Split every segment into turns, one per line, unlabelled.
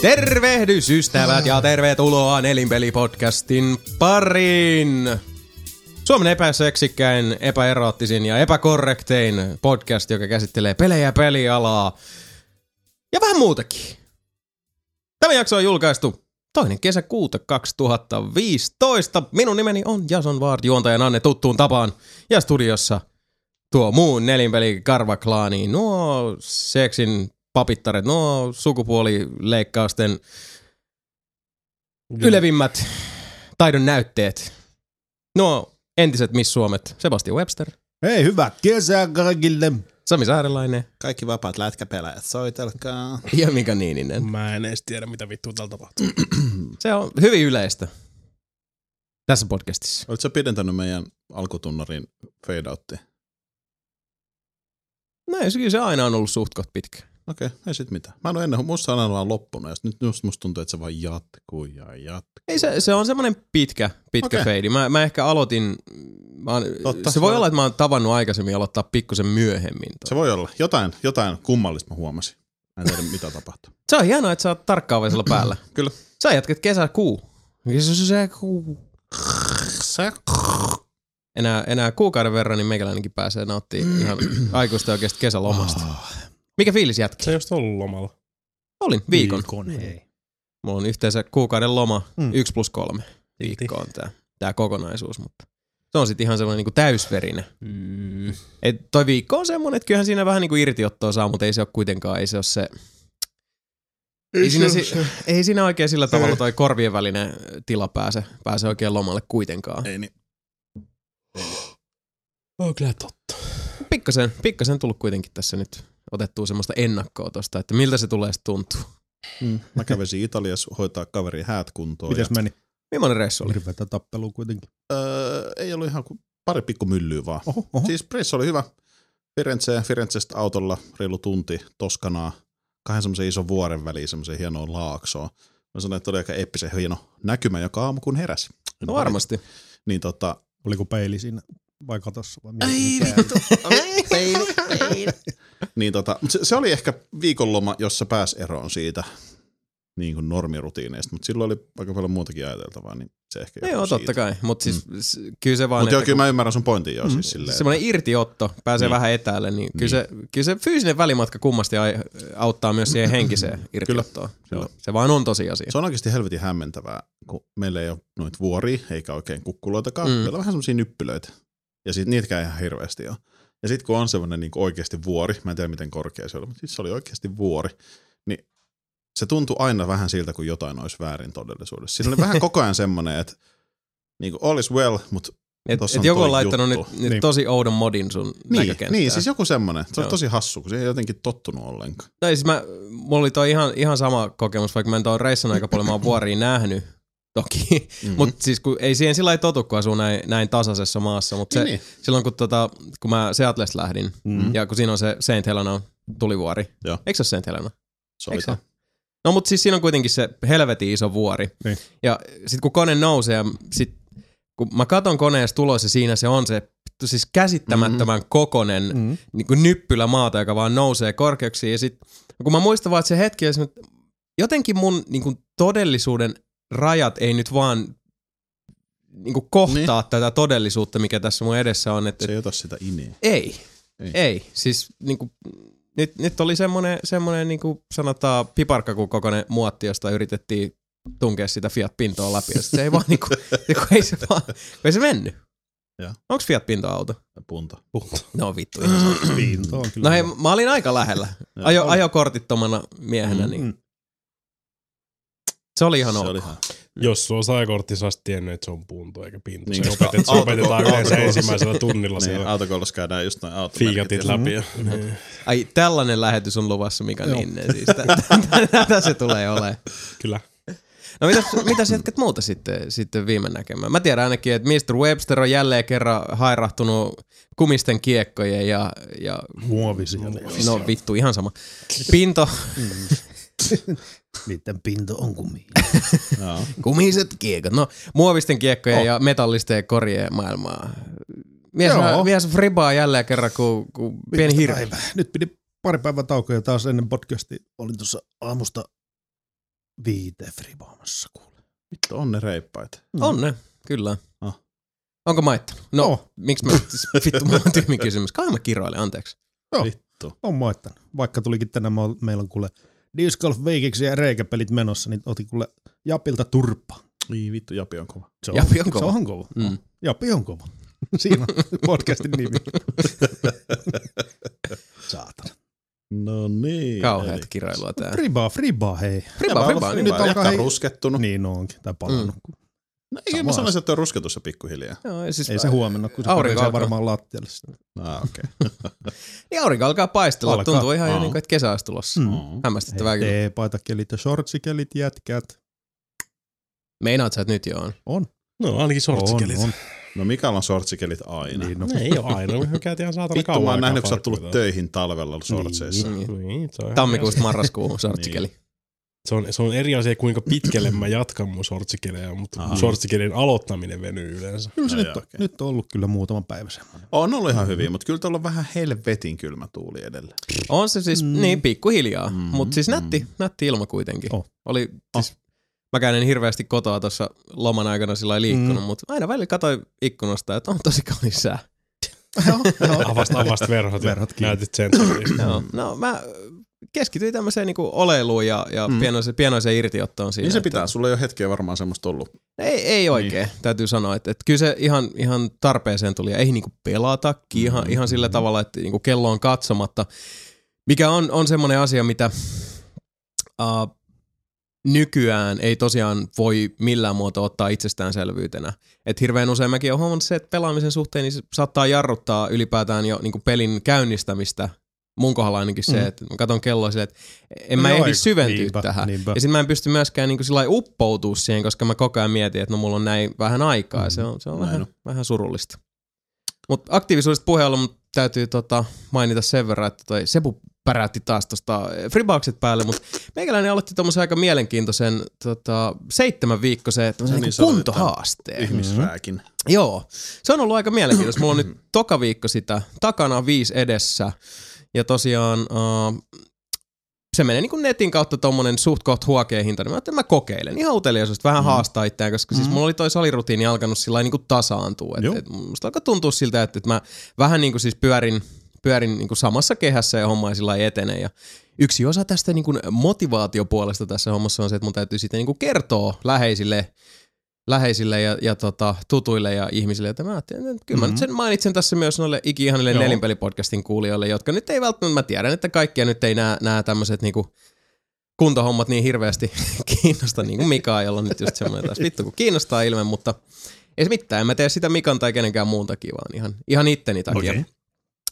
Tervehdys ystävät ja tervetuloa Nelinpeli-podcastin pariin! Suomen epäseksikkäin, epäeroottisin ja epäkorrektein podcast, joka käsittelee pelejä ja pelialaa. Ja vähän muutakin. Tämä jakso on julkaistu toinen kesäkuuta 2015. Minun nimeni on Jason Vaard, juontajan Anne tuttuun tapaan. Ja studiossa tuo muun nelinpeli karvaklaani, nuo seksin papittaret, nuo sukupuolileikkausten ylevimmät taidon näytteet. Nuo entiset Miss Suomet, Sebastian Webster,
Hei, hyvää kesää kaikille.
Sami Saarelainen
Kaikki vapaat lätkäpelaajat, soitelkaa.
ja Mika
Mm.
Niininen.
Mä en edes tiedä, mitä vittua täällä tapahtuu.
Se on hyvin yleistä tässä podcastissa.
Oletko sä pidentänyt meidän alkutunnarin fadeoutti?
No ei, se kyllä se aina on ollut suht koht pitkä.
Okei, okay, ei sit mitään. Mä en ole ennen, musta aina vaan loppunut, ja sit nyt just musta tuntuu, että se vaan jatkuu ja jatkuu.
Ei, se, se on semmoinen pitkä, pitkä okay.
Okei.
feidi. Mä, mä ehkä aloitin, mä, oon-
Totta,
se voi
se-
olla, että mä oon tavannut aikaisemmin aloittaa pikkusen myöhemmin. Toi.
Se voi olla. Jotain, jotain kummallista mä huomasin. Mä en tiedä, mitä tapahtuu.
Se on hienoa, että sä oot tarkkaavaisella päällä.
Kyllä.
Sä jatket kesäkuu. Kesäkuu.
Sä...
Enää, enää kuukauden verran, niin meikäläinenkin pääsee nauttimaan ihan aikuista oikeasta kesälomasta.
Ah.
Mikä fiilis jätkä?
Ah, Se ei just ollut lomalla.
Olin viikon.
hei.
Mulla on yhteensä kuukauden loma, mm.
Mm.
1 plus 3 viikkoa on tää, tää kokonaisuus, mutta se on sitten ihan semmoinen niinku täysverinen.
Mm.
Et toi viikko on semmoinen, että kyllähän siinä vähän niinku irtiottoa saa, mutta ei se ole kuitenkaan, ei se ole se... Ei, ei, siinä, si- ei siinä oikein sillä tavalla toi korvien välinen tila pääse, pääse oikein lomalle kuitenkaan.
Ei niin.
On kyllä totta.
pikkasen, pikkasen tullut kuitenkin tässä nyt otettua semmoista ennakkoa tosta, että miltä se tulee sitten tuntua.
Mm. Mä kävisin Italiassa hoitaa kaveri häät kuntoon.
Mites meni?
Millainen reissu oli?
Hirveätä tappelua kuitenkin.
ja, öö, ei ollut ihan kuin pari pikku myllyä vaan.
Oho, oho.
Siis reissu oli hyvä. Firenzeen, Firenzestä autolla reilu tunti Toskanaa, kahden semmoisen ison vuoren väliin semmoisen hienoon laaksoon. Mä sanoin, että oli aika eeppisen hieno näkymä joka aamu, kun heräsi.
No varmasti.
Niin tota,
Oliko peili siinä vai katossa? Vai mikä-
Ei
mikä-
vittu. niin tota, mut se, se, oli ehkä viikonloma, jossa pääs eroon siitä niin kuin normirutiineista, mutta silloin oli aika paljon muutakin ajateltavaa, niin se ehkä
No
johtui
joo, totta
siitä.
kai, mutta siis mm. kyllä se vaan,
Mutta joo,
että
kyllä
kun
mä ymmärrän sun pointin joo,
Mm.
siis silleen.
semmoinen irtiotto pääsee niin.
Niin.
vähän etäälle, niin, kyllä, se, kyllä se fyysinen välimatka kummasti ai- auttaa myös siihen henkiseen irtiottoon. Se, on, se vaan on tosiasia.
Se on oikeasti helvetin hämmentävää, kun meillä ei ole noita vuoria, eikä oikein kukkuloitakaan.
Mm.
Mm. Meillä on vähän semmoisia nyppylöitä. Ja sit niitäkään ihan hirveästi ole. Ja sitten kun on semmoinen niin oikeasti vuori, mä en tiedä miten korkea se oli, mutta siis se oli oikeasti vuori, niin se tuntui aina vähän siltä, kun jotain olisi väärin todellisuudessa. Siinä oli vähän koko ajan semmoinen, että niin kuin all is well, mutta
Et,
tossa
et
on
joku on
toi
laittanut nyt,
juttu.
nyt niin.
Niin.
tosi oudon modin sun
niin,
näkökenttään.
niin, siis joku semmoinen. Se
Joo.
oli tosi hassu, kun se ei jotenkin tottunut ollenkaan.
No ei, siis mä, mulla oli toi ihan, ihan sama kokemus, vaikka mä en tuon reissun aika paljon, mä oon vuoriin nähnyt toki. Mm-hmm.
Mhm.
Mutta siis kun, ei siihen sillä ei totu, kun asuu näin, näin tasaisessa maassa. Mutta se, niin.
niin.
silloin kun, tota, kun mä Seatlesta lähdin, mm-hmm.
Mm.
ja kun siinä on se Saint Helena tulivuori.
Joo.
Eikö se ole Saint Helena?
Se oli
Eikö se? No mutta siis siinä on kuitenkin se helvetin iso vuori.
Niin.
Ja sit kun kone nousee, ja sit, kun mä katon koneesta tulos ja siinä se on se vittu, siis käsittämättömän mm-hmm. kokonen
Mm.
niin kuin nyppylä maata, joka vaan nousee korkeuksiin. Ja sit, kun mä muistan vaan, että se hetki, jos mä- jotenkin mun niin kuin todellisuuden rajat ei nyt vaan niin kuin kohtaa niin. tätä todellisuutta, mikä tässä mun edessä on. Että,
Se ei ota sitä ineä.
ei. ei.
Ei.
Ei. Siis niin kuin, nyt, nyt oli semmoinen, semmoinen niin kuin sanotaan piparkkakun kokoinen muotti, josta yritettiin tunkea sitä Fiat-pintoa läpi. Ja sit se ei vaan niin kuin, ei se vaan, ei se mennyt.
Joo.
Onko Fiat-pintoauto?
Punta.
No vittu, ihan sama.
Pinto on kyllä.
No hei, mä olin aika lähellä.
Joo.
Ajo, ajokortittomana miehenä, niin
Mm.
se oli ihan
se
ok.
oli ihan
Jos sulla sai kortti, sä olisit tiennyt, että se on punto eikä pinto.
Niin,
se,
koska
opet, se
auto-
opetetaan
auto-
yleensä
auto-
ensimmäisellä tunnilla
Niin, Mm-hmm.
siellä.
autokoulussa käydään just noin automerkit.
Fiikatit
ja-
läpi. Niin, ja-
Ai, tällainen lähetys on luvassa, mikä
Joo.
niin. Siis tä- tätä se tulee olemaan.
Kyllä.
No mitäs, mitäs jatket muuta sitten, sitten viime näkemään? Mä tiedän ainakin, että Mr. Webster on jälleen kerran hairahtunut kumisten kiekkojen ja, ja
Muovisia.
no vittu, ihan sama. Pinto,
Niiden Mm. pinto on kumi.
Joo.
kumiset kiekot. No, muovisten kiekkojen
Oh.
ja metallisten korjeen maailmaa. Mies,
Joo.
mies fribaa jälleen kerran kuin, kuin pieni hirvi.
Nyt pidi pari päivää taukoa ja taas ennen podcastia. Olin tuossa aamusta viite fribaamassa kuule.
Vittu, on ne reippaita.
On ne, kyllä.
Ah.
Onko maittanut? No,
Oh.
miksi mä nyt, vittu, mulla on tyhmin kysymys. Kai mä kiroilen, anteeksi.
Joo.
Vittu.
On moittanut. Vaikka tulikin tänään, mo- meillä on kuule Disc Golf Veikiksi ja reikäpelit menossa, niin otin kuule Japilta turpa.
Oi vittu, Japi on kova.
Se
Japi on kova.
Se on kova.
Mm.
Japi on kova. Siinä on podcastin nimi. Saatana.
No niin.
Kauheat
eli-
kiroilua tää.
Fribaa, fribaa, hei.
Friba, friba.
Nyt
Nyt
friba.
on...
alkaa
alkaa
hei-
ruskettunut. Niin.
Niin onkin, tai palannut. Mm.
No, ei, mä
Samaa.
sanoisin, että on rusketussa pikkuhiljaa.
Joo, siis
Ei se huomenna, kun se
Aurinko
parisee
alkaa.
varmaan lattialle. sitten.
Ah, okei.
niin aurinko alkaa paistella.
Alkaa.
Tuntuu ihan jo
Aa.
niin kuin, että kesä olisi tulossa.
Mm.
Okay.
Hämmästyttävää
Hei,
kyllä.
Teepaitakelit ja shortsikelit, jätkät.
Meinaat sä, että nyt jo on?
On.
No ainakin sortsikelit.
On,
No Mikael on sortsikelit aina.
Niin,
Niin,
no,
Ne ei ole aina, me käytiin ihan saatana
Vittu, mä oon nähnyt, kun sä oot
farkkuja
tullut töihin talvella sortseissa. Niin.
Niin, niin, se on ihan-
Tammikuusta marraskuuhun sortsikeli.
Se on, se on eri asia, kuinka pitkälle mä jatkan mun sortsikelejä, mutta
Aha.
mun sortsikeleiden aloittaminen venyy yleensä.
kyllä se
No
Ai,
nyt, on,
okei.
nyt on ollut kyllä muutama päivä semmoinen.
On ollut ihan hyviä, mutta kyllä tuolla on vähän helvetin kylmä tuuli edellä.
On se siis
Mm.
niin pikkuhiljaa,
Mm,
mutta siis nätti, nätti ilma kuitenkin.
On.
Oli siis, mä käyn en hirveästi kotoa tuossa loman aikana sillä lailla liikkunut, mm. mutta aina välillä katsoin ikkunasta, että on tosi kaunis sää.
Avasta, avasta verhot,
Verhot
verhot ja
kiinni.
näytit sentteristä.
Joo. No mä keskityin tämmöiseen niinku oleiluun ja, ja mm.
Mm.
pienoiseen, pienoiseen irtiottoon siinä.
Niin se
että-
pitää, sulla ei ole hetkeä varmaan semmoista ollut.
Ei, ei oikein, niin. täytyy sanoa. Että, että kyllä se ihan, ihan tarpeeseen tuli. Ja ei niinku pelata ihan,
Mm-hmm.
Mm.
ihan sillä tavalla, että niinku kello on katsomatta. Mikä on, on semmoinen asia, mitä uh, nykyään ei tosiaan voi millään muotoa ottaa itsestäänselvyytenä. Et hirveän usein mäkin olen huomannut se, että pelaamisen suhteen niin se saattaa jarruttaa ylipäätään jo niinku pelin käynnistämistä. Mun kohdalla ainakin se,
Mm.
mm. että mä katson kelloa silleen, että en mä
No
ehdi
joo,
syventyä
niinpä,
tähän.
Niinpä.
Ja sitten mä en pysty myöskään niin sillä lailla uppoutua siihen, koska mä koko ajan mietin, että no mulla on näin vähän aikaa. Mm. Se on, se on
Näin
vähän,
on.
vähän surullista. Mutta aktiivisuudesta puheella mun täytyy tota, mainita sen verran, että toi Sebu päräytti taas tosta fribaukset päälle, mutta meikäläinen aloitti tommosen aika mielenkiintoisen tota, seitsemän viikkoisen
niin,
niin
sä olet
kuntohaasteen.
Ihmisrääkin.
Joo, se on ollut aika mielenkiintoista. Mulla on nyt toka viikko sitä takana viisi edessä. Ja tosiaan äh, se menee niin netin kautta tommonen suht koht huokea hinta, niin mä ajattelin, että mä kokeilen. Ihan uteliaisuudesta vähän mm. haastaa itseään, koska siis
Mm.
mulla oli toi salirutiini alkanut sillä lailla niin tasaantua. Et,
Joo.
et, musta alkaa tuntua siltä, että, että mä vähän niin kuin siis pyörin, pyörin niin kuin samassa kehässä ja homma ei sillä lailla etene. Ja yksi osa tästä niin kuin motivaatiopuolesta tässä hommassa on se, että mun täytyy sitten niin kuin kertoa läheisille läheisille ja, ja tota, tutuille ja ihmisille, että mä ajattelin, että kyllä mä
Mhm.
nyt sen mainitsen tässä myös noille ikihanille
Joo.
nelinpelipodcastin kuulijoille, jotka nyt ei välttämättä, mä tiedän, että kaikkia nyt ei nämä, nämä tämmöiset niinku kuntohommat niin hirveästi kiinnosta, niin kuin Mika, jolla on nyt just semmoinen taas vittu, kun kiinnostaa ilme, mutta ei se mitään, en mä tee sitä Mikan tai kenenkään muun takia, vaan ihan, ihan itteni takia. Okay.
Okei.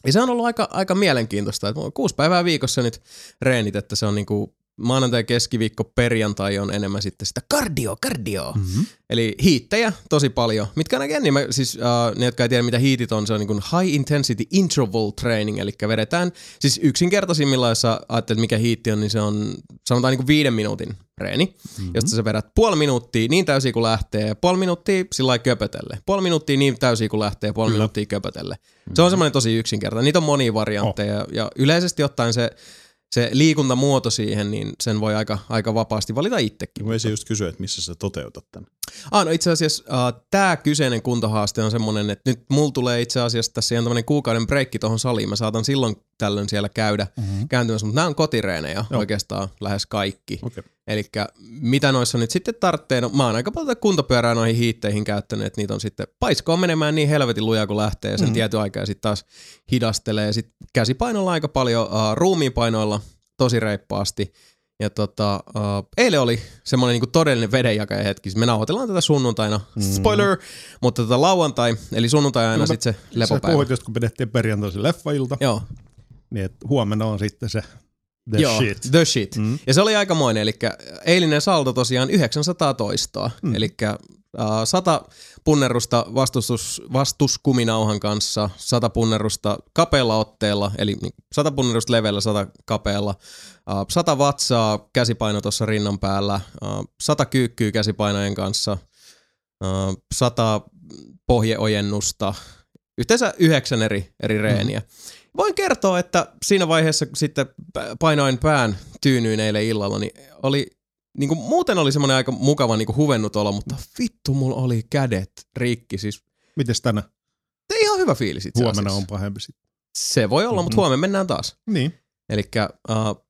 Ja se on ollut aika, aika mielenkiintoista, että mulla on kuusi päivää viikossa nyt reenit, että se on niinku maanantai, keskiviikko, perjantai on enemmän sitten sitä kardio, kardio. Mm.
Mm-hmm.
Eli hiittejä tosi paljon. Mitkä on again, niin mä, siis äh, ne, jotka ei tiedä mitä hiitit on, se on niin kuin high intensity interval training, eli vedetään siis yksinkertaisimmillaan, jos sä ajattelet mikä hiitti on, niin se on sanotaan niin kuin viiden minuutin reeni, mm-hmm. josta sä vedät puoli minuuttia niin täysin kuin lähtee, ja puoli minuuttia sillä lailla köpötelle. Puoli minuuttia niin täysin kuin lähtee, ja puoli
Kyllä.
minuuttia köpötelle. Se on semmoinen tosi yksinkertainen. Niitä on monia variantteja, oh. ja yleisesti ottaen se, se liikuntamuoto siihen, niin sen voi aika, aika vapaasti valita itsekin.
Mä voisin just kysyä, että missä sä toteutat tämän.
Ah, no itse asiassa äh, tämä kyseinen kuntohaaste on semmoinen, että nyt mulla tulee itse asiassa tässä ihan tämmöinen kuukauden breikki tuohon saliin. Mä saatan silloin tällöin siellä käydä
Mm-hmm.
kääntymässä, mutta nämä on kotireenejä Joo.
Joo.
oikeastaan lähes kaikki.
Okei.
Eli mitä noissa nyt sitten tarvitsee, no mä oon aika paljon tätä kuntopyörää noihin hiitteihin käyttänyt, että niitä on sitten paiskoon menemään niin helvetin lujaa kuin lähtee ja sen mm.
Mm.
tietyn aikaa sitten taas hidastelee. Sitten käsipainolla aika paljon, äh, ruumiinpainoilla tosi reippaasti. Ja tota, äh, eilen oli semmoinen niinku todellinen vedenjakaja hetki. Siis Me nauhoitellaan tätä sunnuntaina,
Mm.
spoiler, mutta tota lauantai, eli sunnuntai aina
No mä-
sitten se
Sä
lepopäivä.
puhuit just, kun pidettiin perjantaisin leffailta,
Joo,
niin et huomenna on sitten se the
Joo,
shit.
The shit. Mm.
Mm.
Ja se oli aikamoinen, eli eilinen saldo tosiaan 900 toistoa, mm.
Mm.
eli äh, 100 punnerusta vastustus, vastuskuminauhan kanssa, 100 punnerusta kapealla otteella, eli niin 100 punnerusta leveällä, 100 kapealla, äh, 100 vatsaa käsipaino tuossa rinnan päällä, äh, 100 kyykkyä käsipainojen kanssa, äh, 100 pohjeojennusta, yhteensä yhdeksän eri, eri reeniä. Voin kertoa, että siinä vaiheessa kun sitten painoin pään tyynyin eilen illalla, niin oli niin kuin muuten oli semmoinen aika mukava niin kuin huvennut olo, mutta vittu mulla oli kädet rikki. Siis
Mites tänä?
Te ihan hyvä fiilis itse
Huomenna
asiassa.
siis-
on Mm-hmm. pahempi sitten.
Se voi olla, mutta
Mhm.
huomenna mennään taas.
Niin.
Elikkä, uh,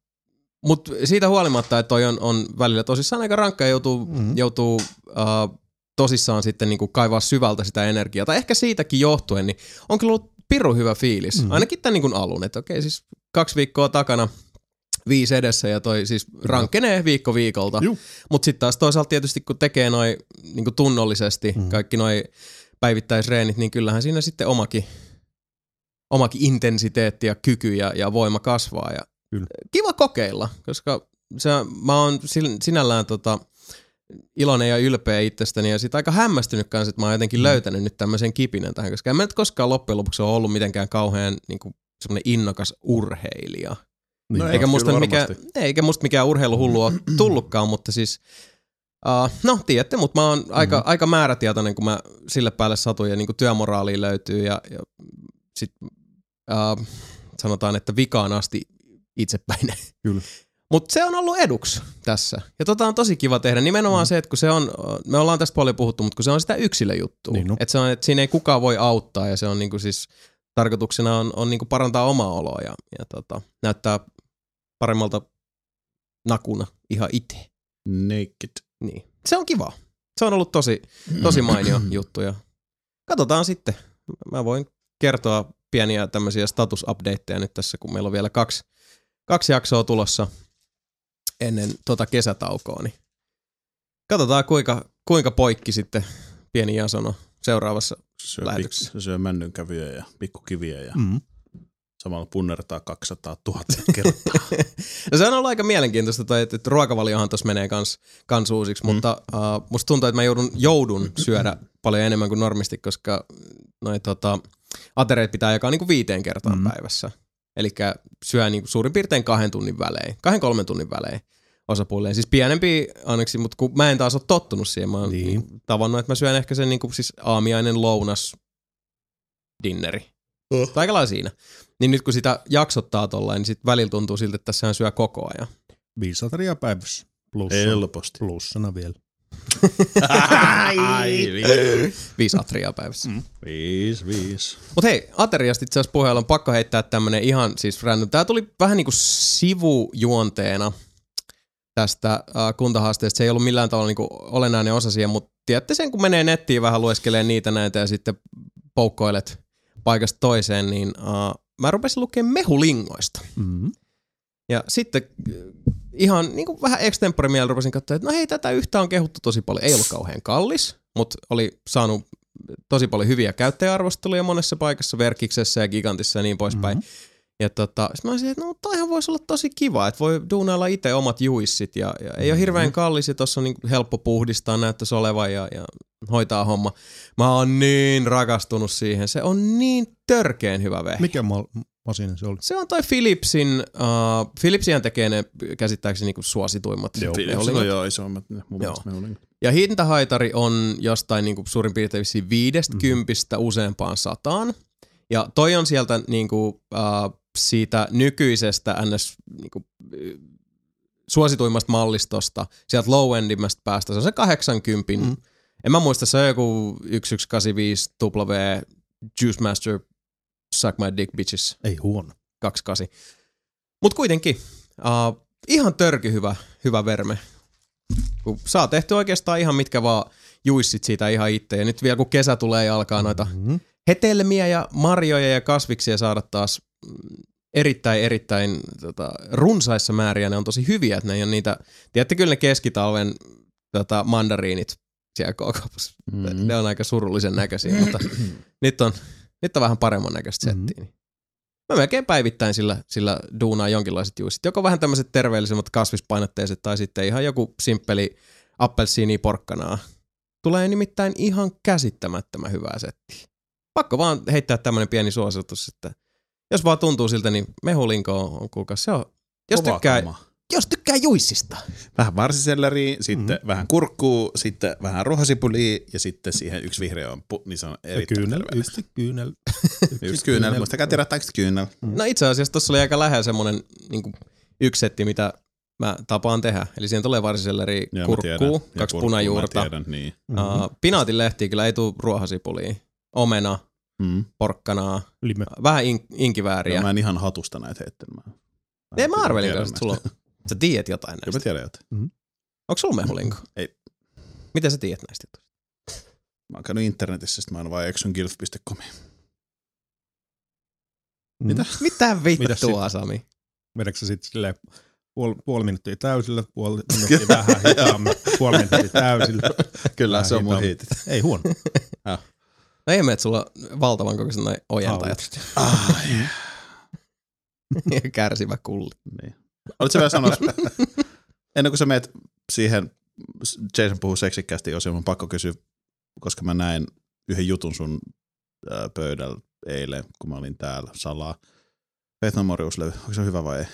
mutta siitä huolimatta, että toi on, on välillä tosissaan aika rankka ja joutuu,
Mhm.
Mm-hmm.
mm. joutuu uh, tosissaan sitten niinku kaivaa syvältä sitä energiaa. Tai ehkä siitäkin johtuen, niin on kyllä ollut pirun hyvä fiilis.
Mhm.
Mm. Ainakin tämän niinku alun, että okei siis kaksi viikkoa takana, viisi edessä ja toi siis rankkenee viikko viikolta.
Juu.
Mutta sitten taas toisaalta tietysti kun tekee noin niinku tunnollisesti
Mhm.
mm. kaikki noi päivittäisreenit, niin kyllähän siinä sitten omakin omakin intensiteetti ja kyky ja, ja voima kasvaa. Ja
Kyllä.
Kiva kokeilla, koska se, mä oon sin- sinällään tota, iloinen ja ylpeä itsestäni ja sit aika hämmästynyt kanssa, että mä oon
Mm.
jotenkin löytänyt nyt tämmöisen kipinän tähän, koska en mä nyt koskaan loppujen lopuksi ole ollut mitenkään kauhean niin kuin, semmoinen innokas urheilija.
No
eikä,
joo,
musta
kyllä
mikä,
varmasti.
eikä musta mikään urheiluhullu ole tullutkaan, mutta siis Uh, no, tiedätte, mutta mä
Mm-hmm.
oon aika, mm. aika määrätietoinen, kun mä sille päälle satun ja niin työmoraali löytyy ja, ja sit, uh, sanotaan, että vikaan asti itsepäinen.
Kyllä.
Mutta se on ollut eduksi tässä. Ja tota on tosi kiva tehdä. Nimenomaan mm. se, että kun se on, uh, me ollaan tästä paljon puhuttu, mutta kun se on sitä yksilöjuttua.
Niin, no.
Että se on, että siinä ei kukaan voi auttaa ja se on niinku siis tarkoituksena on, on niinku parantaa omaa oloa ja, ja tota, näyttää paremmalta nakuna ihan itse.
Naked.
Niin. Se on kiva. Se on ollut tosi, tosi mainio juttu ja katsotaan sitten. Mä voin kertoa pieniä tämmöisiä statusupdateja nyt tässä, kun meillä on vielä kaksi, kaksi jaksoa tulossa ennen tota kesätaukoa, niin katsotaan kuinka, kuinka poikki sitten pieni Jasono seuraavassa.
Syö,
Lähetyksessä.
pik- syö männynkäviä ja pikkukiviä ja
Mm.
samalla punnertaa 200 000 kertaa.
No se on ollut aika mielenkiintoista, toi, että että ruokavaliohan tuossa menee kans, kans uusiksi, mm. mutta uh, musta tuntuu, että mä joudun, joudun syödä paljon enemmän kuin normisti, koska noi, tota, atereet pitää jakaa niinku viiteen kertaan
Mm.
mm. päivässä. Eli syö niinku suurin piirtein kahden tunnin välein, kahden kolmen tunnin välein osapuolleen. Siis pienempi anneksi, mutta kun mä en taas ole tottunut siihen, mä oon niinku
Niin.
tavannut, että mä syön ehkä sen niinku, siis aamiainen lounas dinneri. Oh. Aika lailla siinä. Niin nyt kun sitä jaksottaa tollain, niin sit välillä tuntuu siltä, että tässä syö koko ajan.
Viisi ateriaa päivässä. Plussana,
Helposti.
plussana vielä.
Ai, vi-
Viisi atriaa päivässä. Mm.
viis, viis.
Mut hei, ateriasta itse asiassa puheella on pakko heittää tämmönen ihan siis random. Tää tuli vähän niinku sivujuonteena tästä äh, kuntahaasteesta. Se ei ollut millään tavalla niinku olennainen osa siihen, mutta tiedätte sen, kun menee nettiin vähän lueskelee niitä näitä ja sitten poukkoilet paikasta toiseen, niin äh, mä rupesin lukemaan mehulingoista.
Mm.
Ja sitten äh, ihan niin kuin vähän extempore mielellä rupesin katsoa, että no hei, tätä yhtä on kehuttu tosi paljon. Ei ollut kauhean kallis, mutta oli saanut tosi paljon hyviä käyttäjäarvosteluja monessa paikassa, Verkiksessä ja Gigantissa ja niin poispäin. Mm-hmm. Ja tota, sit mä olisin, että no toihan voisi olla tosi kiva, että voi duunailla itse omat juissit ja, ja ei ole hirveän kallis ja tossa on niin helppo puhdistaa näyttäisi olevan ja, ja hoitaa homma. Mä oon niin rakastunut siihen, se on niin törkeen hyvä vehje.
Mikä mal- masina se oli?
Se on toi Philipsin, uh, Philipsihän tekee ne käsittääkseni niinku suosituimmat.
Joo.
Philipsillä on
Oli-
jo isommat. ne, Mun
Joo.
mielestä me olin.
Ja hintahaitari on jostain niinku suurin piirtein vissiin 50
Mm-hmm.
mm. useampaan sataan. Ja toi on sieltä niinku, uh, siitä nykyisestä ns. Niinku, y- suosituimmasta mallistosta, sieltä low-endimmästä päästä. Se on se 80.
Mm.
Mm-hmm.
Mm. En mä muista, se on joku 1185 W Juice Master Suck My Dick Bitches.
Ei huono.
28. Mutta kuitenkin, uh, ihan törky hyvä, hyvä verme. Kun saa tehty oikeastaan ihan mitkä vaan juissit siitä ihan itse. Ja nyt vielä kun kesä tulee ja alkaa noita
Mm.
hetelmiä ja marjoja ja kasviksia saada taas mm, erittäin, erittäin tota, runsaissa määriä. Ne on tosi hyviä, että ne ei ole niitä, tiedätte kyllä ne keskitalven tota, mandariinit siellä kokoomus.
Mm.
Mm-hmm. Ne on aika surullisen näköisiä, mutta nyt on, nyt on vähän paremman näköistä
Mhm.
mm-hmm. settiä. Mä melkein päivittäin sillä, sillä duunaan jonkinlaiset juisit. Joko vähän tämmöiset terveellisemmät kasvispainotteiset tai sitten ihan joku simppeli appelsiini porkkanaa. Tulee nimittäin ihan käsittämättömän hyvää settiä. Pakko vaan heittää tämmönen pieni suositus, että jos vaan tuntuu siltä, niin mehulinko on, on kuulkaas. Se on, jos
Kovaa
tykkää,
kamaa.
jos tykkää juissista.
Vähän varsiselleri, sitten vähän kurkkuu, sitten vähän ruohosipulia ja sitten siihen yksi vihreä amppu, niin se on
Ja
erittäin
kyynel,
terveellistä.
yksi kyynel.
Yksi kyynel, muistakaa tirattaa yksi kyynel.
No itse asiassa tuossa oli aika lähellä semmoinen niin yksi setti, mitä mä tapaan tehdä. Eli siihen tulee varsiselleri
Joo, mä tiedän.
kurkkuu,
Ja
kaksi
kurkkuu, mä
punajuurta.
tiedän, niin.
Mm-hmm.
Uh, pinaatin lehtiä kyllä ei tule ruohosipulia. Omena,
Mm.
porkkanaa,
Lime.
vähän in- inkivääriä.
No,
No,
mä en ihan hatusta näitä heittänyt. Mä,
en mä arvelin,
tiedän
että
näistä.
sulla on, sä tiedät jotain
Kyllä mä
näistä.
tiedän jotain.
Onko sulla mehulinko?
Ei.
Miten sä tiedät näistä? juttuista?
Mä oon käynyt internetissä, sit mä oon vaan exongilf.com.
Mitä
Mitäs
vittua,
sitten?
Sami?
Vedätkö sä sitten silleen puoli, puoli minuuttia täysillä, puoli minuuttia vähän hitaammin, puoli minuuttia täysillä.
Kyllä,
Vähän
se on mun
hitaammin.
hiitit.
Ei huono.
No ei mene, että sulla on valtavan kokoiset noi ojentajat
Ah, yeah.
ja kärsivä kulli.
Niin. Oletko vielä sanonut, ennen kuin sä meet siihen, Jason puhuu seksikkäästi osioon, mun pakko kysyä, koska mä näin yhden jutun sun ää, pöydällä eilen, kun mä olin täällä salaa. No Vietnam Warriors-levy, onko se hyvä vai ei?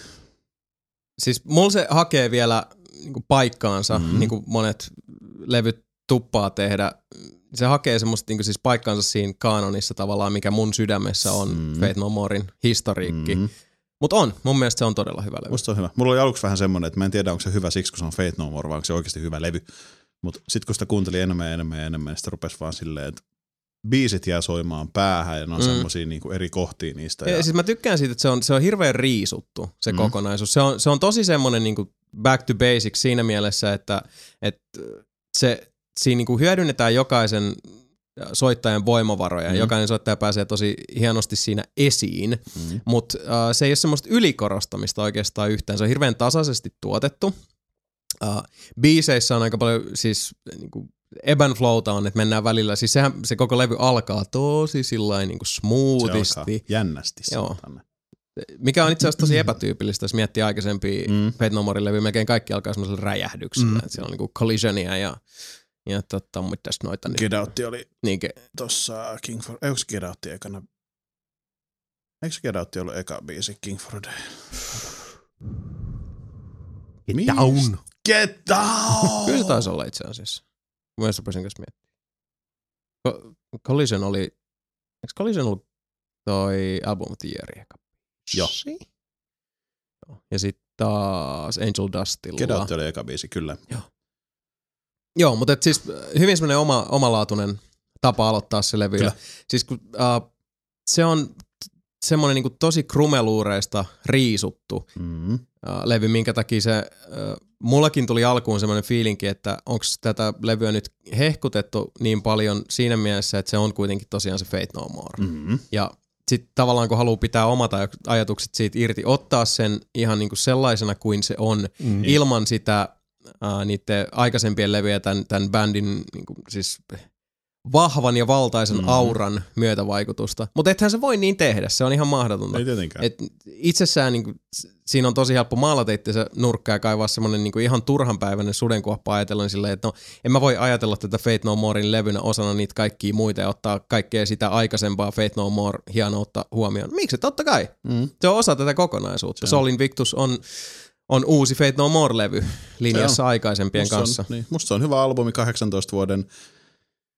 Siis mulla se hakee vielä niinku paikkaansa,
Mhm.
mm. niin kuin monet levyt tuppaa tehdä. Se hakee semmoista niinku siis paikkaansa siinä kaanonissa tavallaan, mikä mun sydämessä on
Mm.
mm. Faith No Morein historiikki. Mm.
Mhm.
Mutta on, mun mielestä se on todella hyvä levy.
Musta se on hyvä. Mulla oli aluksi vähän semmoinen, että mä en tiedä, onko se hyvä siksi, kun se on Fate No More, vai onko se oikeasti hyvä levy. Mutta sitten kun sitä kuunteli enemmän ja enemmän ja enemmän, niin sitä rupesi vaan silleen, että biisit jää soimaan päähän ja ne on
Mm.
mm. semmoisia niinku eri kohtia niistä.
Ja
Ja,
siis mä tykkään siitä, että se on, se on hirveän riisuttu, se
Mm.
mm. kokonaisuus. Se on, se on tosi semmoinen niin back to basics siinä mielessä, että, että se, siinä niin kuin hyödynnetään jokaisen soittajan voimavaroja.
Mm.
Mm. Jokainen soittaja pääsee tosi hienosti siinä esiin,
mm.
mutta äh, se ei ole semmoista ylikorostamista oikeastaan yhtään. Se on hirveän tasaisesti tuotettu. Äh, biiseissä on aika paljon siis niin kuin Ebän flowta on, että mennään välillä. Siis sehän, se koko levy alkaa tosi sillain niin kuin
se alkaa
smoothisti.
jännästi.
Joo.
saatana.
Mikä on itse asiassa tosi epätyypillistä, jos miettii aikaisempia mm.
Mm.
Fate No Morein levyjä, melkein kaikki alkaa semmoisella räjähdyksellä.
Mm.
Mm. Että siellä on niinku collisionia ja, ja totta, mitäs noita nyt.
Get Out oli
Niinkö,
tossa King for... Eikö Get Out ekana? Eikö Get Out ollut eka biisi King for a Day? Mist- Get Down!
kyllä se taisi olla itse asiassa. Mä myös rupesin kanssa miettimään. Co- collision oli, eikö Collision ollut toi Album of the Year eka?
Joo.
biisi? Joo. Ja sitten taas Angel Dustilla.
Get Out oli eka biisi, kyllä.
Joo, mutta et siis hyvin semmoinen oma, omalaatuinen tapa aloittaa se levy.
Kyllä.
Ja Siis kun, äh, se on t- semmoinen niin tosi krumeluureista riisuttu
Mm.
äh, levy, minkä takia se, äh, mullakin tuli alkuun semmoinen fiilinki, että onko tätä levyä nyt hehkutettu niin paljon siinä mielessä, että se on kuitenkin tosiaan se Fate No More.
Mm.
Ja sitten tavallaan kun haluaa pitää omat aj- ajatukset siitä irti, ottaa sen ihan niinku sellaisena kuin se on,
Mm.
niin. ilman sitä ää, niiden aikaisempien levyjä tämän, tämän bändin niinku, siis vahvan ja valtaisen
Mhm.
mm. auran myötävaikutusta. Mutta ethän se voi niin tehdä, se on ihan mahdotonta.
Ei tietenkään.
Et itsessään niin kuin, siinä on tosi helppo maalata itse nurkkaa ja kaivaa semmoinen niin ihan turhanpäiväinen sudenkuoppa ajatellen silleen, että no, en mä voi ajatella tätä Fate No Morein levynä osana niitä kaikkia muita ja ottaa kaikkea sitä aikaisempaa Fate No More hienoutta huomioon. Miksi? Totta kai.
Mm.
Se on osa tätä kokonaisuutta.
Se on.
Sol Invictus on, on uusi Fate No More-levy
Se
linjassa aikaisempien
Musta
kanssa.
On, niin, musta se on hyvä albumi 18 vuoden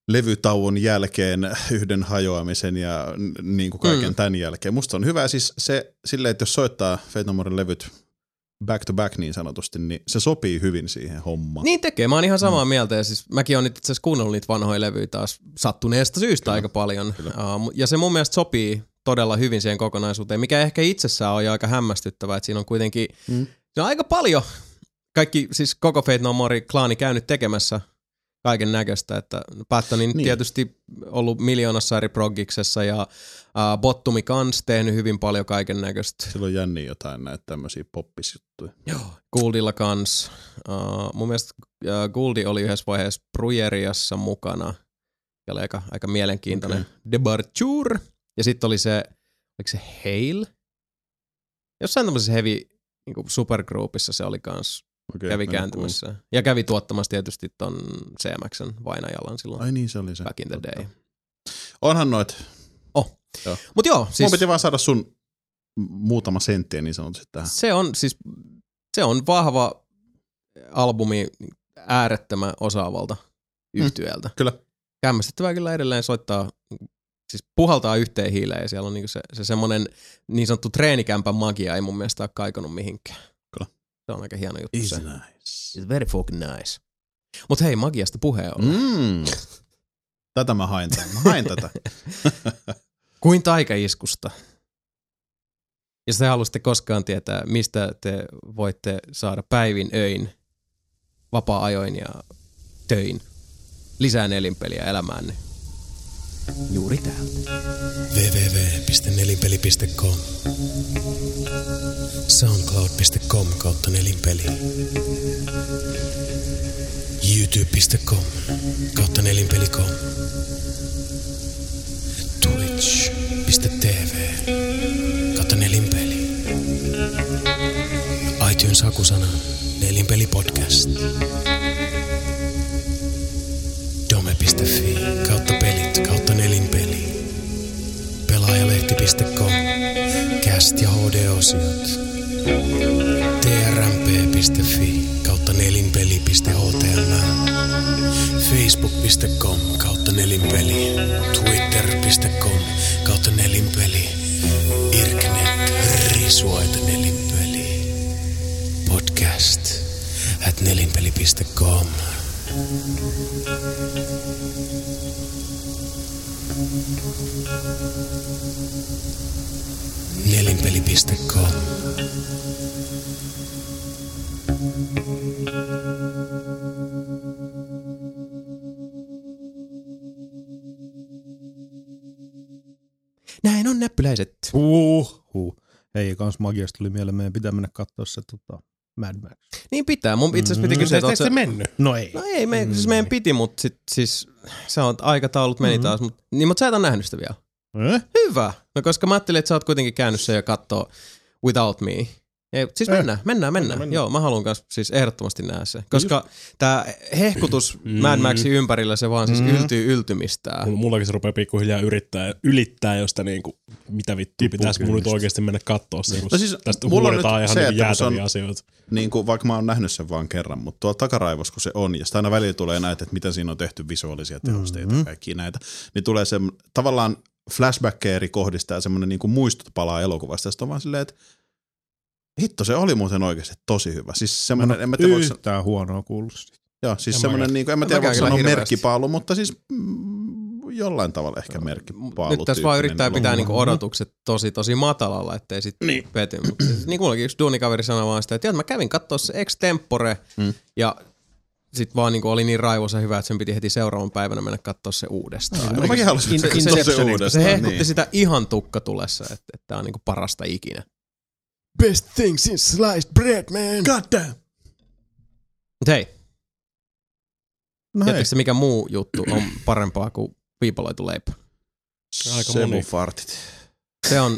levytauon jälkeen yhden hajoamisen ja n- niin kuin kaiken mm.
Mm.
tämän jälkeen. Musta on hyvä siis se silleen, että jos soittaa Fate No Moren levyt back to back niin sanotusti, niin se sopii hyvin siihen hommaan.
Niin tekee, mä oon ihan samaa mm. mieltä ja siis mäkin oon nyt itse asiassa kuunnellut niitä vanhoja levyjä taas sattuneesta syystä
Kyllä,
aika paljon.
kyllä.
Uh, ja se mun mielestä sopii todella hyvin siihen kokonaisuuteen, mikä ehkä itsessään on jo aika hämmästyttävää, että siinä on kuitenkin
Mm.
mm. no, aika paljon kaikki, siis koko Fate No More klaani käynyt tekemässä kaiken näköistä, että Pattonin
Niin.
niin. tietysti ollut miljoonassa eri progiksessa ja uh, Bottumi kans tehnyt hyvin paljon kaiken näköistä.
Sillä on jänniä jotain näitä tämmöisiä poppisjuttuja.
Joo. Guldilla kans. Uh, mun mielestä uh, Guldi oli yhdessä vaiheessa Brujeriassa mukana. Se oli aika, aika mielenkiintoinen okay. departure. Ja sitten oli se, oliko se Hail? Jossain tämmöisessä heavy niin supergroupissa se oli kans.
Okay,
kävi kääntymässä. Ja kävi tuottamassa tietysti ton CMXn vainajalan silloin
Ai niin, se oli se.
back in the day.
Onhan noit.
Mut joo,
Siis... Mun
siis
piti vaan saada sun muutama senttiä niin sanotusti tähän.
se on, siis, se on vahva albumi äärettömän osaavalta yhtyeeltä.
Mm. Kyllä.
kämmästyttävää kyllä edelleen soittaa, siis puhaltaa yhteen hiileen ja siellä on niinku se, se semmoinen niin sanottu treenikämpän magia ei mun mielestä ole kaikonut mihinkään.
Kyllä.
Se Se on aika hieno juttu se.
Is nice.
It's very fucking nice. Mut hei, magiasta puheen ollen.
Mm. Tätä mä hain, tämän. mä hain tätä.
Kuin taikaiskusta. Jos te haluaisitte koskaan tietää, mistä te voitte saada päivin, öin, vapaa-ajoin ja töin lisää nelinpeliä elämäänne. Juuri täältä.
www.nelinpeli.com soundcloud.com kautta nelinpeli youtube.com kautta nelinpeli.com twitch.tv kautta nelinpeli iTunes hakusana nelinpeli podcast dome.fi kautta pelit kautta nelinpeli pelaajalehti.com, cast ja HD-osiot, trmp.fi kautta nelinpeli.html, facebook.com kautta nelinpeli, twitter.com kautta nelinpeli, irknet, risuaita nelinpeli, podcast at nelinpeli.com. Nelinpeli.com
Näin on näppyläiset.
Huh, huh. Hei, kans magiasta tuli mieleen, meidän pitää mennä katsoa se tota, Mad Max.
Niin pitää. Mun itse asiassa piti kysyä, että
Mutta
oot
se
sä-
mennyt.
No ei.
No ei, me, siis meidän piti, mutta sit, siis sä oot aikataulut meni mm-hmm. taas. Mut, niin, mutta sä et ole nähnyt sitä vielä.
Eh?
Hyvä. No koska mä ajattelin, että sä oot kuitenkin käynyt sen ja kattoo Without Me. Ei, siis
Eh.
mennään, mennään, mennään.
mennään.
Joo, mä haluan kanssa siis ehdottomasti nähdä se. Koska tää hehkutus Mad Maxin ympärillä, se vaan siis
Mm.
yltyy yltymistään.
Mulla- Äh, Mullakin se rupeaa pikkuhiljaa yrittää, ylittää josta niinku, mitä vittua, pitäisikö mun nyt
kynnistä.
oikeasti mennä kattoo se, kun
No
no
siis
siis, tästä
mulla on nyt
huudetaan ihan
se,
niinku
että kun se on-
jäätäviä asioita.
niin kuin, vaikka mä oon nähnyt sen vaan kerran, mutta tuolla takaraivos kun se on, ja sitä aina välillä tulee näitä, että miten siinä on tehty visuaalisia tehosteita mm-hmm. ja kaikki näitä, niin tulee se tavallaan flashbackkejä eri kohdista ja semmoinen niin kuin muistut palaa elokuvasta, ja sitten on vaan silleen, että hitto, se oli muuten oikeasti tosi hyvä. Siis semmoinen, en mä tiedä, voiko,
Yhtään huonoa kuullut. siitä.
joo, siis
en
semmoinen,
mäkään.
niin kuin, en mä
No, En
tiedä,
mäkään
voiko sanoa
kyllä hirveästi.
merkkipaalu, mutta siis mm, jollain tavalla ehkä merkkipaalu.
Nyt tässä vaan yrittää pitää niinku odotukset tosi tosi matalalla, ettei sit niin. pety. Mut siis, niin kuin mullakin yksi duunikaveri sanoi vaan sitä, että joo, mä kävin katsoa se extempore
Mm.
ja sit vaan niinku oli niin raivoisa hyvä, että sen piti heti seuraavan päivänä mennä katsoa se uudestaan.
No, mäkin haluaisin
Se,
katsoa
se,
se
se,
uudestaan.
se hehkutti
niin.
niin. sitä ihan tukkatulessa, että, että tämä on niinku parasta ikinä.
Best thing since sliced bread, man!
God damn!
Mut hei,
No hei,
tiedättekö se mikä muu juttu on parempaa kuin viipaloitu leipä?
Aika moni.
Semufartit.
Se on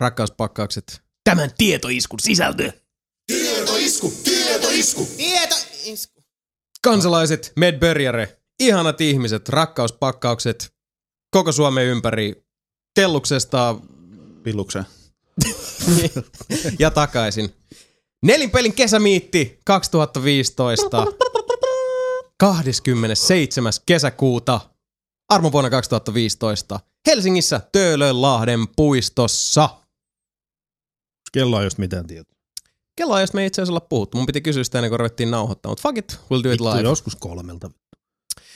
rakkauspakkaukset.
Tämän tietoiskun sisältö!
Kansalaiset, Medberjare, ihanat ihmiset, rakkauspakkaukset, koko Suomen ympäri, kelluksesta
Pillukseen.
ja takaisin. Nelinpelin kesämiitti 2015. 27. kesäkuuta armo vuonna 2015 Helsingissä Töölönlahden puistossa.
kello on just mitään tietoa.
Kello on, josta me ei itse asiassa olla puhuttu. Mun piti kysyä sitä ennen kuin ruvettiin nauhoittaa, mutta fuck it, we'll do it
Vittu,
live.
joskus kolmelta.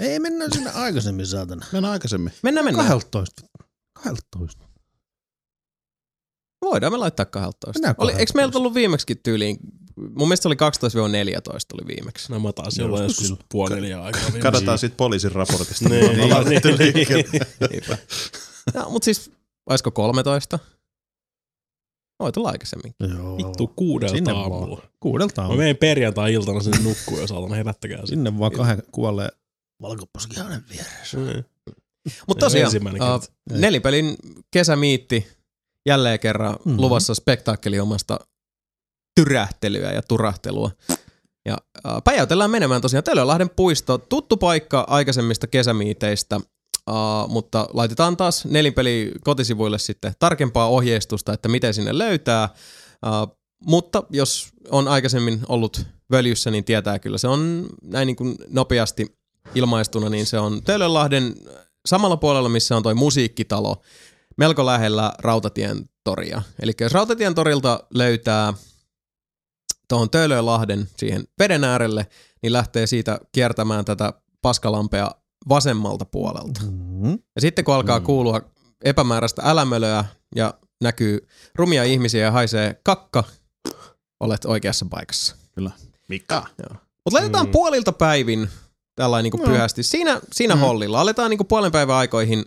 Ei, mennään sinne aikaisemmin, saatana.
Mennään aikaisemmin.
Mennään, mennään.
12. 12.
Voidaan me laittaa 12.
Mennään
Oli,
12.
eikö meillä tullut viimeksi tyyliin? Mun mielestä se oli 12-14 oli viimeksi.
Nämä taisi olla
Joskus
joskus puoli neljä aikaa. viimeksi.
Katsotaan sitten Niin. poliisin raportista.
Niin,
Niin,
niin,
ollaan
niin.
lähdetty liikkeelle.
Niinpä. no, mutta siis, olisiko 13? Voi tulla aikaisemmin.
Joo.
Vittu kuudelta
Sinne
aamulla.
vaan. Kuudelta
Mä
aamulla.
menen perjantai-iltana sinne nukkuun, jos aloitan herättäkää sinne.
Sinne vaan kahden kuolleen valkoposkihainen vieressä.
Mutta tosiaan,
Ensimmäinen
äh,
kerta.
nelipelin kesämiitti jälleen kerran
Mhm.
mm-hmm. luvassa spektaakkeli omasta tyrähtelyä ja turahtelua. Ja äh, päijäytellään menemään tosiaan Töölönlahden puisto. Tuttu paikka aikaisemmista kesämiiteistä, äh, mutta laitetaan taas nelipeli kotisivuille sitten tarkempaa ohjeistusta, että miten sinne löytää. Äh, mutta jos on aikaisemmin ollut völjyssä, niin tietää kyllä. Se on näin niin kuin nopeasti ilmaistuna, niin se on Töölönlahden samalla puolella, missä on toi musiikkitalo, melko lähellä Rautatien toria. Eli jos Rautatien torilta löytää tuohon Tölölahden siihen veden äärelle, niin lähtee siitä kiertämään tätä paskalampea vasemmalta puolelta.
Mm-hmm.
Ja sitten kun alkaa
Mm.
kuulua epämääräistä älämölöä ja näkyy rumia ihmisiä ja haisee kakka, olet oikeassa paikassa.
Mika.
Mutta laitetaan
Mm.
puolilta päivin tällainen niin
Joo.
pyhästi. Siinä, siinä
Mm.
hollilla. Aletaan niin puolen päivän aikoihin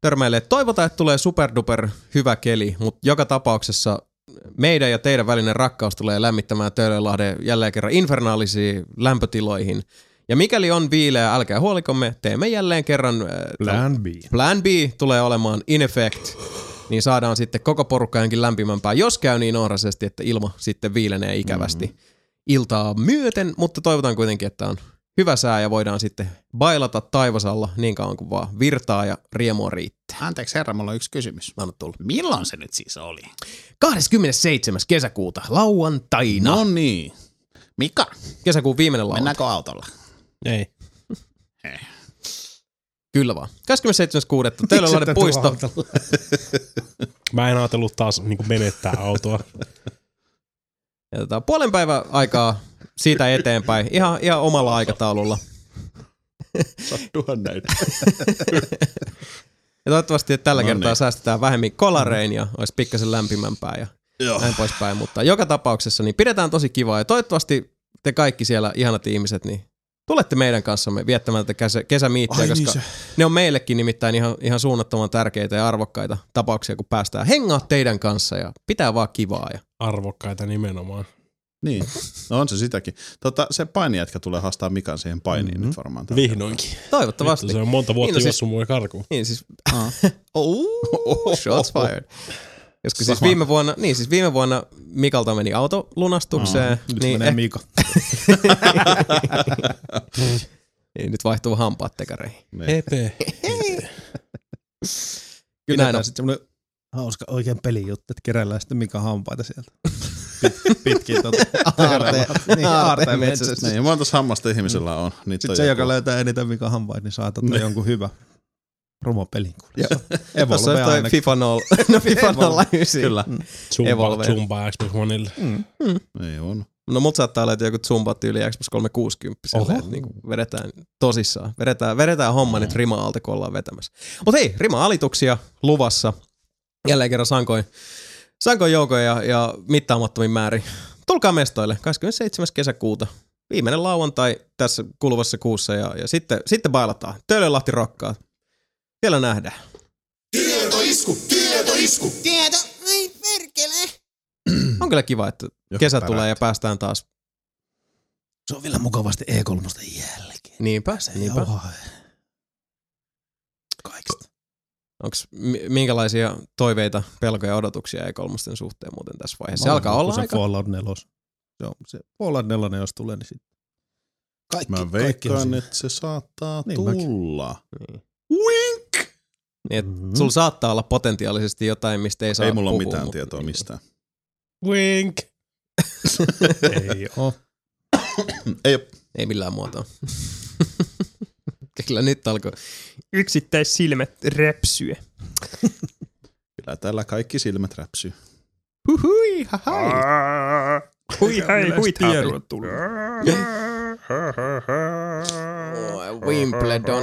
törmäille. Toivotaan, että tulee superduper hyvä keli, mutta joka tapauksessa meidän ja teidän välinen rakkaus tulee lämmittämään Töölönlahden jälleen kerran infernaalisiin lämpötiloihin. Ja mikäli on viileä, älkää huolikomme, teemme jälleen kerran äh,
Plan B.
Plan B tulee olemaan in effect, niin saadaan sitten koko porukka jonkin lämpimämpää, jos käy niin ohrasesti, että ilma sitten viilenee ikävästi mm-hmm. iltaa myöten, mutta toivotaan kuitenkin, että on hyvä sää ja voidaan sitten bailata taivasalla niin kauan kuin vaan virtaa ja riemua riittää.
Anteeksi herra, mulla on yksi kysymys.
Anna tulla.
Milloin se nyt siis oli?
27. kesäkuuta, lauantaina. No.
No niin. Mika,
Kesäkuun viimeinen lauantai.
mennäänkö autolla?
Ei.
Kyllä vaan. 27.6. Töölönlahden puisto.
Mä en ajatellut taas niin menettää autoa.
Ja tota, puolen päivän aikaa siitä eteenpäin, ihan, ihan omalla aikataululla.
Sattuhan näitä.
Ja toivottavasti että tällä no
No
kertaa
niin.
niin. säästetään vähemmin kolarein ja olisi pikkasen lämpimämpää ja
Joo.
näin poispäin. Mutta joka tapauksessa niin pidetään tosi kivaa ja toivottavasti te kaikki siellä ihanat ihmiset, niin tulette meidän kanssamme viettämään tätä kesä, kesämiittiä,
Ai
koska
niin se.
ne on meillekin nimittäin ihan, ihan suunnattoman tärkeitä ja arvokkaita tapauksia, kun päästään hengaa teidän kanssa ja pitää vaan kivaa. Ja
Arvokkaita nimenomaan.
Niin, no on se sitäkin. Tota, se painijätkä tulee haastaa Mikan siihen painiin mm-hmm. nyt varmaan. tällä
Vihdoinkin.
toivottavasti.
Vittu, se on monta vuotta
Niin, no
niin,
siis-
juossut mua karkuun.
Niin siis,
Aa.
oh, shots fired. Koska siis
Sama.
viime, vuonna, niin siis viime vuonna Mikalta meni auto lunastukseen,
Nyt niin,
niin
menee Mika.
Niin, nyt vaihtuu hampaat tekareihin.
Niin.
Hepe.
Kyllä näin on.
Pidetään sitten semmoinen hauska oikein pelijuttu, että keräillään sitten Mika hampaita sieltä.
Pitkin tota.
Aarte. niin, aarte metsästä.
niin, ja monta hammasta ihmisellä on. Niitä
Sitten
on
Mm. se,
joku.
joka löytää eniten Mika hampaita, niin saa tota jonkun hyvä rumo pelin.
Joo. Tässä
Evolve
on toi
ainakin.
FIFA 0. No FIFA 09.
Kyllä.
Zumba,
Evolve.
Zumba Xbox Oneille.
Mm.
Niin on.
No mut saattaa olla, että joku Zumba tyyli Xbox 360.
Oho.
Että niin vedetään tosissaan. Vedetään, vedetään homma nyt rima alta, kun ollaan vetämässä. Mut hei, rima-alituksia luvassa. Jälleen kerran sankoin, sankoin joukoin ja, ja mittaamattomin määrin. Tulkaa mestoille 27. kesäkuuta. Viimeinen lauantai tässä kuluvassa kuussa ja, ja sitten, sitten bailataan. Töölönlahti rokkaa. Siellä nähdään.
Tieto, ai perkele.
On kyllä kiva, että
Joku
kesä
pärähtää.
tulee ja päästään taas.
Se on vielä mukavasti E3 jälkeen.
Niinpä, niinpä.
Jauhaa. Kaikista.
Onko minkälaisia toiveita, pelkoja ja odotuksia ei kolmosten suhteen muuten tässä vaiheessa? Se
Mä
alkaa
odotan,
olla
kun
aika.
Se Fallout 4. Se, on, se Fallout 4, jos tulee, niin sitten. Kaikki,
Mä
kaikki on
veikkaan,
siinä.
että se saattaa
Niin mäkin.
tulla.
Niin, et
Mhm.
Sulla saattaa olla potentiaalisesti jotain, mistä ei saa
Ei mulla ole
puhua,
mitään
mut-
tietoa mistään.
Wink.
Ei oo.
Ei oo.
Ei millään muotoa. Kyllä nyt alkoi yksittäissilmät räpsyä.
Kyllä täällä kaikki silmät räpsyy.
Huhui, hahai. Hui, hai, hui,
Tiedot tulee.
taapeli. Wimbledon.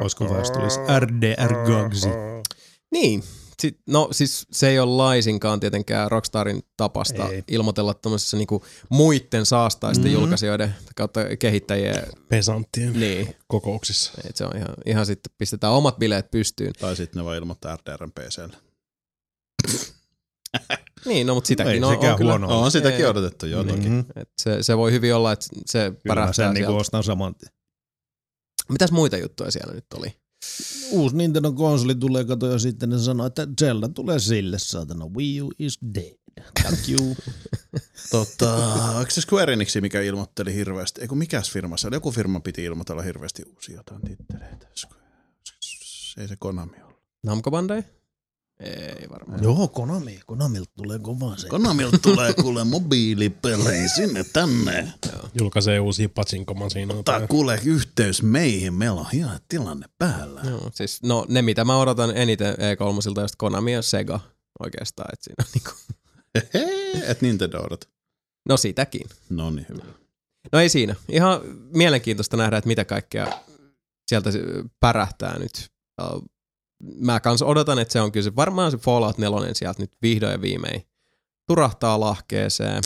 Olisiko vaan, jos tulisi RDR Gagsi.
Niin. Si- No siis se ei ole laisinkaan tietenkään Rockstarin tapasta ei.
Ei.
ilmoitella tämmöisessä niinku muiden saastaisten
Mm.
mm. julkaisijoiden kautta kehittäjien.
Pesanttien
Niin.
kokouksissa.
Et se on ihan, ihan sitten pistetään omat bileet pystyyn.
Tai sitten ne vaan ilmoittaa RDRn PClle.
Niin, no mutta sitäkin
Ei
on, on
sekään
kyllä.
huono.
No, on sitäkin
Ei.
odotettu jo
Niin.
toki.
Mhm.
Et se, se, voi hyvin olla, että se
Kyllä
pärähtää
sen
sieltä.
niinku ostan saman tien.
Mitäs muita juttuja siellä nyt oli?
Uusi Nintendo-konsoli tulee, kato ja sitten ne sanoo, että Zelda tulee sille, saatana. Wii U is dead. Thank you.
Tota, onko se Square Enix, mikä ilmoitteli hirveästi? Eiku mikäs firma se oli? Joku firma piti ilmoitella hirveästi uusia jotain titteleitä. Square- Ei se Konami ollut.
Namco Bandai? Ei varmaan.
Joo, Konami. Konamilta tulee kovaa se.
Konamilta tulee kuule mobiilipelejä sinne tänne.
Julkaisee uusia patsinkomasinoita.
Ottaa kuule yhteys meihin, meillä on hieno tilanne päällä.
Joo, siis, no ne mitä mä odotan eniten E E3 just Konami ja Sega oikeastaan. Et siinä on niinku,
Hehe, et Nintendo odot.
No sitäkin.
No niin, hyvä.
No ei siinä. Ihan mielenkiintoista nähdä, että mitä kaikkea sieltä se pärähtää nyt. Äh, Mä kans odotan, että se on kyllä se, varmaan se Fallout 4 sieltä nyt vihdoin ja viimein turahtaa lahkeeseen.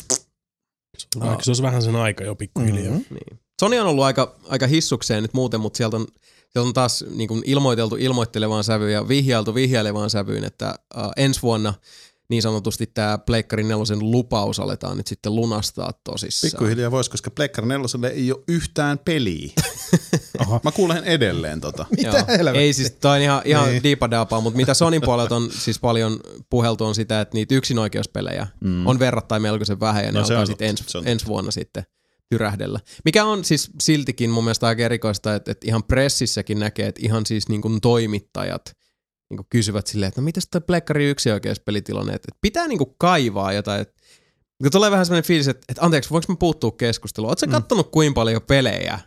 Vaikka se olisi vähän sen aika jo
Mm.
pikkuhiljaa. Mm-hmm.
Niin. Sony on ollut aika, aika hissukseen nyt muuten, mutta sieltä on, sieltä on taas niin kuin ilmoiteltu ilmoittelevaan sävyyn ja vihjailtu vihjailevaan sävyyn, että äh, ensi vuonna niin sanotusti tämä Pleikkari nelosen lupaus aletaan nyt sitten lunastaa tosissaan.
Pikkuhiljaa voisi, koska Plekkari neloselle ei ole yhtään peliä. Mä kuulen edelleen tota.
Mitä Ei siis, toi on ihan, ihan niin. diipadaapaa, mutta mitä Sonin puolelta on siis paljon puheltu on sitä, että niitä yksinoikeuspelejä mm. on verrattain melkoisen vähän ja ne
No
no,
se
alkaa
on
sitten
totta,
ens,
se on
ensi vuonna sitten tyrähdellä. Mikä on siis siltikin mun mielestä aika erikoista, että, että ihan pressissäkin näkee, että ihan siis niin kuin toimittajat niin kuin kysyvät silleen, että no mitäs toi Plekkari yksi oikeuspelitilanne, että, että pitää niin kuin kaivaa jotain, että kun tulee vähän semmoinen fiilis, että, että anteeksi, voinko mä puuttua keskusteluun? Oletko mm. kattonut kuinka paljon pelejä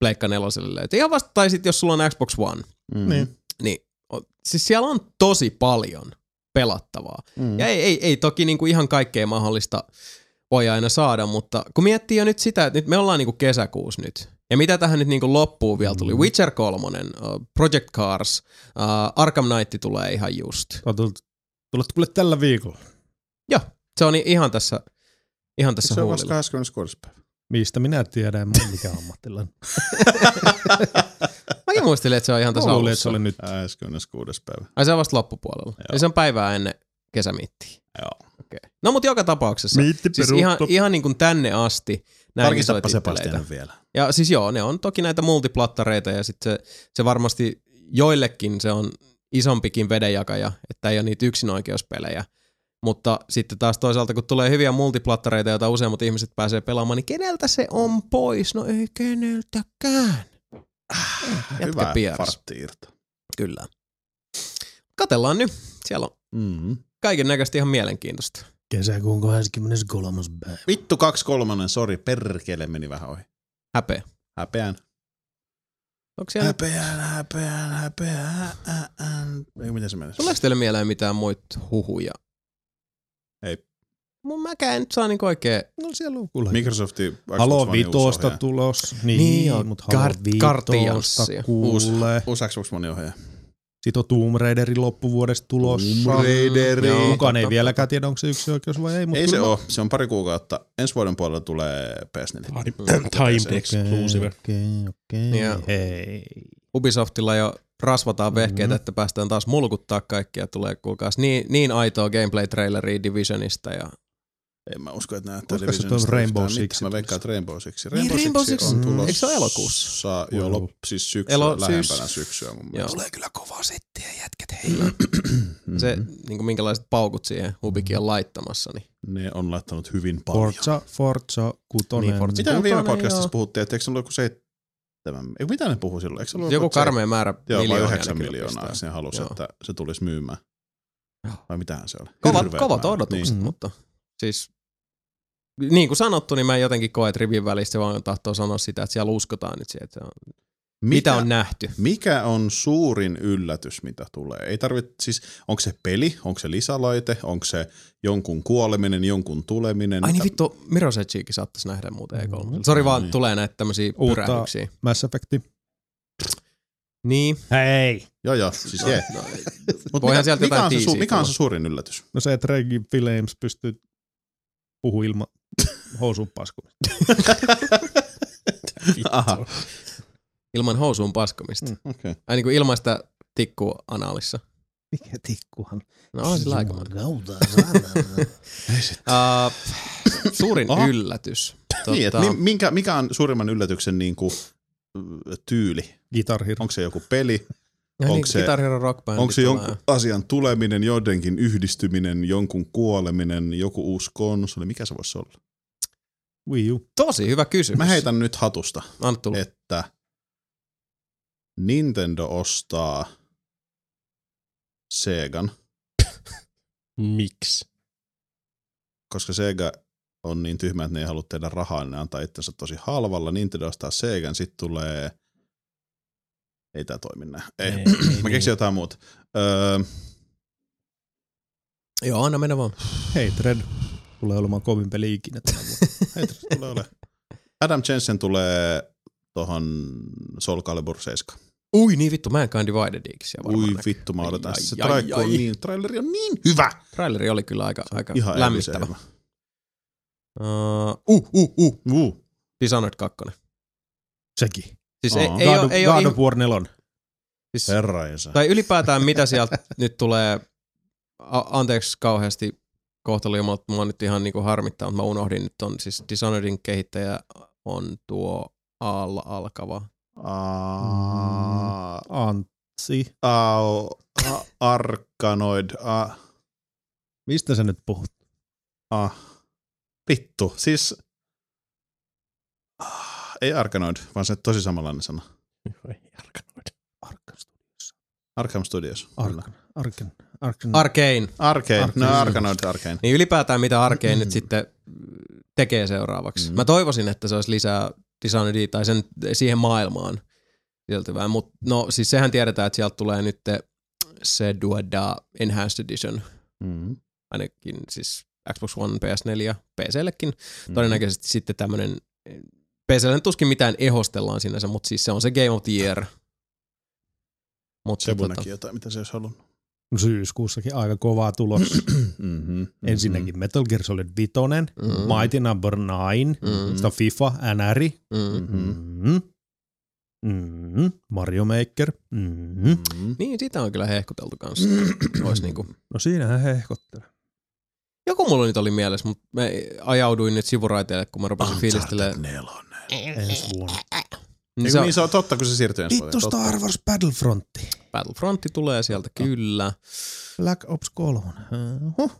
Pleikka neloselle löytyy? Ihan vasta, tai sitten jos sulla on Xbox One,
Mm.
Niin.
niin o- siis siellä on tosi paljon pelattavaa.
Mm.
Ja ei, ei, ei toki niinku ihan kaikkea mahdollista voi aina saada, mutta kun miettii jo nyt sitä, että nyt me ollaan niinku kesäkuussa nyt, ja mitä tähän nyt niinku loppuun vielä
Mm.
tuli? Witcher 3, uh, Project Cars, uh, Arkham Knight tulee ihan just.
Tulet kuule tällä viikolla.
Joo, se on i- ihan tässä, ihan tässä
Se on vasta
huulilla.
26. päivä.
Mistä minä tiedän, en mä mikä ammattilainen.
Mäkin muistelin, että se on ihan tässä
Mä luulin, että
alussa.
se oli nyt.
26. päivä.
Ai se on vasta loppupuolella. Joo. Eli se on päivää ennen kesämiittiä.
Joo.
Okay. No mutta joka tapauksessa.
Miitti
Siis ihan, ihan niin kuin tänne asti. Näin
Tarkistapa
isoja
se
titteleitä.
Sebastian vielä.
Ja siis joo, ne on toki näitä multiplattareita ja sitten se, se varmasti joillekin se on isompikin vedenjakaja, että ei ole niitä yksinoikeuspelejä. Mutta sitten taas toisaalta, kun tulee hyviä multiplattareita, joita useammat ihmiset pääsee pelaamaan, niin keneltä se on pois? No ei keneltäkään. Jätkä
Hyvä
piars.
fartti irta.
Kyllä. Katellaan nyt. Siellä on
Mm.
kaiken näköistä ihan mielenkiintoista.
Kesäkuun 23. päivä.
Vittu kaksi kolmonen, sori, perkele meni vähän ohi.
Häpeä.
Häpeän.
Onko siellä,
Häpeän, häpeän, häpeän. Ei, miten se meni?
tuleeko teille mieleen mitään muita huhuja?
Ei.
Mun mäkään en nyt saa niinku oikein
No siellä on kuule.
Microsoftin Xbox
Halo
One uusi
vitosta
ohjaaja.
tulos.
Niin on,
mutta
Guard-
vitosta
Guardiansia.
Uusi,
kuulee.
uusi Xbox One ohjaaja.
Sit on Tomb Raiderin loppuvuodesta tulossa.
Tomb Raideri.
Joo,
Kukaan ei
totta.
vieläkään tiedä, onko se yksi oikeus vai ei. Mut
Ei se
kyllä-
oo, se on pari kuukautta. Ensi vuoden puolella tulee PS4.
Time Exclusive.
Okei, okei.
Joo.
Hei.
Ubisoftilla jo rasvataan vehkeitä,
Mhm.
mm-hmm. että päästään taas mulkuttaa kaikkia. Tulee kuulkaas niin, niin aitoa gameplay-traileria Divisionista. Ja...
En mä usko, että näyttää
Koska se
Divisionista
tuo Rainbow
yhtään
Six
mitään. Mä
tulisi?
veikkaan, että Rainbow Six.
Niin, Rainbow
Six
Six-
on
mm,
tulossa.
eikö se ole elokuussa?
Joo,
Joo.
lop, siis syksyllä,
Elo-
lähempänä
syys-
syksyä mun
Joo.
mielestä.
Tulee kyllä kovaa settiä, jätkät heillä. Mm. Se,
Mhm.
niin kuin minkälaiset paukut siihen Ubikin on laittamassa. Niin.
Ne on laittanut hyvin paljon.
Forza, Forza, kutonen.
Niin, Forza.
Mitä me viime
Kutonen,
podcastissa
joo.
puhuttiin, että eikö se ollut joku seitsemän, eikö mitä ne puhu silloin? Eikö se ollut
Joku
joku seit-
karmea määrä
Joo, vai
miljoonia.
yhdeksän
ne kyllä
miljoonaa
pistää.
sen halusi,
Joo.
että se tulisi myymään.
Joo.
Vai mitähän se oli?
Kovat,
Hirveät
kovat
määrät.
odotukset,
Niin.
niin. mutta siis niin kuin sanottu, niin mä jotenkin koen, että rivin välissä vaan tahtoo sanoa sitä, että siellä uskotaan nyt siihen, että se on,
Niin.
mitä
Mitä,
on nähty.
Mikä on suurin yllätys, mitä tulee? Ei tarvitse, siis onko se peli, onko se lisälaite, onko se jonkun kuoleminen, jonkun tuleminen?
Ai niin
Mitä-
vittu, Mirosechikin saattaisi nähdä muuten e 3
Mm.
Sori vaan,
Niin.
tulee näitä tämmöisiä
Uutta-
pyrähdyksiä.
Mass Effecti.
Niin.
Hei!
Joo, joo, siis jee.
No,
Mut
voihan
mikä,
sieltä
mikä,
jotain
on se su-
tiisiä
mikä on se
tulla.
suurin yllätys?
No se, että Reggie Williams pystyy puhu ilman housun paskumista.
Aha,
ilman housuun paskomista. Mm.
okei.
Ai niin kuin ilmaista tikkua anaalissa.
Mikä tikkuhan?
No on sillä aika monen.
Jumalauta,
uh, Suurin
Aha.
yllätys. Tota, Totta,
Mm. Ah. Niin, että mi- minkä, mikä on suurimman yllätyksen niin kuin, tyyli?
Guitar Hero.
Onko se joku peli?
ja niin,
onko se-
Guitar Hero Rock Band
Onko se
tulee.
jonkun asian tuleminen, joidenkin yhdistyminen, jonkun kuoleminen, joku uusi konsoli? Mikä se voisi olla?
Wii U.
Tosi hyvä kysymys.
Mä heitän nyt hatusta,
Anttu,
että Nintendo ostaa Segan,
Miksi?
koska Sega on niin tyhmä, että ne ei halua tehdä rahaa, niin ne antaa itsensä tosi halvalla. Nintendo ostaa Segan, sitten tulee... Ei tää toimi näin. Ei.
Ei,
ei,
ei,
niin.
Mä
ei.
keksin jotain muuta. Öö,
joo, anna mennä vaan.
Hei, Dread.
tulee olemaan kovin peli ikinä tänä vuonna.
Heitä se tulee ole. Adam Jensen tulee tohon Soul Calibur 7.
Ui niin vittu, Mankind Dividediksi.
Ui vittu, mä odotan.
Ai,
Se
ai,
traikku on
ai.
niin, traileri on niin hyvä.
Traileri oli kyllä aika, aika
Ihan
lämmittävä.
älyisen hyvä.
Uh, uh, uh, uh.
Uu.
Dishonored 2.
Sekin.
Siis ei,
Aa.
ei,
God,
oo,
of-
ei, oo,
God
ihan-
of War 4.
siis,
Herra Isä.
tai ylipäätään mitä sieltä nyt tulee, a- anteeksi kauheasti kohtalo mutta mua nyt ihan niinku harmittaa, mutta mä unohdin nyt on siis Dishonoredin kehittäjä on tuo alla alkava.
Aa,
Antsi.
au, a, arkanoid. A,
Mistä sä nyt puhut?
a. Vittu. Siis... Ah, Ei Arkanoid, vaan se tosi samanlainen sana.
Arkan.
Arkham Studios.
Arkan. Arkan. Arkan.
Arkein.
Arkane. No
Arkane.
Arkanoid, Arkane.
Niin ylipäätään mitä Arkane
Mm.
nyt sitten tekee seuraavaksi.
Mm.
Mä toivoisin, että se olisi lisää Dishonoredia tai sen, siihen maailmaan sieltävää. Mutta no siis sehän tiedetään, että sieltä tulee nyt se Duoda Enhanced Edition
Mm.
ainakin siis Xbox One, PS4 ja PCllekin. Todennäköisesti sitten tämmöinen, PClle nyt tuskin mitään ehostellaan sinänsä, mutta siis se on se Game of the Year. Mutta
Se
tota,
näki jotain, mitä se olisi halunnut.
Syyskuussakin aika kovaa tulos.
Mm-hmm.
Ensinnäkin Metal Gear Solid 5,
Mm.
Mighty Number 9,
Mm.
sitä FIFA, NR,
mm.
Mm-hmm.
mm. Mm. Mario Maker. Mm.
Mm-hmm.
Niin, sitä on kyllä hehkuteltu kanssa. Olisi niinku
No siinähän hehkottelee.
Joku mulla nyt oli mielessä, mutta mä ajauduin nyt sivuraiteelle, kun mä rupesin fiilistelemään.
nelonen.
Ensi vuonna.
Niin
Eikö
se on,
niin se on totta, kun se siirtyy ensi
Vittu
vuoteen.
Star Wars Battlefront.
Battlefrontti tulee sieltä, kyllä.
Black Ops 3. Huh.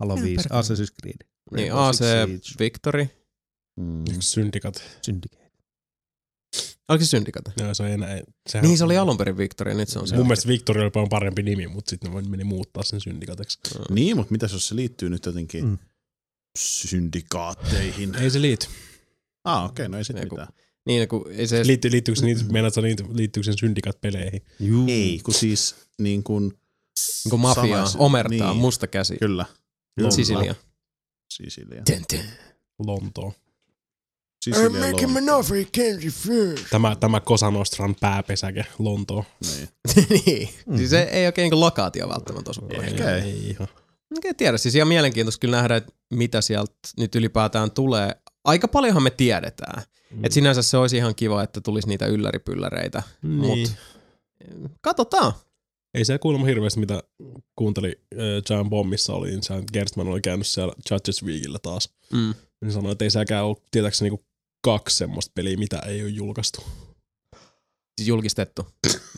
Halo 5. Assassin's Creed.
Niin
Rainbow
AC
Six Siege.
Victory.
Mm.
syndikat.
Syndicate.
Oliko se syndikata?
No, se, ei enää, sehän,
Niin se oli alun perin Victory, nyt se on se.
Mun mielestä Victoria oli paljon parempi nimi, mutta sitten ne meni muuttaa sen syndikateksi.
Niin, mutta mitä jos se liittyy nyt jotenkin
Mm.
mm. syndikaatteihin?
Ei se liity.
Ah, okei, okay, no ei sit
Ei, kun-
mitään.
Niin, kun ei se...
Liittyy, liittyykö se niitä, meinaatko niitä, liittyykö sen syndikat peleihin?
Juu.
Ei, kun siis niin kuin,
Niin kuin mafia
Samais-
omertaa,
niin.
musta käsi.
kyllä.
Kyllä. Sisilia.
Sisilia.
Lontoon.
Sisilia
I'm making
no-
an offer you can't refuse.
Tämä, tämä Cosa Nostran pääpesäke, Lontoon.
Niin.
niin. Siis se ei oikein niin lokaatio välttämättä osu.
Ei,
kohdalleen.
Okei.
ei ihan.
Enkä tiedä, siis ihan mielenkiintoista kyllä nähdä, että mitä sieltä nyt ylipäätään tulee. Aika paljonhan me tiedetään. Mm. Et sinänsä se olisi ihan kiva, että tulisi niitä ylläripylläreitä.
Niin.
Mut katsotaan.
Ei siellä kuulemma hirveästi, mitä kuunteli äh, John Bombissa oli, niin sehän Gerstman oli käynyt siellä Judges Weekillä taas.
Mm.
Niin sanoi, että ei sielläkään ole tietääkseni niinku kaksi semmoista peliä, mitä ei ole julkaistu.
Siis julkistettu.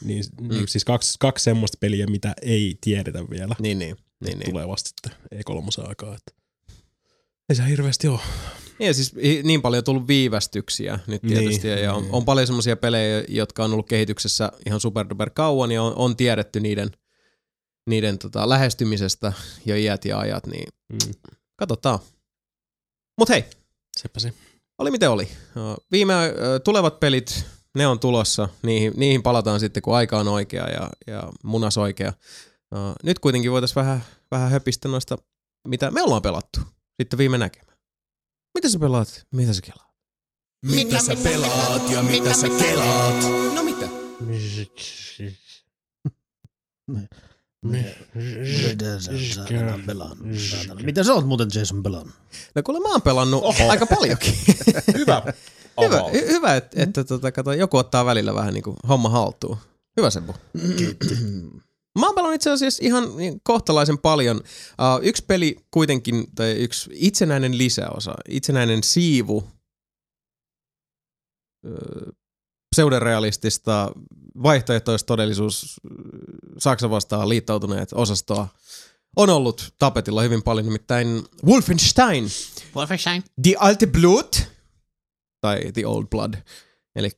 Niin, mm. niin siis kaksi, kaksi semmoista peliä, mitä ei tiedetä vielä.
Niin, niin. Niin, niin.
tulee vasta sitten e 3 aikaa. Että. Ei se hirveästi ole.
Niin, ja siis hi- niin paljon on tullut viivästyksiä nyt tietysti, niin,
Niin,
ja on,
niin.
on paljon semmoisia pelejä, jotka on ollut kehityksessä ihan superduper kauan, ja on, on tiedetty niiden, niiden tota, lähestymisestä jo iät ja ajat, niin
Mm.
katsotaan. Mut hei,
Sepä se.
oli miten oli. Ö, Viime ö, tulevat pelit, ne on tulossa, niihin, niihin palataan sitten, kun aika on oikea ja, ja munas oikea. Ö, Nyt kuitenkin voitaisiin vähän, vähän höpistä noista, mitä me ollaan pelattu sitten viime näkemään. Mitä sä pelaat? Mitä sä kelaat?
Mitä sä pelaat ja mitä sä kelaat?
No mitä?
Mitä sä oot saatana pelannut? saatana? Mitä sä oot muuten Jason pelannut?
No kuule mä oon pelannut Oho. aika paljonkin.
Hyvä.
hyvä, hy- hyvä että, että tota, kato, joku ottaa välillä vähän niinku homma haltuun. Hyvä Sebu. Mä oon pelannut itse asiassa ihan niin kohtalaisen paljon. Uh, yksi peli kuitenkin, tai yksi itsenäinen lisäosa, itsenäinen siivu ö, pseudorealistista vaihtoehtoistodellisuus ö, Saksa vastaan liittoutuneet osastoa on ollut tapetilla hyvin paljon, nimittäin Wolfenstein
Wolfenstein.
The Alte Blood, tai The Old Blood, eli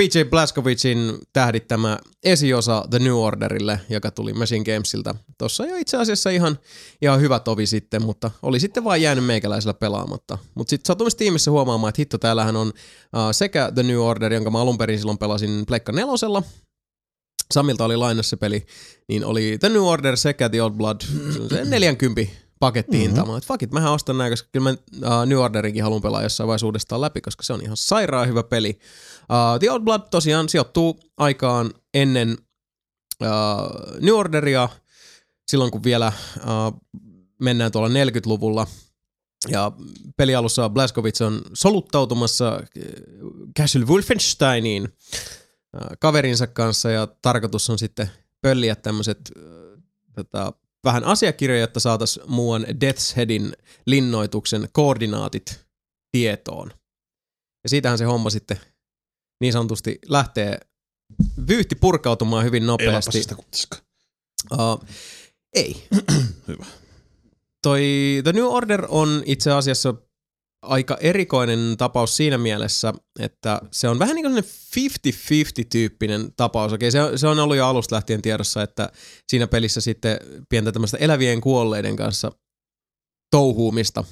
PJ Blaskovicin tähdittämä esiosa The New Orderille, joka tuli Machine Gamesilta. Tossa jo itse asiassa ihan, ihan hyvä tovi sitten, mutta oli sitten vaan jäänyt meikäläisellä pelaamatta. Mutta sitten satumis tiimissä huomaamaan, että hitto, täällähän on äh, sekä The New Order, jonka mä alun perin silloin pelasin Pleikka nelosella, Samilta oli lainassa se peli, niin oli The New Order sekä The Old Blood, se on se 40 pakettihintaan. Mm-hmm. Fuck it, mähän ostan nää, koska kyllä mä uh, New Orderinkin haluan pelaa jossain vaiheessa uudestaan läpi, koska se on ihan sairaan hyvä peli. Uh, The Old Blood tosiaan sijoittuu aikaan ennen uh, New Orderia, silloin kun vielä uh, mennään tuolla 40-luvulla. Ja pelialussa Blaskovic on soluttautumassa äh, Casual Wolfensteiniin äh, kaverinsa kanssa ja tarkoitus on sitten pölliä tämmöiset äh, tota, vähän asiakirjoja, jotta saataisiin muuan Death's Headin linnoituksen koordinaatit tietoon. Ja siitähän se homma sitten niin sanotusti lähtee vyyhti purkautumaan hyvin
Eläpäs
nopeasti.
siis sitä kutiska.
Uh, ei.
Hyvä.
Toi The New Order on itse asiassa aika erikoinen tapaus siinä mielessä, että se on vähän niin kuin sellainen 50-50 tyyppinen tapaus. Okei, se, on- se on ollut jo alusta lähtien tiedossa, että siinä pelissä sitten pientä tämmöistä elävien kuolleiden kanssa touhuumista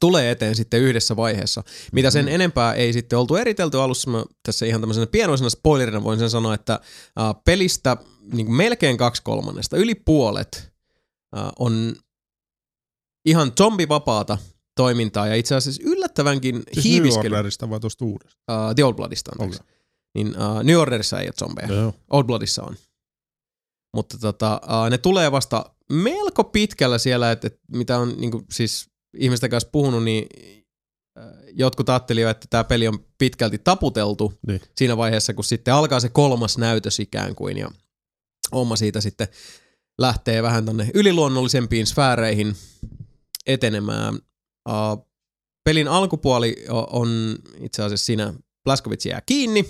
tulee eteen sitten yhdessä vaiheessa. Mitä sen enempää ei sitten oltu eritelty alussa, mä tässä ihan tämmöisenä pienoisena spoilerina voin sen sanoa, että äh, pelistä niin kuin melkein kaksi kolmannesta, yli puolet äh, on ihan zombivapaata toimintaa ja itse asiassa yllättävänkin siis
Siis New
hiiviskely.
Orderista vai tuosta uudesta?
Uh, The Old Bloodista anteeksi. Niin uh, New Orderissa ei ole zombeja.
Joo.
Old Bloodissa on. Mutta tota, uh, ne tulee vasta melko pitkällä siellä, että, että mitä on niin kuin, siis ihmisten kanssa puhunut, niin äh, jotkut ajattelivat, että tämä peli on pitkälti taputeltu
Niin.
siinä vaiheessa, kun sitten alkaa se kolmas näytös ikään kuin ja oma siitä sitten lähtee vähän tonne yliluonnollisempiin sfääreihin etenemään. Uh, pelin alkupuoli o- on itse asiassa siinä Blaskovits jää kiinni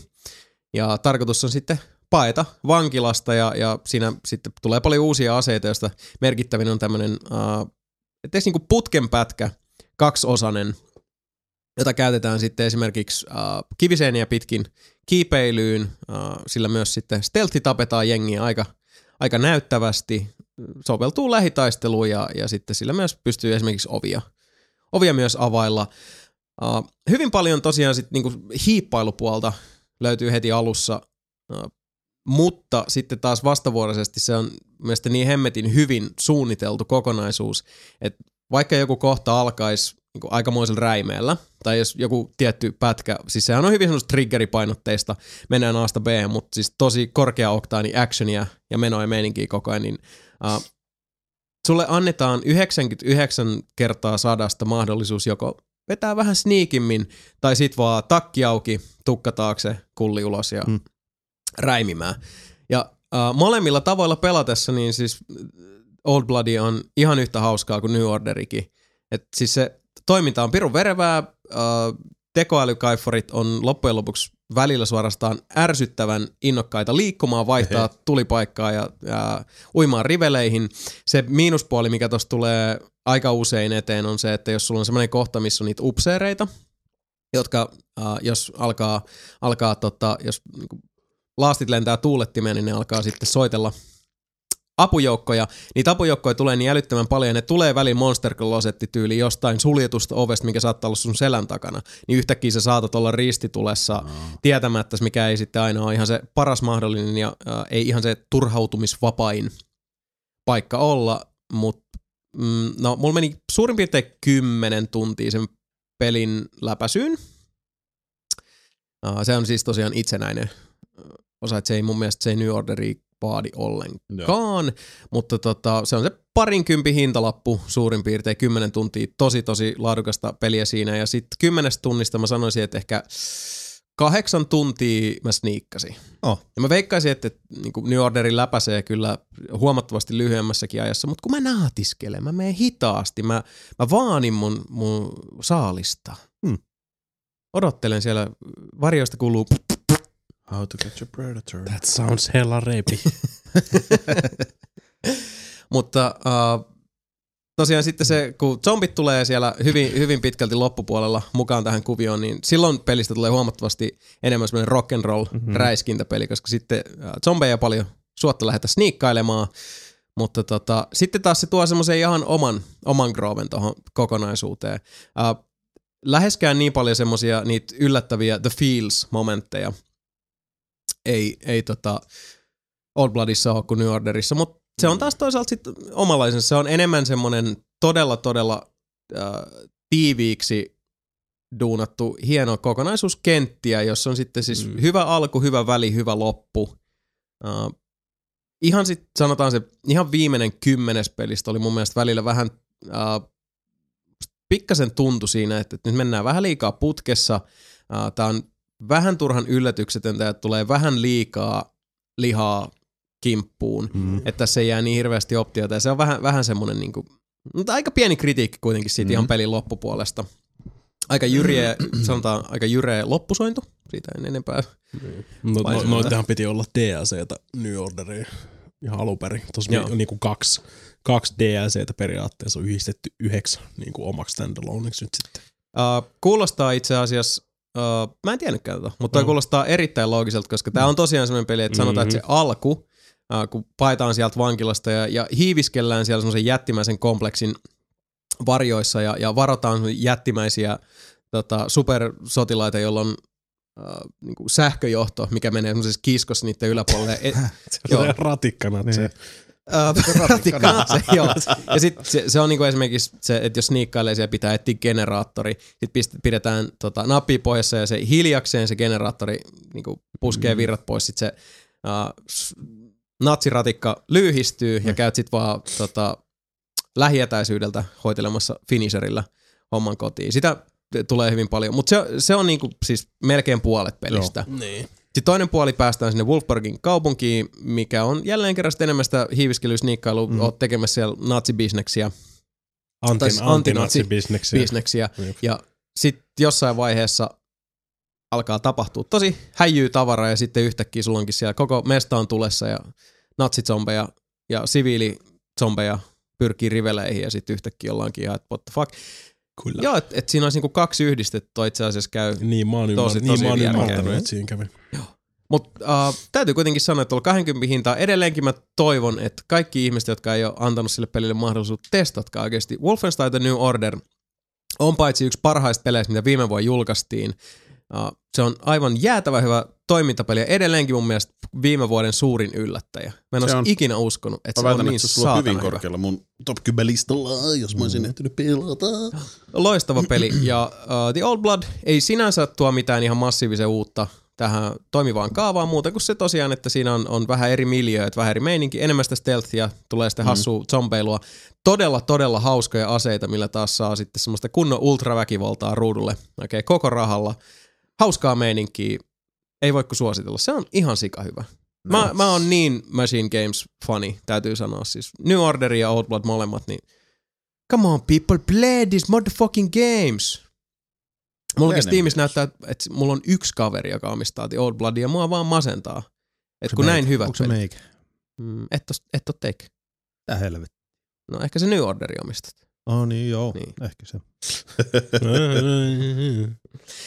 ja tarkoitus on sitten paeta vankilasta ja, ja siinä sitten tulee paljon uusia aseita, joista merkittävin on tämmöinen uh, niin kuin putkenpätkä, kaksiosainen, jota käytetään sitten esimerkiksi uh, kiviseeniä pitkin kiipeilyyn, uh, sillä myös sitten steltti tapetaan jengiä aika, aika näyttävästi, soveltuu lähitaisteluun ja, ja sitten sillä myös pystyy esimerkiksi ovia, ovia myös availla. Uh, hyvin paljon tosiaan sitten niinku hiippailupuolta löytyy heti alussa, uh, mutta sitten taas vastavuoroisesti se on mielestäni niin hemmetin hyvin suunniteltu kokonaisuus, että vaikka joku kohta alkaisi niin aikamoisella räimeellä, tai jos joku tietty pätkä, siis sehän on hyvin semmoista triggeripainotteista, mennään Asta B, mutta siis tosi korkea oktaani actionia ja menoa ja meininkiä koko ajan, niin uh, sulle annetaan 99 kertaa sadasta mahdollisuus joko vetää vähän sniikimmin, tai sit vaan takki auki, tukka taakse, kulli ulos ja mm.
Mm.
räimimään. Ja äh, molemmilla tavoilla pelatessa, niin siis Old Blood on ihan yhtä hauskaa kuin New Orderikin. Et siis se toiminta on pirun verevää, äh, tekoälykaiforit on loppujen lopuksi välillä suorastaan ärsyttävän innokkaita liikkumaan, vaihtaa tulipaikkaa ja, ja uimaan riveleihin. Se miinuspuoli, mikä tuossa tulee aika usein eteen, on se, että jos sulla on semmoinen kohta, missä on niitä upseereita, jotka äh, jos alkaa, alkaa tota, jos niinku laastit lentää tuulettimeen, niin ne alkaa sitten soitella apujoukkoja. Niitä apujoukkoja tulee niin älyttömän paljon, ja ne tulee väliin Monster Closetti tyyli jostain suljetusta ovesta, mikä saattaa olla sun selän takana. Niin yhtäkkiä sä saatat olla ristitulessa tietämättä, mikä ei sitten aina ole ihan se paras mahdollinen ja äh, ei ihan se turhautumisvapain paikka olla, mutta mm, no, mulla meni suurin piirtein kymmenen tuntia sen pelin läpäisyyn. Äh, se on siis tosiaan itsenäinen äh, osa, että se ei mun mielestä se ei New Orderi vaadi ollenkaan, mutta tota, se on se parinkympi hintalappu suurin piirtein, kymmenen tuntia, tosi tosi laadukasta peliä siinä, ja sitten kymmenestä tunnista mä sanoisin, että ehkä kahdeksan tuntia mä sniikkasin.
Oh.
Ja mä veikkaisin, että niin New Orderin läpäisee kyllä huomattavasti lyhyemmässäkin ajassa, mutta kun mä naatiskelen, mä menen hitaasti, mä, mä vaanin mun, mun saalista.
Hmm.
Odottelen siellä, varjoista kuuluu
How to catch a predator.
That sounds hella reipi.
Mutta äh, tosiaan sitten se, kun zombit tulee siellä hyvin, hyvin pitkälti loppupuolella mukaan tähän kuvioon, niin silloin pelistä tulee huomattavasti enemmän semmoinen rock and roll mm-hmm. räiskintäpeli, koska sitten äh, zombeja paljon suotta lähdetä sniikkailemaan, mutta tota, sitten taas se tuo semmoisen ihan oman, oman grooven tuohon kokonaisuuteen. Äh, läheskään niin paljon semmoisia niitä yllättäviä The Feels-momentteja ei, ei tota, Old Bloodissa ole kuin New Orderissa, mutta Se on taas toisaalta sit omalaisensa. Se on enemmän semmoinen todella, todella äh, tiiviiksi duunattu hieno kokonaisuus kenttiä, jossa on sitten siis
Mm.
mm. hyvä alku, hyvä väli, hyvä loppu. Äh, ihan sitten sanotaan se, ihan viimeinen kymmenes pelistä oli mun mielestä välillä vähän äh, pikkasen tuntu siinä, että nyt mennään vähän liikaa putkessa. Äh, Tämä on vähän turhan yllätyksetöntä, että tulee vähän liikaa lihaa kimppuun
Mm.
että tässä ei jää niin hirveästi optioita. Ja se on vähän, vähän semmoinen, niin kuin, mutta aika pieni kritiikki kuitenkin siitä mm. ihan pelin loppupuolesta. Aika jyriä, sanotaan aika jyreä loppusointu, siitä en enempää.
No,
Vai
no,
se-
noitahan piti olla DLCtä New Orderiin ihan alun perin. Tuossa
Joo.
on niinku kaksi, kaksi DLCtä periaatteessa on yhdistetty yhdeksän niinku omaksi standaloneiksi nyt sitten.
Uh, kuulostaa itse asiassa, uh, mä en tiennytkään tätä, mutta mm.
Mm.
kuulostaa erittäin loogiselta, koska tämä on tosiaan semmoinen peli, että sanotaan, että se alku, uh, kun paetaan sieltä vankilasta ja, ja hiiviskellään siellä semmoisen jättimäisen kompleksin varjoissa ja, ja varotaan semmosia jättimäisiä tota, supersotilaita, joilla on äh, niin kuin sähköjohto, mikä menee semmoisessa kiskossa niiden yläpuolelle. E, joo,
Joo. Ratikkana niin. se.
Äh, ratikkaan se, joo. Ja sit se, se on niinku esimerkiksi se, että jos sniikkailee siellä pitää etsiä generaattori, sit pist, pidetään tota, nappi pois ja se hiljakseen se generaattori niinku puskee virrat pois, sit se äh, s- natsiratikka lyyhistyy ja käyt sit vaan tota, lähietäisyydeltä hoitelemassa finisherillä homman kotiin. Sitä t- tulee hyvin paljon, mutta se, se on niinku siis melkein puolet pelistä.
Niin.
Sitten toinen puoli päästään sinne Wolfbergin kaupunkiin, mikä on jälleen kerran sitten enemmän sitä hiiviskelysniikkailua,
Mm-hmm.
mm. oot tekemässä siellä natsibisneksiä, Tai
Antin,
siis antinatsi-
antinatsibisneksiä.
bisneksiä.
Jep.
Ja sitten jossain vaiheessa alkaa tapahtua tosi häijyy tavaraa ja sitten yhtäkkiä sulla onkin siellä koko mesta on tulessa ja natsizombeja ja siviilizombeja pyrkii riveleihin ja sitten yhtäkkiä ollaankin ihan, että what the fuck.
Kyllä.
Joo, että et siinä olisi niinku kaksi yhdistettä, toi itse asiassa käy
Niin mä oon
Tosi,
ymmärtänyt, niin, mä oon
tosi
ymmärtänyt
järkevää.
että siinä kävi.
Mutta uh, täytyy kuitenkin sanoa, että tuolla 20 hintaa edelleenkin mä toivon, että kaikki ihmiset, jotka ei ole antanut sille pelille mahdollisuutta, testatkaa oikeasti. Wolfenstein The New Order on paitsi yksi parhaista peleistä, mitä viime vuonna julkaistiin. Uh, se on aivan jäätävä hyvä toimintapeli ja edelleenkin mun mielestä viime vuoden suurin yllättäjä. Mä en
Se
olisi
on-
ikinä uskonut, että
Mä
se on
väitän,
niin
että se sulla on
saatana
hyvin
hyvä. Mm.
korkealla mun top 10 listalla, jos mä olisin ehtinyt pelata.
Loistava peli ja uh, The Old Blood ei sinänsä tuo mitään ihan massiivisen uutta tähän toimivaan kaavaan muuta kuin se tosiaan, että siinä on, on vähän eri miljööt, vähän eri meininki, enemmän sitä stealthia, tulee sitten hassua zombeilua. Todella, todella hauskoja aseita, millä taas saa sitten semmoista kunnon ultraväkivaltaa ruudulle oikein koko rahalla. Hauskaa meininkiä, ei voi kuin suositella. Se on ihan sika hyvä. Mä, mä oon niin Machine Games fani, täytyy sanoa siis. New Order ja Old Blood molemmat, niin come on people, play these motherfucking games. Mullakin
Play them
Steamissa
games.
näyttää, että mulla on yksi kaveri, joka omistaa The Old Bloodia, mua vaan masentaa. Et kun
meikä?
näin hyvät
Onko se
pelit.
meikä?
Mm, et, tos, et oo teikä.
Tää helvetti.
No ehkä se New Orderi omistat.
Oh niin, joo.
Niin.
Ehkä se.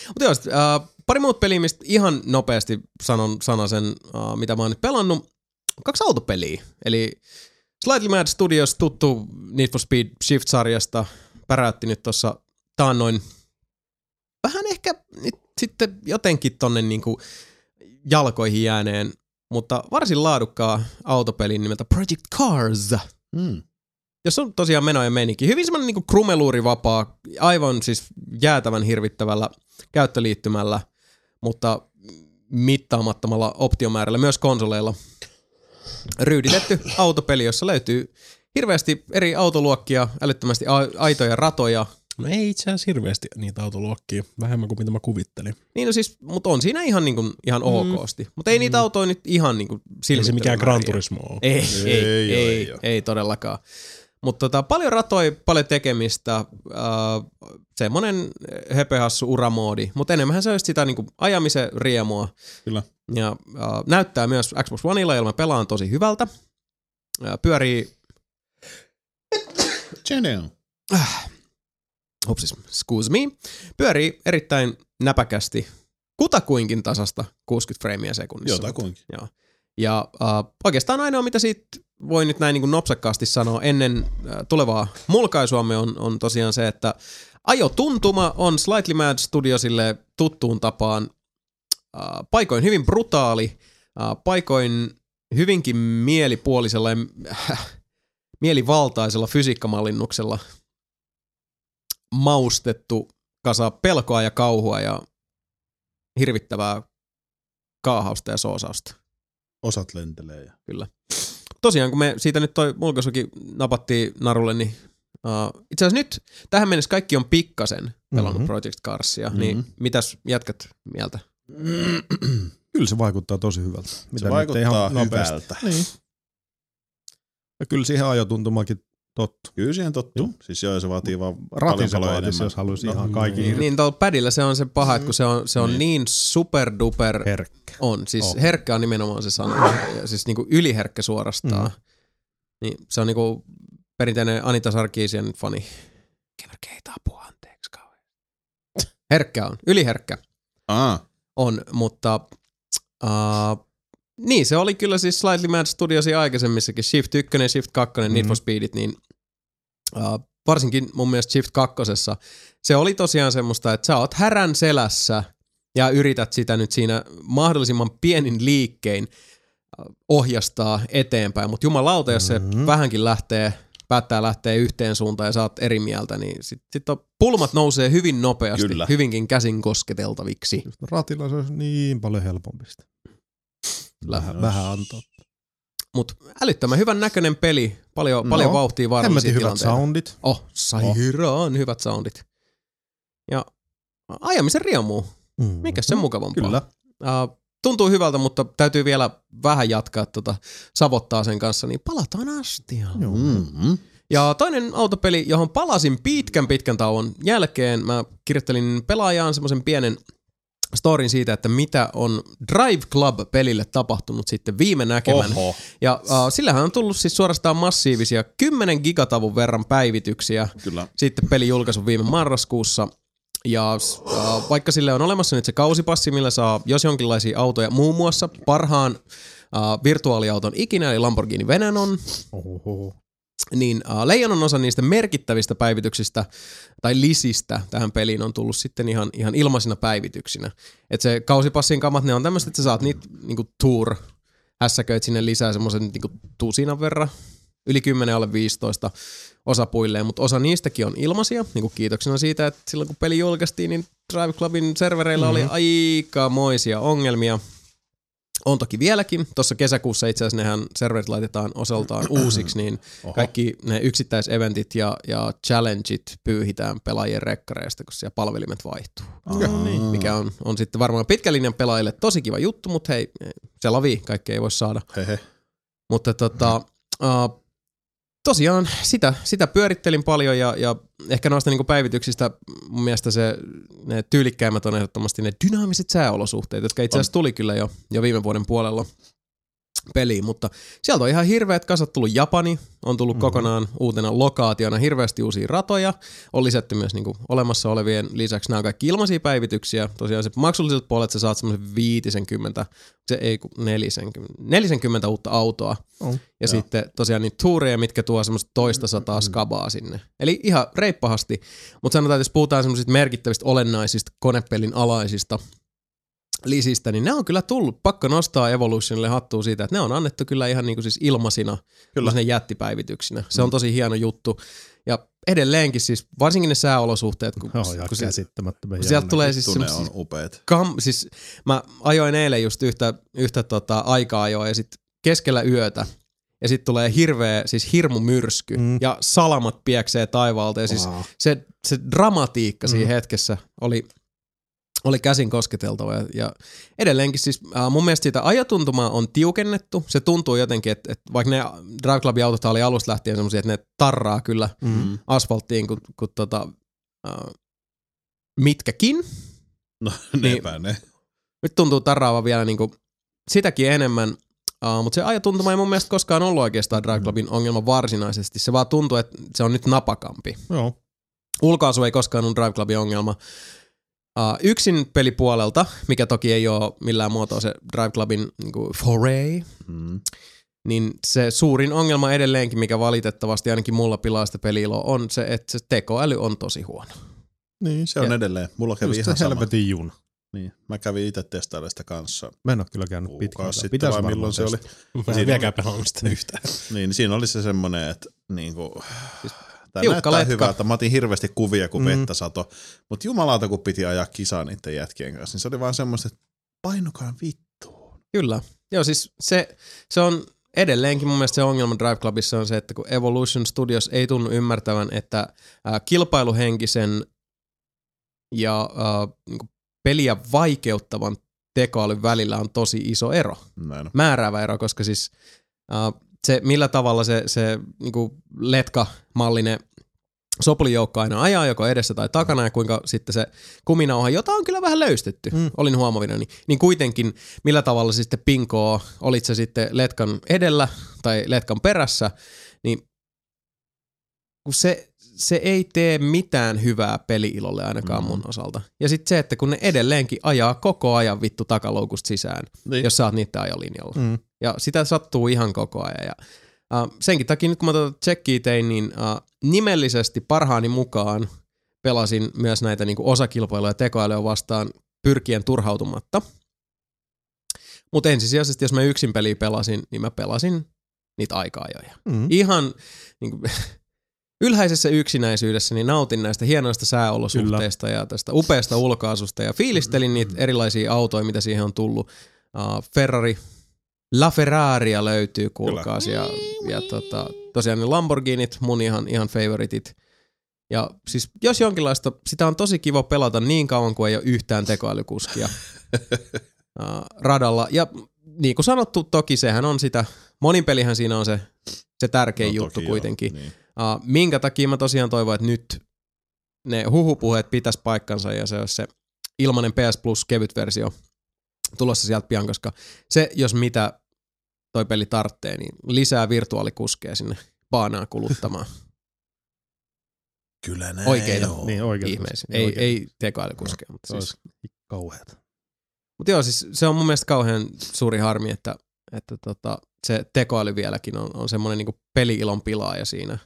Mutta joo, sit, äh, pari muut peliä, mistä ihan nopeasti sanon sanasen, äh, mitä mä oon nyt pelannut. Kaksi autopeliä, eli Slightly Mad Studios tuttu Need for Speed Shift-sarjasta päräytti nyt tuossa taannoin vähän ehkä nyt sitten jotenkin tonne niinku jalkoihin jääneen, mutta varsin laadukkaa autopelin nimeltä Project Cars
Mm.
jos on tosiaan meno ja meininki, hyvin semmoinen niin krumeluurivapaa, aivan siis jäätävän hirvittävällä käyttöliittymällä, mutta mittaamattomalla optiomäärällä, myös konsoleilla. Ryyditetty autopeli, jossa löytyy hirveästi eri autoluokkia, älyttömästi a- aitoja ratoja.
No ei itse asiassa hirveästi niitä autoluokkia, vähemmän kuin mitä mä kuvittelin.
Niin no siis, mutta on siinä ihan, niin kuin, ihan
Mm.
okosti. Mutta ei niitä autoja nyt ihan niin kuin
Ei se mikään Gran Turismo ole.
Ei, ei,
Ei
ei,
oo,
ei,
ei
ei,
oo.
ei todellakaan. Mutta tota, paljon ratoja, paljon tekemistä, äh, semmoinen höpöhassu uramoodi, mutta enemmän se olisi sitä niinku ajamisen riemua.
Kyllä.
Ja äh, näyttää myös Xbox Oneilla, jolla mä pelaan tosi hyvältä. Äh, pyörii,
Genial.
hupsis, excuse me, pyörii erittäin näpäkästi kutakuinkin tasasta 60 freimiä sekunnissa.
Jotakuinkin.
Ja äh, oikeastaan ainoa, mitä siitä voi nyt näin niin kuin nopsakkaasti sanoa ennen äh, tulevaa mulkaisuamme on, on tosiaan se, että ajotuntuma on Slightly Mad Studiosille tuttuun tapaan äh, paikoin hyvin brutaali, äh, paikoin hyvinkin mielipuolisella ja äh, mielivaltaisella fysiikkamallinnuksella maustettu kasa pelkoa ja kauhua ja hirvittävää kaahausta ja soosausta.
Osat lentelee. Ja...
Tosiaan, kun me siitä nyt toi mulkosuki napattiin narulle, niin uh, itse asiassa nyt tähän mennessä kaikki on pikkasen pelannut
Mhm.
mm-hmm. Project Carsia, mm-hmm. niin
Mhm.
mitäs jätkät mieltä?
Kyllä se vaikuttaa tosi hyvältä. Mitä
Se
nyt
vaikuttaa
nopeasti.
hyvältä.
Niin. Ja kyllä siihen ajotuntumakin tottu.
Kyllä siihen tottuu. Siis joo, se vaatii vaan
Ratin
paljon
se
paljon
vaatisi,
enemmän.
jos haluaisi
No,
ihan kaikki
niin.
niin.
Niin tuolla padilla se on se paha, että kun se on, se on
Niin.
niin. niin superduper
herkkä.
On, siis
On.
oh. herkkä on nimenomaan se sana, ja siis niinku yliherkkä suorastaan. Mm. Niin se on niinku perinteinen Anita Sarkiisien fani. Keitä apua, anteeksi kauhean. Herkkä on, yliherkkä
Aa,
on, mutta äh, niin se oli kyllä siis Slightly Mad Studiosin aikaisemmissakin, Shift 1, Shift 2, mm. Need
Mm.
for Speedit, niin äh, varsinkin mun mielestä Shift 2, se oli tosiaan semmoista, että sä oot härän selässä ja yrität sitä nyt siinä mahdollisimman pienin liikkein äh, ohjastaa eteenpäin, mutta jumalauta, jos se
Mhm.
mm-hmm. vähänkin lähtee päättää lähteä yhteen suuntaan ja sä oot eri mieltä, niin sit, sit on, pulmat nousee hyvin nopeasti,
Kyllä.
Kyllä. hyvinkin käsin kosketeltaviksi.
Just
no,
ratilla se olisi niin paljon helpompi. sitä. Vähän, vähän antaa.
Mutta älyttömän hyvän näköinen peli. Paljon,
No.
no. paljon vauhtia
Hemmetin
vaarallisia
hyvät
tilanteita.
soundit.
Oh, sairaan oh. hyvät soundit. Ja ajamisen riemu.
Mm.
Mikä se mukavampaa?
Kyllä.
Uh, tuntuu hyvältä, mutta täytyy vielä vähän jatkaa tota savottaa sen kanssa, niin palataan astiaan.
Joo.
Mm-hmm.
Ja toinen autopeli, johon palasin pitkän pitkän tauon jälkeen, mä kirjoittelin pelaajaan semmoisen pienen storin siitä, että mitä on Drive Club-pelille tapahtunut sitten viime näkemän.
Oho.
Ja äh, sillähän on tullut siis suorastaan massiivisia 10 gigatavun verran päivityksiä
Kyllä.
sitten pelin julkaisun viime marraskuussa. Ja äh, vaikka sille on olemassa nyt se kausipassi, millä saa jos jonkinlaisia autoja, muun muassa parhaan äh, virtuaaliauton ikinä, eli Lamborghini Venanon,
Oho.
niin äh, leijonan osa niistä merkittävistä päivityksistä tai lisistä tähän peliin on tullut sitten ihan, ihan ilmaisina päivityksinä. Et se kausipassin kamat, ne on tämmöiset, että sä saat niitä niinku tour hässäköit sinne lisää semmoisen niinku tusinan verran, yli 10 alle 15 osapuilleen, mutta osa niistäkin on ilmaisia, niinku kiitoksena siitä, että silloin kun peli julkaistiin, niin Drive Clubin servereillä mm-hmm. oli aikamoisia ongelmia. On toki vieläkin. Tuossa kesäkuussa itse asiassa nehän serverit laitetaan osaltaan uusiksi, niin
Oho.
kaikki ne yksittäiseventit ja, ja challengeit pyyhitään pelaajien rekkareista, kun siellä palvelimet vaihtuu.
Aa.
Mikä on, on sitten varmaan pitkän linjan pelaajille tosi kiva juttu, mutta hei, se lavi, kaikkea ei voi saada.
Hehe.
Mutta tota, uh, tosiaan sitä, sitä pyörittelin paljon ja, ja ehkä noista niinku päivityksistä mun mielestä se, ne tyylikkäimmät on ehdottomasti ne dynaamiset sääolosuhteet, jotka itse asiassa tuli kyllä jo, jo viime vuoden puolella peliin, mutta sieltä on ihan hirveät kasat tullut Japani, on tullut
Mhm.
mm-hmm. kokonaan uutena lokaationa, hirveästi uusia ratoja, on lisätty myös niinku olemassa olevien lisäksi nämä on kaikki ilmaisia päivityksiä, tosiaan se maksulliset puolet sä saat semmoisen 50, se ei kun 40, 40 uutta autoa, ja
Joo.
sitten tosiaan niitä tuureja, mitkä tuo semmoista toista sataa skabaa sinne. Eli ihan reippahasti. Mutta sanotaan, että jos puhutaan semmoisista merkittävistä olennaisista konepelin alaisista lisistä, niin ne on kyllä tullut. Pakko nostaa Evolutionille hattua siitä, että ne on annettu kyllä ihan niinku siis ilmaisina
Kyllä.
kyllä. jättipäivityksiinä. Se on tosi hieno juttu. Ja edelleenkin siis, varsinkin ne sääolosuhteet, kun,
Joo, ja
kun se-
käsittämättömän
kun sieltä
jännä.
tulee siis
Tunne
semmoisia
on upeet.
kam, siis mä ajoin eilen just yhtä, yhtä tota aikaa jo ja sit keskellä yötä ja sit tulee hirveä, siis hirmu myrsky
Mm.
mm. ja salamat pieksee taivaalta ja siis wow. se, se dramatiikka mm. siinä hetkessä oli, oli käsin kosketeltava ja, ja edelleenkin siis äh, mun mielestä sitä ajotuntumaa on tiukennettu. Se tuntuu jotenkin, että, että vaikka ne Drive Clubin autot oli alusta lähtien semmoisia, että ne tarraa kyllä
Mm.
asfalttiin, kun, kun tota, äh, mitkäkin,
No
Niin.
nepä ne.
nyt tuntuu taraava vielä niin kuin sitäkin enemmän, uh, mutta se ajatuntuma ei mun mielestä koskaan ollut oikeastaan Drag Clubin ongelma varsinaisesti. Se vaan tuntuu, että se on nyt napakampi.
Joo.
Ulkoasu ei koskaan ollut Drive Clubin ongelma. Uh, yksin pelipuolelta, mikä toki ei ole millään muotoa se Drive Clubin niin kuin foray,
Mm.
niin se suurin ongelma edelleenkin, mikä valitettavasti ainakin mulla pilaa sitä peliiloa, on se, että se tekoäly on tosi huono.
Niin, se on
Ja-
edelleen. Mulla kävi
Just se
ihan sama.
helvetin juna.
Niin. Mä kävin itse testailla sitä kanssa
Mä en ole No kyllä käynyt pitkin.
kuukausi sitten, vai milloin se oli.
Mä en
Siinä-
vieläkään pelannut sitä yhtään.
Niin, siinä oli se semmoinen, että niinku, tämä
tiukka
näyttää
letka.
hyvältä. Mä otin hirveästi kuvia, kun vettä sato. Mutta jumalauta, kun piti ajaa kisaa niiden jätkien kanssa, niin se oli vaan semmoista, että painukaa vittuun.
Kyllä. Joo, siis se, se on edelleenkin mun mielestä se ongelma Drive Clubissa on se, että kun Evolution Studios ei tunnu ymmärtävän, että ää, kilpailuhenkisen ja ää, niinku peliä vaikeuttavan tekoälyn välillä on tosi iso ero
Näin.
määräävä ero, koska siis äh, se, millä tavalla se, se niin letka-mallinen sopulijoukko aina ajaa joko edessä tai takana ja kuinka sitten se kuminauha, jota on kyllä vähän löystetty, mm. olin huomavina, niin, niin kuitenkin millä tavalla se sitten pinkoo, olit se sitten letkan edellä tai letkan perässä, niin kun se, se ei tee mitään hyvää peliilolle ainakaan mm. mun osalta. Ja sitten se, että kun ne edelleenkin ajaa koko ajan vittu takaloukusta sisään,
Niin.
jos sä oot niiden ajolinjalla.
Mm.
Ja sitä sattuu ihan koko ajan. Ja, äh, senkin takia nyt kun mä tuota tsekkiä tein, niin äh, nimellisesti parhaani mukaan pelasin myös näitä niin kuin osakilpailuja tekoälyä vastaan pyrkien turhautumatta. Mutta ensisijaisesti, jos mä yksin peliä pelasin, niin mä pelasin niitä aika-ajoja.
Mm.
Ihan niin kuin, ylhäisessä yksinäisyydessä niin nautin näistä hienoista sääolosuhteista ja tästä upeasta ulkoasusta ja fiilistelin niitä erilaisia autoja, mitä siihen on tullut. Uh, Ferrari, La Ferraria löytyy, kuulkaas. Ja, ja tota, tosiaan ne Lamborghinit, mun ihan, ihan favoritit. Ja siis jos jonkinlaista, sitä on tosi kiva pelata niin kauan kuin ei ole yhtään tekoälykuskia uh, radalla. Ja niin kuin sanottu, toki sehän on sitä, monin pelihän siinä on se, se tärkein no, juttu
toki
kuitenkin.
Joo, niin.
Uh, minkä takia mä tosiaan toivon, että nyt ne huhupuheet pitäisi paikkansa ja se olisi se ilmanen PS Plus kevyt versio tulossa sieltä pian, koska se, jos mitä toi peli tarttee, niin lisää virtuaalikuskeja sinne paanaa kuluttamaan
Kyllä näin
oikeita
on.
Niin oikein.
ihmeisiä. Ei, ei tekoälykuskeja, mutta siis
Kauheat.
Mutta joo, siis se on mun mielestä kauhean suuri harmi, että, että tota, se tekoäly vieläkin on, on semmoinen niinku peli-ilon pilaaja siinä.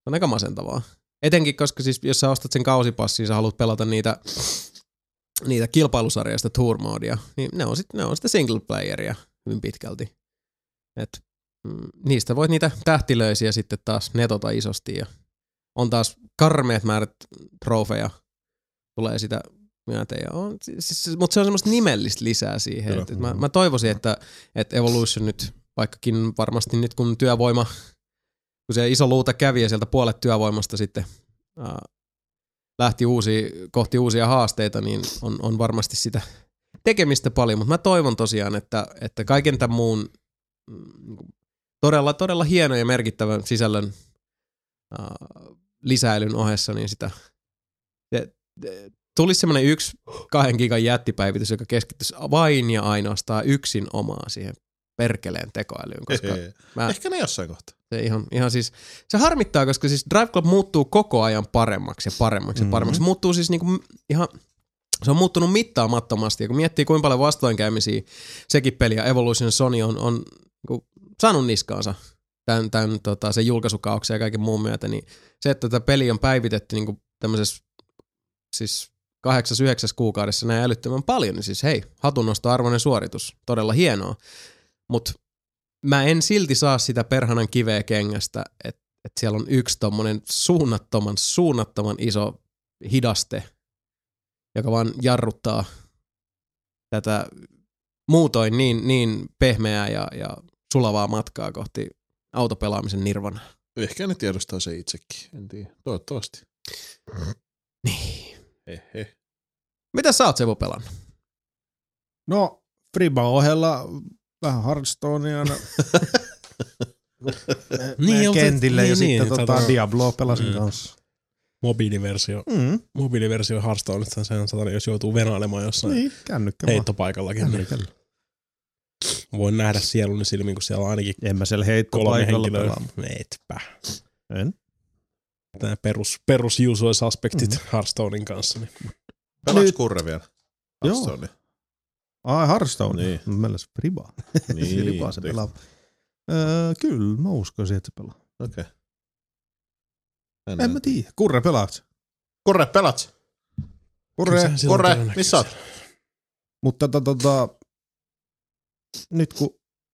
Se on aika masentavaa. Etenkin, koska siis jos sä ostat sen kausipassin, sä haluat pelata niitä, niitä kilpailusarjoista tour modea, niin ne on, sit, ne on sitä single playeria hyvin pitkälti. Et, mm, niistä voit niitä tähtilöisiä sitten taas netota isosti ja on taas karmeat määrät trofeja tulee sitä myöten. Ja on, siis, siis, mutta se on semmoista nimellistä lisää siihen.
Kyllä.
Et, et mä, mä, toivoisin, että, että Evolution nyt, vaikkakin varmasti nyt kun työvoima, kun se iso luuta kävi ja sieltä puolet työvoimasta sitten ää, lähti uusi, kohti uusia haasteita, niin on, on varmasti sitä tekemistä paljon. Mutta mä toivon tosiaan, että, että kaiken tämän muun mm, niinku todella, todella hienon ja merkittävän sisällön ää, lisäilyn ohessa, niin sitä se, se- tulisi semmoinen yksi kahden gigan jättipäivitys, joka keskittyisi vain ja ainoastaan yksin omaan siihen perkeleen tekoälyyn, koska mä-
Mä... Ehkä ne jossain kohtaa.
se ihan, ihan siis, se harmittaa, koska siis Drive Club muuttuu koko ajan paremmaksi ja paremmaksi ja paremmaksi. Se muuttuu siis niinku ihan, se on muuttunut mittaamattomasti. Ja kun miettii, kuinka paljon vastoinkäymisiä sekin peli ja Evolution Sony on, on niinku saanut niskaansa tämän, tämän tota, sen julkaisukauksen ja kaiken muun myötä, niin se, että tätä peli on päivitetty niinku tämmöisessä siis kahdeksas, yhdeksäs kuukaudessa näin älyttömän paljon, niin siis hei, hatunnosto arvoinen suoritus, todella hienoa. Mutta mä en silti saa sitä perhanan kiveä kengästä, että et siellä on yksi tommonen suunnattoman, suunnattoman iso hidaste, joka vaan jarruttaa tätä muutoin niin, niin pehmeää ja, ja sulavaa matkaa kohti autopelaamisen nirvana.
Ehkä ne tiedostaa se itsekin. En tiedä. Toivottavasti.
Niin.
Ehe.
Mitä sä oot Sebu pelannut?
No, Friban ohella vähän Hearthstonea. aina. Me-
Niin,
me
on se-
kentille ja
niin,
sitten
niin,
tota,
tota-
Diabloa pelasin
Mm.
kanssa.
Mobiiliversio.
Mm.
Mobiiliversio Hearthstonesta se on satana, jos joutuu venailemaan jossain niin.
Niin, kännykkä vaan.
heittopaikallakin. Niin. Voin nähdä sieluni silmin, kun siellä on ainakin
En mä siellä
kolme
heittopaikalla
henkilöä.
pelaa.
Etpä.
En.
Nämä perus, perus usual suspectit mm-hmm. Hearthstonein kanssa. Niin.
Pelaaks
Nyt-
kurre vielä?
Joo.
Hearthstone.
Ai, Hearthstone.
Niin.
Niin. Meillä se Friba.
Niin,
Friba se
te-
pelaa. Öö, kyllä, mä uskoisin, että se pelaa.
Okei.
En mä tiedä. Kurre pelaat.
Kurre, pelat!
Kyllä
Kurre.
sehän silloin
Kurre,
todennäköisesti-
missä oot?
Mutta tota, tota, nyt kun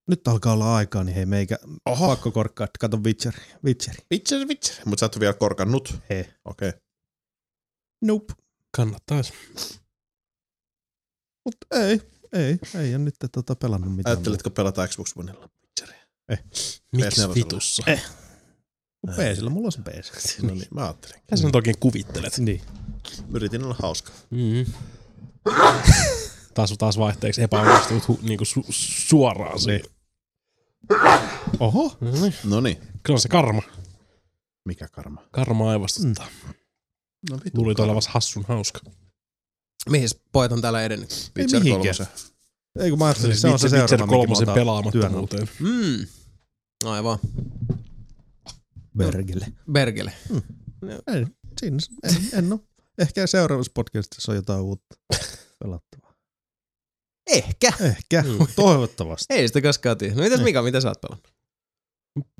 nyt alkaa olla aikaa, niin hei meikä Oho. pakko korkkaa, että kato Witcher. Witcher.
Vitsi, vitsi. Mutta sä et ole vielä korkannut.
Hei.
Okei. Okay.
Nope.
Kannattais.
Mut ei, ei, ei ole nyt tota pelannut mitään.
Ajatteletko pelata Xbox Oneilla? Witcheria?
Miksi
PS4:llä?
vitussa?
Mun peesillä, mulla on se pees.
No niin, mä ajattelin.
Mitä sä nyt oikein kuvittelet?
Niin.
Yritin olla hauska.
Mm-hmm. taas, taas vaihteeksi epäonnistunut hu, niinku su, suoraan siihen.
Oho.
Mm-hmm.
No niin.
Kyllä on se karma.
Mikä karma?
Karma aivastuttaa. Mm.
No vittu.
Luulit olevas hassun hauska.
Mihin pojat on täällä edennyt?
Witcher
mihinkään.
kolmosen.
Ei kun mä ajattelin, se on se
Witcher- Witcher
seuraava,
kolmosen pelaamattomuuteen.
Mm. Aivan.
Bergille.
Bergele.
No, Ei, siinä, se- en, en oo. Ehkä seuraavassa podcastissa on jotain uutta pelattavaa.
Ehkä.
Ehkä, toivottavasti.
Ei sitä koskaan tiedä. No mitäs Mika, mitä sä oot pelannut?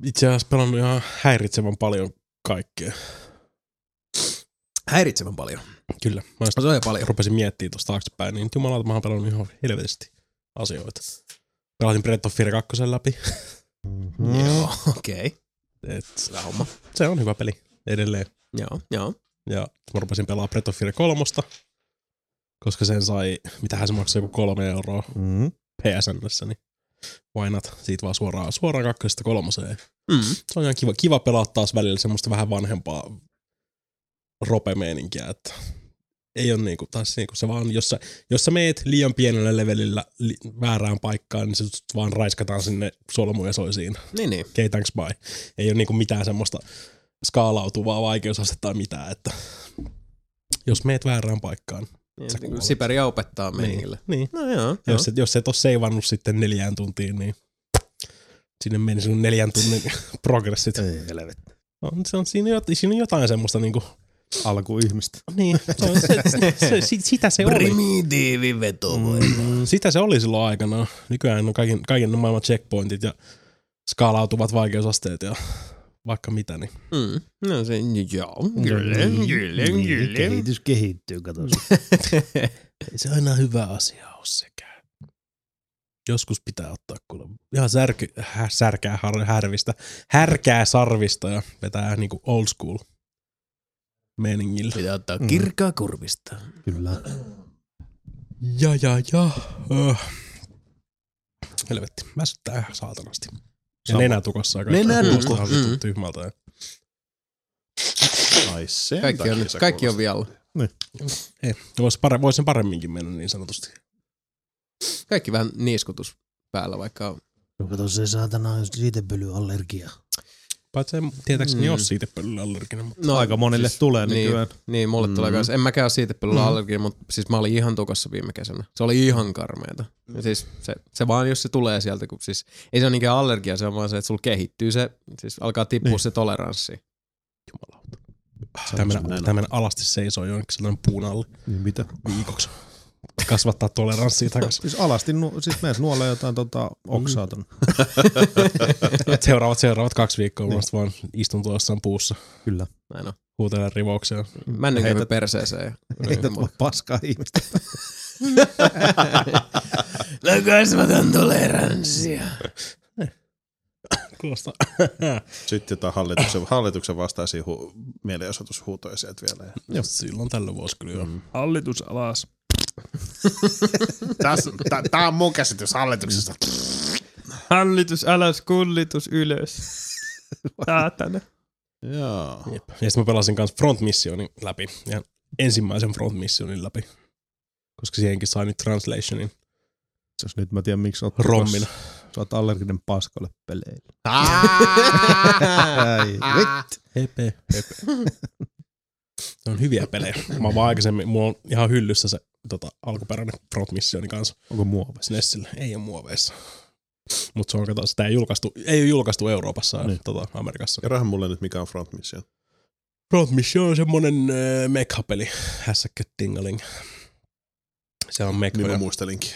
Itse asiassa pelannut ihan häiritsevän paljon kaikkea.
Häiritsevän paljon.
Kyllä. Mä just
No Se on jo paljon.
rupesin miettimään tuosta taaksepäin, niin jumalauta mä oon pelannut ihan helvetisti asioita. Pelasin Breath of Fire 2 läpi.
Mm-hmm.
Joo, okei. Okay.
Et
Hyvä homma.
se on hyvä peli edelleen.
Joo, joo.
Ja mä rupesin pelaamaan Breath of Fire 3, koska sen sai, mitähän se maksoi joku kolme euroa
Mm-hmm.
PSNssä, niin vainat siitä vaan suoraan, suoraan kakkosesta kolmoseen.
Mm.
Se on ihan kiva, kiva pelaa taas välillä semmoista vähän vanhempaa ropemeininkiä, että ei ole niinku, taas niinku se vaan, jos sä, jos sä meet liian pienellä levelillä li, väärään paikkaan, niin se sut vaan raiskataan sinne solmuja soisiin.
Niin, niin.
Okay, thanks, bye. Ei ole niinku mitään semmoista skaalautuvaa vaikeusastetta tai mitään, että jos meet väärään paikkaan. Sä
niin kuin
kuolet.
Siberia opettaa
Niin,
meiningillä.
niin.
No joo.
Ja
joo.
Jos, et, jos et ole seivannut sitten neljään tuntiin, niin sinne meni sinun neljän tunnin progressit.
Ei helvetti.
On, No, se on, siinä, on jot- siinä on jotain semmoista niinku,
Alku ihmistä.
niin, se, on- se, se, se, si- sitä se oli.
Primitiivi vetovoima.
Mm, Sitä se oli silloin aikanaan. Nykyään on kaiken, kaiken maailman checkpointit ja skaalautuvat vaikeusasteet ja vaikka mitä, niin
Mm. No se, joo. Kyllä,
Niin,
kyllä, kyllä.
Kehitys kehittyy,
Mm.
kato.
Ei se aina hyvä asia ole sekään. Joskus pitää ottaa kuule ihan särky, hä, särkää har, härvistä, härkää sarvista ja vetää niinku old school meiningillä.
Pitää ottaa kirkkaa kurvista.
Kyllä.
Ja ja ja. Öh. Helvetti, väsyttää ihan saatanasti. Ja
Sama.
nenätukossa ja kaikki
Nenän-
kuulostaa ihan vitun
Mm.
tyhmältä. Ja
Ai sen
Kaikki
takia
on,
sä
kaikki on vialla.
kuulostat.
Ei, voisi pare, vois sen paremminkin mennä niin sanotusti.
Kaikki vähän niiskutus päällä, vaikka on.
Kato se saatana on siitepölyallergia.
Paitsi en tietääkseni
Mm.
mm. ole siitä pölyllä allerginen. mutta-
No,
Aika monille siis, tulee
niin.
nykyään.
Niin, mulle mm. tulee
Mm.
myös. En mäkään ole siitä pelillä allergia, mutta siis mä olin ihan tukossa viime kesänä. Se oli ihan karmeeta. Ja siis se, se vaan, jos se tulee sieltä, kun siis ei se ole niinkään allergia, se on vaan se, että sulla kehittyy se, siis alkaa tippua niin.
Niin.
se toleranssi.
Jumalauta. Tämmöinen, tämmöinen alasti seisoo jonnekin sellainen puun alle
Niin mitä?
viikoksi. Kasvattaa toleranssia takaisin.
Siis alasti, nu, siis mees nuolee jotain tota, oksaa ton.
Et Seuraavat, seuraavat kaksi viikkoa niin. vaan istun tuossa puussa,
Kyllä.
Näin on.
huutelen rivauksia.
Männyn kävi
Heität-
perseeseen. ja-
Heität vaan paskaa ihmistä.
No Mä kasvatan toleranssia.
Kuulostaa.
Sitten jotain hallituksen, hallituksen vastaisia hu- mielenosoitushuutoja sieltä vielä. Ja
Joo. Silloin tällöin vuosi kyllä jo. Mm.
Hallitus alas.
Tämä on mun käsitys hallituksesta.
Hallitus alas, kullitus ylös. Saatana.
Joo.
Jep. Ja sitten mä pelasin kanssa Front Missionin läpi. Ja ensimmäisen Front Missionin läpi. Koska siihenkin sai nyt translationin
Jos nyt mä tiedän, miksi oot
rommina.
tukossa. Sä oot allerginen paskalle peleille. Ai,
Hepe, hepe. ne on hyviä pelejä. Mä vaan aikaisemmin, mulla on ihan hyllyssä se tota, alkuperäinen Front Missioni kanssa
Onko muoveissa?
Nessillä. Ei ole muoveissa. Mutta se on, kato, sitä ei, julkaistu, ei ole julkaistu Euroopassa ja
Niin.
tota, Amerikassa.
Kerrohan mulle nyt, mikä on Front Mission.
Front Mission on semmonen äh, mekhapeli, hässäkkö tingaling. Se on
Niin mä
mekhoja,
muistelinkin.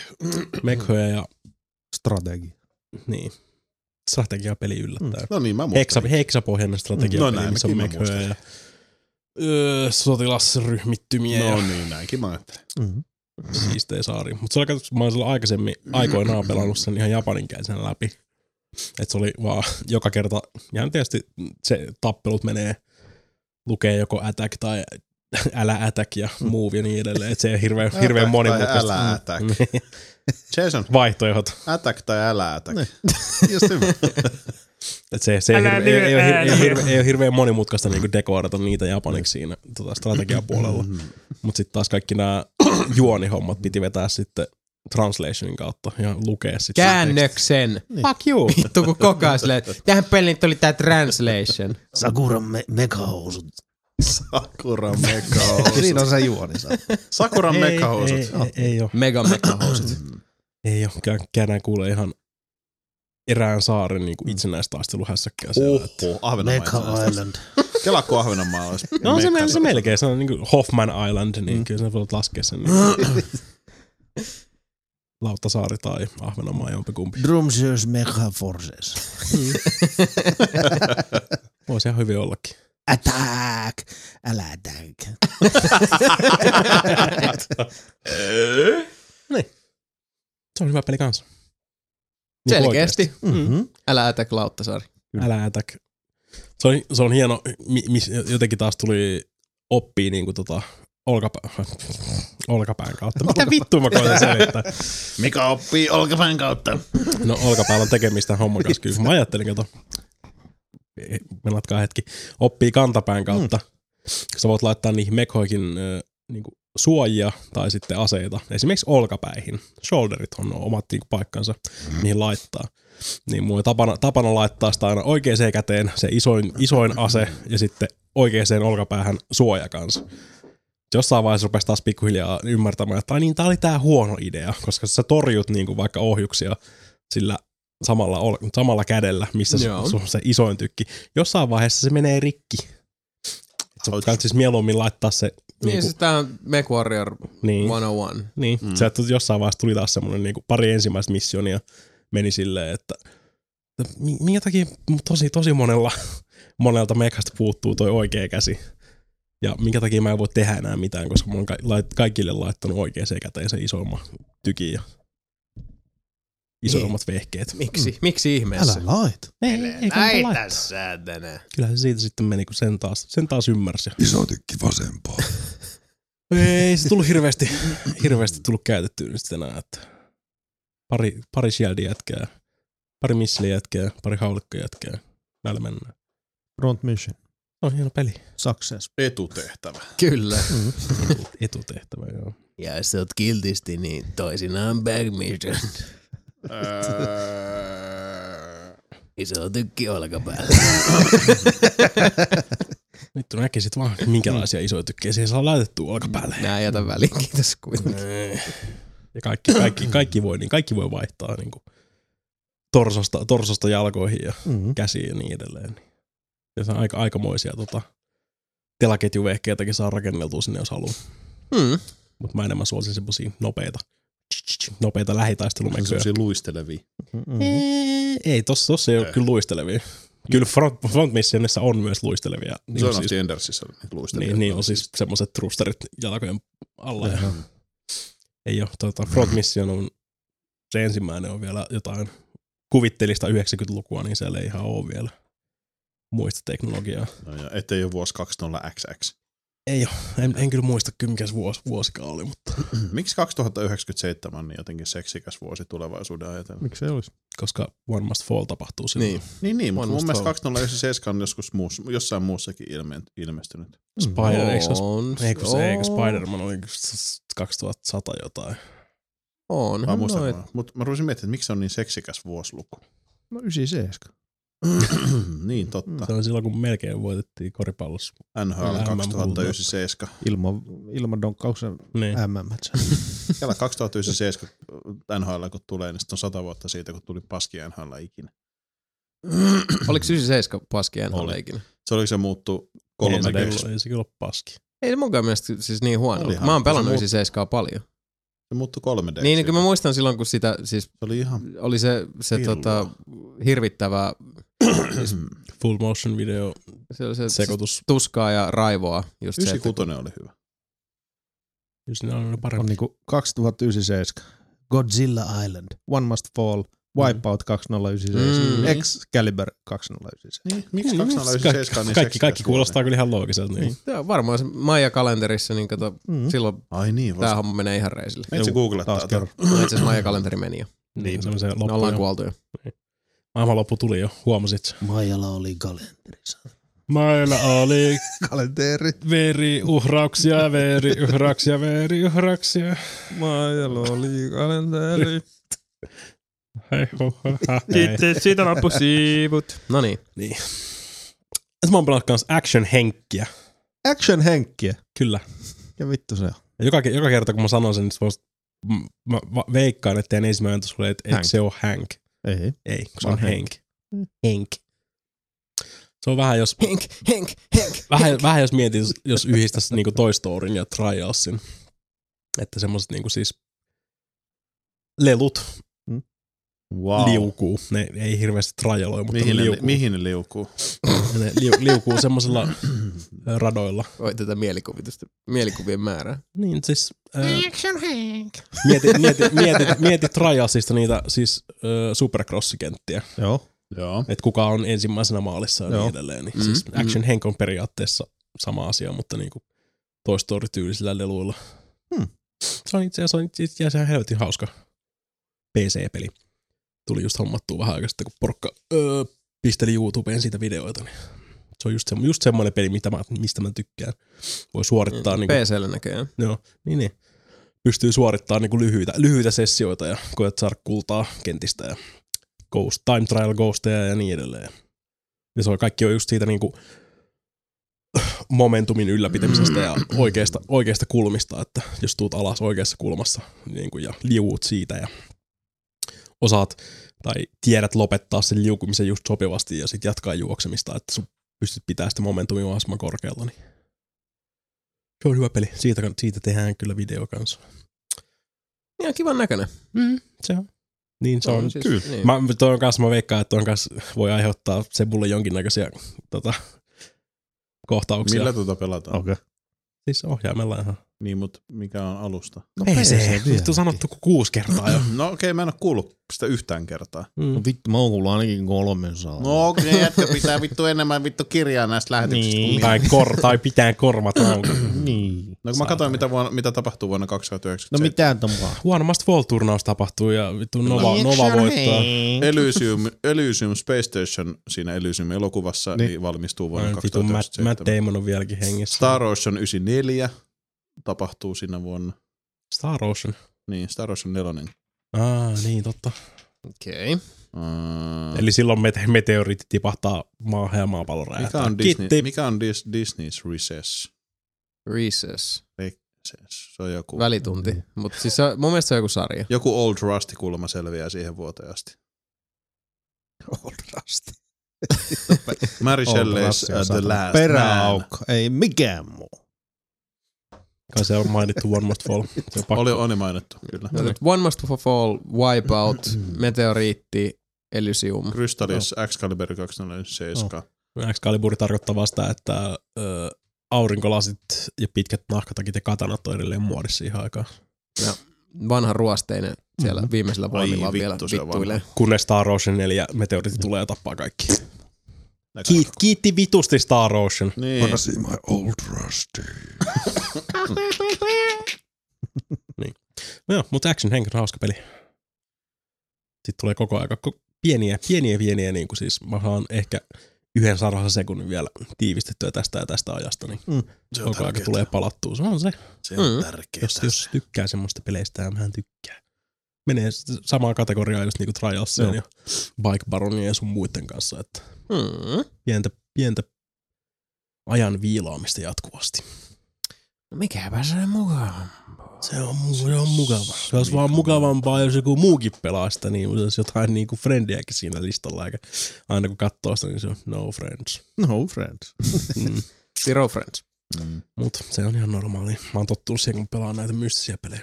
mekhoja ja
Strategi.
niin, strategiapeli yllättäen.
No niin, mä
Heksa,
muistelin.
heksapohjainen strategiapeli,
No
no,
näin,
missä on
mäkin mä
mekhoja ja öö, sotilasryhmittymiä ja
No niin, näinkin mä ajattelin.
Mm-hmm.
siistejä saari. Mutta se oli katsottu, mä oon silloin aikaisemmin aikoinaan pelannut sen ihan japaninkielisen läpi. Et se oli vaan joka kerta, ja tietysti se tappelut menee, lukee joko attack tai älä attack ja move ja niin edelleen. Et se ei hirveän, hirveän
Attack
monimutkaista. Niin,
tai älä attack. Jason,
Vaihtoehdot.
attack tai älä attack. Just hyvä.
Et se, se ei,
Älä
hirve, ei, ei,
lyö
ole, ei, ole
ääniä.
hirve, ei ole hirveän monimutkaista niin dekoodata niitä japaniksi siinä tota, strategian puolella.
Mm-hmm.
Mutta sitten taas kaikki nämä juonihommat piti vetää sitten translationin kautta ja lukea sitten.
Käännöksen. Niin. Fuck you. Vittu kun koko ajan silleen, että tähän peliin tuli tää translation.
Sakura me- megahousut.
Sakura mekahousut.
Siinä on niin, no se juoni. saa.
Sakura
ei,
mekahousut.
ei, ei, ei ole.
Mega megahousut.
Ei ole. Käy- Käydään kuulee ihan erään saaren niin itsenäistaisteluhässäkkää siellä. että-
Oho, Ahvenanmaa.
Mega
itsenäistä.
Island.
Kela, kun Ahvenanmaa olisi.
No se,
mekka-
se melkein, se on niin kuin Hoffman Island, niin mm. kyllä sä voit laskea sen niin Lauttasaari tai Ahvenanmaa jompikumpi.
Drumsers Mega Forces.
Voisi ihan hyvin ollakin.
Attack! Älä attack.
Se on hyvä peli kanssa. Niin
Selkeästi. Mm-hmm. Älä ätä Klauttasaari.
oikeesti. Älä ätäk. Se on, se on hieno, mi, mis, jotenkin taas tuli oppii niinku tota olkapä, olkapään kautta. Mitä vittu mä koitan selittää?
Mika oppii olkapään kautta.
No olkapäällä on tekemistä homman kanssa kyllä. Mä ajattelin, kato. Melatkaa hetki. Oppii kantapään kautta. Mm. Sä voit laittaa niihin mekoihin ö, niinku suojia tai sitten aseita. Esimerkiksi olkapäihin. Shoulderit on omat niinku paikkansa, mihin laittaa. Niin mulla oli tapana, tapana laittaa sitä aina oikeaan käteen se isoin, isoin ase ja sitten oikeaan olkapäähän suoja kanssa. Jossain vaiheessa rupesi taas pikkuhiljaa ymmärtämään, että ai niin, tää oli tää huono idea, koska sä torjut niinku vaikka ohjuksia sillä samalla, ol- samalla kädellä, missä
Joo.
sun, sun se isoin tykki. Jossain vaiheessa se menee rikki. Sä voit siis mieluummin laittaa se,
Niin
niinku,
siis tää on Mech Warrior
niin,
101.
niin. Mm. Se, että jossain vaiheessa tuli taas semmoinen niin pari ensimmäistä missionia meni silleen, että, että mi- minkä takia tosi, tosi monella, monelta mekasta puuttuu toi oikea käsi. Ja minkä takia mä en voi tehdä enää mitään, koska mä oon ka- lait- kaikille laittanut oikeaan käteen se isomman tykin ja isoimmat vehkeet.
Niin. Miksi? Miksi ihmeessä?
Älä lait.
Ei, ei, ei kannata laittaa.
säätänä.
Kyllä se siitä sitten meni, kun sen taas, sen taas ymmärsi.
Iso tykki vasempaa.
Ei se tullut hirveästi, hirveästi tullut käytettyä nyt sitten enää, että pari, pari shieldia jätkää, pari missili jätkää, pari haulikko jätkää. Näillä mennään.
Front mission.
Se on hieno peli.
Success.
Etutehtävä.
Kyllä.
Etutehtävä, joo.
Ja jos sä oot kiltisti, niin toisinaan back mission.
Öö,
Iso tykki olkapäällä.
Vittu näkisit vaan, minkälaisia isoja tykkejä siihen saa laitettua olkapäälle.
Nää jätän väliin, kiitos kuitenkin.
Ja kaikki, kaikki, kaikki, voi, niin kaikki voi vaihtaa niin kuin torsosta, torsosta jalkoihin ja
Mm-hmm.
käsiin ja niin edelleen. Ja se on aika, aikamoisia tota, telaketjuvehkeitäkin saa rakenneltua sinne, jos haluaa.
Mm.
mutta mä enemmän suosin semmosia nopeita, nopeita lähitaistelumekoja.
Semmoisia luistelevia.
Niin
Mm-hmm.
Ei, Ei, tossa, tossa ei ole
Ei.
kyllä luistelevia. Kyllä front, front missionissa on myös luistelevia.
Se
Niin,
on
siis,
siis, Endersissä niitä luistelevia.
niin, niin on siis semmoiset thrusterit jalkojen alla. Ja, ei ole, tota, front mission on, se ensimmäinen on vielä jotain kuvittelista 90-lukua, niin siellä ei ihan ole vielä muista teknologiaa.
No, ja ettei ole vuosi 2000XX.
En, en kyllä muista kyllä mikä se vuosi, vuosikaan oli, mutta
Miksi 2097 on niin jotenkin seksikäs vuosi tulevaisuuden ajatellen?
Miksi ei olisi?
koska One Must Fall tapahtuu silloin.
Niin.
Niin, niin mutta
One
mun
must
mielestä
hope.
2097 on joskus muussa, jossain muussakin ilme, ilmestynyt.
Spider, eikö se ole
On,
Eikö se, eikö
on.
Spider-Man oli 2100
Mä
jotain.
Onhan
muistan
No noit.
vaan. Mutta mä rupesin miettimään, että miksi se on niin seksikäs vuosiluku.
No 97.
niin, totta.
Se oli silloin, kun melkein voitettiin koripallossa.
NHL
Mm.
2097.
Ilman, ilman donkkauksen
Niin.
mm
Kela 2097 NHL kun tulee, niin sitten on sata vuotta siitä, kun tuli paski NHL ikinä.
Oliko 97 paski enää
Oli.
ikinä?
Se oli se muuttu
ei, se
kolme
kyllä, ei se kyllä ole paski.
Ei se munkaan mielestä siis niin huono.
Olihan.
Mä oon pelannut
Se muut-
97 paljon.
Se muuttui kolme d
Niin, niin kyllä mä muistan silloin, kun sitä, siis
Se oli ihan...
oli se, se
Pillua.
tota, hirvittävä,
Full motion video
se siis oli se
sekoitus.
tuskaa ja raivoa. Just se, että
96 oli hyvä.
Jos ne on
on
niin, parempi.
niinku 2097. Godzilla Island, One Must Fall, Wipeout 2097,
Mm.
Excalibur 2097.
Niin, miksi
Ka-
297 niin
kaikki, kaikki
seksisuoneet?
kuulostaa kyllä ihan loogiselta. Niin.
Tää on varmaan se Maija kalenterissa, niin kato,
Mm.
silloin
Ai niin,
tää
vasta.
homma menee ihan reisille.
Meitsi googlettaa tätä.
Taas kerran.
No Itse asiassa Maija kalenteri meni jo.
niin. Se on se
Me
loppu.
ollaan niinku-
jo.
kuoltu jo.
Maailmanloppu tuli jo, huomasit sen.
Maijalla oli kalenterissa.
Meillä oli
Kalenteri.
veriuhrauksia, veriuhrauksia, veriuhrauksia.
Maijalla oli kalenteri.
Hei, ho, ho, ha, hei.
siitä loppu siivut. No niin.
Niin. Et mä oon pelannut kans action-henkkiä.
Action henkkiä.
Kyllä.
Ja vittu se on.
Ja joka, joka kerta kun mä sanon sen, niin sä voisit- m- mä va- veikkaan, että teidän ensimmäinen ajatus oli, että et
Hank.
se on Hank.
Ei.
Ei, kun se
Vaan
on Hank. Hank. Se on vähän jos,
Henk, Henk, Henk.
vähän, vähän jos mietit, jos yhdistäisi niinku Toy Storyn ja Trialsin. Että semmoset niinku siis lelut
Wow.
liukuu. Ne ei hirveästi trialoi, mutta
Mihin
ne
ne,
liukuu.
mihin ne liukuu?
Ja Ne liu, liukuu semmoisilla radoilla.
Oi tätä mielikuvitusta, mielikuvien määrää.
Niin siis... Äh, mieti, mieti, mieti, mieti Trialsista niitä siis äh, supercrossikenttiä.
Joo.
Joo.
että kuka on ensimmäisenä maalissa ja
Joo.
niin edelleen. Niin
Mm,
siis
mm.
Action Hank on periaatteessa sama asia, mutta niinku Toy Story-tyylisillä leluilla.
Hmm.
Se on itse asiassa, itse asiassa ihan helvetin hauska PC-peli. Tuli just hommattua vähän aikaa sitten, kun porukka öö, pisteli YouTubeen siitä videoita. Niin se on just, se, just semmoinen peli, mitä mä, mistä mä tykkään. Voi
Niin, Mm.
suorittaa niinku
PCllä näköjään.
Joo, niin, niin. Pystyy suorittamaan niin kuin lyhyitä, lyhyitä sessioita ja koet saada kultaa kentistä ja ghost, time trial ghosteja ja niin edelleen. Ja se on kaikki on just siitä niin kuin momentumin ylläpitämisestä ja oikeasta, oikeasta kulmista, että jos tuut alas oikeassa kulmassa niin kuin, ja liuut siitä ja osaat tai tiedät lopettaa sen liukumisen just sopivasti ja sitten jatkaa juoksemista, että sun pystyt pitää sitä momentumia mahdollisimman korkealla. Niin. Se on hyvä peli. Siitä, siitä tehdään kyllä video kanssa.
Ihan kivan näköinen.
Mm, se on. Niin se on.
siis, kyllä. Niin.
Mä, toi on kanssa, mä veikkaan, että on kanssa, voi aiheuttaa se mulle jonkinnäköisiä tota, kohtauksia.
Millä tuota pelataan?
Okei. Okay.
Siis ohjaimella ihan.
Niin, mutta mikä on alusta?
No
Vittu sanottu kuin kuusi kertaa jo.
No okei, okay, mä en ole kuullut sitä yhtään kertaa.
Mm.
No Vittu, mä oon kuullut ainakin kolmen saa.
No okei, okay, jätkä pitää vittu enemmän vittu kirjaa näistä lähetyksistä.
Niin.
kuin minä.
Tai, kor, tai pitää kormat auki.
niin.
No kun mä katsoin, mitä, vuonna, mitä tapahtuu vuonna
No
2097.
mitä tapaa?
One Must Fall-turnaus tapahtuu ja vittu
No niin,
Nova, Nova voittaa.
Elysium, Elysium Space Station siinä Elysium-elokuvassa niin. valmistuu vuonna
Ai, Vittu Matt, Matt
2097.
Damon on vieläkin hengissä.
Star Ocean 94 tapahtuu siinä vuonna.
Star Ocean.
Niin, Star Ocean 4.
Ah, niin totta.
Okei. Okay.
Mm.
Eli silloin mete- meteoriitti tipahtaa maahan ja maapallo
Mikä
räjähtää.
on, Disney,
Kiitti.
mikä on Dis, Disney's Recess?
Recess.
Recess. Se on joku,
Välitunti. Mutta siis se, on- mun mielestä se on joku sarja.
joku Old Rusty kulma selviää siihen vuoteen asti.
Old Rusty.
Mary Shelley's
Rusty on
uh, The
saatana
Last Man.
Peräaukko. Ei mikään muu.
Kai se on mainittu One Must Fall. Se on pakko.
Oli, oli mainittu, kyllä.
No, nyt One Must Fall, Wipeout, Meteoriitti, Elysium.
Crystallis Excalibur 247.
Excalibur tarkoittaa vasta, että ö, aurinkolasit ja pitkät nahkatakit ja katanat on edelleen muodissa siihen aikaan.
Vanha ruosteinen siellä viimeisellä voimilla
vittu,
vielä
se on vanha.
vittuilee.
Kunnes Star Ocean 4
Mm.
meteoriitti tulee ja tappaa kaikki.
Ne kaksi.
Kiit, kiitti vitusti Star Ocean.
Niin.
see my old Rusty?
No joo, mutta Action Hank on hauska peli. Sitten tulee koko aika ko- pieniä, pieniä, pieniä, niin kuin siis mä saan ehkä yhden sarhan sekunnin vielä tiivistettyä tästä ja tästä ajasta, niin
Mm. Se on
koko aika
tärkeetä.
tulee palattua. Se on se.
Se on
Mm.
tärkeää.
jos, jos tykkää semmoista peleistä, ja mähän tykkään. Menee s- samaan kategoriaan just niinku Trialsien ja Bike Baronin ja sun muiden kanssa, että
Hmm.
pientä, pientä ajan viilaamista jatkuvasti.
No Mikäpä se mukaan.
Se on, mu- se on mukava. Se olisi vaan mukavampaa, jos joku muukin pelaa sitä, niin se olisi jotain niinku friendiäkin siinä listalla, eikä aina kun katsoo sitä, niin se on no friends.
No friends.
Mm.
Zero Friends.
Mm.
Mutta se on ihan normaali. Mä oon tottunut siihen, kun pelaan näitä mystisiä pelejä.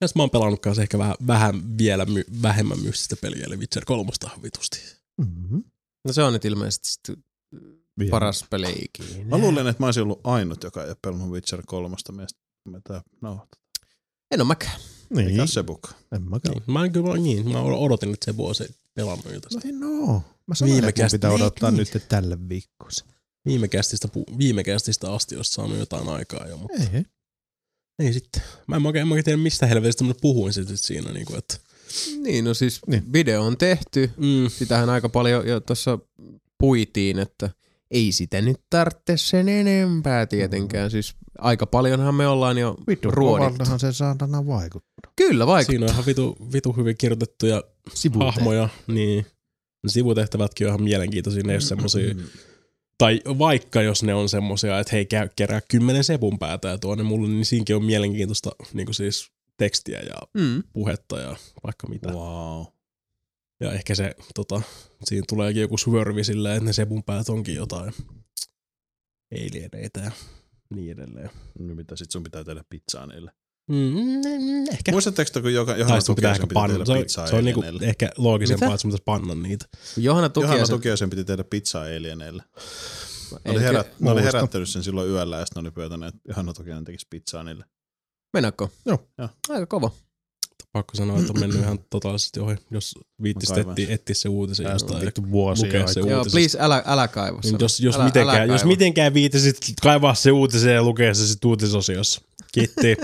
Ja sit mä oon pelannut kanssa ehkä vähän, vähän vielä my, vähemmän mystistä peliä, eli Witcher 3 vitusti.
Mm-hmm.
No se on nyt ilmeisesti sit paras peli ikinä.
Mä luulen, että mä olisin ollut ainut, joka ei ole pelannut Witcher 3. Mielestä Mitä? No,
En oo mäkään.
Niin,
mikä se book?
en mä käy.
Niin. Mä en kyllä niin, mä odotin, että se vuosi pelannut jo
No
tästä.
en oo. Mä sanoin,
Viime
että mun
kästi-
pitää
niin,
odottaa
niin.
nyt tälle viikkoon. se.
Viime kästistä, pu- viime kästistä asti olisi saanut jotain aikaa jo, mutta
Ei, ei.
ei sitten. Mä en oikein, en oikein tiedä, mistä helvetistä mä puhuin sitten siinä, niin kuin, että
Niin, no siis
Niin.
video on tehty.
mm,
Sitähän aika paljon jo tuossa puitiin, että ei sitä nyt tarvitse sen enempää tietenkään. Siis aika paljonhan me ollaan jo
Vittu,
ruodittu.
kovaltahan se saatana vaikuttaa.
Kyllä vaikka.
siinä on ihan vitu, vitu hyvin kirjoitettuja hahmoja, niin Ne sivutehtävätkin on ihan mielenkiintoisia, ne ei ole semmosia,
Mm,
tai vaikka jos ne on semmosia, että hei käy, kerää kymmenen sepun päätä ja tuonne mulle, niin siinäkin on mielenkiintoista niin kuin siis tekstiä ja
Mm.
puhetta ja vaikka mitä.
Wow.
Ja ehkä se, tota, siinä tuleekin joku swervi sillä, että ne sepun päät onkin jotain alieneitä ja niin edelleen.
Nyt mitä sit sun pitää tehdä pizzaa niille?
Mm, ehkä.
Muistatteko, te, kun joka, Johanna
Tai sitten pitää
Tukiaisen
ehkä
piti tehdä
panna. Se on,
pizzaa
se on niinku
alieneille?
ehkä loogisempaa,
Mitä?
että sun pitäisi panna niitä.
Johanna
Johanna
Tukiaisen.
Tukiaisen piti tehdä pizzaa alieneille. Ne oli,
Elikkä-
herät, ne oli
Muista.
herättänyt sen silloin yöllä ja sitten ne oli pyytänyt, että Johanna Tukiainen tekisi pizzaa niille.
Mennäkö?
Joo.
Joo.
Aika kova.
Pakko sanoa, että on mennyt ihan totaalisesti ohi, jos viittisi
Mä kaivan
etsiä, etsiä se uutisen
Tästä on
jostain.
vittu vuosia
lukea se
aikaa.
Joo,
uutisesta.
please, älä, älä kaiva
Niin
sitä.
jos, jos,
Älä-
älä, mitenkään,
älä
jos
kaiva.
mitenkään viitisit kaivaa se uutisen ja lukea se sitten uutisosiossa. Kiitti.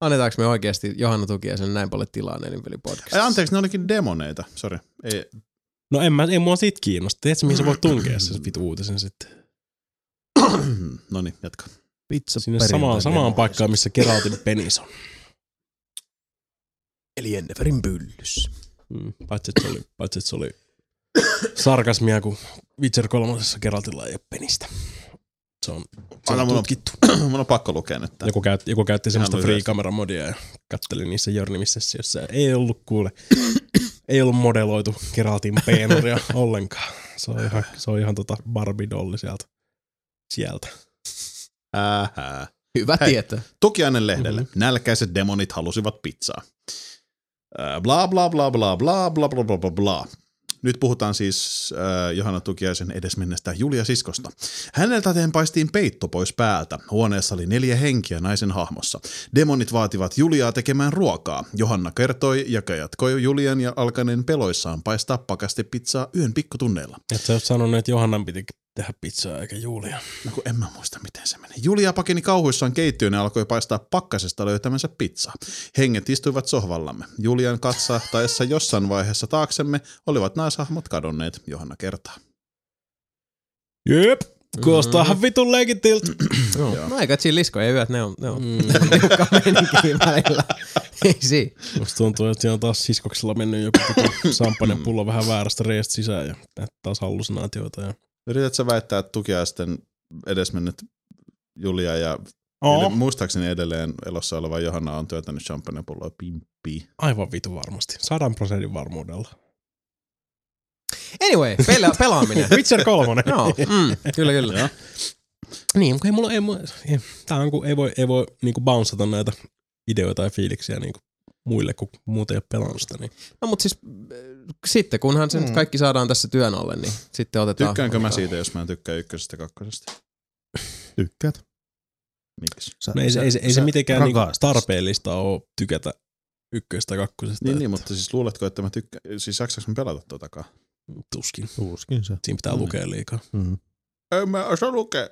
Annetaanko me oikeasti Johanna Tukiaisen näin paljon tilaa nelinpelipodcastissa?
Ei, anteeksi, ne olikin demoneita. Sori. Ei,
No en mä, ei mua sit kiinnosta. Tiedätkö, mihin sä voit tunkea sen vitu uutisen sitten?
no niin, jatka.
Pizza
Sinne samaan, samaan paikkaan, missä Geraltin penis on.
Eli Jenniferin pyllys.
Mm, paitsi, että se oli, paitsi, että se oli sarkasmia, kun Witcher kolmosessa Geraltilla ei ole penistä. Se on, se
Anna
on
mun on-
tutkittu.
Mun on pakko lukea nyt tämän.
Joku, käytti, joku käytti semmoista
lyhyesti.
free camera modia ja katteli niissä jörnimissä, jossa ei ollut kuule, ei ollut modeloitu Geraltin peenuria ollenkaan. Se on ihan, se on ihan tota Barbie-dolli sieltä. sieltä.
Ähää.
Hyvä
Hei.
tietää.
Tukiainen lehdelle. Mm-hmm. Nälkäiset demonit halusivat pizzaa. Ää, Bla bla bla bla bla bla bla bla bla bla. Nyt puhutaan siis äh, Johanna Tukiaisen edesmennestä Julia Siskosta. Häneltä teen paistiin peitto pois päältä. Huoneessa oli neljä henkiä naisen hahmossa. Demonit vaativat Juliaa tekemään ruokaa. Johanna kertoi ja jatkoi Julian ja alkaneen peloissaan paistaa pakasti pizzaa yön pikkutunneilla.
Et sä oot sanonut, että Johannan piti tehdä pizzaa eikä Julia.
No kun en mä muista, miten se meni. Julia pakeni kauhuissaan keittiöön ja alkoi paistaa pakkasesta löytämänsä pizzaa. Henget istuivat sohvallamme. Julian katsahtaessa jossain vaiheessa taaksemme olivat naishahmot kadonneet, Johanna kertaa.
Jep, kuulostaahan vitun leikitiltä.
Joo. Mm-hmm. No aika chilliskoja yöt, ne on, ne on
Mm.
tiukka meininkiä välillä. Ei si.
Musta tuntuu, että siellä on taas siskoksella mennyt joku vitu samppainen pullo vähän väärästä reiästä sisään ja näitä taas hallusinaatioita. Ja...
Yrität sä väittää, että tukiaisten edesmennyt Julia ja
Oh.
ed- muistaakseni edelleen elossa oleva Johanna on työtänyt champagnepulloa pimppiin.
Aivan vitu varmasti. Sadan prosentin varmuudella.
Anyway, pela- pelaaminen.
Witcher kolmonen.
Joo, mm, kyllä kyllä.
Joo.
Niin, mutta ei mulla, ei, mulla, ei, tää on, kun ei voi, ei voi niinku bouncata näitä ideoita ja fiiliksiä niinku muille, kun muut ei ole pelannut sitä. Niin.
No mut siis äh, sitten, kunhan se nyt kaikki saadaan tässä työn alle, niin sitten otetaan.
Mm. Tykkäänkö mä siitä, jos mä en tykkää ykkösestä ja kakkosesta?
Tykkäät.
Miksi?
Sä,
No ei, se, ei, se, ei se mitenkään niinku
rakastat
tarpeellista ole tykätä ykköstä ja kakkosesta.
Niin,
että
niin, mutta siis luuletko, että mä tykkään, siis jaksaks mä pelata totakaan?
Tuskin.
sitä. Tuskin se.
Siinä pitää
Mm.
lukea liikaa.
Mm.
En mä osaa lukea.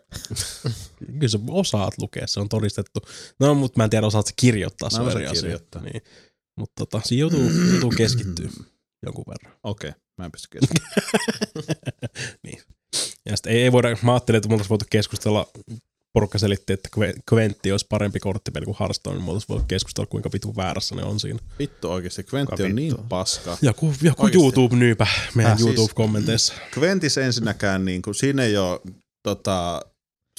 Kyllä sä osaat lukea, se on todistettu. No, mutta mä en tiedä, osaat sä kirjoittaa, se
Mä en
on
osaa
eri asia.
kirjoittaa.
Niin. Mutta tota, siinä joutuu, joutuu keskittyä jonkun verran.
Okei, okay, mä en pysty keskittymään.
niin. Ja sitten ei, ei voida, mä ajattelin, että me oltaisiin voitu keskustella, porukka selitti, että Kve- Kventti olisi parempi korttipeli kuin Hearthstone, niin me oltaisiin voitu keskustella, kuinka vitu väärässä ne on siinä.
Vittu oikeesti, Kventti on niin paska.
Joku, joku
Oikeesti.
YouTube-nyypä meidän
Äh, siis-
YouTube-kommenteissa.
Kventis ensinnäkään, niin kuin, siinä ei ole tota,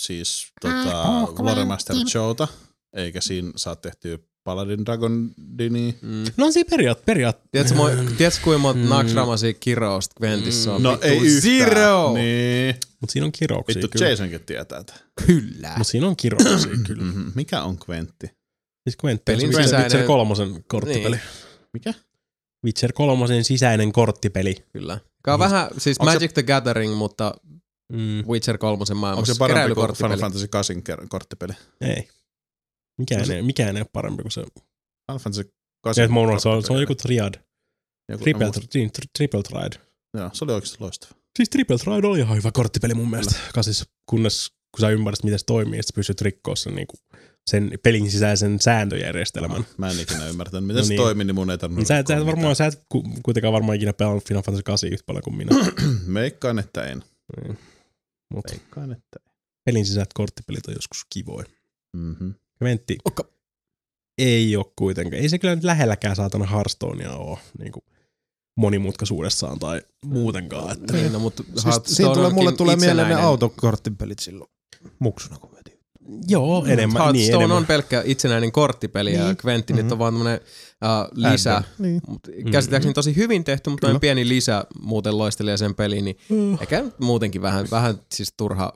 siis tota, Warren Master Showta, eikä siinä saa tehtyä Paladin Dragon Dini.
Mm.
No on siinä periaat, periaat.
Tiedätkö, moi, tiedätkö kuinka monta
Mm.
mm. naksramasia kirousta Kventissä on?
No
Vittu
ei yhtään.
Zero!
Niin.
Mutta siinä on kirouksia
Vittu,
kyllä.
Jasonkin tietää tämän.
Kyllä.
Mutta siinä on kirouksia kyllä.
Mhm. Mikä on Kventti?
Siis Quentin
Pelin
on se Witcher,
sisäinen-
Witcher kolmosen korttipeli. Niin.
Mikä?
Witcher kolmosen sisäinen korttipeli.
Kyllä. Joka on vähän, siis
Onks se-
Magic the Gathering, mutta
Mm.
Witcher 3
Onko
maailmassa.
se parempi kuin
Keräilykorttipeli.
Final Fantasy 8 ker- korttipeli?
Ei. Mikään, ei, mikään ei ole parempi kuin se.
Final Fantasy
Se,
8
että mä unohdin, se, on, se on
korttipeli.
joku triad.
Joku-
Triple,
no,
tri, tri, triple Triad.
mut- Joo, se oli oikeasti loistava.
Siis Triple Triad oli ihan hyvä korttipeli mun mielestä. Kasis, kunnes kun sä ymmärrät, miten se toimii, että sä pystyt rikkoa sen, niin kuin, sen pelin sisäisen sääntöjärjestelmän.
Mä en ikinä ymmärtänyt, miten
No
se
niin.
toimii, niin mun ei tarvinnut
Niin sä, et-
Ah, rikkoa
sä et
mitään.
varmaan, sä et ku- kuitenkaan varmaan ikinä pelannut Final Fantasy 8 yhtä paljon kuin minä.
Mm. Meikkaan, että en.
Niin. Mut
Meikkaan, että en.
pelin sisäiset korttipelit on joskus kivoja.
Mm-hmm.
Mentti.
Okka.
Ei ole kuitenkaan. Ei se kyllä nyt lähelläkään saatana Hearthstonea ole niin kuin monimutkaisuudessaan tai muutenkaan. Että.
Niin, no, mutta
Siis, siinä tulee, mulle tulee mieleen ne autokorttipelit silloin muksuna, kun me
Joo, enemmän. Niin,
Hearthstone
enemmän.
on pelkkä itsenäinen korttipeli ja
Niin.
Quentin mm-hmm. nyt on vaan tämmönen uh, lisä.
Niin.
Mut Käsittääkseni tosi hyvin tehty, mutta noin
Kyllä.
pieni lisä muuten loistelee sen peliin, niin eikä nyt muutenkin vähän, vähän siis turha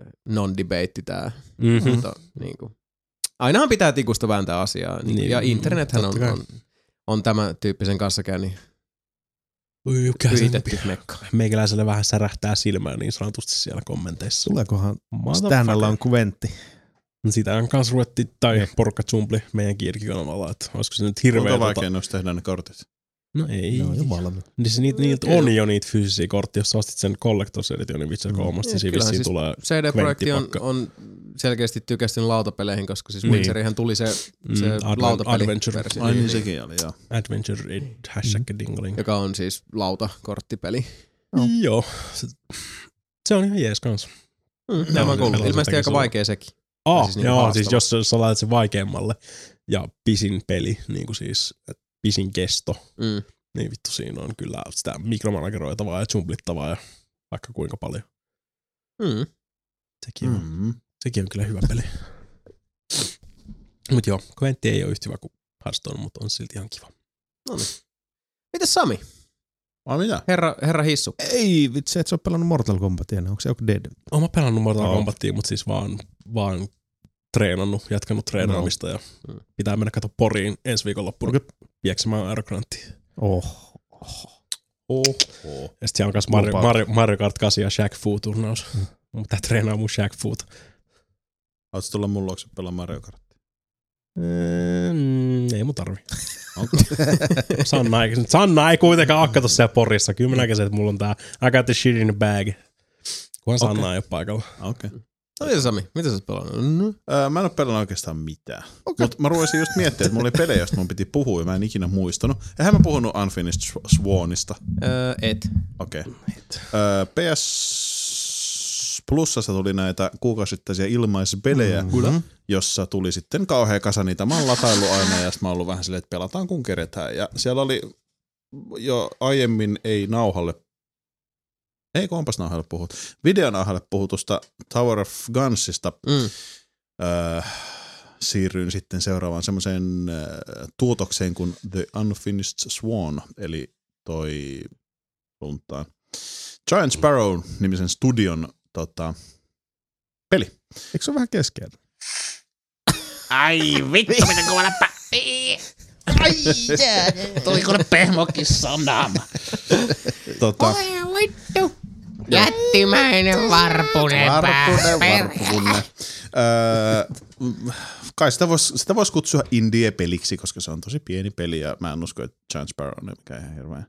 äh, non-debate tää. Mm-hmm.
Mm-hmm.
Mutta niin kuin, ainahan pitää tikusta vääntää asiaa. Niin, niin,
Niin,
ja internethän on,
totta kai.
on, on tämän tyyppisen kanssakäynnin
Yhitetty.
yhitetty mekka.
Meikäläiselle vähän särähtää silmää niin sanotusti siellä kommenteissa.
Tuleekohan
Motherfucker.
Stanalla on kuventti?
Sitä on kans ruvettiin, tai porukka tsumpli meidän kierkikanavalla, että olisiko se nyt hirveä. tota-
Kuinka vaikea noista tehdä ne kortit?
No ei.
Ne on jo valmiit.
Niin se niitä, niitä on jo niitä fyysisiä kortteja, jos sä ostit sen Collector's Editionin Witcher 3, niin siinä
Kyllähän
vissiin
siis-
tulee.
CD Projekti on,
Kventtipakka.
on selkeästi tykästynyt lautapeleihin, koska siis
Niin.
Witcherihän tuli se, se
Mm, Adven-
lautapeli
Adventure,
versio.
Ai niin, sekin oli, joo.
Adventure Ed, hashtag mm. dingling.
joka on siis lautakorttipeli. Mm,
Joo. Se, se on ihan jees kans.
Mm,
Joo,
Tämä on
se
kuullut.
pelaa
Ilmeisesti
sitäkin
aika
sulla.
vaikea sekin.
Ah,
siis
siis
niinku
joo,
haastava.
siis jos sä, sä laitat sen vaikeammalle ja pisin peli, niin kuin siis et pisin kesto,
Mm.
niin vittu siinä on kyllä sitä mikromanageroitavaa ja jumplittavaa ja vaikka kuinka paljon.
Mm.
Sekin on, mm.
Mm-hmm.
sekin on kyllä hyvä peli. Mut joo, Quentti ei ole yhtä hyvä kuin Hearthstone, mutta on silti ihan kiva.
Mitäs Sami?
Ai mitä?
Herra, herra Hissu.
Ei vitsi, et sä oo pelannut Mortal Kombatia, enää. onko se joku Dead?
Oon mä pelannut Mortal
Joo.
Kombatia, mutta siis vaan, vaan treenannut, jatkanut treenaamista ja
Mm.
pitää mennä kato Poriin ensi viikonloppuna okay. pieksemään Aerogranttiin.
Oh.
Oho.
Ja sit siellä on myös Mario,
Lupaava.
Mario, Mario Kart 8 ja Shaq Fu-turnaus. Mun pitää treenaa mun Shaq Fuuta.
Haluatko tulla mulla luokse pelaa Mario Kart?
Mm, ei mun tarvi.
Onko?
Sanna ei, Sanna ei kuitenkaan akka tossa siellä porissa. Kyllä mä näkisin, että mulla on tää I got the shit in the bag. Kunhan Sanna ei ole paikalla.
Okei. Okay.
No mitä Sami? Mitä sä oot pelannut? Mm.
Öö, mä en ole pelannut oikeastaan mitään. Okay. Mutta mä ruvesin just miettimään, että mulla oli pelejä, joista mun piti puhua ja mä en ikinä muistanut. Eihän mä puhunut Unfinished Sw- Swanista.
Öö, et.
Okei. Öö, PS Plusassa tuli näitä kuukausittaisia ilmaispelejä, mm-hmm. jossa tuli sitten kauhea kasa niitä. Mä oon lataillut aina ja sit mä oon ollut vähän silleen, että pelataan kun keretään. Ja siellä oli jo aiemmin ei nauhalle ei kompas nauhalle puhut. Videonauhalle puhutusta Tower of Gunsista
Mm.
öö, siirryin sitten seuraavaan semmoiseen öö, tuotokseen kuin The Unfinished Swan, eli toi luntaan. Giant Sparrow nimisen studion tota, peli.
Eikö se ole vähän kesken?
Ai vittu, miten kuolla pä... Ai jää, tuli kuule pehmokin sanaamaan.
Tota,
Jättimäinen varpunen
varpune, varpune. Öö, mm, kai sitä voisi sitä vois kutsua indie-peliksi, koska se on tosi pieni peli ja mä en usko, että Giant Sparrow on mikään ihan hirveän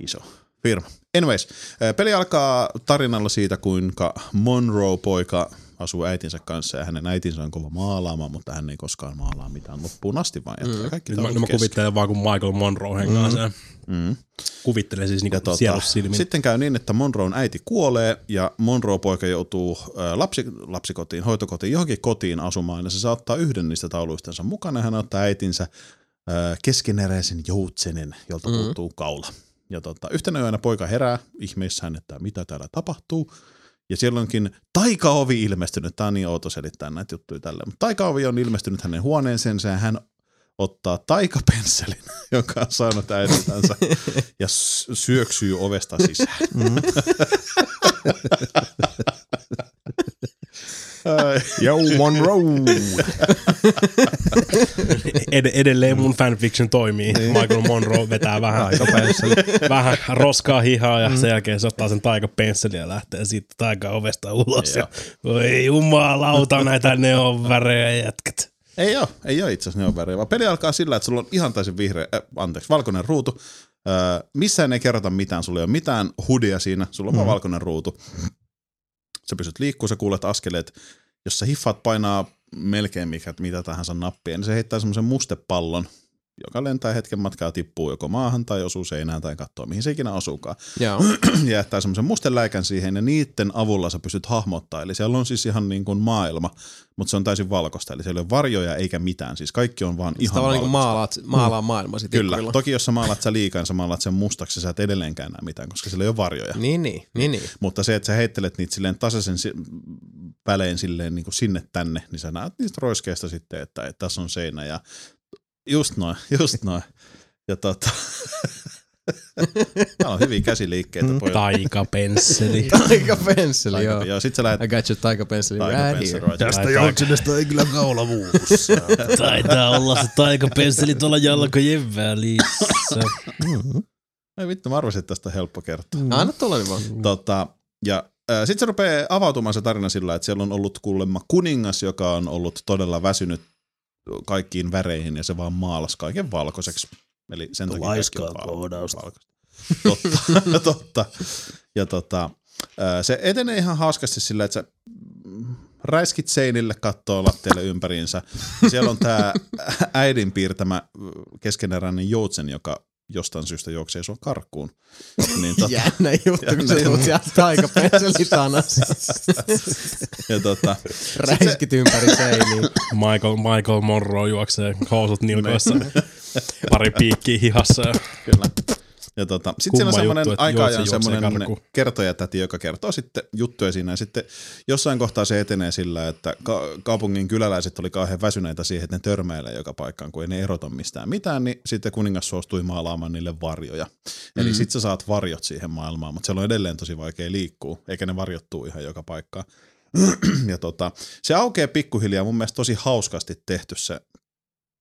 iso firma. Anyways, öö, peli alkaa tarinalla siitä, kuinka Monroe-poika asuu äitinsä kanssa ja hänen äitinsä on kova maalaamaan, mutta hän ei koskaan maalaa mitään loppuun asti, vaan jättää mm. kaikki
Nyt mä,
tauot
mä
kesken.
kuvittelen vaan, kun Michael Monroe hengaa mm.
Mm.
Kuvittelen siis
Ja
niinku
tota,
tota, sielussilmin. Sit...
Sitten käy niin, että Monroon äiti kuolee ja Monroe-poika joutuu ö, lapsi, lapsikotiin, hoitokotiin, johonkin kotiin asumaan ja se saattaa yhden niistä tauluistansa mukana. Hän ottaa äitinsä ö, keskeneräisen joutsenen, jolta
Mhm.
mm-hmm. puuttuu kaula. Ja tota, yhtenä yönä poika herää ihmeissään, että mitä täällä tapahtuu. Ja siellä onkin taikaovi ilmestynyt. Tämä on niin outo selittää näitä juttuja tällä. Mutta taikaovi on ilmestynyt hänen huoneeseensa ja hän ottaa taikapensselin, jonka on saanut äidiltänsä ja s- syöksyy ovesta sisään. Ai,
Yo, Monroe.
Ed- edelleen mun fanfiction toimii. Michael Monroe vetää vähän,
Taikapänsseli.
vähän roskaa hihaa ja sen jälkeen se ottaa sen taikapensseliä ja lähtee siitä taikaovesta ulos. Ja, voi jumalauta näitä neonvärejä jätkät.
ei oo, ei oo itse asiassa neonvärejä, vaan peli alkaa sillä, että sulla on ihan täysin vihreä, äh, anteeksi, valkoinen ruutu. Öö, missään ei kerrota mitään, sulla ei ole mitään hudia siinä, sulla on vaan valkoinen ruutu. Sä pystyt liikkuu, sä kuulet askeleet. Jos sä hiffaat painaa melkein mikä, mitä tahansa nappia, niin se heittää semmoisen mustepallon, joka lentää hetken matkaa, tippuu joko maahan tai osuu seinään tai katsoo, mihin se ikinä osuukaan.
Joo.
ja jättää semmoisen musten läikän siihen ja niiden avulla sä pystyt hahmottaa. Eli siellä on siis ihan niin kuin maailma, mutta se on täysin valkoista. Eli siellä ei ole varjoja eikä mitään. Siis kaikki on vaan
Ihan
ihan
tavallaan niin
valkoista.
maalaat, maalaa maailma sitten
Kyllä. Toki jos sä maalaat sä liikaa, niin sä maalaat sen mustaksi, sä et edelleenkään näe mitään, koska siellä ei ole varjoja.
Niin, niin, niin, niin.
Mutta se, että sä heittelet niitä silleen tasaisen si- välein silleen niin kuin sinne tänne, niin sä näet niistä roiskeista sitten, että, että tässä on seinä ja just noin, just noin. Ja tota, Täällä on hyviä käsiliikkeitä. pojat.
Taikapensseli.
Taikapensseli, Mm. joo.
Ja sit sä lähet
I got your taikapensseli right here.
taikapenssaroita.
Tästä joutsenesta ei kyllä kaula vuussa. Taitaa olla se taikapensseli tuolla jalkojen välissä.
Ei vittu, mä arvasin, että tästä on helppo kertoa.
Anna tulla niin vaan.
Tota, ja sitten se rupeaa avautumaan se tarina sillä, että siellä on ollut kuulemma kuningas, joka on ollut todella väsynyt kaikkiin väreihin ja se vaan maalasi kaiken valkoiseksi. Eli sen takia kaikki on
Laiskaa
val-
koodausta.
valkoista. Totta, totta. Ja tota, ää, se etenee ihan hauskasti sillä, että sä mm, räiskit seinille, kattoo lattialle ympäriinsä. Ja siellä on tää äidin piirtämä mm, keskeneräinen joutsen, joka jostain syystä juoksee sua karkkuun. Niin tota,
Jännä juttu, kun sä tulet
Jännä juttu.
sieltä taikapensselitana.
ja tota,
Räiskit ympäri seiniä.
Michael, Michael Monroe juoksee housut nilkoissa, pari piikkiä hihassa ja
Kyllä. Ja tota, sitten siellä on
Kumma
semmoinen
juttu, että
aika ajan
juoksee, juoksee
semmoinen
karkuun.
kertojatäti, joka kertoo sitten juttuja siinä. Ja sitten jossain kohtaa se etenee sillä, että ka- kaupungin kyläläiset oli kauhean väsyneitä siihen, että ne törmäilee joka paikkaan, kun ei ne erota mistään mitään, niin sitten kuningas suostui maalaamaan niille varjoja. Eli sit sä saat varjot siihen maailmaan, mutta siellä on edelleen tosi vaikea liikkua, eikä ne varjottuu ihan joka paikkaan. ja tota, se aukeaa pikkuhiljaa, mun mielestä tosi hauskasti tehty se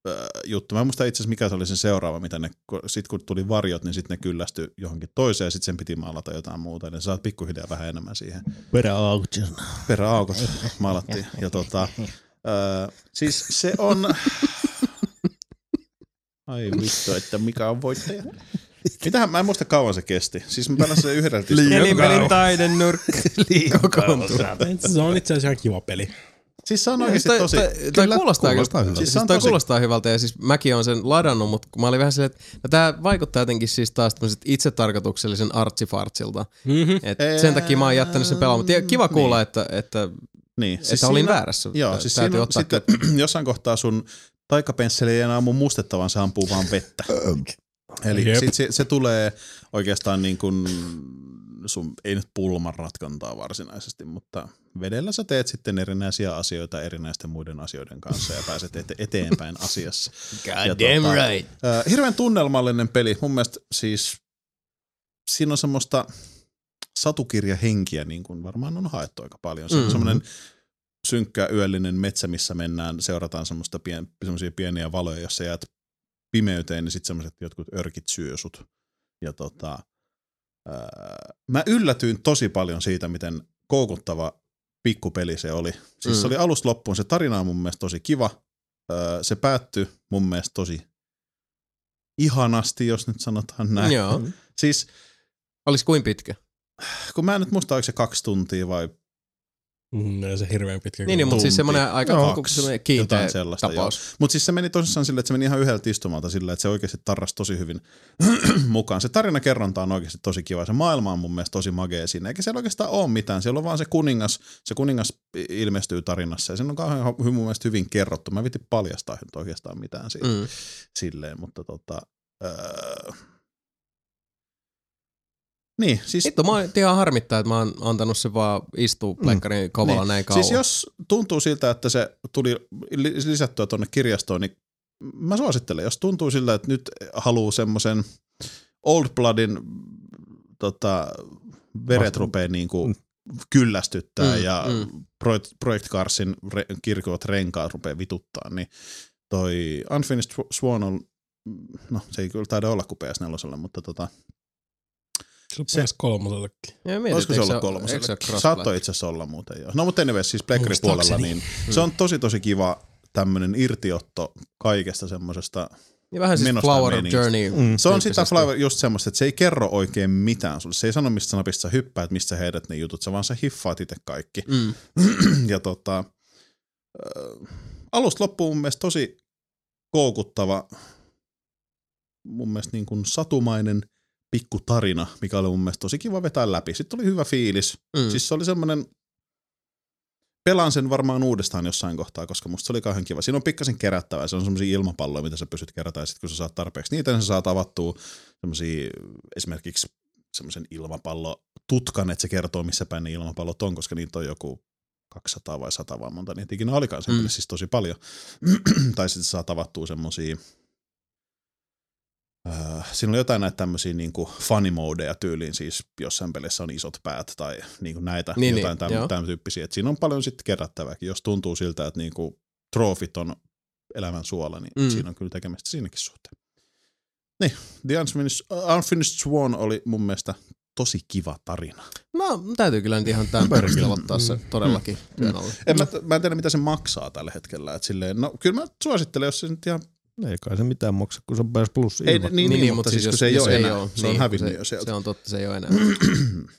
ö, juttu. Mä en muista itse asiassa, mikä se oli se seuraava, mitä ne, sit kun tuli varjot, niin sitten ne kyllästy johonkin toiseen, ja sitten sen piti maalata jotain muuta, niin sä saat pikkuhiljaa vähän enemmän siihen. Peräaukot maalattiin. Ja tota, ö, siis se on... Ai vittu, että mikä on voittaja. Mitähän, mä en muista kauan se kesti. Siis mä pelasin sen yhdeltä
Elinpelin taiden nurkka. Kokoontuu.
se on itse asiassa ihan kiva peli.
Siis se on oikeasti
Niin, Toi-
tosi...
toi- Toi kuulostaa
kuulostaa
kyllä-
hyvältä.
siis
Se on
toi
tosi-
kuulostaa hyvältä ja siis mäkin olen sen ladannut, mutta mä olin vähän silleen, että no tää vaikuttaa jotenkin siis taas tämmöiset itsetarkoituksellisen artsifartsilta.
Mm-hmm.
Et
Ee,
sen takia mä oon jättänyt sen pelaamaan. Tie- Kiva kuulla, että, että,
Niin,
siis että olin
siinä-
väärässä.
Joo,
Tä-
siis
täytyy
siinä on,
ottaa
sitten jossain kohtaa sun taikapensseli ei enää mun mustettavan, se ampuu vaan vettä. Eli
Jep.
sit se, se, tulee oikeastaan niin kuin sun, ei nyt pulman ratkantaa varsinaisesti, mutta vedellä sä teet sitten erinäisiä asioita erinäisten muiden asioiden kanssa ja pääset ete- eteenpäin asiassa.
God
Ja tota, Ö, hirveän tunnelmallinen peli. Mun mielestä siis siinä on semmoista satukirjahenkiä, niin kuin varmaan on haettu aika paljon. Se on
Mm.
mm-hmm. semmoinen synkkä yöllinen metsä, missä mennään, seurataan semmoista pien, semmoisia pieniä valoja, jos sä jäät pimeyteen, niin sitten semmoiset jotkut örkit syö sut. Ja tota, ää, mä yllätyin tosi paljon siitä, miten koukuttava pikkupeli se oli. Siis mm.
Mm.
se oli alusta loppuun, se tarina on mun mielestä tosi kiva. Öö, se päättyi mun mielestä tosi ihanasti, jos nyt sanotaan näin.
Joo.
Siis
Olis kuin pitkä?
kun mä en nyt muista, oliko se kaksi tuntia vai
Mm, se hirveän pitkä.
Niin, niin mutta siis
tunti.
semmoinen aika
Joo,
joku
kaksi.
semmoinen kiinteä
Jotain sellaista,
tapaus.
Mutta siis se meni tosissaan silleen, että se meni ihan yhdeltä istumalta sillä, että se oikeasti tarras tosi hyvin mukaan. Se tarinakerronta on oikeasti tosi kiva. Se maailma on mun mielestä tosi magea siinä. Eikä siellä oikeastaan ole mitään. Siellä on vaan se kuningas. Se kuningas ilmestyy tarinassa. Ja sen on kauhean hy- mun mielestä hyvin kerrottu. Mä en viitti paljastaa nyt oikeastaan mitään siitä. Mm.
Mm.
Silleen, mutta tota... Öö... Niin, siis...
Hitto, mä oon ihan harmittaa, että mä oon antanut se vaan istua pleikkarin kovalla näin kauan.
Mm. Siis jos tuntuu siltä, että se tuli li- lisättyä tuonne kirjastoon, niin mä suosittelen, jos tuntuu siltä, että nyt haluaa semmoisen Old Bloodin tota, veret rupeaa niin kuin kyllästyttää
Mm,
mm, ja
mm.
mm. Project Carsin re, kirkuvat renkaat rupeaa vituttaa, niin toi Unfinished Sw- Swan on, no se ei kyllä taida olla kuin PS4, mutta tota,
Se on kolmosellekin.
Ja mietit,
olisiko se
eikö ole-
ollut
eikö se
kolmosella?
ole crossplay?
Saattoi itse asiassa olla muuten joo. No mutta anyway, siis Plekkari puolella,
Muistaakseni.
niin se on tosi tosi kiva tämmönen irtiotto kaikesta semmosesta
Ja vähän siis
menosta
Flower of
meiningistä.
Journey.
Mm.
Se on sitä
Tyyppisesti.
flavor just semmoista, että se ei kerro oikein mitään sulle. Se ei sano, mistä napista sä hyppäät, mistä sä heidät ne jutut, sä vaan sä hiffaat itse kaikki.
Mm.
ja tota, äh, alusta loppuun mun mielestä tosi koukuttava, mun mielestä niin kuin satumainen pikku tarina, mikä oli mun mielestä tosi kiva vetää läpi. Sitten oli hyvä fiilis.
Mm.
Mm. Siis se oli semmoinen, pelaan sen varmaan uudestaan jossain kohtaa, koska musta se oli kauhean kiva. Siinä on pikkasen kerättävää, se on semmoisia ilmapalloja, mitä sä pysyt kerätään, ja sit kun sä saat tarpeeksi niitä, niin sä saat avattua semmoisia esimerkiksi semmoisen ilmapallo tutkan, että se kertoo missä päin ne ilmapallot on, koska niitä on joku 200 vai 100 vai monta, niitä ikinä olikaan sen
Mm.
mm. siis tosi paljon. tai sitten sä saat avattua semmoisia Öö, siinä oli jotain näitä tämmöisiä niin funimodeja tyyliin, siis jossain pelissä on isot päät tai niin kuin näitä,
Niin,
niin, jotain
niin,
niin,
joo.
tämän, tämän tyyppisiä. Et siinä on paljon sitten kerättävääkin, jos tuntuu siltä, että niin kuin trofit on elämän suola, niin
Mm.
mm. siinä on kyllä tekemistä siinäkin suhteen. Niin, The Unfinished, uh, Unfinished Swan oli mun mielestä tosi kiva tarina.
No, täytyy kyllä nyt ihan tämän perusteella ottaa se todellakin työn alle.
Mm. En, mä, niin, mä en tiedä, mitä se maksaa tällä hetkellä. Et silleen, no, kyllä mä suosittelen, jos se nyt ihan...
Ei kai se mitään maksa, kun se on PS Plus
Ei,
ilman.
niin, niin, niin, mutta siis, kun
jos-
se ei
jos
ole enää, se on
niin,
hävinnyt
se,
jo sieltä.
Se on totta, se ei ole enää.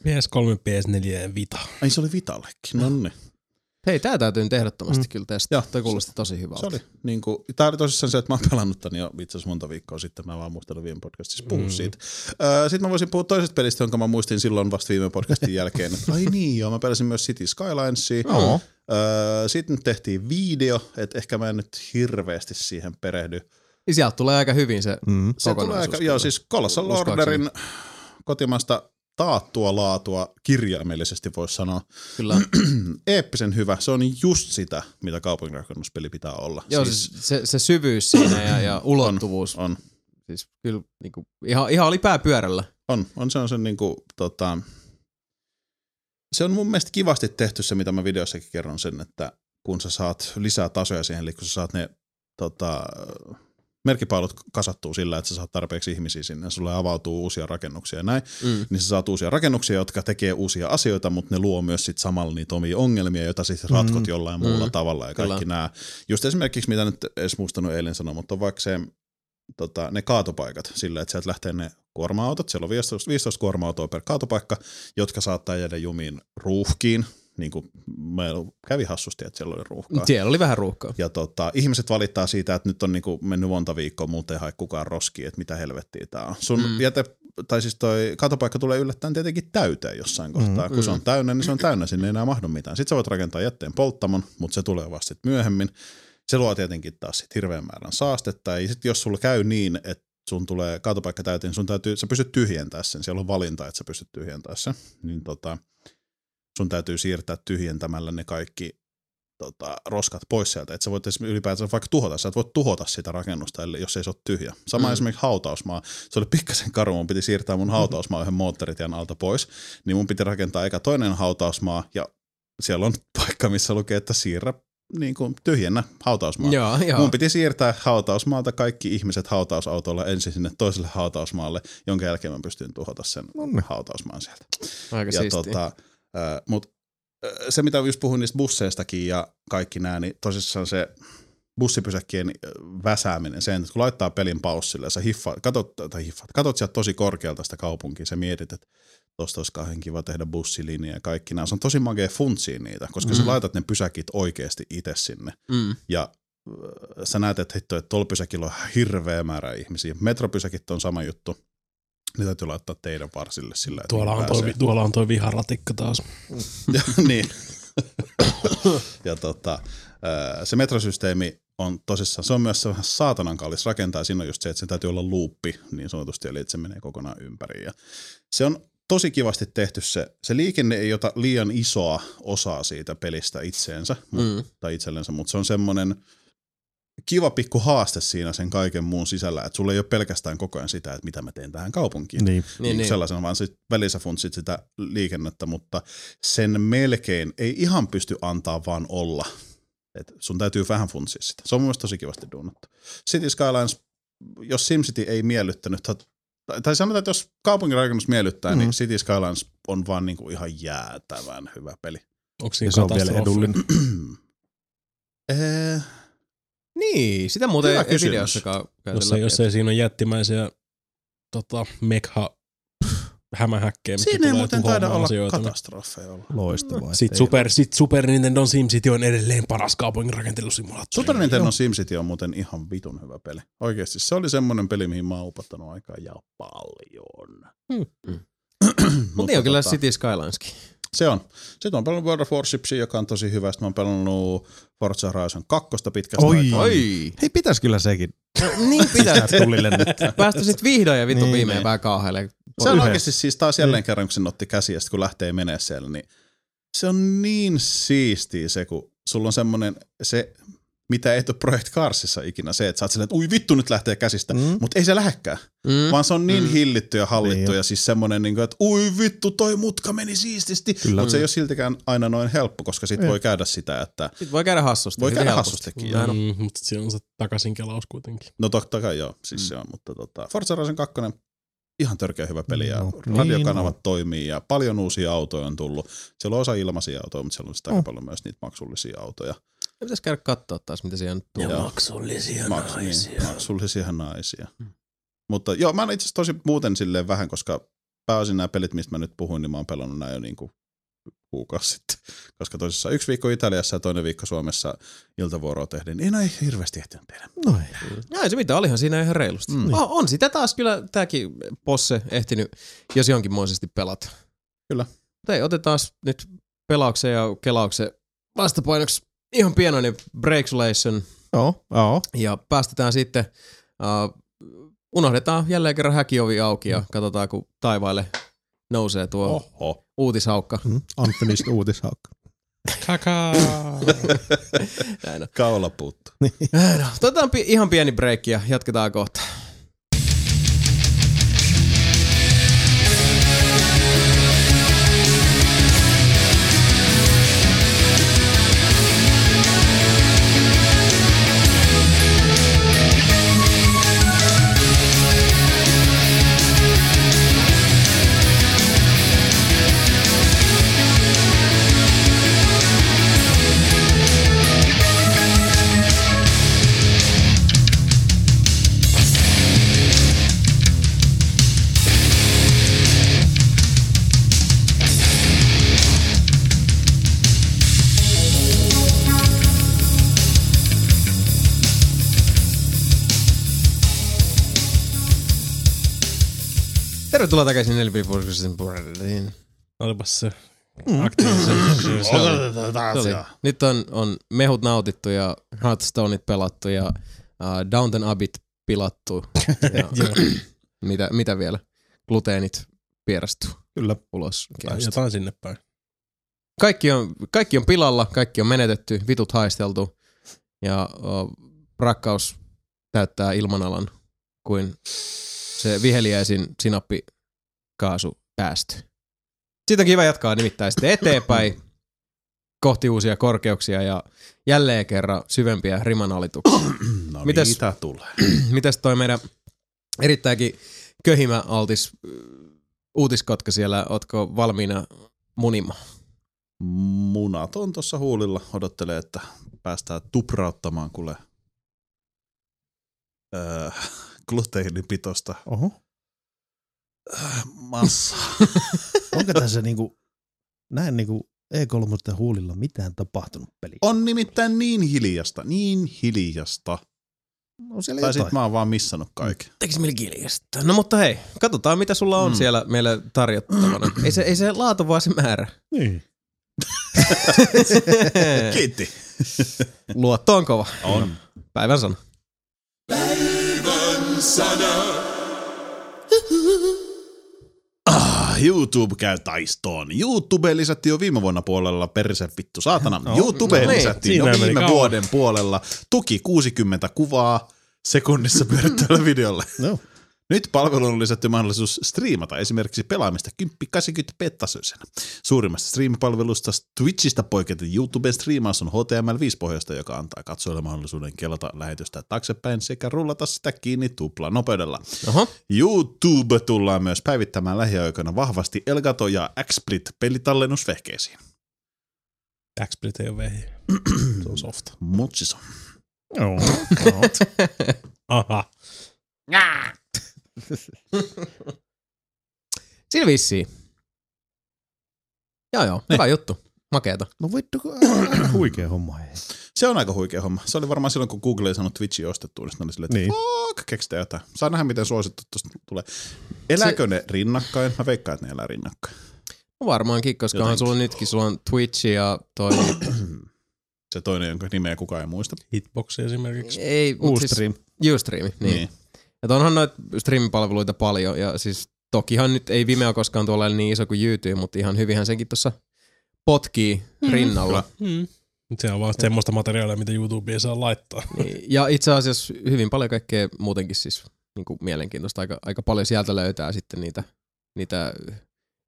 PS3, PS4 ja Vita.
Ai se oli Vitallekin, no niin.
Hei, tää täytyy nyt ehdottomasti kyllä testata. Tämä kuulosti tosi hyvältä.
Mm. Se oli, niin kuin, tämä oli tosissaan se, että mä oon pelannut tän jo itse asiassa monta viikkoa sitten, mä vaan muistelin viime podcastissa puhua mm. siitä. Öö, sitten mä voisin puhua toisesta pelistä, jonka mä muistin silloin vasta viime podcastin jälkeen. että Ai niin joo, mä pelasin myös City Skylinesia.
Joo.
Öö, sitten nyt tehtiin video, että ehkä mä en nyt hirveästi siihen perehdy.
Niin Sieltä tulee aika hyvin se mm.
Se tulee aika, joo, siis Colossal
Uskoakseni.
Orderin kotimaasta taattua laatua kirjaimellisesti voisi sanoa.
Kyllä.
Eeppisen hyvä, se on just sitä, mitä kaupunginrakennuspeli pitää olla.
Joo, siis se, se syvyys siinä ja, ja ulottuvuus.
on,
Siis kyllä niin kuin, ihan, ihan oli pää pyörällä.
On, on se on sen niinku, tota, se on mun mielestä kivasti tehty se, mitä mä videossakin kerron sen, että kun sä saat lisää tasoja siihen, eli kun sä saat ne tota, merkkipaalut kasattuu sillä, että sä saat tarpeeksi ihmisiä sinne, sulle avautuu uusia rakennuksia ja näin,
Mm.
niin sä saat uusia rakennuksia, jotka tekee uusia asioita, mutta ne luo myös sit samalla niitä omia ongelmia, joita sitten ratkot mm. jollain muulla
Mm.
mm. tavalla ja kaikki
Kyllä.
nämä. Just esimerkiksi, mitä nyt edes muistanut eilen sanoa, mutta on vaikka se, tota, ne kaatopaikat sillä, että sieltä lähtee ne kuorma-autot, siellä on 15, 15 kuorma-autoa per kaatopaikka, jotka saattaa jäädä jumiin ruuhkiin, niin kuin meillä kävi hassusti, että siellä oli ruuhkaa.
Siellä oli vähän ruuhkaa.
Ja tota, ihmiset valittaa siitä, että nyt on niinku mennyt monta viikkoa, muuten ei hae kukaan roskiin, että mitä helvettiä tää on. Sun
Mm.
mm. jäte, tai siis toi katopaikka tulee yllättäen tietenkin täyteen jossain kohtaa. Mm. Kun se on täynnä, niin se on täynnä, sinne ei enää mahdu mitään. Sitten sä voit rakentaa jätteen polttamon, mutta se tulee vasta sit myöhemmin. Se luo tietenkin taas sit hirveän määrän saastetta. Ja sit jos sulla käy niin, että sun tulee kaatopaikka täyteen, sun täytyy, sä pystyt tyhjentämään sen. Siellä on valinta, että sä pystyt tyhjentämään sen. Niin tota, sun täytyy siirtää tyhjentämällä ne kaikki tota, roskat pois sieltä. Että sä voit esim- ylipäätään vaikka tuhota, sä et voi tuhota sitä rakennusta, ellei- jos ei se ole tyhjä. Sama
Mm. Mm-hmm.
mm. esimerkiksi hautausmaa. Se oli pikkasen karu, mun piti siirtää mun hautausmaa yhden moottoritien alta pois, niin mun piti rakentaa eka toinen hautausmaa ja siellä on paikka, missä lukee, että siirrä niin kuin tyhjennä hautausmaa.
Joo, joo.
Mun piti siirtää hautausmaalta kaikki ihmiset hautausautolla ensin sinne toiselle hautausmaalle, jonka jälkeen mä pystyn tuhota sen
No niin.
hautausmaan sieltä.
Aika
Ja
siistiä.
tota, ö, mut, ö, se, mitä just puhuin niistä busseistakin ja kaikki nämä, niin tosissaan se bussipysäkkien ö, väsääminen, sen, että kun laittaa pelin paussille ja sä hiffaat, katot, tai hiffaat, katot sieltä tosi korkealta sitä kaupunkia, sä mietit, että tosta olisi kauhean kiva tehdä bussilinja ja kaikki nämä. Se on tosi magea funtsia niitä, koska mm. sä
Mm.
laitat ne pysäkit oikeasti itse sinne.
Mm.
Ja ö, sä näet, että hitto, että tuolla pysäkillä on hirveä määrä ihmisiä. Metropysäkit on sama juttu. Ne täytyy laittaa teidän varsille sillä, että
Tuolla
niihin
on, toi,
pääsee.
vi- tuolla on toi viharatikka taas.
Ja, niin. ja tota, ää, se metrosysteemi on tosissaan, se on myös se vähän saatanan kallis rakentaa. Siinä on just se, että se täytyy olla luuppi niin sanotusti, eli että se menee kokonaan ympäri. Ja se on tosi kivasti tehty se, se liikenne ei ota liian isoa osaa siitä pelistä itseensä, mm.
Mm.
tai itsellensä, mutta se on semmoinen kiva pikku haaste siinä sen kaiken muun sisällä, että sulla ei ole pelkästään koko ajan sitä, että mitä mä teen tähän kaupunkiin.
Niin.
Niin, niin.
Sellaisena vaan sit välissä funtsit sitä liikennettä, mutta sen melkein ei ihan pysty antaa vaan olla. Et sun täytyy vähän funtsia sitä. Se on mun mielestä tosi kivasti duunattu. City Skylines, jos SimCity ei miellyttänyt, tai- tai sanotaan, että jos kaupunkirakennus miellyttää,
Mm.
mm-hmm. niin City Skylines on vaan niinku ihan jäätävän hyvä peli.
Onko
Ja
siinä
se on vielä
katastrofi?
edullinen.
Eh,
Niin, sitä muuten
Hyvä
ei
kysymys.
videossakaan käyty
Jos
läpi.
ei, jos ei siinä ole jättimäisiä tota, mekha hämähäkkejä, mitkä
Siinä ei
tulee
muuten taida
tuhoamaan
olla
asioita, niin-
katastrofeja olla.
Loistavaa.
Sitten Super, sit super Nintendo SimCity on edelleen paras kaupungin rakentelusimulaattori.
Super Nintendo SimCity on muuten ihan vitun hyvä peli. Oikeasti se oli semmoinen peli, mihin mä oon upottanut aikaa ja paljon.
Hmm.
Mm. Mutta
Mutta
niin on kyllä
tota,
City Skylineskin.
Se on. Sitten on pelannut World of Warshipsia, joka on tosi hyvä. Sitten mä oon pelannut Forza Horizon 2 pitkästä
Oi.
aikaa.
Oi!
Hei, pitäis kyllä sekin
Niin pitää.
pistää tulille nyt.
Päästä sit vihdoin ja vittu
Niin,
niin, viimein
niin.
vähän kauhealle.
Se on
Yhdessä.
oikeasti siis taas
Niin.
jälleen kerran, kun se otti käsi ja sitten kun lähtee menee siellä, niin se on niin siistiä se, kun sulla on semmoinen se, mitä ei ole Project Carsissa ikinä, se, että sä oot silleen, että ui vittu nyt lähtee käsistä, mm. mutta ei se lähdekään.
Mm.
vaan se on niin
Mm.
mm. hillitty ja hallittu
Niin.
niin ja siis semmoinen, niin että ui vittu toi mutka meni siististi, mutta se ei ole siltikään aina noin helppo, koska sit voi käydä sitä, että
Sit voi käydä hassusti.
voi
hyvin
käydä
helposti.
hassustikin.
Näin
Ja.
on.
Mm, mutta siinä on se takaisin kelaus kuitenkin.
No totta kai joo, siis mm. se on, mutta tota, Forza Horizon 2 ihan törkeä hyvä peli ja
No,
no,
niin
radiokanavat niin toimii ja paljon uusia autoja on tullut. Siellä on osa ilmaisia autoja, mutta siellä on sitä aika paljon myös niitä maksullisia autoja.
Ja Pitäis käydä katsoa taas, mitä siellä nyt tulee.
Ja
maksullisia
Maks, niin, maksullisia naisia. Mutta joo, mä oon itse asiassa tosi muuten silleen vähän, koska pääosin nämä pelit, mistä mä nyt puhuin, niin mä oon pelannut nämä jo niinku kuukausi sitten. Koska tosissaan yksi viikko Italiassa ja toinen viikko Suomessa iltavuoroa tehden, niin en ole ihan hirveästi ehtinyt tehdä.
Noin.
No ei se mitään, olihan siinä ihan reilusti. Mm.
Mm.
On, on sitä taas kyllä tämäkin posse ehtinyt, jos jonkinmoisesti pelata.
Kyllä.
Mutta ei, otetaan nyt pelauksen ja kelauksen vastapainoksi ihan pienoinen Breaksulation
Joo, joo.
ja päästetään sitten, uh, unohdetaan jälleen kerran häkiovi auki
Mm.
ja katsotaan kun taivaalle nousee tuo oh.
Oho.
uutishaukka.
Mm. Unfinished uutishaukka.
Kakaa.
Näin on.
Kaula puuttu. Niin.
Näin on. Otetaan pi- ihan pieni breikki ja jatketaan kohta. Tervetuloa takaisin Nelpipurkisen purriin.
Olipas se aktiivisen. se oli.
Se oli. Nyt on, on mehut nautittu ja Hearthstoneit pelattu ja uh, Downton Abbey pilattu. Ja, mitä, mitä vielä? Gluteenit pierastuu Kyllä. ulos.
Tai
kehosta.
Jotain sinne päin.
Kaikki on, kaikki on pilalla, kaikki on menetetty, vitut haisteltu ja uh, rakkaus täyttää ilmanalan kuin se viheliäisin sinappikaasu päästy. Siitä on kiva jatkaa nimittäin sitten eteenpäin kohti uusia korkeuksia ja jälleen kerran syvempiä rimanalituksia.
No
Mitäs-
mitä tulee?
Mitäs toi meidän erittäinkin köhimä altis äh, uutiskotka siellä, ootko valmiina munimaan?
Munat on tuossa huulilla, odottelee, että päästään tuprauttamaan kuule öö, gluteenipitoista
Oho.
massaa.
Onko tässä niinku, näin niinku E3 huulilla mitään tapahtunut peli?
On nimittäin niin hiljasta, niin hiljasta.
No siellä
Tai
jotain.
sit mä oon vaan missannut kaiken.
Tekis meillä kiljasta. No mutta hei, katsotaan mitä sulla on mm.
Mm.
siellä meillä tarjottavana. ei, se, ei se laatu, vaan se määrä.
Niin.
Kiitti.
Luotto on kova.
On.
Päivän sana.
Ah, YouTube käy taistoon. YouTube lisättiin jo viime vuonna puolella, perse vittu saatana. YouTube
no niin,
lisättiin
siinä
jo
meni
viime
kauan.
vuoden puolella. Tuki 60 kuvaa sekunnissa pyörittävällä videolla.
No.
Nyt palveluun on lisätty mahdollisuus striimata esimerkiksi pelaamista 1080p-tasoisena. Suurimmasta striimipalvelusta Twitchistä poiketen YouTuben striimaus on HTML5-pohjasta, joka antaa katsojalle mahdollisuuden kelata lähetystä taaksepäin sekä rullata sitä kiinni tuplanopeudella.
Oho.
YouTube tullaan myös päivittämään lähiaikoina vahvasti Elgato- ja XSplit pelitallennusvehkeisiin.
Backsplit ei ole vehi. Se on softa.
Mutsis on.
Joo.
Aha.
Sillä vissiin. Joo joo, hyvä juttu. Makeeta.
No vittu, kun huikea homma.
Niin,
Ei.
Se on aika huikea homma. Se oli varmaan silloin, kun Google ei saanut Twitchiä ostettua, niin sitten oli silleen, että
Niin.
niin. fuck, keksitään jotain. Saa nähdä, miten suosittu tuosta tulee. Elääkö ne rinnakkain? Mä veikkaan, että ne elää rinnakkain.
No varmaankin, koska onhan
Jotenkin.
sulla nytkin, sulla on Twitch ja toi...
Se toinen, jonka nimeä kukaan ei muista.
Hitboxi esimerkiksi.
ei, mut
Uusi
siis-
stream.
Ustream, niin. niin. Että onhan noita streamipalveluita paljon ja siis tokihan nyt ei Vimeo koskaan tuolla ole niin iso kuin YouTube, mutta ihan hyvinhän senkin tuossa potkii mm. rinnalla.
Mm. Se on vaan semmoista materiaalia, mitä YouTube ei saa laittaa.
Niin. Ja itse asiassa hyvin paljon kaikkea muutenkin siis niin kuin mielenkiintoista. Aika, aika paljon sieltä löytää sitten niitä, niitä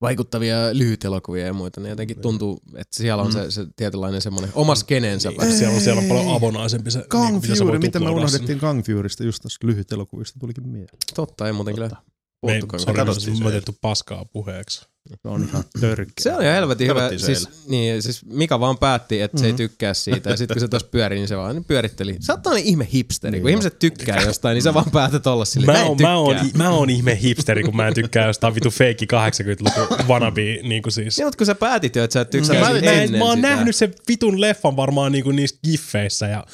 vaikuttavia lyhytelokuvia ja muita. Niin jotenkin tuntuu, että siellä on mm. se, se tietynlainen semmoinen oma skenensä.
Niin, siellä, on, siellä on paljon avonaisempi se,
Kang
niinku, mitä sä voit
Fury, mitä me
uploadaa sinne.
unohdettiin Kang Furysta just tuossa lyhyt elokuvista tulikin mieleen.
Totta, ei muuten kyllä
Me ei,
puhuttukaan.
sori,
Katsottiin
me
se
on tehty paskaa puheeksi.
Se on ihan törkeä.
Se on ihan helvetin hyvä.
Katsottiin se
Siis, niin, ja siis Mika vaan päätti, että se ei tykkää siitä. Ja sitten kun se tuossa pyöri, Mm. niin se vaan pyöritteli. Sä oot tämmönen ihme hipsteri. Kun ihmiset tykkää jostain, niin sä vaan päätät olla silleen.
Niin. Mä
Mä, en
oon,
tykkää.
mä, oon, mä oon ihme hipsteri, kun mä en tykkää jostain vitu feikki 80-luku wannabe, niin kuin siis.
Niin, mutta kun sä päätit jo, että sä et tykkää
Mä,
siitä
mä,
ennen
mä oon
sitä.
nähnyt sen vitun leffan varmaan niinku niissä giffeissä ja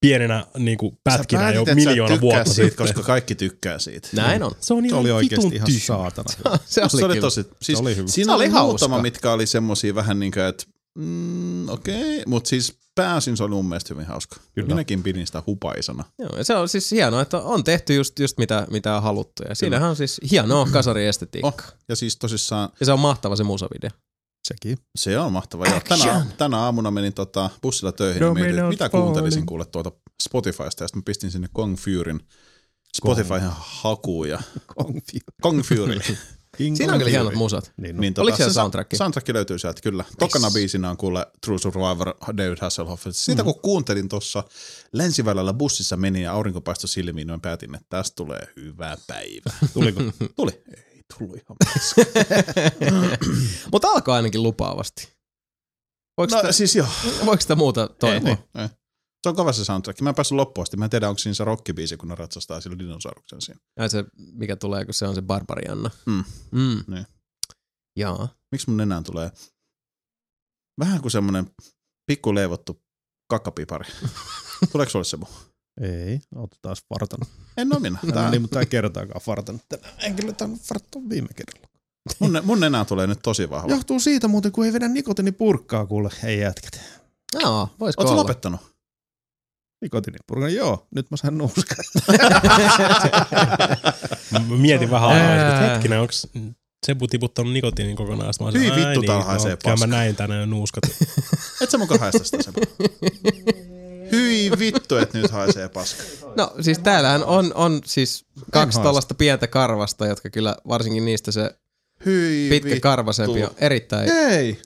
pienenä niinku pätkinä
Sä päätit,
jo
että sä
miljoona
tykkäät
vuotta
siitä,
sitten.
koska kaikki tykkää siitä.
Näin on.
Se on
Se
ihan
oli
vitun
oikeasti ihan
tyhmä.
saatana.
Se oli,
Se oli
kyllä.
tosi, siis,
Se oli hyvä.
Se
siinä
oli
oli, muutama,
hauska.
mitkä oli semmosia vähän niin kuin, että mm, okei, okay. mutta siis pääosin se oli mun mielestä hyvin hauska. Kyllä. Minäkin pidin sitä hupaisana.
Joo, ja se on siis hienoa, että on tehty just, just mitä, mitä on haluttu. Ja siinähän on siis hienoa kasariestetiikka.
Oh, ja siis tosissaan
Ja se on mahtava se musavideo.
Sekin.
se on mahtava. Ja tänä, tänä aamuna menin tota, bussilla töihin
No
ja mietin, että mitä kuuntelisin kuule tuolta Spotifysta. Ja sitten mä pistin sinne Kong Furyn Spotifyhan hakuun ja
Kong Fury.
Kong Fury.
Siinä on kyllä hienot musat.
Niin, no.
niin,
Oliko siellä
se sa-
soundtrack?
Soundtrack löytyy sieltä, kyllä. Tokana biisinä on kuule True Survivor David Hasselhoff. Siitä
Mm.
kun kuuntelin tuossa länsivälällä bussissa meni ja aurinko paistoi silmiin, niin mä päätin, että tästä tulee hyvä päivä. Tuliko? Tuli. Ei tullut ihan paska.
Mutta alkaa ainakin lupaavasti. Voiko,
No
sitä,
siis joo.
voiko sitä muuta toivoa?
Ei, niin. ei. Se on kova se soundtrack. Mä en päässyt loppuun asti. Mä en tiedä, onko siinä se rockibiisi, kun ne ratsastaa sillä dinosauruksen siinä.
Ja se, mikä tulee, kun se on se Barbarianna.
Mm.
Mm.
Niin.
Jaa.
Miksi mun nenään tulee vähän kuin semmonen pikku leivottu kakapipari? Tuleeko sulle se muu?
Ei, oot taas fartanut.
En oo minä.
Tää.
Tää,
Niin, mutta tää ei kertaakaan fartanut tänään. En kyllä tainnut farttua viime kerralla.
mun, ne- mun nenään tulee nyt tosi vahva.
Johtuu siitä muuten, kun ei vedä nikotiinipurkkaa kuule. Ei jätkät.
Jaa, voisiko
Oletko
olla?
lopettanut?
Nikotiinipurkan, joo. Nyt mä saan nuuskaa.
Mä Mietin vähän aikaa,
Ää.
että hetkinen, onks Sebu tiputtanut nikotiinin kokonaan. Sitten Mä olisin,
Hyi
ai
vittu, tää
niin,
haisee
no, kyllä
paska.
mä näin tänään jo nuuskat.
Et sä mukaan haista sitä sen. Hyi vittu, että nyt haisee paska.
No siis täällähän on, on siis kaksi
haista.
tällaista pientä karvasta, jotka kyllä varsinkin niistä se
Hyi
pitkä
vittu.
karvasempi on erittäin...
Hei!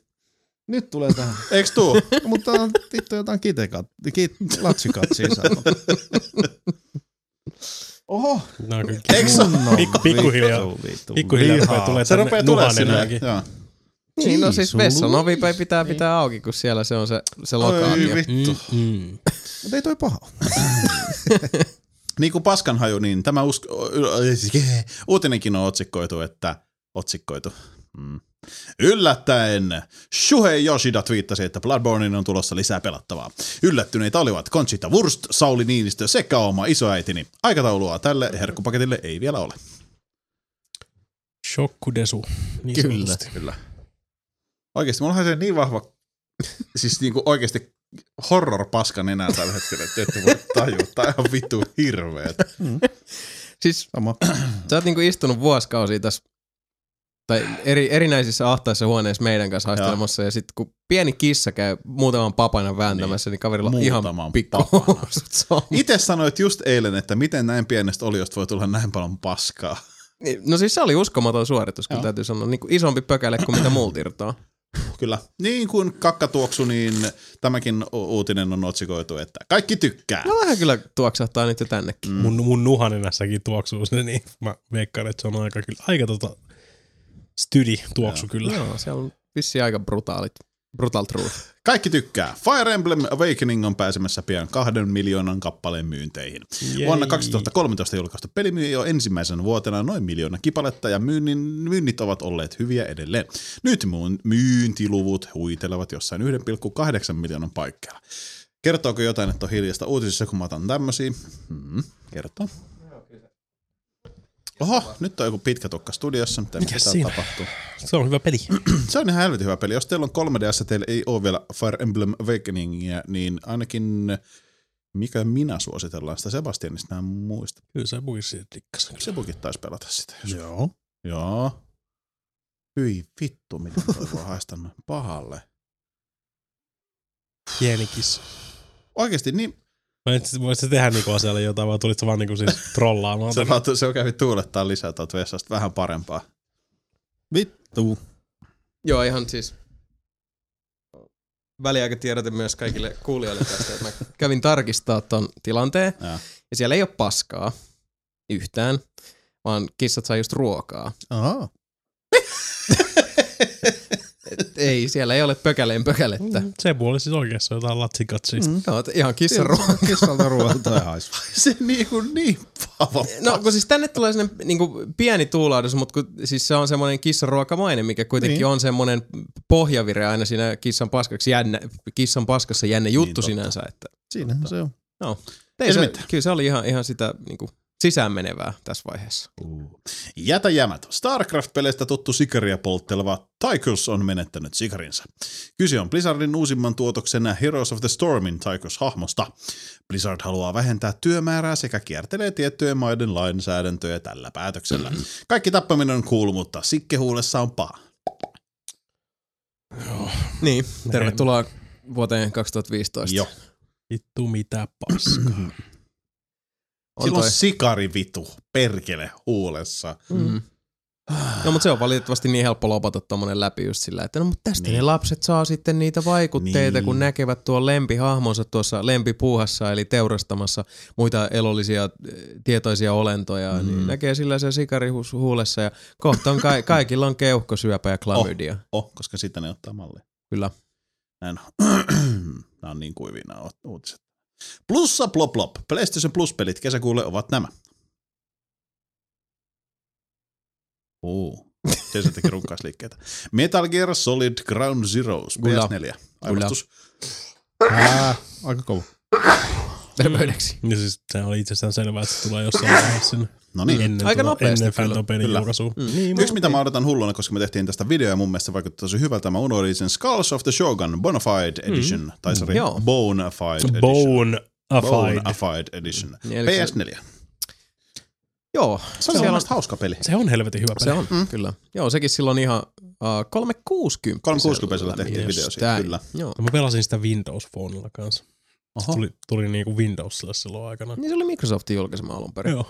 Nyt tulee tähän.
Eiks tuu?
No, mutta on vittu jotain kitekat, kit, latsikatsia saanut. Oho,
Nää on kyllä-
Eiks se?
Pikku- pikkuhiljaa.
Vittu, vittu.
Pikkuhiljaa rupeaa tulee
Se rupee
tänne
tulee
nuhanen
sinne.
jälki.
Joo.
Niin, no siis
Jeesus.
vessanovi pitää pitää, pitää auki, kun siellä se on se, se
Oi
lokaatio.
vittu.
Mm.
Mutta ei toi paha. ole.
Niin kuin paskanhaju, niin tämä usko, uutinenkin on otsikkoitu, että otsikkoitu. Mm. Yllättäen Shuhei Yoshida twiittasi, että Bloodbornein on tulossa lisää pelattavaa. Yllättyneitä olivat Conchita Wurst, Sauli Niinistö sekä oma isoäitini. Aikataulua tälle herkkupaketille ei vielä ole.
Shokkudesu. Niin
Kyllä.
sanotusti.
Kyllä. Oikeasti, mulla on se niin vahva, siis niinku oikeasti horror paskan enää tällä hetkellä, että ette voi tajuta. Tämä on vittu hirveet.
Siis
Sama.
sä oot niinku istunut vuosikausia tässä tai eri, erinäisissä ahtaissa huoneissa meidän kanssa haistelemassa. Ja sitten kun pieni kissa käy muutaman papana vääntämässä, niin, niin kaverilla on ihan
Muutaman
pikku
papana.
housut sammu-
Itse sanoit just eilen, että miten näin pienestä oliosta voi tulla näin paljon paskaa.
Niin, No siis se oli uskomaton suoritus, kun
Joo.
täytyy sanoa. Niin kuin isompi pökäle kuin mitä muut irtoaa.
Kyllä. Niin kuin kakkatuoksu, niin tämäkin u- uutinen on otsikoitu, että kaikki tykkää.
No vähän kyllä tuoksahtaa nyt jo
Mm.
tännekin.
Mun, mun nuhaninässäkin tuoksuu se, niin mä veikkaan, että se on aika, kyllä, aika tota stydi tuoksu kyllä.
Joo, No, siellä on vissiin aika brutaalit. Brutal truth.
Kaikki tykkää. Fire Emblem Awakening on pääsemässä pian kahden miljoonan kappaleen myynteihin.
Jei.
Vuonna 2013 julkaistu peli myi jo ensimmäisenä vuotena noin miljoona kipaletta ja myynnin, myynnit ovat olleet hyviä edelleen. Nyt muun myyntiluvut huitelevat jossain 1,8 miljoonan paikkeilla. Kertooko jotain, että on hiljasta uutisissa, kun mä otan tämmösiä? Hmm, kertoo. Oho, nyt on joku pitkä tukka studiossa, mitä
Mikäs
mitä
siinä?
tapahtuu.
Se on hyvä peli.
Se on ihan helvetin hyvä peli. Jos teillä on 3DS, teillä ei ole vielä Fire Emblem Awakeningia, niin ainakin mikä minä suositellaan sitä Sebastianista, mä en muista.
Kyllä sä muistit tikkas.
Se pukin taisi pelata sitä. Jos...
Joo.
Joo. Hyi vittu, miten toi voi haistaa noin pahalle.
Pieni kissa.
Oikeesti niin,
Mä en sit- Voisit sä tehdä niinku asialle jotain, vai tulit sä vaan niinku siis trollaamaan?
se, vaan, se on kävi tuulettaa lisää tuolta vessasta vähän parempaa.
Vittu.
Joo, ihan siis väliaikatiedote myös kaikille kuulijoille tästä. Että mä kävin tarkistaa ton tilanteen ja.
Joo.
ja siellä ei ole paskaa yhtään, vaan kissat saa just ruokaa.
Aha.
Et ei, siellä ei ole pökäleen pökälettä. Mm.
Se puoli siis oikeassa jotain latsikatsia. Mm.
Joo, et ihan kissaruokaa.
Kissalta ruoalta ja haisu.
Se niinku niin paha.
No kun siis tänne tulee sinne niinku pieni tuulahdus, mutta kun, siis se on semmoinen kissaruokamainen, mikä kuitenkin niin. on semmoinen pohjavire aina siinä kissan, paskaksi jännä, kissan paskassa jännä juttu
totta.
niin, sinänsä. Että,
Siinähän se on.
ei
se
se,
mitään.
kyllä se oli ihan, ihan sitä niinku, sisään menevää tässä vaiheessa.
Jätä jämät. StarCraft-peleistä tuttu sikaria poltteleva Tychus on menettänyt sikarinsa. Kyse on Blizzardin uusimman tuotoksena Heroes of the Stormin Tychus-hahmosta. Blizzard haluaa vähentää työmäärää sekä kiertelee tiettyjen maiden lainsäädäntöjä tällä päätöksellä. Kaikki tappaminen on cool, mutta sikkehuulessa on paha.
Niin, tervetuloa vuoteen 2015.
Joo. Mm.
Vittu mitä paskaa.
On
Sillä
toi.
on sikari vitu, perkele, huulessa.
Mm. No mutta se on valitettavasti niin helppo lopata tommonen läpi just sillä, että no mutta tästä niin.
Niin.
ne lapset saa sitten niitä vaikutteita,
Niin.
niin. kun näkevät tuon lempihahmonsa tuossa lempipuuhassa, eli teurastamassa muita elollisia eh, tietoisia olentoja, mm. niin näkee sillä se sikari hu- huulessa ja kohta on ka- kaikilla on keuhkosyöpä ja klamydia. Oh.
Oh, koska sitten ne ottaa malli.
Kyllä.
Näin on. nämä on niin kuivia nämä uut- uutiset. Plussa plop plop. PlayStation Plus-pelit kesäkuulle ovat nämä. Uu. Se se teki runkkaisliikkeitä. Metal Gear Solid Ground Zeroes
Kyllä.
PS4. Aivastus.
Ää, aika kova.
Terveydeksi.
Ja siis se oli itsestään selvää, että se tulee jossain vaiheessa sinne
No niin.
ennen, tuota-
Aika nopeasti
ennen
kyllä.
Phantom-pelin
Kyllä.
julkaisua.
Mm. Niin,
Yksi, mitä mä odotan hulluna, koska me tehtiin tästä videoa ja mun mielestä se vaikutti tosi hyvältä. Mä unohdin sen Skulls of the Shogun Bonafide Edition. Mm. Tai sorry,
Mm-hmm. Joo.
Bonafide Edition.
Bone a fight.
Bonafide Edition.
Niin, eli se-
PS4.
Joo,
Se oli mun
siellä on,
mielestä hauska peli.
Se on helvetin hyvä
se
peli.
on mm. kyllä. Joo, sekin silloin ihan uh, 360.
360 tehtiin video siitä,
Näin.
kyllä.
Joo.
No, mä pelasin sitä Windows Phoneilla kanssa.
Oho. Mm.
Se tuli, tuli niinku Windowsille silloin aikana.
Niin se oli Microsoftin julkaisema alun perin.
Joo.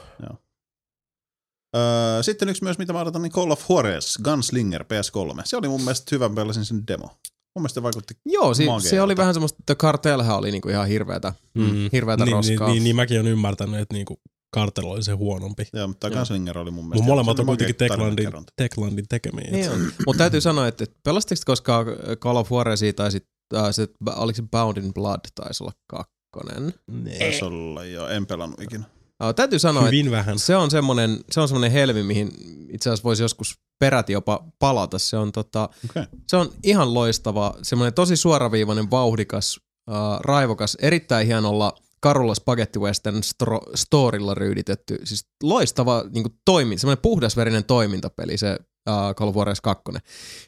Öö, sitten yksi myös, mitä mä odotan, niin Call of Juarez, Gunslinger, PS3. Se oli mun mielestä hyvä, mä pelasin sen demo. Mun mielestä vaikutti
Joo, si- se
Mageelta.
oli vähän semmoista, että Cartelhän oli niinku ihan hirveätä, mm. hirveätä
niin, niin,
roskaa.
niin, niin, mäkin olen ymmärtänyt, että niinku Kartel oli se huonompi.
Joo, mutta tämä
Joo.
Gunslinger oli mun
Mun
mielestä...
molemmat
se
on
oli
kuitenkin
makea
Techlandin,
tarinankerronta.
Techlandin tekemiä.
Niin Mutta täytyy sanoa, että että pelasitteko koskaan äh, Call of Juarezia tai sit, äh, se, oliko se Bound in Blood taisi olla kakkonen.
Niin.
Taisi olla, joo, en pelannut ikinä.
Äh, täytyy sanoa, että
Hyvin vähän.
se on semmoinen se on semmonen helmi, mihin itse asiassa voisi joskus peräti jopa palata. Se on, tota,
Okei.
se on ihan loistava, semmoinen tosi suoraviivainen, vauhdikas, äh, raivokas, erittäin hienolla karulla Spaghetti Western stro- storilla ryyditetty. Siis loistava niin toimi, semmoinen puhdasverinen toimintapeli se äh, Call of Juarez 2.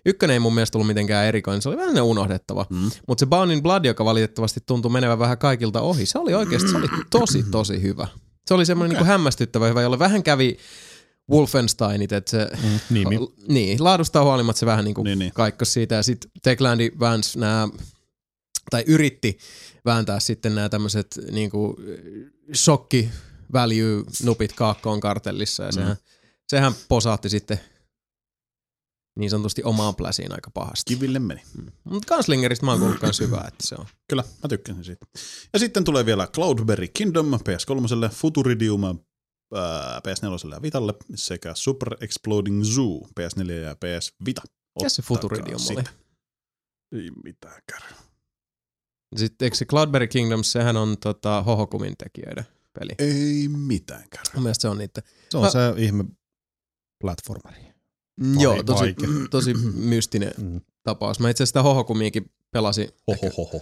Ykkönen ei mun mielestä ollut mitenkään erikoinen, se oli vähän unohdettava.
Mm.
Mutta se Bound in Blood, joka valitettavasti tuntui menevän vähän kaikilta ohi, niinku se oli oikeasti se oli tosi, tosi hyvä. Se oli semmoinen okay. niin hämmästyttävä hyvä, jolle vähän kävi Wolfensteinit, että se
Mm, nimi.
niin, laadusta huolimatta se vähän niin kuin
Niin, niin.
kaikkos siitä. Ja sitten Techlandi väänsi nämä, tai yritti vääntää sitten nämä tämmöiset niin kuin shokki value nupit kaakkoon kartellissa. Ja sehän, sehän posaatti sitten niin sanotusti omaan pläsiin aika pahasti.
Kiville meni.
Mutta Kanslingerista mä oon kuullut kans hyvää, että se on.
Kyllä, mä tykkäsin siitä. Ja sitten tulee vielä Cloudberry Kingdom PS3, Futuridium ää, PS4 ja Vitalle sekä Super Exploding Zoo PS4 ja PS Vita.
Mikä se
Ottakaa
Futuridium oli?
sitä. Ei mitään kärryä.
Sitten eikö se Cloudberry Kingdoms, sehän on tota, Hohokumin tekijöiden peli.
Ei mitään kärryä.
Mun mielestä se on niitä.
Se on
Mä-
se ihme platformeri.
Vai, Joo, tosi,
vaikea.
tosi mystinen
Mm.
tapaus. Mä itse asiassa sitä Hohokumiinkin pelasin ehkä
Ohohoho.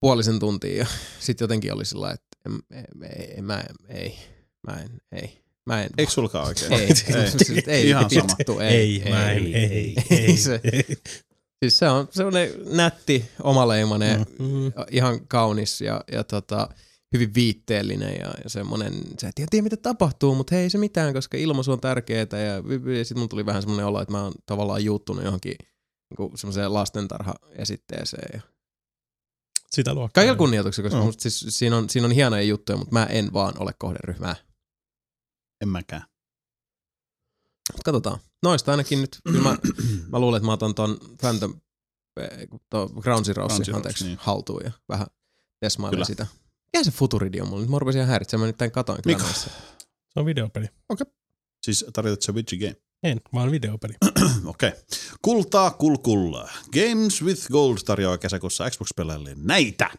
puolisen tuntia ja sitten jotenkin oli sillä lailla, että en, ei, ei, mä en, ei, mä en, ei, mä en.
Eikö sulkaan oikein?
ei, ei, ei,
Ihan sama.
vittu, ei,
Ei, mä en, ei, ei,
se,
ei.
siis se on semmoinen nätti, omaleimainen,
Mm.
ihan kaunis ja, ja tota, hyvin viitteellinen ja, ja semmoinen, sä et ihan tiedä mitä tapahtuu, mutta hei ei se mitään, koska ilmaisu on tärkeää ja, ja sitten mun tuli vähän semmoinen olo, että mä oon tavallaan juuttunut johonkin niin semmoiseen lastentarha-esitteeseen. Ja
Sitä luokkaa.
kaikilla kunnioituksella, koska
Joo.
musta siis, siinä, on, siinä on hienoja juttuja, mutta mä en vaan ole kohderyhmää.
En mäkään.
Mut katsotaan. Noista ainakin nyt, kyllä mä, mä luulen, että mä otan ton Phantom, eh, to Ground Zero,
Ground Zeroes,
anteeksi,
niin.
niin. haltuun ja vähän
Kyllä.
tesmailen sitä. Mikä se Futuridio mulla nyt? Mä rupesin ihan häiritsemään, nyt tämän katoin kyllä
Mika.
näissä.
Se on videopeli.
Siis tarjotat se Witchy Game.
En, vaan videopeli.
Okei. Okay. Kultaa kulkulla. Games with Gold tarjoaa kesäkuussa Xbox-peleille näitä.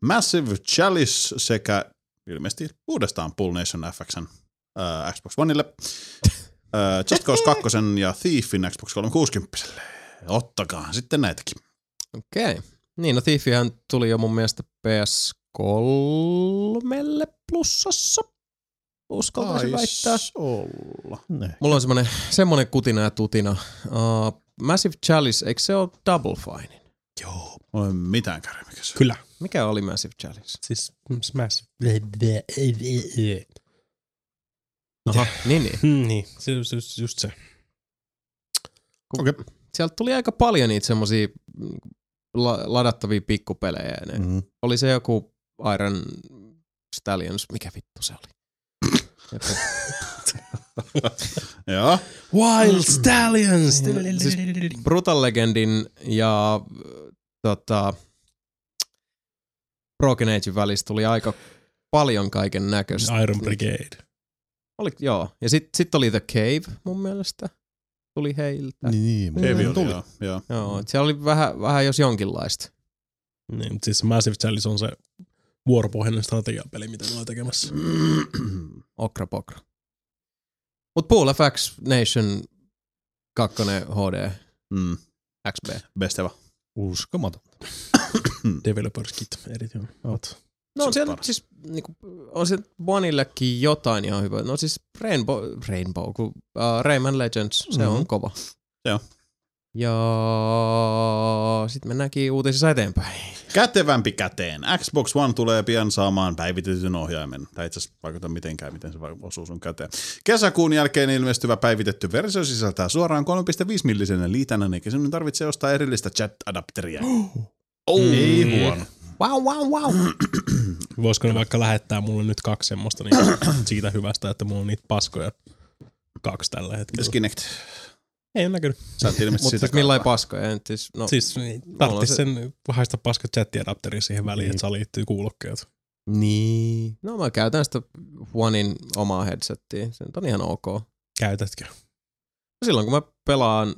Massive Chalice sekä ilmeisesti uudestaan Pool Nation FXn äh, Xbox Oneille. Äh, Just Cause 2 ja Thiefin Xbox 360. Ottakaa sitten näitäkin.
Okei. Okay. Niin, no Thiefihän tuli jo mun mielestä PS3 plussassa. Uskaltaisin väittää.
Tais olla.
Mulla on semmonen, semmonen kutina ja tutina. Uh, Massive Chalice, eikö se ole Double Fine?
Joo. Mulla ei ole mitään kärryä, mikä se on.
Kyllä.
Mikä oli Massive Chalice?
Siis Smash.
Aha, niin niin.
Hmm, niin, se on just, just se.
Okay. Sieltä tuli aika paljon niitä semmosia mm, la- ladattavia pikkupelejä. ja Ne. Mm.
Mm.
Oli se joku Iron Stallions, mikä vittu se oli? Joku-
Joo.
Wild Stallions!
Siis- Brutal Legendin ja äh, tota, Broken Agein välissä tuli aika paljon kaiken näköistä.
Iron Brigade.
Oli, joo. Ja sitten sit oli The Cave mun mielestä. Tuli heiltä. Niin.
Niin, niin,
Ei
mutta-
vielä. Joo. joo.
Joo, et siellä oli vähän, vähän jos jonkinlaista.
Niin, mutta siis Massive Chalice on se vuoropohjainen strategiapeli, mitä me ollaan tekemässä.
Okra pokra. Mut Pool FX Nation 2 HD
Mm.
XB.
Besteva.
Uskomaton.
Developers Kit edition. Oot.
No on
Se on
siellä
paras.
siis, niinku, on siellä Bonillekin jotain ihan hyvää. No siis Rainbow, Rainbow kun, uh, Rayman Legends, se mm-hmm.
Mhm.
on kova.
Se on.
Ja sitten mennäänkin uutisissa eteenpäin.
Kätevämpi käteen. Xbox One tulee pian saamaan päivitetyn ohjaimen. Tai itse asiassa vaikuta mitenkään, miten se vai- osuu sun käteen. Kesäkuun jälkeen ilmestyvä päivitetty versio sisältää suoraan 3,5 millisen liitännän, eikä sinun tarvitse ostaa erillistä chat-adapteria. Oh, ei huono.
Wow, wow,
Mm,
wow.
Voisiko ne vaikka lähettää mulle nyt kaksi semmoista niin siitä hyvästä, että mulla on niitä paskoja kaksi tällä hetkellä.
Mites Kinect?
Ei ole näkynyt.
Sä et ilmeisesti
Mutta
sitä
siis millainen paskoja? En, siis, no, siis,
Siis
mulla on se-
tarvitsisi sen haista paska chattiadapteri siihen väliin, että saa liittyy kuulokkeet.
niin. No mä käytän sitä Onein omaa headsettiä. Se nyt on ihan ok.
Käytätkö?
silloin kun mä pelaan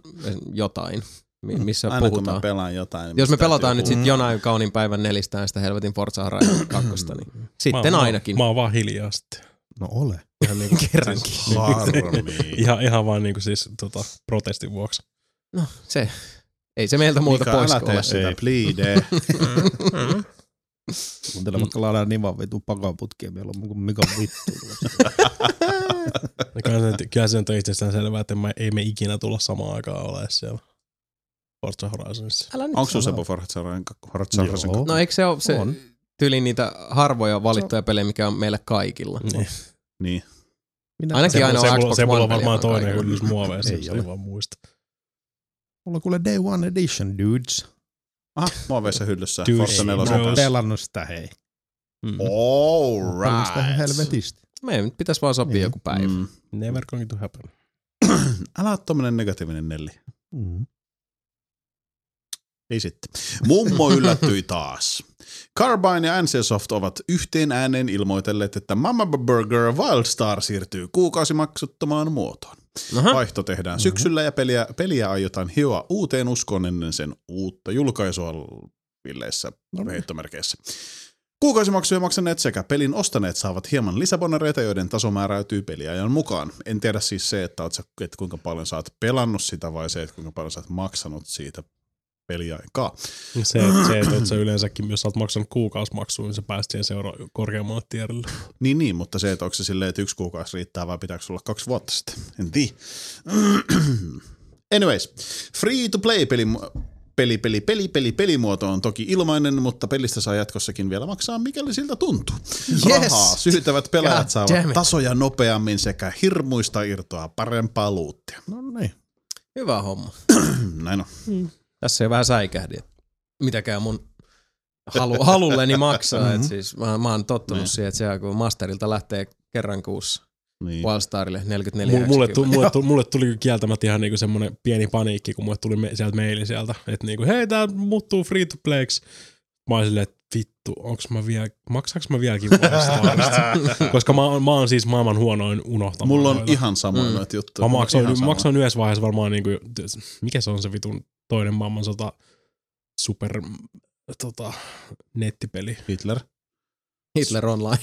jotain, mi- missä
Mm. Aina kun mä
puhutaan.
pelaan jotain. niin
Jos me
musta
pelataan
täytyy
nyt
puhua.
sitten jonain kaunin päivän nelistään sitä helvetin Forza Horizon 2, niin
Mä-
sitten
mä-
ainakin.
Mä oon vaan hiljaa sitten.
No ole.
Ihan
niinku
niin
siis
kuin kerrankin.
Harmi.
Ihan, ihan vaan niinku siis tota, protestin vuoksi.
No se, ei se meiltä muuta
Mika,
pois
älä
ole.
tee sitä, please.
Kuuntele vaikka laadaan nivan vitu pakoputkia mieluummin kuin Mikan vittu.
Ja No Kyllä se, nyt- kyllä se nyt on itsestään selvää, että mä, ei me ikinä tulla samaan aikaan ole siellä Forza Horizonissa.
Älä nyt
Onko sun
sano.
Sepo Forza Horizon- Forza Horizon
Joo.
No eikö se ole se
On.
Mm.
tyyli niitä harvoja valittuja pelejä, mikä on meillä kaikilla?
Niin.
Niin.
Minä
Ainakin
en-
aina on
se, mulla,
Xbox
se mulla on
One-peli
varmaan
on
toinen
kaikilla.
hyllys muoveissa,
Ei
jos
ole.
ei vaan muista.
Mulla on kuule Day One Edition, dudes.
Aha, muoveissa hyllyssä.
Dude,
Forza
ei,
Mä
4.
no.
oon
Jos-
pelannut sitä, hei.
All
Pelannut sitä ihan
right.
helvetisti.
Meidän nyt pitäisi vaan sopia
Niin.
joku päivä.
Mm.
Never going to happen.
Älä ole tommonen negatiivinen nelli.
Mm.
Ei sitten. Mummo yllättyi taas. Carbine ja Ansesoft ovat yhteen ääneen ilmoitelleet, että Mama Burger Wildstar siirtyy kuukausimaksuttomaan muotoon.
Aha.
Vaihto tehdään syksyllä ja peliä, peliä aiotaan hioa uuteen uskoon ennen sen uutta julkaisua villeissä heittomerkeissä. Kuukausimaksuja maksaneet sekä pelin ostaneet saavat hieman lisäbonareita, joiden taso määräytyy peliajan mukaan. En tiedä siis se, että, oot sä, että kuinka paljon sä oot pelannut sitä vai se, että kuinka paljon sä oot maksanut siitä peliaikaa.
Ja se, että- se että oot sä yleensäkin, jos sä oot maksanut kuukausimaksuun, niin sä pääst siihen seuraavaan korkeammalle tierille.
Niin, niin, mutta se, että onko se silleen, että yksi kuukausi riittää vai pitääkö sulla kaksi vuotta sitten? En tiedä. Anyways, free to play peli, peli, peli, peli, peli, pelimuoto on toki ilmainen, mutta pelistä saa jatkossakin vielä maksaa, mikäli siltä tuntuu. Yes. Rahaa syytävät pelaajat
God damn
saavat
it.
tasoja nopeammin sekä hirmuista irtoa parempaa luuttia.
No niin.
Hyvä homma.
Näin on.
Tässä ei vähän säikähdi, että mitäkään mun halu, halulleni maksaa. Et siis, mä, mä oon tottunut
Mm-hmm. Niin.
siihen, että siellä kun Masterilta lähtee kerran kuussa
Niin.
Wildstarille 44
Mulle, mulle, tu- mulle, tu- mulle tuli kyllä kieltämättä ihan niinku semmoinen pieni paniikki, kun mulle tuli me- sieltä maili sieltä, että niinku, hei, tää muuttuu free to playksi. Mä olin silleen, että vittu, onks mä vielä, maksaanko mä vieläkin Wildstarista? Koska mä, oon- mä oon siis maailman huonoin unohtamaan.
Mulla on
noita.
ihan samoin
Mm.
mm. noita juttuja.
Mä
Mulla on
maksoin,
ihan sama.
maksoin yhdessä vaiheessa varmaan, niinku, mikä se on se vitun toinen maailmansota super tota, nettipeli.
Hitler.
Hitler Online.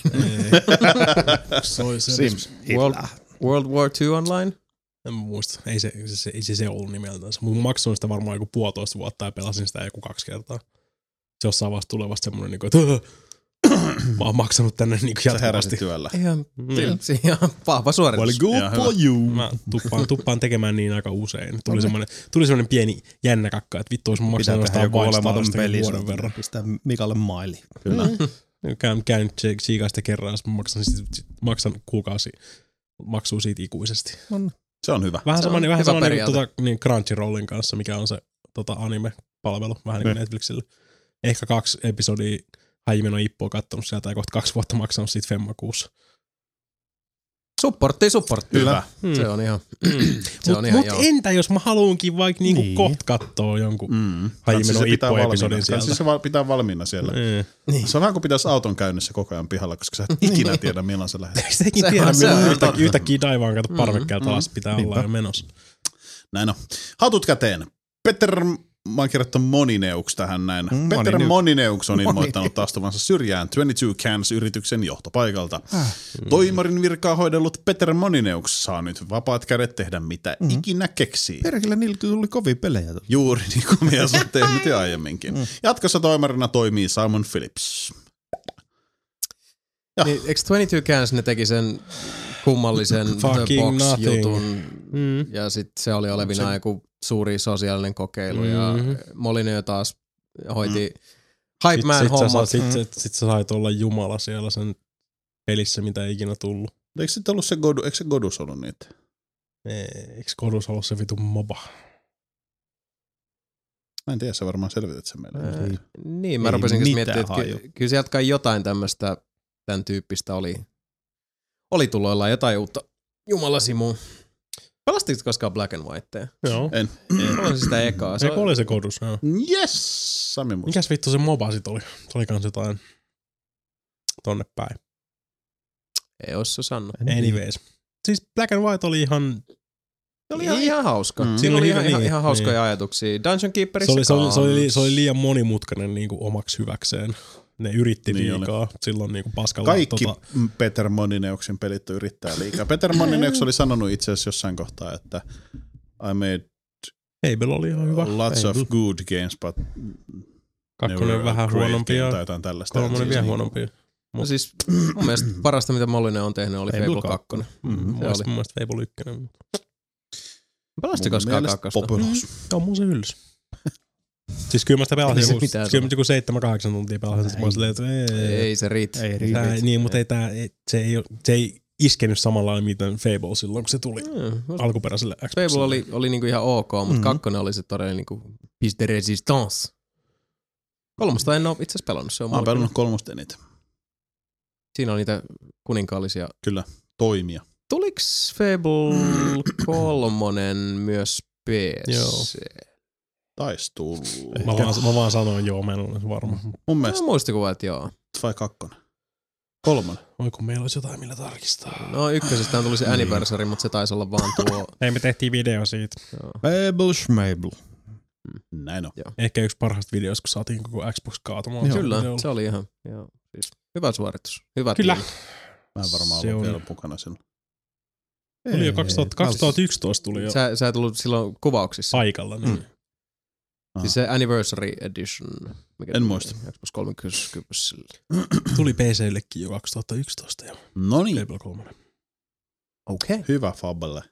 se oli se,
Sims.
World, World War II Online.
en mä muista. Ei se, se, se, ei se, se ollut nimeltänsä. Mun maksoin sitä varmaan joku puolitoista vuotta ja pelasin sitä joku kaksi kertaa. Se jossain vaiheessa tulee vasta semmoinen, niinku, että mä oon maksanut tänne niinku
Sä heräsit
jatkuvasti.
työllä.
Ihan,
Mm.
se ihan vahva suoritus.
Ihan hyvä.
you. Mä tuppaan, tuppaan tekemään niin aika usein. Tuli semmoinen, tuli semmoinen pieni jännä kakka, että vittu olisi
Pitää
maksanut
tehdä
jostain
joku olematon
Wildstarista
peli.
vuoden
sanotaan,
verran.
Pistää Mikalle maili.
Kyllä.
käyn, käyn siikaista kerran, jos mä maksan, sit, sit, maksan kuukausi maksuu siitä ikuisesti.
Se on hyvä.
Vähän
Se on
sama, vähän
hyvä
sama niin,
periaate.
tota, niin Crunchyrollin kanssa, mikä on se tota, anime-palvelu, vähän niin kuin Netflixillä. Ehkä kaksi episodia Haimeno Ippoa kattonut sieltä ja kohta kaksi vuotta maksanut siitä Femmakuussa.
Supportti, supportti. Mm.
Hyvä.
Se on ihan, se on
Mutta
ihan
mut
joo.
entä jos mä haluankin vaikka niinku
Niin.
niin. kohta katsoa jonkun
Mm.
Hajimeno
Siis se pitää
Ippo
valmiina.
episodin
Siis
sieltä.
se val- pitää valmiina siellä.
Mm.
Se on vähän kuin pitäisi auton käynnissä koko ajan pihalla, koska sä et ikinä tiedä milloin sä lähdet.
Sitäkin
Se on-
tiedä,
se on
milloin
totta.
yhtäkkiä, yhtäkkiä daivaan kato
Mm,
parvekkeella taas pitää olla jo menossa.
Näin on. Hatut käteen. Peter, mä oon kirjoittanut Monineuks tähän näin.
Mm,
Peter
Monineuks.
Monineuks, on ilmoittanut astuvansa syrjään 22 Cans-yrityksen johtopaikalta.
Äh,
Toimarin virkaa hoidellut Peter Monineuks saa nyt vapaat kädet tehdä mitä ikinä keksii.
Perkele, niillä tuli kovia pelejä.
Juuri niin kuin mies on tehnyt jo aiemminkin. Jatkossa toimarina toimii Simon Phillips.
Niin, eikö 22 Cans ne teki sen kummallisen The
Mm. Fucking
Box-jutun?
Mm.
Ja sitten se oli olevina se... joku suuri sosiaalinen kokeilu ja
Mhm.
Molinö taas hoiti Hype Man
Mm. sit, sit, sä
hommat. Mm.
sait, sit, sit, sit sä sait olla jumala siellä sen pelissä, mitä ei ikinä tullut.
Eikö sitten ollut se Godu, eikö se Godus ollut niitä?
Eikö kodus ollut se vitun moba?
Mä en tiedä, sä varmaan selvität sen meille.
Ää, Niin, mä
Ei
rupesin
mitään
miettimään, että
haju.
ky- kyllä sieltä kai jotain tämmöistä, tämän tyyppistä oli, oli tuloilla jotain uutta. Jumala Simu. Pelastitko koskaan Black and Whitea?
Joo.
En.
On sitä ekaa.
Se
Se on,
oli se kodus, joo.
Yes, Sami muistaa.
Mikäs vittu se moba sit oli? Se oli kans jotain tonne päin.
ei oo Susanna.
Anyways. Siis Black and White oli ihan...
Se oli ihan, ihan hauska. Mm. Siinä
Siinä
oli
oli
ihan,
hyvä-
ihan,
niin,
ihan hauskoja niin. ajatuksia. Dungeon
Se
Keeperissa
oli, se, oli, se, oli,
kans.
se oli liian monimutkainen niinku omaksi hyväkseen. Ne yritti
Niin
niin liikaa. Silloin niinku paskalla...
Kaikki m- Peter Monineuksen pelit yrittää liikaa. Peter Monineuks oli sanonut itse asiassa jossain kohtaa, että I made
Abel oli ihan hyvä.
lots of good games, but they were
Kakkonen
a
vähän
great
huonompi
game,
ja
Tai jotain tällaista.
kolmonen
Siis
vielä
niin-
huonompi.
No siis mun mielestä parasta, mitä Mollinen on tehnyt, oli
Fable
Fable 2.
kakkonen.
mm-hmm.
Mm,
Se
mun
oli.
mielestä- mun mielestä Fable 1.
Pelasti
Mun
koskaan
mielestä
kakkosta.
Populous.
Joo, mun se hyllys. Siis kyllä mä sitä
Ei se
pelasin joku,
mitään
kyllä mä joku 7-8 tuntia pelasin, että mä olin silleen, että ei,
Ei se riit.
Ei
Tää,
riitä.
niin, mutta ei tää, ei- se ei, oo- se ei iskenyt samalla lailla, miten Fable silloin, kun se tuli
Mm.
alkuperäiselle Xboxille.
Fable oli, oli niinku ihan ok, mutta mm.
Mhm.
kakkonen oli se todella niinku piste de resistance. Kolmosta en ole itse asiassa pelannut. Se on
Mä oon
mulla
pelannut kolmosta eniten.
kyllä- Siinä on niitä kuninkaallisia.
Toimia.
Tuliks Fable kolmonen myös PC?
Joo.
Taisi tulla.
Mä vaan, mä vaan sanoin, joo, mä en ole varma.
Mun
Mä
mielestä
muistikuva, että joo.
vai kakkonen. Kolmonen.
Voi kun meillä olisi jotain, millä tarkistaa.
No ykkösestähän tuli se anniversary, mutta se taisi olla vaan tuo.
Ei, me tehtiin video siitä.
joo.
Fable Schmable.
Näin on.
Ehkä yksi parhaista videoista, kun saatiin koko Xbox kaatumaan.
Joo.
Kyllä,
Videolla.
se oli ihan. Joo. Siis hyvä suoritus. Hyvä
Kyllä.
tiimi.
Mä en varmaan
Se
ollut
on-
vielä mukana sen.
Tuli jo
Ei,
2000,
tää oli-
2011 tuli jo
Sä, sä et ollut silloin kuvauksissa.
paikalla. Niin.
Mm.
Siis se Anniversary Edition. Mikä
En muista.
Xbox 30.
Tuli PCllekin jo 2011 ja
No niin.
Fable 3.
Okei. Okay.
Hyvä Fabelle.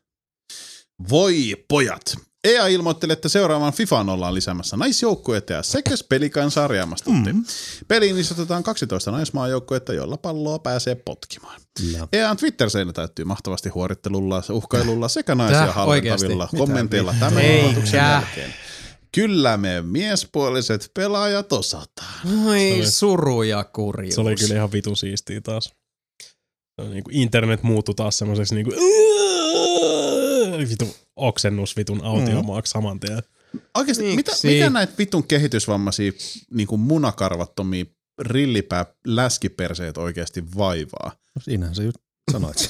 Voi pojat! EA ilmoitteli, että seuraavaan FIFAan ollaan lisäämässä naisjoukkueita ja sekäs pelikansaa reamastutti. Mm. Peliin istutetaan 12 naismaajoukkuetta, jolla palloa pääsee potkimaan. E
Kyllä.
EAN Twitter-seinä täyttyy mahtavasti huorittelulla, uhkailulla sekä naisia
Tää,
halventavilla
oikeesti? Niin.
kommenteilla tämän
Eikä.
ilmoituksen jälkeen. Kyllä me miespuoliset pelaajat osataan.
Oi
Se oli-
suru ja kurjuus.
Se oli kyllä ihan vitu siistiä taas. Se on Niin kuin internet muuttui taas semmoiseksi niin kuin, vitu oksennus vitun autiomaaksi saman tien.
Oikeasti, mitä,
Miksi?
mikä näitä vitun kehitysvammaisia niin kuin munakarvattomia rillipää läskiperseet oikeasti vaivaa?
No Siinähän sä just sanoit. sen.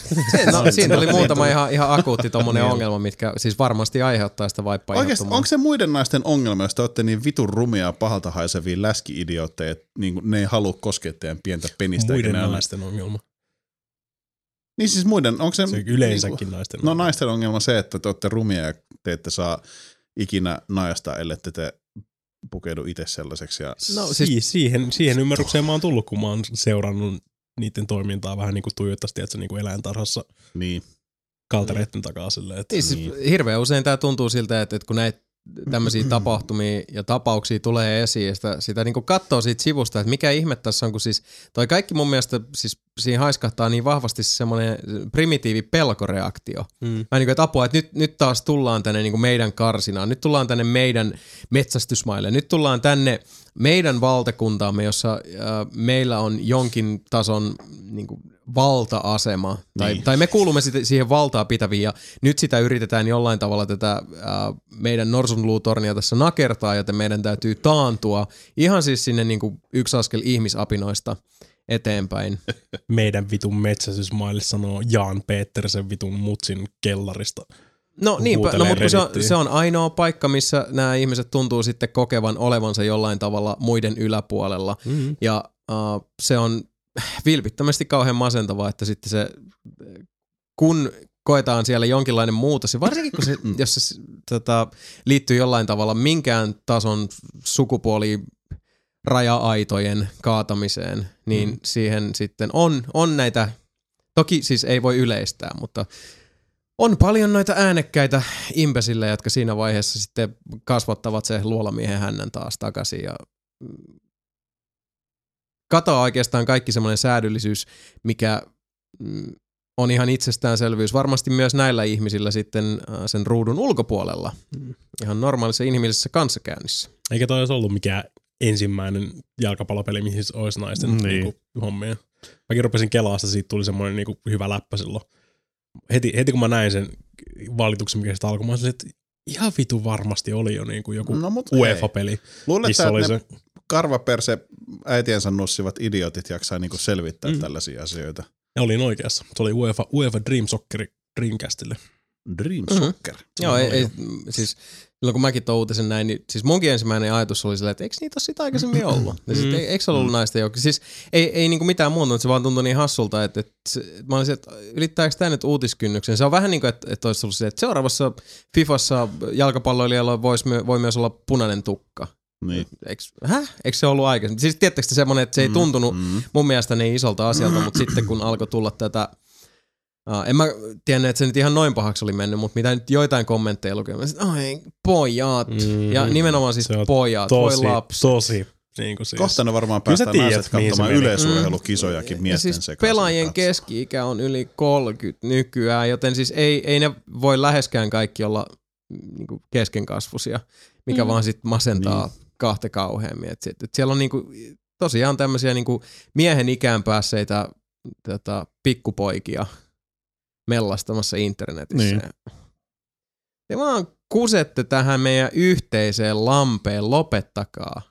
No, siinä oli
Niin,
muutama
tuli.
ihan, ihan akuutti tommonen
Niin.
ongelma, mitkä siis varmasti aiheuttaa sitä vaippaa.
Oikeasti, onko se muiden naisten ongelma, jos te olette niin vitun rumia ja pahalta haisevia läski-idiootteja, että niin kuin ne ei halua koskea teidän pientä penistä?
Muiden
eikä ne-
naisten ongelma.
Niin siis muiden, onko se...
Se on
Niin,
yleensäkin naisten
kuin- no naisten ongelma se, että te olette rumia ja te ette saa ikinä naista, ellette te pukeudu itse sellaiseksi. Ja
No,
No,
siis-
siis... si- siihen, siihen ymmärrykseen mä oon tullut, kun mä oon seurannut niiden toimintaa vähän niin kuin tuijottavasti, että se niin kuin eläintarhassa
niin,
kaltereiden takaa silleen, että
Niin, siis hirveän usein tämä tuntuu siltä, että, että kun näitä tämmöisiä tapahtumia ja tapauksia tulee esiin, ja sitä, sitä niin katsoo siitä sivusta, että mikä ihme tässä on, kun siis toi kaikki mun mielestä, siis siinä haiskahtaa niin vahvasti semmoinen primitiivi pelkoreaktio.
Mm.
Mä niin kuin, että apua, että nyt, nyt taas tullaan tänne niin kuin meidän karsinaan, nyt tullaan tänne meidän metsästysmaille, nyt tullaan tänne meidän valtakuntaamme, jossa äh, meillä on jonkin tason niin kuin, valta-asema, tai,
Niin.
tai me kuulumme sitä, siihen valtaa pitäviin, ja nyt sitä yritetään jollain tavalla tätä äh, meidän norsunluutornia tässä nakertaa, joten meidän täytyy taantua ihan siis sinne niin kuin, yksi askel ihmisapinoista eteenpäin.
meidän vitun metsäsysmaille sanoo Jaan Petersen vitun mutsin kellarista.
No niinpä, no
huutelee
mutta kun se on,
Reddittiin.
se on ainoa paikka, missä nämä ihmiset tuntuu sitten kokevan olevansa jollain tavalla muiden yläpuolella.
Mm.
Ja uh, se on vilpittömästi kauhean masentavaa, että sitten se, kun koetaan siellä jonkinlainen muutos, ja varsinkin kun se, jos se s- tota, liittyy jollain tavalla minkään tason sukupuoli raja-aitojen kaatamiseen, niin mm. siihen sitten on, on näitä, toki siis ei voi yleistää, mutta on paljon noita äänekkäitä impesillä, jotka siinä vaiheessa sitten kasvattavat se luolamiehen hännän taas takaisin ja mm, katoaa oikeastaan kaikki semmoinen säädyllisyys, mikä mm, on ihan itsestäänselvyys varmasti myös näillä ihmisillä sitten äh, sen ruudun ulkopuolella, Mm, ihan normaalissa inhimillisessä kanssakäynnissä.
Eikä toi olisi ollut mikään ensimmäinen jalkapallopeli, mihin siis olisi naisten
Niin.
niin. niinku, hommia. Mäkin rupesin kelaasta, siitä tuli semmoinen niinku, hyvä läppä silloin. Heti, heti kun mä näin sen valituksen, mikä sitä alkoi, mä sanoin, että ihan vitu varmasti oli jo niinku, joku
no mut ei.
UEFA-peli,
Luulet,
missä
että
oli
ne
se
karvaperse äitiensä nussivat idiotit jaksaa niinku selvittää mm.
Mm.
tällaisia asioita?
Ja olin oikeassa. Se oli UEFA, UEFA Dream Soccer Dreamcastille.
Dream
Mhm.
Soccer.
Joo, ei,
oli
ei,
jo.
mm, siis silloin kun mäkin tuon uutisen näin, niin siis munkin ensimmäinen ajatus oli silleen, että eikö niitä ole sitä aikaisemmin ollut? Ja sit,
Mm.
ei, eikö se ollut naisten joukko? Siis ei, ei niinku mitään muuta, mutta se vaan tuntui niin hassulta, että, että se- mä olisin, että ylittääkö tämä nyt uutiskynnyksen? Se on vähän niin kuin, että, että olisi ollut se, että seuraavassa Fifassa jalkapalloilijalla voisi, myö- voi myös olla punainen tukka.
Niin.
Eiks, häh? Eikö se ollut aikaisemmin? Siis tiettekö te semmoinen, että se ei tuntunut
Mm.
mun mielestä niin isolta asialta, mutta sitten kun alkoi tulla tätä, uh, en mä tiennyt, että se nyt ihan noin pahaksi oli mennyt, mutta mitä nyt joitain
Mm-hmm. niin,
kommentteja lukemaan, ai pojat, mm. ja nimenomaan siis
Mm-hmm. Se on
pojat, voi
Tosi,
lapsi.
tosi Niin kuin siis.
Kohta ne varmaan
Kyllä sä
päästään
tiedät,
naiset
mihin se
katsomaan
meni.
yleisurheilukisojakin
Ja
miesten
siis
sekaisin.
pelaajien
katsomaan.
keski-ikä on yli 30 nykyään, joten siis ei, ei ne voi läheskään kaikki olla niin kuin keskenkasvusia, mikä
Mm.
mm. vaan sitten masentaa niin. kahta kauheammin. Et sit, et siellä on niin kuin, tosiaan tämmöisiä niin kuin miehen ikään päässeitä tätä, pikkupoikia mellastamassa internetissä.
Niin.
Niin. Te vaan kusette tähän meidän yhteiseen lampeen, lopettakaa.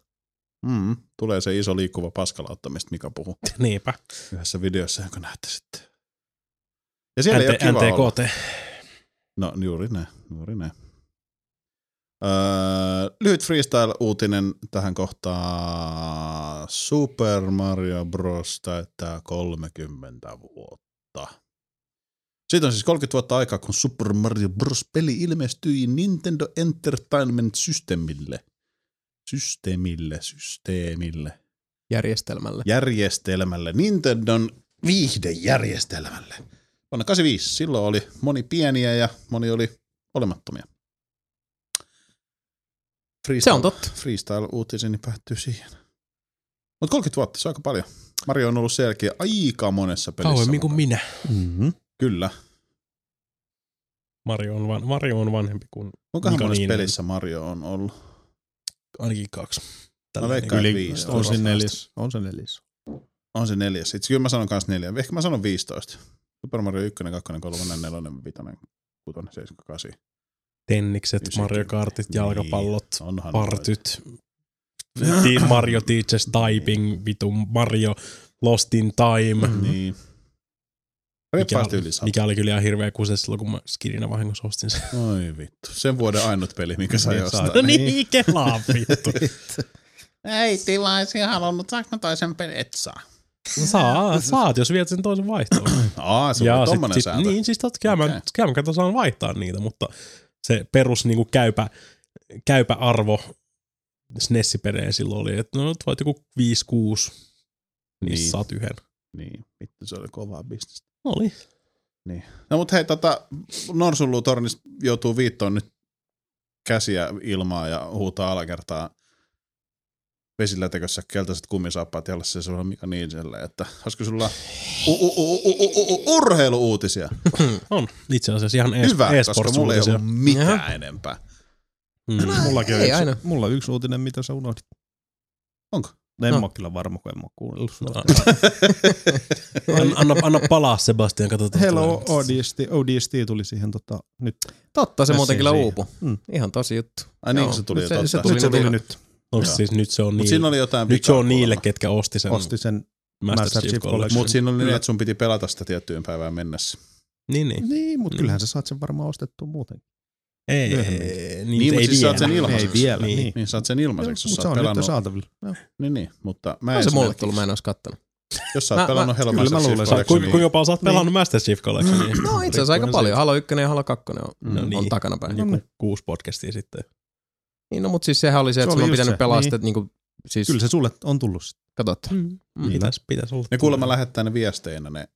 Mm, tulee se iso liikkuva paskalautta, mistä Mika puhuu
Niinpä.
yhdessä videossa, jonka näette sitten. Ja siellä ei ole
NT,
kiva olla.
NTKT.
No juuri näin, juuri näin. Öö, lyhyt freestyle-uutinen tähän kohtaan. Super Mario Bros. täyttää 30 vuotta. Siitä on siis 30 vuotta aikaa, kun Super Mario Bros. peli ilmestyi Nintendo Entertainment Systemille. Systeemille, systeemille
Järjestelmällä.
järjestelmälle, Nintendon viihdejärjestelmälle. Vuonna 85 silloin oli moni pieniä ja moni oli olemattomia.
Se
Freestyle,
on totta.
Freestyle-uutiseni päättyy siihen. Mutta 30 vuotta, se on aika paljon. Mario on ollut sen jälkeen aika monessa pelissä.
Kauemmin kuin
mukana.
minä.
Mm-hmm.
Kyllä.
Mario on, van, Mario on vanhempi kuin
Kuinkahan
Mika
monessa
Niininen.
pelissä Mario on ollut?
ainakin kaksi.
Mä veikkaan, että
Yli,
15.
on se neljäs. On se neljäs.
On se neljäs. Itse kyllä mä sanon kans neljä. Ehkä mä sanon 15. Super Mario 1, 2, 3, 4, 5, 6, 7, 8.
Tennikset,
Ysikin. Niin,
Mario Kartit, jalkapallot,
Onhan
partyt, ti- Mario Teaches Typing, vitu Mario Lost in Time.
noita. Niin.
Mm. Mikä,
Reippaasti yli
oli-
sata.
mikä oli kyllä ihan hirveä kuse silloin, kun mä skidinä vahingossa ostin sen.
Oi vittu. Sen vuoden ainut peli, mikä sai
Niin,
jostain.
saa-
No niin, kelaa vittu.
Ei tilaisia halunnut, saanko mä toisen pelin? Et saa.
No Saa, saat, jos viet sen toisen vaihtoon.
Aa, se oli tommonen
sit,
sääntö.
Niin, siis totta, kyllä okay. mä,
Okei.
kyllä mä kato, saan vaihtaa niitä, mutta se perus niinku käypä, käypä arvo SNES-pelejä silloin oli, että no nyt voit joku 5-6, niin,
Niin.
saat yhden.
niin. Vittu, se oli kovaa bisnestä.
Oli.
No mut hei, tota, Norsunluutornista joutuu viittoon nyt käsiä ilmaa ja huutaa alakertaa vesillä tekössä keltaiset kumisaappaat, jolle se on Mika Niiniselle, että olisiko sulla u- u- u- u- u- u- urheiluuutisia?
On. Itse asiassa ihan e-
Hyvä, koska mulla ei
e-sports-uutisia.
ole mitään
Jaha.
enempää.
Mm.
Mullakin on
Ei
yksi,
aina.
Mulla on yksi uutinen, mitä sä unohdit.
Onko?
En
No.
no. mä kyllä varma, kun en mä oo kuunnellut sitä.
Anna, anna, anna palaa Sebastian, katsotaan.
Hello
tuleeko.
ODST. ODST tuli siihen tota, nyt.
Totta, se
Tässä
muuten
ei
kyllä
siihen.
uupu.
Mm.
Ihan tosi juttu.
Ai niin,
Joo,
kun se tuli
nyt
jo totta.
se, se tuli,
se tuli niin-
nyt.
nyt.
Onks
Joo.
siis nyt se on,
Mut
niillä,
siinä oli jotain
nyt se on
vikaa
niille,
kuulemma.
ketkä osti sen
Osti sen.
Master
Master
Chief
Chief
Collection.
Collection.
Mutta siinä oli niin, että sun piti pelata sitä tiettyyn päivään mennessä.
Niin, niin.
Niin, mutta
Mm.
kyllähän sä saat sen varmaan ostettua muuten.
Ei,
Myöhemmin.
ei,
Niin,
niitä
mut
ei
siis saat
vielä.
sen ilmaiseksi.
Ei vielä, niin.
Niin, saat sen ilmaiseksi, jos
Mut
sä
se
oot
on nyt jo
pelannut.
saatavilla. Joo.
Niin, niin, mutta mä
On se mulle
esimerkiksi-
tullut, mä en olisi kattanut.
Jos sä
Mä-
oot pelannut
mä-
Hello
kyllä mä
Master Chief
luulen, että
Sä- Kuinka,
Collectionia.
kuinka paljon sä
Niin.
oot pelannut Master Chief Collectionia?
Mm.
No itse asiassa aika
Riippuen
paljon.
siitä.
Halo 1 ja Halo 2 on,
No
on
niin.
takana päin.
Joku
Mm.
kuusi podcastia sitten.
Niin, no mutta siis sehän oli se, että
Se
sun
oli
on
just
pitänyt
se,
pelaa
niin.
sitä, että niinku, siis
Kyllä se sulle on tullut sitten.
katot.
Mm.
Mm.
Pitäis, pitäis olla.
Ne kuulemma lähettää ne viesteinä ne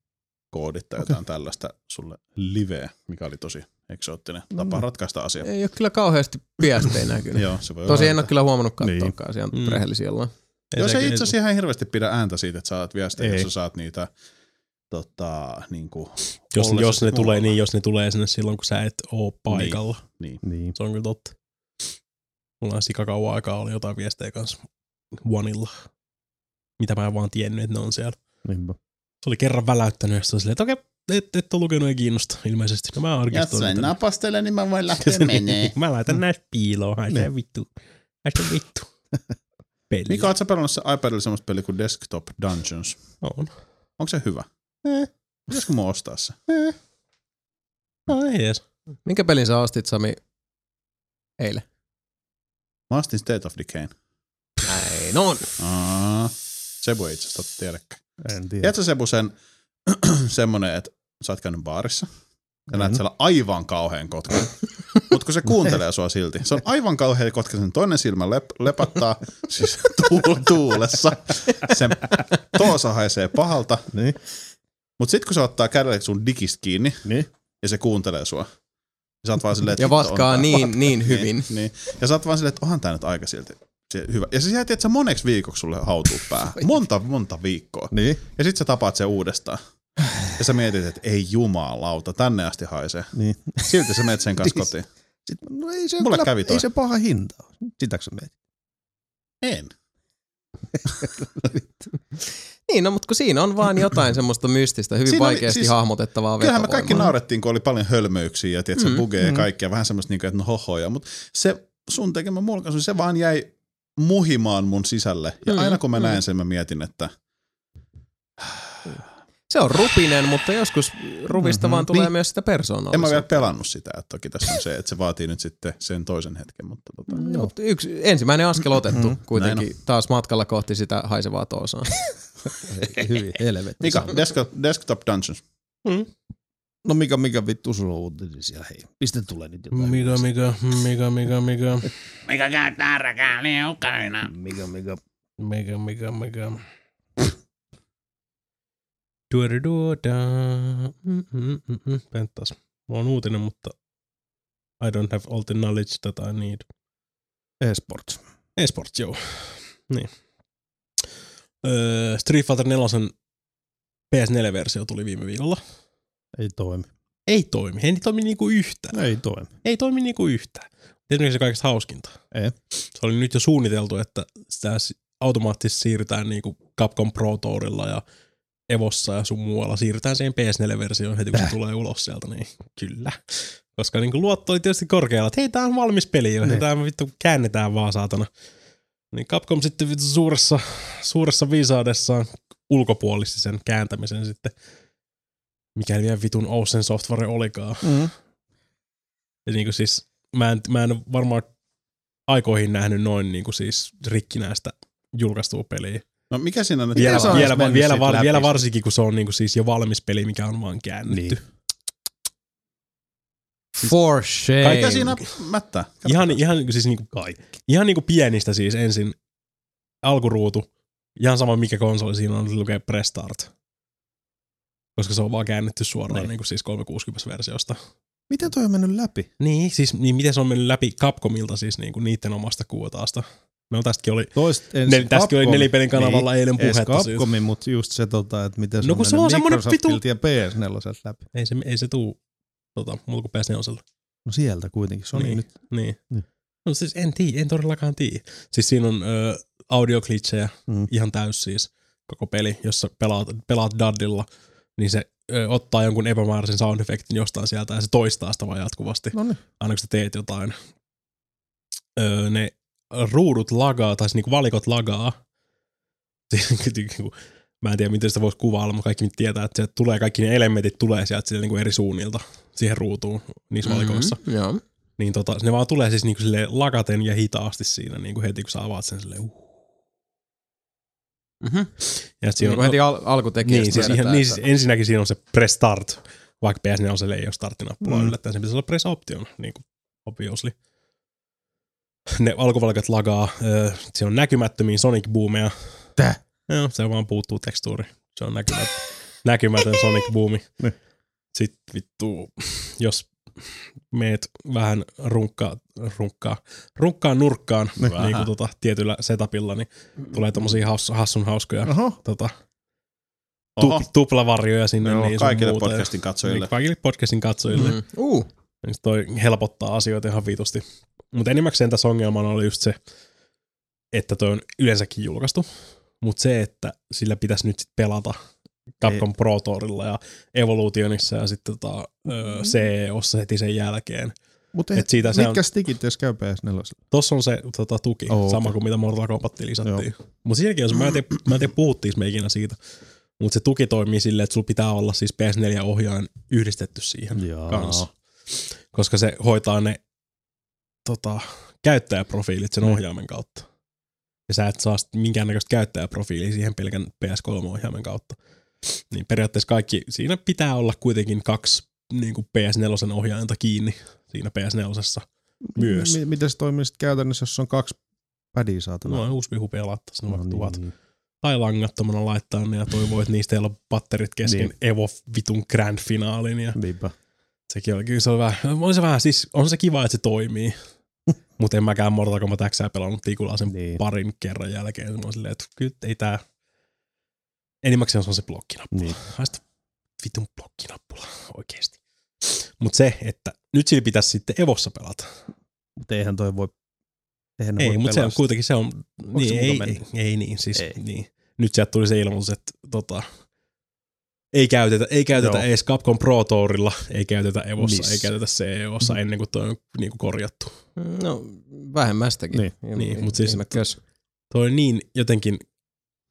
koodit tai jotain tällaista sulle liveä, mikä oli tosi eksoottinen tapa ratkaista asiaa.
Ei ole kyllä kauheasti viestejä näkynyt.
Joo, se voi
Tosi
olla
en ole kyllä huomannut
Niin.
katsoakaan, niin. siellä
Mm.
on rehellisiä ollaan.
ääntä. Joo, se ei
niin
itse asiassa ihan hirveästi pidä ääntä siitä, että saat viestejä, jos
Ei.
sä saat niitä tota, niin kuin,
Jos,
ollessa
jos ne
muualla.
tulee, niin jos ne tulee sinne silloin, kun sä et oo paikalla.
Niin.
Se on kyllä totta. Mulla on sikakauan aikaa oli jotain viestejä kanssa Oneilla. Mitä mä en vaan tiennyt, että ne on siellä.
Niinpä.
Se oli kerran väläyttänyt ja se oli silleen, että okei, et, et ole lukenut ei kiinnosta ilmeisesti. No mä
Jos
arkistoin.
sen
niitä.
napastele, niin mä voin lähteä menee.
Mä laitan näistä piiloon, haista vittu. Haista vittu. Peli.
Mika, oot sä pelannut se iPadilla semmoista peliä kuin Desktop Dungeons?
on?
Onko se hyvä? Eh, Pitäisikö mun ostaa se?
No ei edes.
Minkä pelin sä ostit, Sami, eilen?
Mä ostin State of Decayn.
Näin on.
Aa, Sebu ei itse asiassa totta tiedäkään.
En tiedä.
Tiedätkö Sebu sen semmonen, että sä oot käynyt baarissa ja näet
Mhm.
En.
siellä aivan kauhean kotkan. Mutta kun se kuuntelee sua silti, se on aivan kauhean kotka, sen toinen silmä lep, lepattaa siis tuul, tuulessa, sen toosa haisee pahalta.
Niin.
Mutta sitten kun se ottaa kädellä sun digistä kiinni
Niin.
ja se kuuntelee sua, niin sä oot vaan silleen, että
Ja
vittu, on
vatkaa
tää-
niin, niin hyvin.
Niin, niin. Ja sä oot vaan silleen, että onhan tää nyt aika silti Se, hyvä. Ja se jäi, että moneksi viikoksi sulle hautuu päähän. Monta, monta viikkoa.
Niin.
Ja sit sä tapaat sen uudestaan. Ja sä mietit, että ei jumalauta, tänne asti haisee.
Niin.
Silti sä menet sen kanssa kotiin.
Sitten, no ei se,
Mulle
kyllä,
kävi toi.
ei se paha hinta ole. Sitäkö sä mietit?
En.
Niin, no mutta kun siinä on vaan jotain semmoista mystistä, hyvin
Siinä oli-
vaikeasti
siis-
hahmotettavaa
Kyllähän me
vetovoimaa.
kaikki naurettiin, kun oli paljon hölmöyksiä ja tiedätkö,
Mm,
mm, bugeja ja kaikkea. Vähän semmoista, niinku, että no hohoja. Mutta se sun tekemä mulkaisu, se vaan jäi muhimaan mun sisälle. Ja
Mm,
mm, aina kun mä
mm.
mm. näen sen, mä mietin, että
Se on rupinen, mutta joskus ruvista mm-hmm. vaan tulee niin.
Niin.
myös sitä persoonallisuutta.
en mä vielä pelannut sitä. Että toki tässä on se, että se vaatii nyt sitten sen toisen hetken. Mutta tota,
No, mutta yksi, ensimmäinen askel otettu mm-hmm. kuitenkin
Näin
taas matkalla kohti sitä haisevaa toosaa.
Hyvin helvetti.
Mika, desktop, desktop Dungeons.
No mikä, mikä vittu sulla on uutisia? Hei, mistä tulee nyt jotain?
No Mikä, mikä, mikä, mikä, mikä,
Mikä käyttää räkää liukaina.
mikä, mikä.
mikä, mikä, mikä. Duodaduoda. Mm, mm, mm, mm. Penttas. Mulla on uutinen, mutta I don't have all the knowledge that I need.
Esports.
Esports, joo. Niin. Öö, Street Fighter 4 PS4-versio tuli viime viikolla.
Ei toimi.
Ei toimi. Ei toimi niinku yhtään.
Ei toimi.
Ei toimi niinku yhtään. Tiedätkö mikä se kaikista hauskinta?
Ei.
Se oli nyt jo suunniteltu, että sitä s- automaattisesti siirrytään niinku Capcom Pro Tourilla ja Evossa ja sun muualla. Siirrytään siihen PS4-versioon heti, kun
Äh.
se tulee ulos sieltä. Niin kyllä. Koska niinku luotto oli tietysti korkealla, että hei, tää on valmis peli jo.
Niin.
Tää me vittu käännetään vaan saatana. Niin Capcom sitten vittu suuressa, suuressa viisaudessaan ulkopuolisti sen kääntämisen sitten. Mikäli vielä vitun Ocean Software olikaan.
Mm.
Ja niin kuin siis, mä en, mä en ole varmaan aikoihin nähnyt noin niin kuin siis rikkinäistä julkaistua peliä.
No mikä siinä nyt
Vielä,
on?
on
vielä,
edes mennyt
vielä,
siitä
var,
läpi?
vielä varsinkin, kun se on niin kuin siis jo valmis peli, mikä on vaan käännetty. Niin.
For shame.
Kaikkea siinä mättää.
Ihan, ihan, niin kuin siis niin kuin, ihan niin kuin pienistä siis ensin alkuruutu, ihan sama mikä konsoli siinä on, lukee Prestart. Koska se on vaan käännetty suoraan
Niin.
niin kuin siis 360-versiosta.
Miten toi on mennyt läpi?
Niin, siis niin miten se on mennyt läpi Capcomilta siis niin kuin niiden omasta kuotaasta. No tästäkin oli
Toista ensin
Nel, tästäkin oli
Capcomin.
nelipelin kanavalla niin, eilen
Ees
puhetta siitä.
Capcomin, mutta just se, tota, että miten se
No
on
kun se
mennyt
on semmonen
Microsoftilta ja PS4 läpi.
Ei se, ei se tuu tota, muuta kuin PS4.
No sieltä kuitenkin, se on niin.
Niin.
nyt.
Niin.
Niin.
No siis en tiedä, en todellakaan tiedä. Siis siinä on ö, audioklitsejä
Mm.
ihan täys siis koko peli, jossa pelaat, pelaat daddilla, niin se ö, ottaa jonkun epämääräisen sound effectin jostain sieltä ja se toistaa sitä vaan jatkuvasti.
No niin.
aina kun sä teet jotain, öö, ne ruudut lagaa, tai siis niinku valikot lagaa. Siis niinku- Mä en tiedä, miten sitä voisi kuvailla, mutta kaikki nyt tietää, että sieltä tulee, kaikki ne elementit tulee sieltä sieltä niinku eri suunnilta siihen ruutuun niissä valikoissa.
Mm-hmm. Joo.
Niin tota, ne vaan tulee siis niinku sille lakaten ja hitaasti siinä niinku heti, kun sä avaat sen silleen. Uh.
Mm-hmm.
Ja
Siinä on heti al- alkutekijästä
niin, siis ihan,
tiedetään,
niin,
että-
siis ensinnäkin siinä on se press start, vaikka PS4 on se ei ole startinappula mm.
Mm.
yllättäen, se pitäisi olla press option, niin kuin obviously. Ne alkuvalikat lagaa, ö, se on näkymättömiä Sonic Boomeja.
Täh?
Joo, se vaan puuttuu tekstuuri. Se on näkymät, näkymätön Sonic Boomi.
Niin.
Sitten vittu, jos meet vähän runkkaa, runkkaa, runkkaa nurkkaan niin kuin tota, tietyllä setupilla, niin tulee tommosia haus, hassun hauskoja
Oho.
tota,
Oho.
tu- tuplavarjoja sinne.
Joo,
niin sun
kaikille Mm-hmm.
muuta.
podcastin katsojille.
Niin, kaikille podcastin katsojille. Mm.
Mm. Uh.
Niin sit toi helpottaa asioita ihan vitusti. Mutta enimmäkseen tässä ongelmana oli just se, että toi on yleensäkin julkaistu. Mutta se, että sillä pitäisi nyt sit pelata Capcom Pro Tourilla ja Evolutionissa ja sitten tota,
Mm-hmm.
öö, CEOssa heti sen jälkeen.
Mutta
Et siitä se on,
mitkä stikit, jos käy PS4?
tossa on se tota, tuki,
Oh,
oh,
okei.
sama kuin mitä Mortal Kombattiin lisättiin. Mutta siinäkin on se, mä en tiedä, mä en tiedä puhuttiinko me ikinä siitä, mutta se tuki toimii silleen, että sulla pitää olla siis PS4-ohjaajan yhdistetty siihen
Jaa.
kanssa. Koska se hoitaa ne tota, käyttäjäprofiilit
Mm.
sen ohjaimen kautta. Ja sä et saa sit minkäännäköistä käyttäjäprofiiliä siihen pelkän PS3-ohjaimen kautta. Niin periaatteessa kaikki, siinä pitää olla kuitenkin kaksi niin kuin PS4 ohjainta kiinni siinä PS4 myös.
M- miten se toimii sitten käytännössä, jos on kaksi pädiä saatana?
No on uusi vihupea laittaa sinne vaikka tuvat.
niin.
Tai langattomana laittaa ne ja toivoo, että niistä ei ole patterit kesken niin.
Niin.
Evo vitun grand finaalin. Ja
Niinpä.
sekin oli, kyllä se oli vähän, on se vähän, siis on se kiva, että se toimii. Mutta en mäkään Mortal Kombat X pelannut tikulaa sen
Niin.
parin kerran jälkeen. Mä oon silleen, että kyllä ei tää... Enimmäkseen se on se blokkinappula.
Niin.
Niin. Haista vitun blokkinappula oikeesti. Mutta se, että nyt sillä pitäisi sitten Evossa pelata.
Mutta eihän toi voi... Eihän ne
ei,
voi
mutta se on
pelastaa.
kuitenkin se on... Niin,
se
ei,
muuta
ei,
mennyt?
ei, niin, siis,
Ei.
ei. Niin. Nyt sieltä tuli se ilmoitus, että tota, ei käytetä, ei käytetä
Joo.
edes Capcom Pro Tourilla, ei käytetä Evossa,
Missä?
ei käytetä
Mm.
CEOssa ennen kuin toi on niin kuin korjattu.
No, vähemmästäkin.
Niin.
Niin, mut siis-
ihmekös.
Toi on niin jotenkin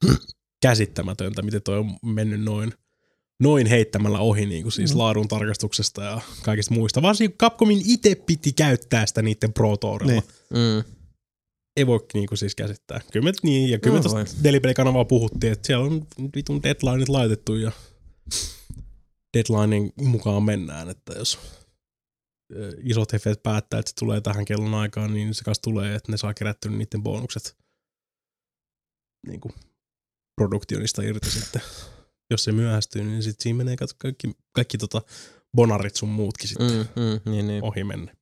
käsittämätöntä, miten toi on mennyt noin, noin heittämällä ohi niin kuin
Mm.
siis laadun tarkastuksesta ja kaikista muista. Varsinkin kun Capcomin itse piti käyttää sitä niiden Pro Tourilla.
Niin.
Mm.
Ei voi niin kuin siis käsittää. Kyllä me, niin, ja kyllä
Mm.
No
no, me
voi.
tuosta Delipeli-kanavaa puhuttiin, että siellä on vitun deadlineit laitettu ja deadlinein mukaan mennään, että jos ö, isot hefeet päättää, että se tulee tähän kellon aikaan, niin se kanssa tulee, että ne saa kerättyä niiden bonukset niin kuin produktionista irti sitten. Jos se myöhästyy, niin sitten siinä menee kato, kaikki, kaikki tota bonarit sun muutkin sitten
Mm, mm, niin, niin.
mm. ohi menne.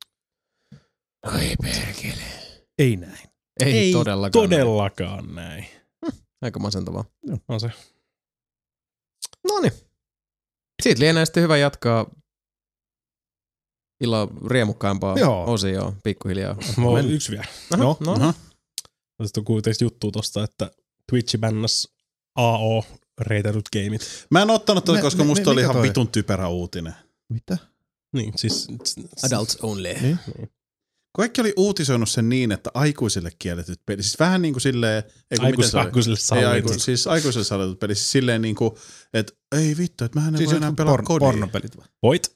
Ai perkele.
Ei näin.
Ei,
Ei
todellakaan.
Todellakaan näin.
Aika masentavaa.
On se.
Noniin. Siitä lienee sitten hyvä jatkaa illan riemukkaampaa
Joo.
osioon pikkuhiljaa.
Mulla on yksi vielä.
Aha,
Joo.
no,
Niin. Aha.
Sitten on kuitenkin juttu tosta, että Twitch bännäs AO reitetyt gameit.
Mä en ottanut
Me-
tätä, koska
me-
musta
me-
oli
mikä
ihan
toi?
vitun typerä uutinen.
Mitä?
Niin, siis...
Adults only.
Kaikki oli uutisoinut sen niin, että aikuisille kielletyt peli. Siis vähän niin kuin silleen... Ei, kun miten se
Aikuisille,
oli?
aikuisille
Ei,
sallitu.
aiku, siis aikuisille sallitut peli. Siis silleen niin kuin, että ei vittu, että mähän en
Siis
voi enää
jotkut
pelaa
porn-
kodia.
pornopelit vai?
Voit.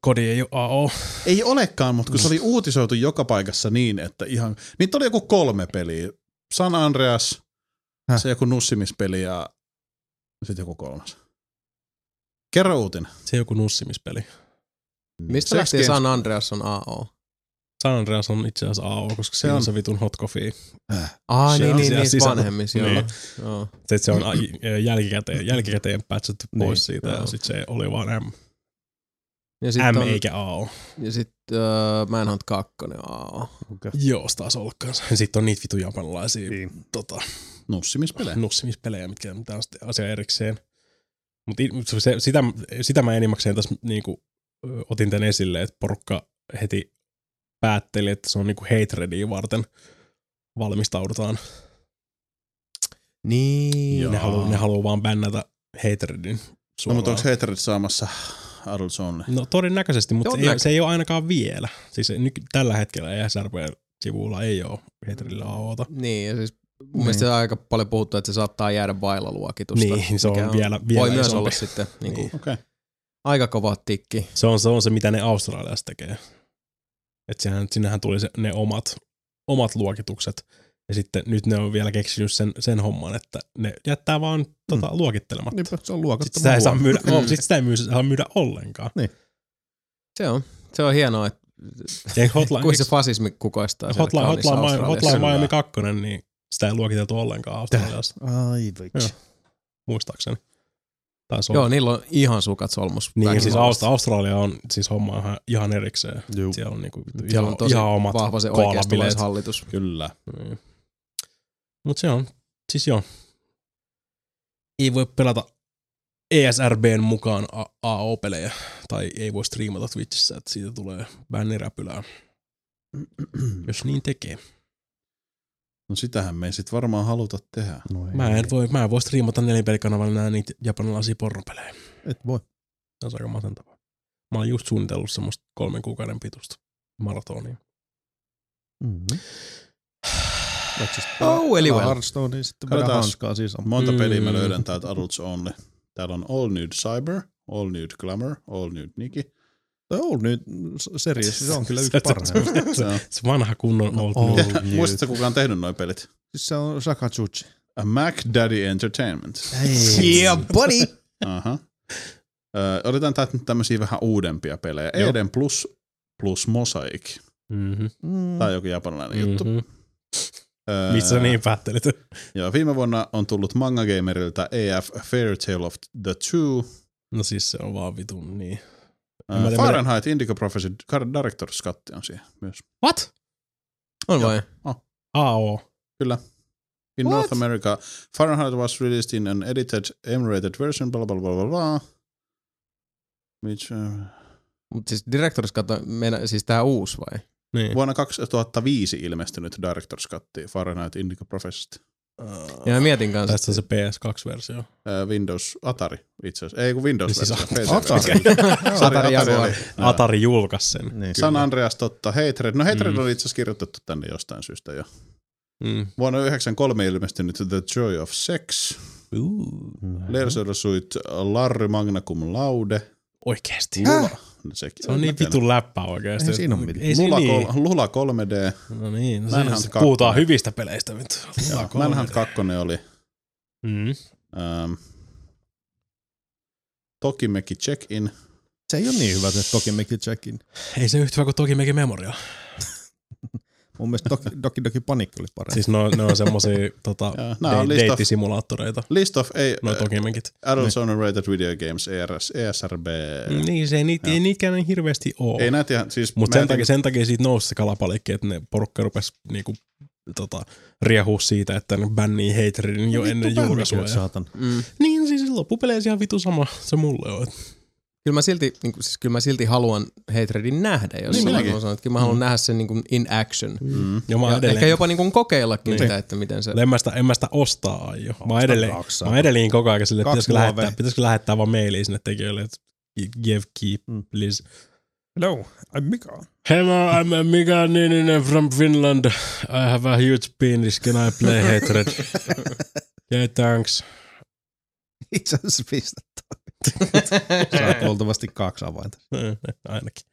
Kodi ei ole AO.
Ei olekaan, mutta kun se oli
Mm.
uutisoitu joka paikassa niin, että ihan... Niitä oli joku kolme peliä. San Andreas,
Häh?
se joku nussimispeli ja sitten joku kolmas. Kerro uutinen.
Se on joku nussimispeli.
Mistä
Sex
lähtien
Games-
San Andreas on AO?
San Andreas on itse asiassa AO, koska se
Se
on
on.
se vitun hot coffee.
Ah,
Se
niin,
on
niin,
siellä
niin,
sisällä.
vanhemmissa, joo.
Niin.
joo.
Se, että se on ai- jälkikäteen, jälkikäteen patchattu
Niin,
pois siitä
joo.
ja sitten se oli vaan M,
Ja
M
sitten on,
eikä AO.
ja sit, uh, Manhunt 2 AO.
Joo, se taas ollut kanssa. Sitten on niitä vitun japanilaisia
Niin.
tota,
Nussimispelejä.
nussimispelejä, Ah, mitkä on taas asia erikseen. Mutta sitä, sitä mä enimmäkseen tässä niinku, ö, otin tämän esille, että porukka heti päätteli, että se on niinku hate readia varten valmistaudutaan.
Niin.
Ne haluaa, ne haluaa vaan bännätä hate readin
No,
suoraan.
mutta onko Hatred saamassa Adults Only?
No todennäköisesti, mutta ei,
Todennäkö-
se ei ole ainakaan vielä. Siis se nyky, tällä hetkellä ESRP-sivuilla ei ole hate readillä AOta.
Niin, ja siis mun mielestä se on aika paljon puhuttu, että se saattaa jäädä vailla luokitusta.
Niin, se on
mikä
vielä- vielä
Voi myös
isompi.
olla sitten niin kuin,
Niin.
Okei. Okay.
aika kova tikki.
Se on, se on se, mitä ne Australiassa tekee. Et sehän, sinnehän tuli se, ne omat, omat luokitukset. Ja sitten nyt ne on vielä keksinyt sen, sen homman, että ne jättää vaan tota, luokittelematta.
Niinpä, se on
Sitten sitä,
luokattoma
ei saa
huono.
myydä,
Niin, Mm.
oh, sit sitä ei myy, saa myydä ollenkaan.
Se on, se on hienoa, että
Ja hotline,
kuin se fasismi kukoistaa siellä
hotline,
kauniissa
hotline, hotline,
Australiassa.
hotline Miami 2, niin sitä ei luokiteltu ollenkaan Australiassa,
Ai
Joo.
vitsi.
muistaakseni. Tai se on.
Joo, niillä on ihan sukat solmus.
niin, siis
Kaikilla
Aust- Australia on siis homma ihan, ihan erikseen.
Juu.
Siellä on, niinku, vittu
Siellä
ihan,
on tosi
ihan omat
vahva se
koalabileet.
oikeistolaishallitus.
Kyllä.
Niin. Mut se on, siis joo. Ei voi pelata E ESRBn mukaan A- AO-pelejä, tai ei voi striimata Twitchissä, että siitä tulee bänniräpylää, jos niin tekee.
No sitähän me ei sit varmaan haluta tehdä.
No ei.
Mä en voi, mä en voi striimata nelipelikanavalla nää niitä japanilaisia pornopelejä.
Et voi.
Se on aika masentavaa. Mä oon just suunnitellut semmoista kolmen kuukauden pitusta maratonia.
Mm-hmm. Siis
Oh, eli well.
Hearthstone, niin sitten vedä
Katsotaan.
hanskaa siis on.
Monta
Mm.
mm. peliä mä löydän täältä Adults Only. Täällä on All Nude Cyber, All Nude Glamour, All Nude Nikki.
Old nyt series, se on kyllä
Se-
yksi
se-
parhaita.
Se, se vanha kunnon old
Oh,
Old
news.
Nude.
Muistatko kuka on tehnyt noin pelit?
Siis se on Sakachuchi.
A Mac Daddy Entertainment.
Yeah, buddy!
Aha. Ö, otetaan täältä nyt tämmöisiä vähän uudempia pelejä.
Joo.
Eden Plus plus Mosaic.
Mhm,
Mm.
Tämä on joku japanilainen juttu.
mhm.
Öö,
Miksi sä niin päättelit?
Joo, viime vuonna on tullut Manga Gamerilta EF Fairy Tale of the Two, Äh,
No siis se on vaan vitun niin.
Ö,
En mä tiedä,
Fahrenheit Indigo Prophecy Director's Cut on siihen myös.
What?
On vai?
AO.
Kyllä. In North America, Fahrenheit was released in an edited, M-rated version, blah, blah, blah, blah, blah. Which, uh,
Mutta siis Directors Cut, on- meina, siis tää uusi vai?
Niin.
vuonna 2005 ilmestynyt Director's Cut, Fahrenheit Indigo Prophecy.
Ja mä mietin kanssa.
Tästä on se PS2-versio.
Äh, Windows Atari itse asiassa. Ei kun Windows.
Siis
versio, PC
Atari.
versio.
Atari
Atari
Jaguar.
oli. Äh,
Atari julkaisi sen.
Niin.
San Andreas totta. Hatred. No Hatred
Mm.
oli itse asiassa kirjoitettu tänne jostain syystä jo.
Mm.
Vuonna 1993 ilmestynyt The Joy of Sex.
Mm-hmm.
Lersersuit Larry Magna Cum Laude.
Oikeesti.
Lula. No sekin.
Se on niin
Mä tiedän.
vitun läppä oikeesti.
Ei siinä oo mitään.
Ei siinä
Lula,
niin.
kol- Lula 3D.
No niin,
Manhunt
no siinä se
kakkonen.
puhutaan hyvistä peleistä vittu. Lula
Joo,
kolme.
Manhunt 2 oli.
Mm.
Ähm, Tokimeki Check-in.
Se ei ole niin hyvä se Toki Meki Jackin.
Ei se yhtä hyvä kuin toki mekin memoria.
Mun mielestä Doki Doki, Doki Panic oli parempi.
Siis ne on, ne on semmosia tota,
Joo, nää on
de-
list of-
deittisimulaattoreita.
List of a-
No toki mekin.
Adults Only Rated Video Games, E ERS, ESRB.
Niin, se ei, niitä, ei niitäkään niin hirveästi oo.
Ei näitä ihan, siis
Mutta
mä en
sen,
tiedä-
takia, sen takia siitä nousi se kalapalikki, että ne porukka rupesi niinku, tota, riehua siitä, että ne bännii haterin jo ennen julkaisua.
Kyllä,
Ja...
Saatan.
Mm.
Niin siis loppupeleissä ihan vitu sama se mulle on. et-
Kyllä mä silti, niin kuin, siis kyllä mä silti haluan Hatredin nähdä, jos
Niin
niin,
minäkin.
mä sanon, että kyllä mä haluan mm. nähdä sen niin kuin in action. Mm.
Mm.
Ja mä
Ja
edelleen,
ehkä jopa niin kuin kokeillakin
Niin.
niin. sitä, että miten se...
En mä, sitä, en mä sitä ostaa aio. Mä oon edelleen,
Kaksaa.
mä oon edelleen niin koko ajan sille, että
Kaksi
pitäisikö
muovea.
lähettää, pitäisikö lähettää vaan mailiin sinne tekijöille, että give keep,
Mm.
please.
Hello, I'm Mika.
Hello, I'm Mika Niininen niin from Finland. I have a huge penis. Can I play hatred? yeah, thanks.
Itse asiassa pistä toi. Saat luultavasti kaksi avainta.
Eh, Ainakin.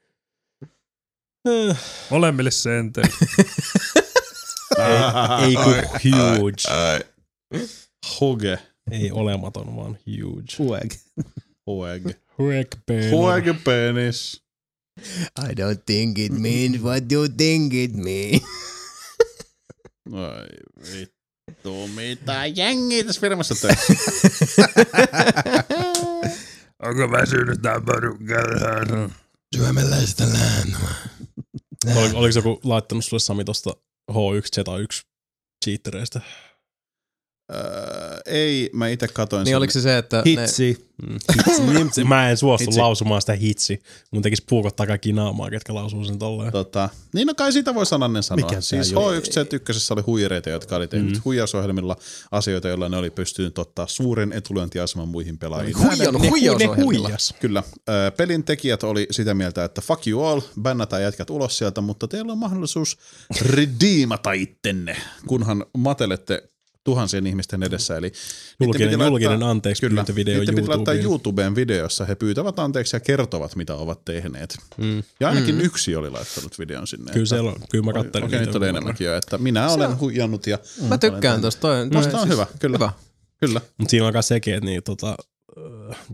Eh,
Molemmille senteli.
Ei ku huge.
Huge.
Ei olematon, vaan huge.
Pueg.
Huege.
Huekpeen.
Huege penis.
I don't think it means what you think it means.
Ai vittu, mitä jengi tässä firmassa töissä?
Onko väsynyt tää porukka?
Suomalaista lääntä.
Oliko, oliko joku laittanut sulle Sami tosta H1Z1 cheatereista?
öö, ei, mä itse katoin
Niin oliko se se, että...
Hitsi.
Hitsi. Mm. Mä en suostu
Hitsi.
lausumaan sitä hitsi. Mun tekisi puukottaa kaikki naamaa, ketkä lausuu sen tolleen.
Tota, niin no kai siitä voi sananen sanoa.
Mikä tää
siis
juttu?
H1Z1 oli huijareita, jotka oli tehnyt
Mm.
mm. huijausohjelmilla asioita, joilla ne oli pystynyt ottaa suuren etulyöntiaseman muihin pelaajiin.
Ne huijon-
Ne- Ne
huijausohjelmilla.
huijas.
Kyllä. Ö, Pelin tekijät oli sitä mieltä, että fuck you all, bännätään jätkät ulos sieltä, mutta teillä on mahdollisuus redeemata ittenne, kunhan matelette tuhansien ihmisten edessä. Eli niitten piti
Julkinen,
laittaa-
julkinen anteeksi
Kyllä.
pyyntövideo
Niiden piti laittaa
YouTubeen.
YouTubeen video, jossa he pyytävät anteeksi ja kertovat, mitä ovat tehneet.
Mm.
Ja ainakin mm. yksi oli laittanut videon sinne.
Kyllä, siellä on, kyllä mä kattelin
Okei, okay, nyt oli enemmänkin jo, että minä olen huijannut ja
Mä tykkään tosta. Toi, toi,
musta on hyvä, kyllä.
No, siis hyvä.
Kyllä.
Mutta siinä on aika sekin, että niin, tota, ö,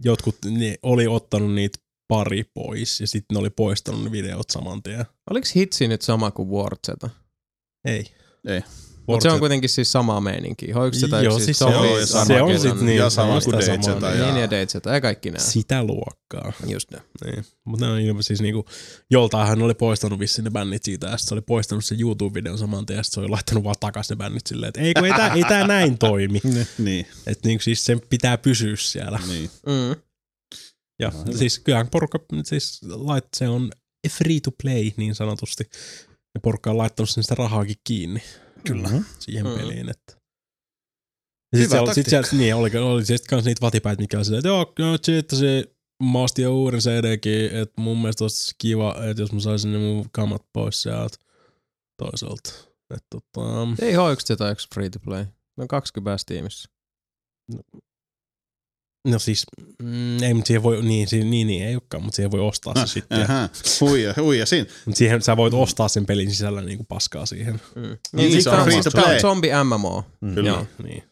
jotkut ne oli ottanut niitä pari pois ja sitten ne oli poistanut ne videot saman tien.
Oliko hitsi nyt sama kuin Warzeta?
Ei.
Ei.
Mutta se on kuitenkin siis samaa meininkiä. H1Z1
Joo,
siis,
siis
siis
se
zombie,
on-
se
Armageddon,
on sit niin,
ja sama
on
kuin
sitä
DayZ.
samaa.
Niin,
Ja...
ja Deitset, ja kaikki nämä.
sitä luokkaa.
Just ne.
Niin. Mutta ne on ilme, siis niinku, joltainhan ne oli poistanut vissiin ne bännit siitä, ja sit se oli poistanut sen YouTube-videon saman tien, ja sit se oli laittanut vaan takas ne bännit silleen, että ei kun ei tää, ei tää näin toimi.
Niin,
Että niinku, siis sen pitää pysyä siellä.
niin.
Mm.
Ja siis kyllähän porukka, siis lait, se on free to play niin sanotusti. Ja porukka on laittanut sinne sitä rahaakin kiinni. Kyllä. Siihen
Mm.
peliin, että. Ja sit
Hyvä
siellä, sit
taktiikka.
siellä, niin, oli, oli siis kans niitä vatipäitä, mitkä oli silleen, että joo, no, sit se mä ostin jo uuden CDkin, että mun mielestä olisi kiva, että jos mä saisin ne mun kamat pois sieltä toisaalta. Että tota,
Ei H1Z1 free to play. No Ne on 20 Steamissa.
no siis, mm, ei, mutta siihen voi, niin, siihen, niin, niin, ei olekaan, mutta siihen voi ostaa Ah,
Ah,
se sitten. Ja,
Ähä. Huija, huija siinä.
mutta siihen sä voit ostaa sen pelin sisällä niinku paskaa siihen.
Mm.
Niin,
siis
se on
tää
free to
tää
play.
on zombi MMO.
Mm-hmm.
Kyllä.
Joo.
Niin.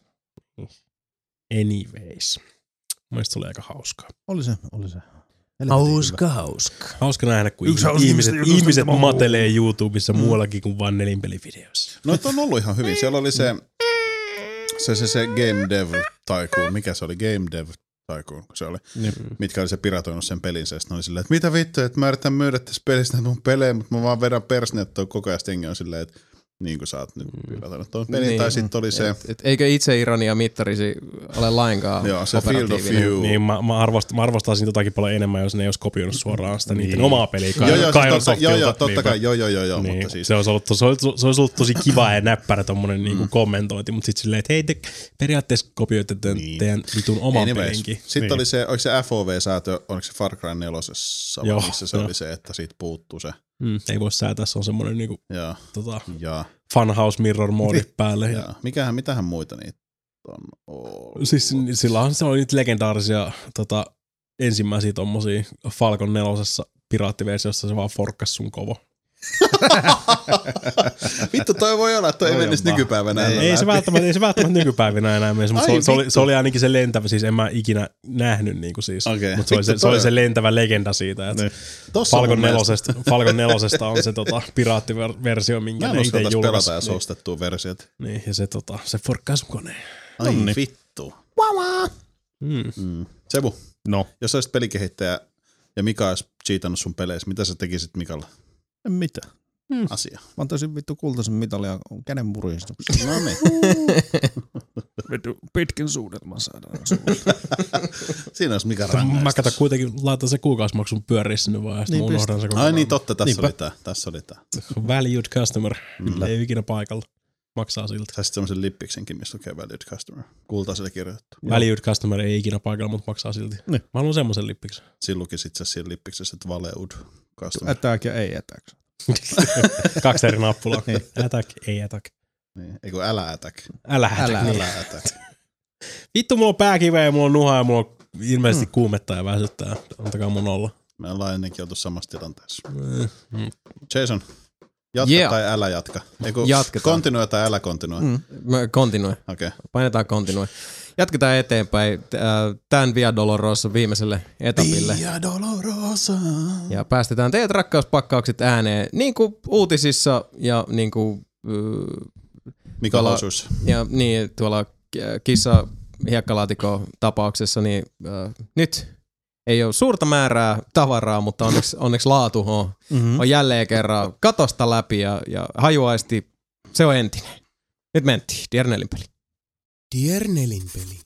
Anyways. Mielestäni se oli aika hauskaa.
Mm-hmm. Oli se, oli se. Helvetin
hauska.
Hauska nähdä, kun
Yksi
Yksi
hauskimmista
ihmiset,
jutuista, mitä
ihmiset
mä oon
matelee YouTubessa mm. muuallakin kuin vain nelinpelivideossa.
No, että on ollut ihan hyvin. Siellä oli se, se, se, se Game Dev Tycoon. Mikä se oli? Game Dev Tycoon, kun se oli.
Niin.
Mitkä oli se piratoinut sen pelinsä. Ja sit ne oli silleen, että mitä vittu, että mä yritän myydä tässä pelistä mun pelejä, mutta mä vaan vedän persneet tuon koko ajan. Sitten jengi on silleen, että niin kuin sä oot nyt
Mm.
pyydätänyt tuon pelin. Niin.
Niin.
Tai sitten oli se,
Et, et, eikö itse ironia mittarisi ole lainkaan
joo, se Field of
operatiivinen?
View.
Niin, mä, mä, arvost, mä arvostaisin jotakin paljon enemmän, jos ne ei olisi kopioinut suoraan sitä niiden omaa peliä.
Niin. Joo,
Kai,
joo, siis totta,
Kainosoftilta.
joo, joo, totta
Niinpä.
kai, joo, joo, joo, joo,
Niin,
mutta siis
se, olisi ollut, to- se, olisi, se olisi ollut tosi kiva ja näppärä tommonen niinku
Mm.
kommentointi, mutta sitten silleen, että hei, te periaatteessa kopioitte tämän
Niin.
niin. teidän vitun oman
Anyways,
pelinkin.
Sitten
niin.
oli se, oliko se FOV-säätö, oliko se Far Cry 4, vai
Joo,
missä se
joo.
oli se, että siitä puuttuu se.
Mm, ei voi säätää, se on semmoinen niinku,
Ja,
tota,
ja,
funhouse mirror modi
Niin.
päälle. Ja,
ja. Mikähän, mitähän muita niitä on ollut?
siis ni- sillä on se oli niitä legendaarisia tota, ensimmäisiä tommosia Falcon nelosessa piraattiversiossa se vaan forkkas sun kovo.
Vittu, toi voi olla, että toi ei
Toi on
menisi
vaan-
nykypäivänä
Ei,
enää
ei,
läpi.
se välttämättä, ei se välttämättä nykypäivinä enää mene, mutta se,
Ai
oli- se, oli,
vittu.
se, oli, ainakin se lentävä, siis en mä ikinä nähnyt niinku siis.
Okei.
Mutta se, oli se,
Vittu,
se, oli
toi-
se lentävä legenda siitä, että
Niin. Tossa
Falcon
mun mielestä-
nelosesta, Falcon nelosesta on se tota, piraattiversio, minkä
Mä
ne
en
itse
uskaltaisi
julkaisi.
pelata ja
Niin,
ostettua versiot.
niin, ja se, tota, se forkkaa sun koneen.
Ai vittu.
No niin. Mm.
Mm. Sebu,
No.
jos olisit pelikehittäjä ja Mika olisi cheatannut sun peleissä, mitä sä tekisit Mikalla?
En mitään.
Asia.
Mä antaisin vittu kultaisen mitalia käden muristuksen.
No niin.
Vittu, Pitkin suunnitelman saadaan.
Siinä olisi Mika
Mä
rangaistus.
kato kuitenkin laitan se kuukausimaksun pyöriä sinne vaan, ja sitten
Niin,
mä unohdan se koko
Ai niin, totta, tässä
Niinpä.
oli tää. Tässä oli tää.
Valued customer. Kyllä. Ei ole ikinä paikalla. Maksaa silti.
Sä semmoisen lippiksenkin, missä lukee valued customer. Kultaisella kirjoitettu.
Valued customer ei ikinä paikalla, mutta maksaa silti.
Niin.
Mä haluan semmoisen lippiksen.
Siinä luki itse asiassa siinä lippiksessä, että valeud customer.
Ätääk ja ei ätääk.
Kaksi eri nappulaa. attack, ei attack.
Niin. Eiku älä attack.
Älä hätä.
Älä,
Niin.
Älä attack.
Vittu, mulla on pääkiveä ja mulla on nuha ja mulla on ilmeisesti kuumetta ja väsyttää. Antakaa mun olla.
Me ollaan ennenkin oltu samassa tilanteessa.
Mm.
Jason, jatka
Yeah.
tai älä jatka. Eiku,
Jatketaan.
Kontinua tai älä kontinua. Mm.
Mm. Mä- Continue.
Okei. Okay.
Painetaan continue. Jatketaan eteenpäin t- äh, tämän Via Dolorosa viimeiselle etapille.
Dolorosa.
Ja päästetään teidät rakkauspakkaukset ääneen, niin kuin uutisissa ja niin kuin,
Mika
Tuolla-
Lausuissa.
ja niin, tuolla äh, kissa hiekkalaatikko tapauksessa, niin äh, nyt ei ole suurta määrää tavaraa, mutta onneksi, onneksi laatu on,
Mm-hmm.
on jälleen kerran katosta läpi ja, ja hajuaisti, se on entinen. Nyt mentiin, Diernelin peli.
Tiernelin peli.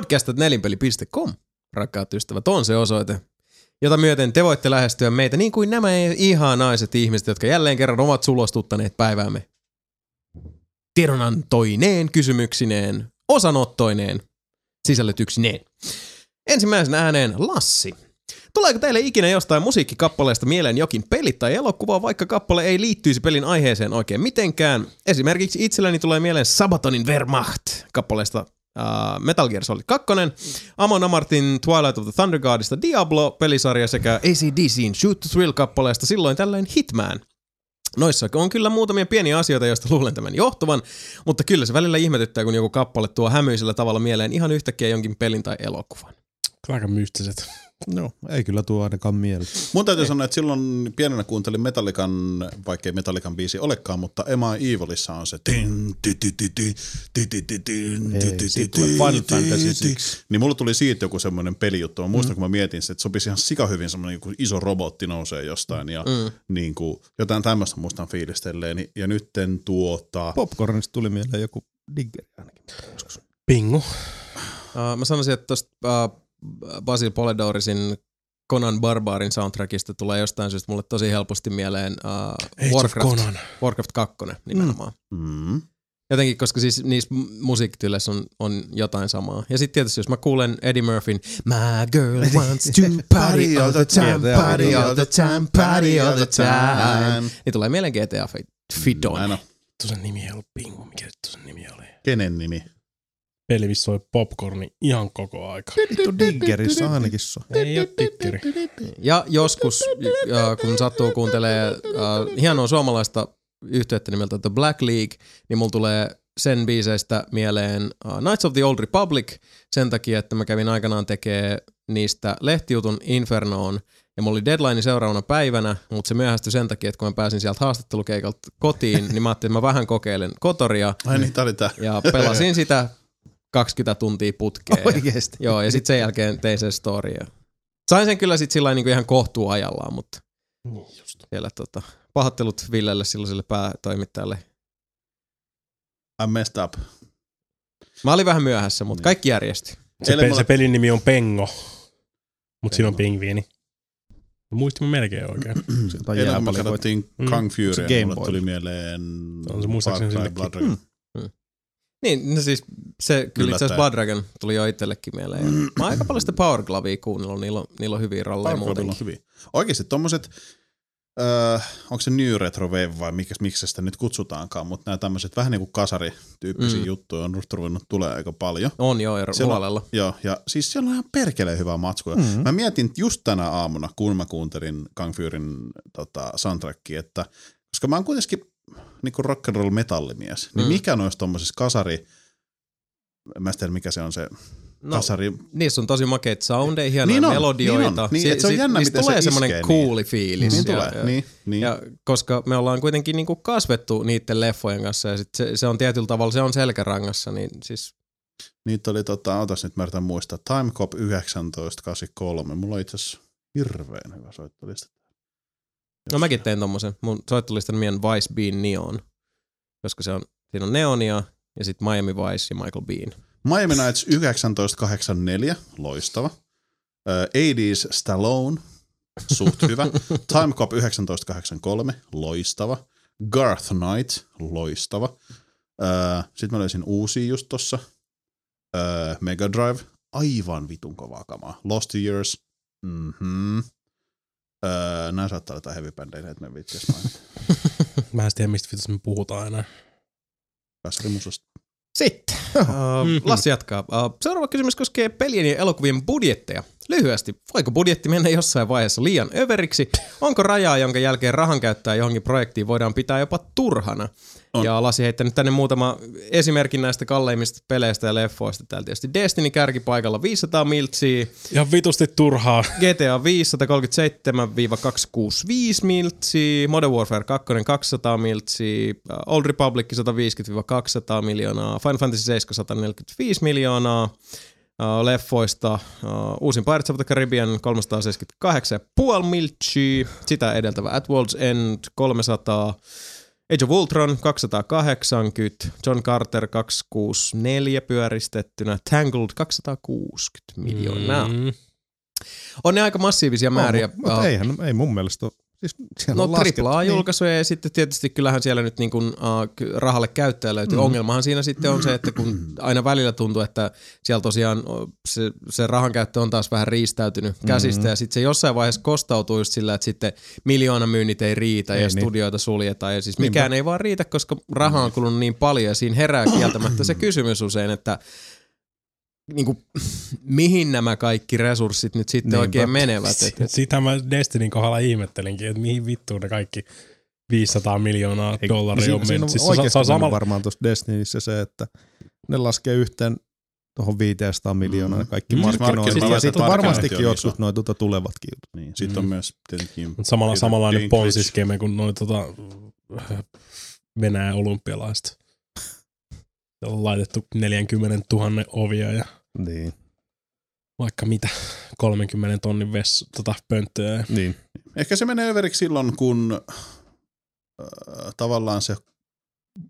podcast.nelinpeli.com. Rakkaat ystävät, on se osoite, jota myöten te voitte lähestyä meitä niin kuin nämä ihanaiset ihmiset, jotka jälleen kerran ovat sulostuttaneet päiväämme. Tiedonantoineen, kysymyksineen, osanottoineen, sisällytyksineen. Ensimmäisenä ääneen Lassi. Tuleeko teille ikinä jostain musiikkikappaleesta mieleen jokin peli tai elokuva, vaikka kappale ei liittyisi pelin aiheeseen oikein mitenkään? Esimerkiksi itselläni tulee mieleen Sabatonin Wehrmacht kappaleesta Uh, Metal Gear Solid 2, Amon Amartin Twilight of the Thunder Godista Diablo-pelisarja sekä ACDCin Shoot to Thrill-kappaleesta silloin tällöin Hitman. Noissa on kyllä muutamia pieniä asioita, joista luulen tämän johtuvan, mutta kyllä se välillä ihmetyttää, kun joku kappale tuo hämyisellä tavalla mieleen ihan yhtäkkiä jonkin pelin tai elokuvan.
Kyllä Aika mystiset.
No, ei kyllä tuo ainakaan mieleen.
Mun täytyy sanoa, että silloin pienenä kuuntelin Metallican, vaikkei Metallican biisi olekaan, mutta Emma Evilissa on se tin, ti, ti, ti, ti, ti, ti, ti, tin, ti, ti, ti, ti, ti, ti. Niin mulla tuli siitä joku semmoinen pelijuttu. Mä muistan, kun mä mietin se, että sopisi ihan sika hyvin semmoinen joku iso robotti nousee jostain ja
Mm.
niin kuin, jotain tämmöistä muistan fiilistelleeni. Ja nytten tuota...
Popcornista tuli mieleen joku diggeri ainakin.
Pingu.
Uh, mä sanoisin, että tuosta uh, Basil Poledorisin Conan Barbarin soundtrackista tulee jostain syystä mulle tosi helposti mieleen
Ei
uh,
Warcraft.
Warcraft,
Conan.
Warcraft 2 nimenomaan.
Mm.
Jotenkin, koska siis niissä mu- musiikkityyleissä on, on jotain samaa. Ja sitten tietysti, jos mä kuulen Eddie Murphyn My girl wants to party all the time, party all the time, party all the time, niin tulee mieleen GTA Fi- Fidon.
Aina.
Vittu sen nimi ei ollut Pingu. Mikä vittu sen nimi oli?
Kenen nimi?
Peli, missä soi popcorni ihan koko aika.
Vittu diggerissä ainakin se.
Ei oo tikkeri.
Ja joskus, äh, kun sattuu kuuntelee äh, hienoa suomalaista yhtyettä nimeltä The Black League, niin mulla tulee sen biiseistä mieleen äh, Knights of the Old Republic sen takia, että mä kävin aikanaan tekee niistä lehtijutun Infernoon ja mulla oli deadline seuraavana päivänä, mutta se myöhästyi sen takia, että kun mä pääsin sieltä haastattelukeikalta kotiin, niin mä ajattelin, että mä vähän kokeilen kotoria
Ai niin, tää oli tää.
ja pelasin sitä 20 tuntia putkeen.
Oikeesti.
Joo, ja sitten sen jälkeen tein sen storya. Sain sen kyllä sitten sillä niinku ihan kohtuuajallaan, mutta
Niin just.
Siellä tota, pahoittelut Villelle silloiselle päätoimittajalle.
I messed up.
Mä olin vähän myöhässä,
Niin.
mutta kaikki järjesti.
Se,
Eilen
pe-
mulla-
se pelin nimi on Pengo, mutta siinä on pingviini. Muistin mä melkein oikein.
Jotain
Eilen kun me
jääpalikoita.
katsottiin
Mm.
Kung Fury,
Game
ja mulle
Boy.
tuli mieleen
On se muistaakseni
Far Cry
sillekin.
Blood Dragon.
Niin, no siis se kyllä itse asiassa
Yllättäen.
Blood Dragon tuli jo itsellekin mieleen. Ja Mä oon aika paljon sitä Power Glavia kuunnellut, niillä on, niillä on hyviä ralleja
Power Clubilla
muutenkin.
on hyviä. Oikeasti tommoset, öö, onko se New Retro Wave vai miksi, miksi sitä nyt kutsutaankaan, mutta nämä tämmöiset vähän niin kuin kasarityyppisiä
Mm.
mm. juttuja on ruvennut tulee aika paljon.
On joo, ero
Siellä on-
huolella.
Joo, ja siis siellä on ihan perkeleen hyvää matskua. Mm.
Mm-hmm.
Mä mietin just tänä aamuna, kun mä kuuntelin Kang Furin tota, soundtrackia, että koska mä oon kuitenkin niinku rock'n'roll metallimies, niin
Mm.
mm. mikä noista tommosissa kasari, mä en tiedä mikä se on se no,
No,
kasari,
niissä on tosi makeita soundeja, hienoja
Niin on,
melodioita.
niin on. Niin,
Si-
et se on
si-
jännä,
niistä
miten se
tulee semmoinen
iskee
cooli fiilis.
niin
ja-
tulee,
ja-
niin, niin.
Ja koska me ollaan kuitenkin niinku kasvettu niiden leffojen kanssa ja sit se, se, on tietyllä tavalla, se on selkärangassa, niin siis
Niitä oli, tota, otas nyt mä yritän muistaa, Time Cop 1983. Mulla on itse asiassa hirveän hyvä soittolista.
No mäkin tein tommosen. Mun soittolistan nimi on Vice Bean Neon, koska se on, siinä on Neonia ja sitten Miami Vice ja Michael Bean.
Miami Nights 1984, loistava. Äh, Ö, 80s Stallone, suht hyvä. Time Cop 1983, loistava. Garth Knight, loistava. Sitten mä löysin uusia just tossa. Ö, Mega Drive, aivan vitun kovaa kamaa. Lost Years, mhm. Öö, nää saattaa olla jotain heavy bändejä, että me vitsi
Mä en tiedä, mistä vitus me puhutaan enää.
kasvimusasta.
Sitten.
Mhm.
Uh, Lassi jatkaa. Uh, seuraava kysymys koskee pelien ja elokuvien budjetteja. Lyhyesti, voiko budjetti mennä jossain vaiheessa liian överiksi? Onko rajaa, jonka jälkeen rahan käyttää johonkin projektiin voidaan pitää jopa turhana? On.
On.
Ja Lasi heittänyt tänne muutama esimerkin näistä kalleimmista peleistä ja leffoista. Täällä tietysti Destiny kärkipaikalla 500 miltsiä,
Ihan vitusti turhaa.
GTA 537-265 miltsiä, Modern Warfare 2 200 miltsiä, äh, Old Republic 150-200 miljoonaa, Final Fantasy 7 145 miljoonaa, äh, leffoista äh, uusin Pirates of the Caribbean 378,5 miltsiä, sitä edeltävä At World's End 300, Age of Ultron 280, John Carter 264 pyöristettynä, Tangled 260 miljoonaa. Mm.
Mm.
On ne aika massiivisia määriä.
Mutta mut
Äh,
eihän, ei mun mielestä ole. Siis siellä
No
on laskettu.
triplaa
Niin.
julkaisuja ja sitten tietysti kyllähän siellä nyt niin kuin, äh, ky- rahalle käyttäjä löytyy. Mm. Ongelmahan siinä sitten on se, että kun aina välillä tuntuu, että siellä tosiaan o, se, se rahan käyttö on taas vähän riistäytynyt
Mm-hmm.
käsistä ja sitten se jossain vaiheessa kostautuu just sillä, että sitten miljoona myynnit ei riitä ei, ja
Ei
niin.
niin.
studioita suljetaan ja siis mikään ei vaan riitä, koska rahaa on kulunut niin paljon ja siinä herää kieltämättä se kysymys usein, että niin kuin, mihin nämä kaikki resurssit nyt sitten
Niinpä.
oikein menevät. Et,
S- Sitä mä Destinin kohdalla ihmettelinkin, että mihin vittuun ne kaikki 500 miljoonaa
Ei,
dollaria
siinä,
on
siinä
mennyt.
on
Siis
siis
se on,
oikeasti
se on
samalla...
samalla,
varmaan tuossa Destinissä se, että ne laskee yhteen tuohon 500 miljoonaa
Mm.
kaikki
Mm.
markkinointi.
Siis
Siis
markkinointi-
ja sitten on
markkinointi
varmastikin
on
jotkut
iso.
noin tuota tulevatkin jutut.
Niin, sit on myös tietenkin
mutta samalla
Peter
samanlainen
Dinklage.
ponsiskeme kuin noin tota, äh, Venäjän olympialaiset. Siellä on laitettu 40 000 ovia ja
Niin.
vaikka mitä, 30 tonnin ves, tota, pönttöä. ja-
niin.
Ehkä se menee överiksi silloin, kun äh, tavallaan se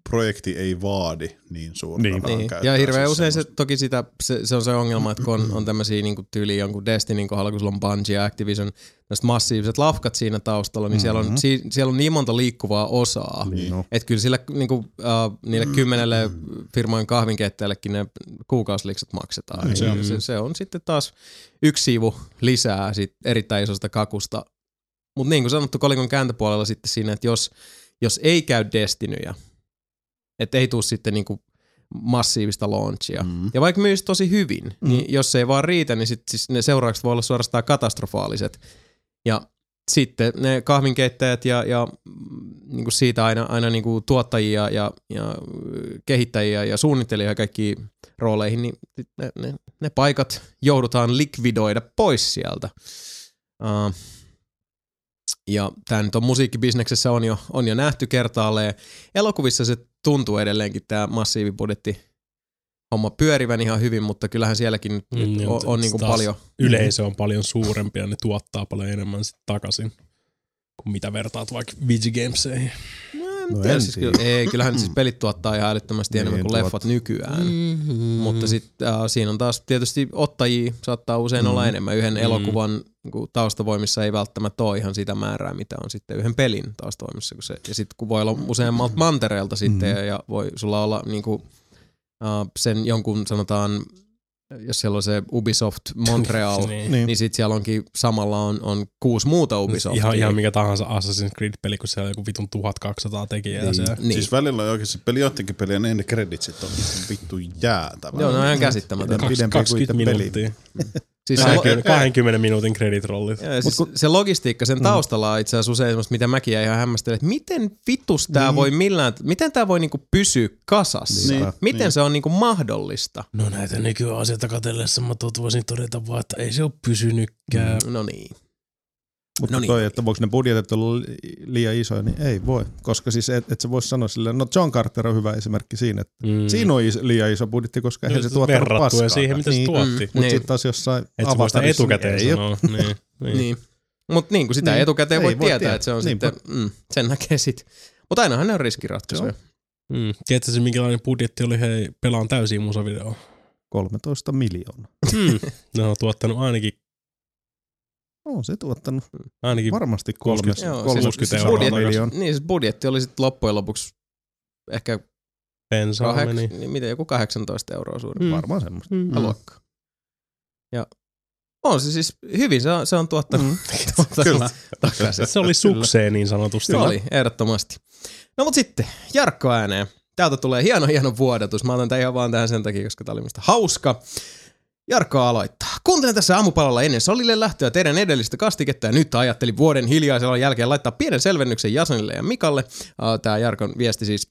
projekti ei vaadi niin suurta
Niin.
rahan
Niin.
käyttöä.
Ja hirveän
Siis
usein se,
semmoista-
toki sitä, se, se, on se ongelma, että kun on, on tämmöisiä niin tyyliä jonkun Destinyn kohdalla, kun sulla on Bungie ja Activision, näistä massiiviset lafkat siinä taustalla, niin mm-hmm. siellä,
Mhm.
on, si, siellä on niin monta liikkuvaa osaa.
niin. No.
Että kyllä sillä niin kuin, äh, niille kymmenelle firmojen kahvinkeittäjällekin ne kuukausilikset maksetaan.
Mm,
Se
se
on.
on.
Se, se on sitten taas yksi siivu lisää sit erittäin isosta kakusta. Mutta niin kuin sanottu, kolikon kääntöpuolella sitten siinä, että jos, jos ei käy Destinyjä, että ei tule sitten niin kuin massiivista launchia. Mm.
Mm.
Ja vaikka myisi tosi hyvin, mm. niin jos se ei vaan riitä, niin sit siis ne seuraukset voi olla suorastaan katastrofaaliset. Ja sitten ne kahvinkeittäjät ja, ja niin kuin siitä aina, aina niin kuin tuottajia ja, ja kehittäjiä ja suunnittelijoita ja kaikki rooleihin, niin sit ne, ne, ne paikat joudutaan likvidoida pois sieltä. Uh, ja tämä nyt on musiikkibisneksessä on jo, on jo nähty kertaalleen. Elokuvissa se tuntuu edelleenkin tämä massiivibudjetti homma pyörivän ihan hyvin, mutta kyllähän sielläkin nyt
Mm,
on, on niin kuin
taas
paljon
Yleisö on paljon suurempi ja ne tuottaa paljon enemmän sit takaisin. kun mitä vertaat vaikka Vigi Gameseihin.
No,
No
tiedä,
en
siis
tiedä. Mm.
kyllä, ei, kyllähän siis pelit tuottaa ihan älyttömästi
Niin,
enemmän kuin
tuot-
leffat nykyään.
Mm-hmm.
Mutta sitten äh, siinä on taas tietysti ottajia saattaa usein olla
Mm.
enemmän. Yhden elokuvan kun taustavoimissa ei välttämättä ole ihan sitä määrää, mitä on sitten yhden pelin taustavoimissa. Kun se, ja sitten kun voi olla useammalta
Mm.
mantereelta sitten ja, ja voi sulla olla niinku, äh, sen jonkun sanotaan, jos siellä on se Ubisoft Montreal,
niin.
Niin.
niin sitten siellä onkin samalla on, on kuusi muuta Ubisoftia.
Ihan, ihan mikä tahansa Assassin's Creed-peli, kun siellä on joku vitun 1200 tekijää. Niin. Siellä.
niin.
Siis välillä on oikeasti peli joidenkin peliä, niin ne kreditsit on niin vittu jäätävä. Niin,
Joo, no, ne on ihan
Niin.
Pidempi
käsittämätöntä.
Kaks-
kuin
20
itse peli.
minuuttia.
Siis se,
Eh,
Kaikki-
20, 20 minuutin kreditrollit.
Joo, ja siis se logistiikka sen taustalla on itse asiassa usein semmoista, mitä mäkin jäin ihan hämmästelen, että miten vitus tämä voi millään, miten tämä voi niinku pysyä kasassa?
Niinpä.
siis- miten
Niin.
se on niinku mahdollista?
No näitä nykyasioita katsellessa mä tot voisin todeta vaan, että ei se ole pysynytkään.
No niin.
Mutta
No
no
niin.
niin. toi, että voiko ne budjetit olla li- liian isoja, niin ei voi. Koska siis et, et sä voi sanoa silleen, no John Carter on hyvä esimerkki siinä, että
Mm.
mm. siinä on is- liian iso budjetti, koska eihän se tuottanut paskaa.
Verrattuna siihen, mitä se
niin.
tuotti.
Mm.
Mm.
Mutta
Niin.
sitten taas jossain
Et sä voi sitä
avatarissa,
etukäteen
niin ei oo.
sanoa. niin, niin.
niin. Mutta niin, kun sitä
Niin.
etukäteen
Ei
voi,
voi
tietää,
tietää.
että se on
Niinpä.
sitten, mm, sen näkee sitten. Mutta ainahan ne on riskiratkaisuja.
Mm. Tiedätkö se, minkälainen budjetti oli, hei, pelaan täysin musavideo.
13 miljoonaa.
Mm. ne on tuottanut ainakin,
On se tuottanut
ainakin
varmasti
60
kolme-
Joo,
30
siis, siis,
euroa
budjetti,
miljoonaa.
niin, siis budjetti oli sitten loppujen lopuksi ehkä
bensaa
kaheks,
meni.
niin miten joku 18 euroa suurin
Mm.
Varmaan semmoista.
Mm.
mm. luokkaa. Ja on se siis, hyvin se on, se on tuottanut, mm. tuottanut
Kyllä.
takaisin.
Siis Se oli sukseen niin sanotusti.
Se oli, ehdottomasti. No mut sitten, Jarkko ääneen. Täältä tulee hieno, hieno vuodatus. Mä otan tän ihan vaan tähän sen takia, koska tää oli musta hauska. Jarkko aloittaa. Kuuntelin tässä aamupalalla ennen salille lähtöä teidän edellistä kastiketta ja nyt ajattelin vuoden hiljaisella jälkeen laittaa pienen selvennyksen Jasonille ja Mikalle. Äh, Tää Jarkon viesti siis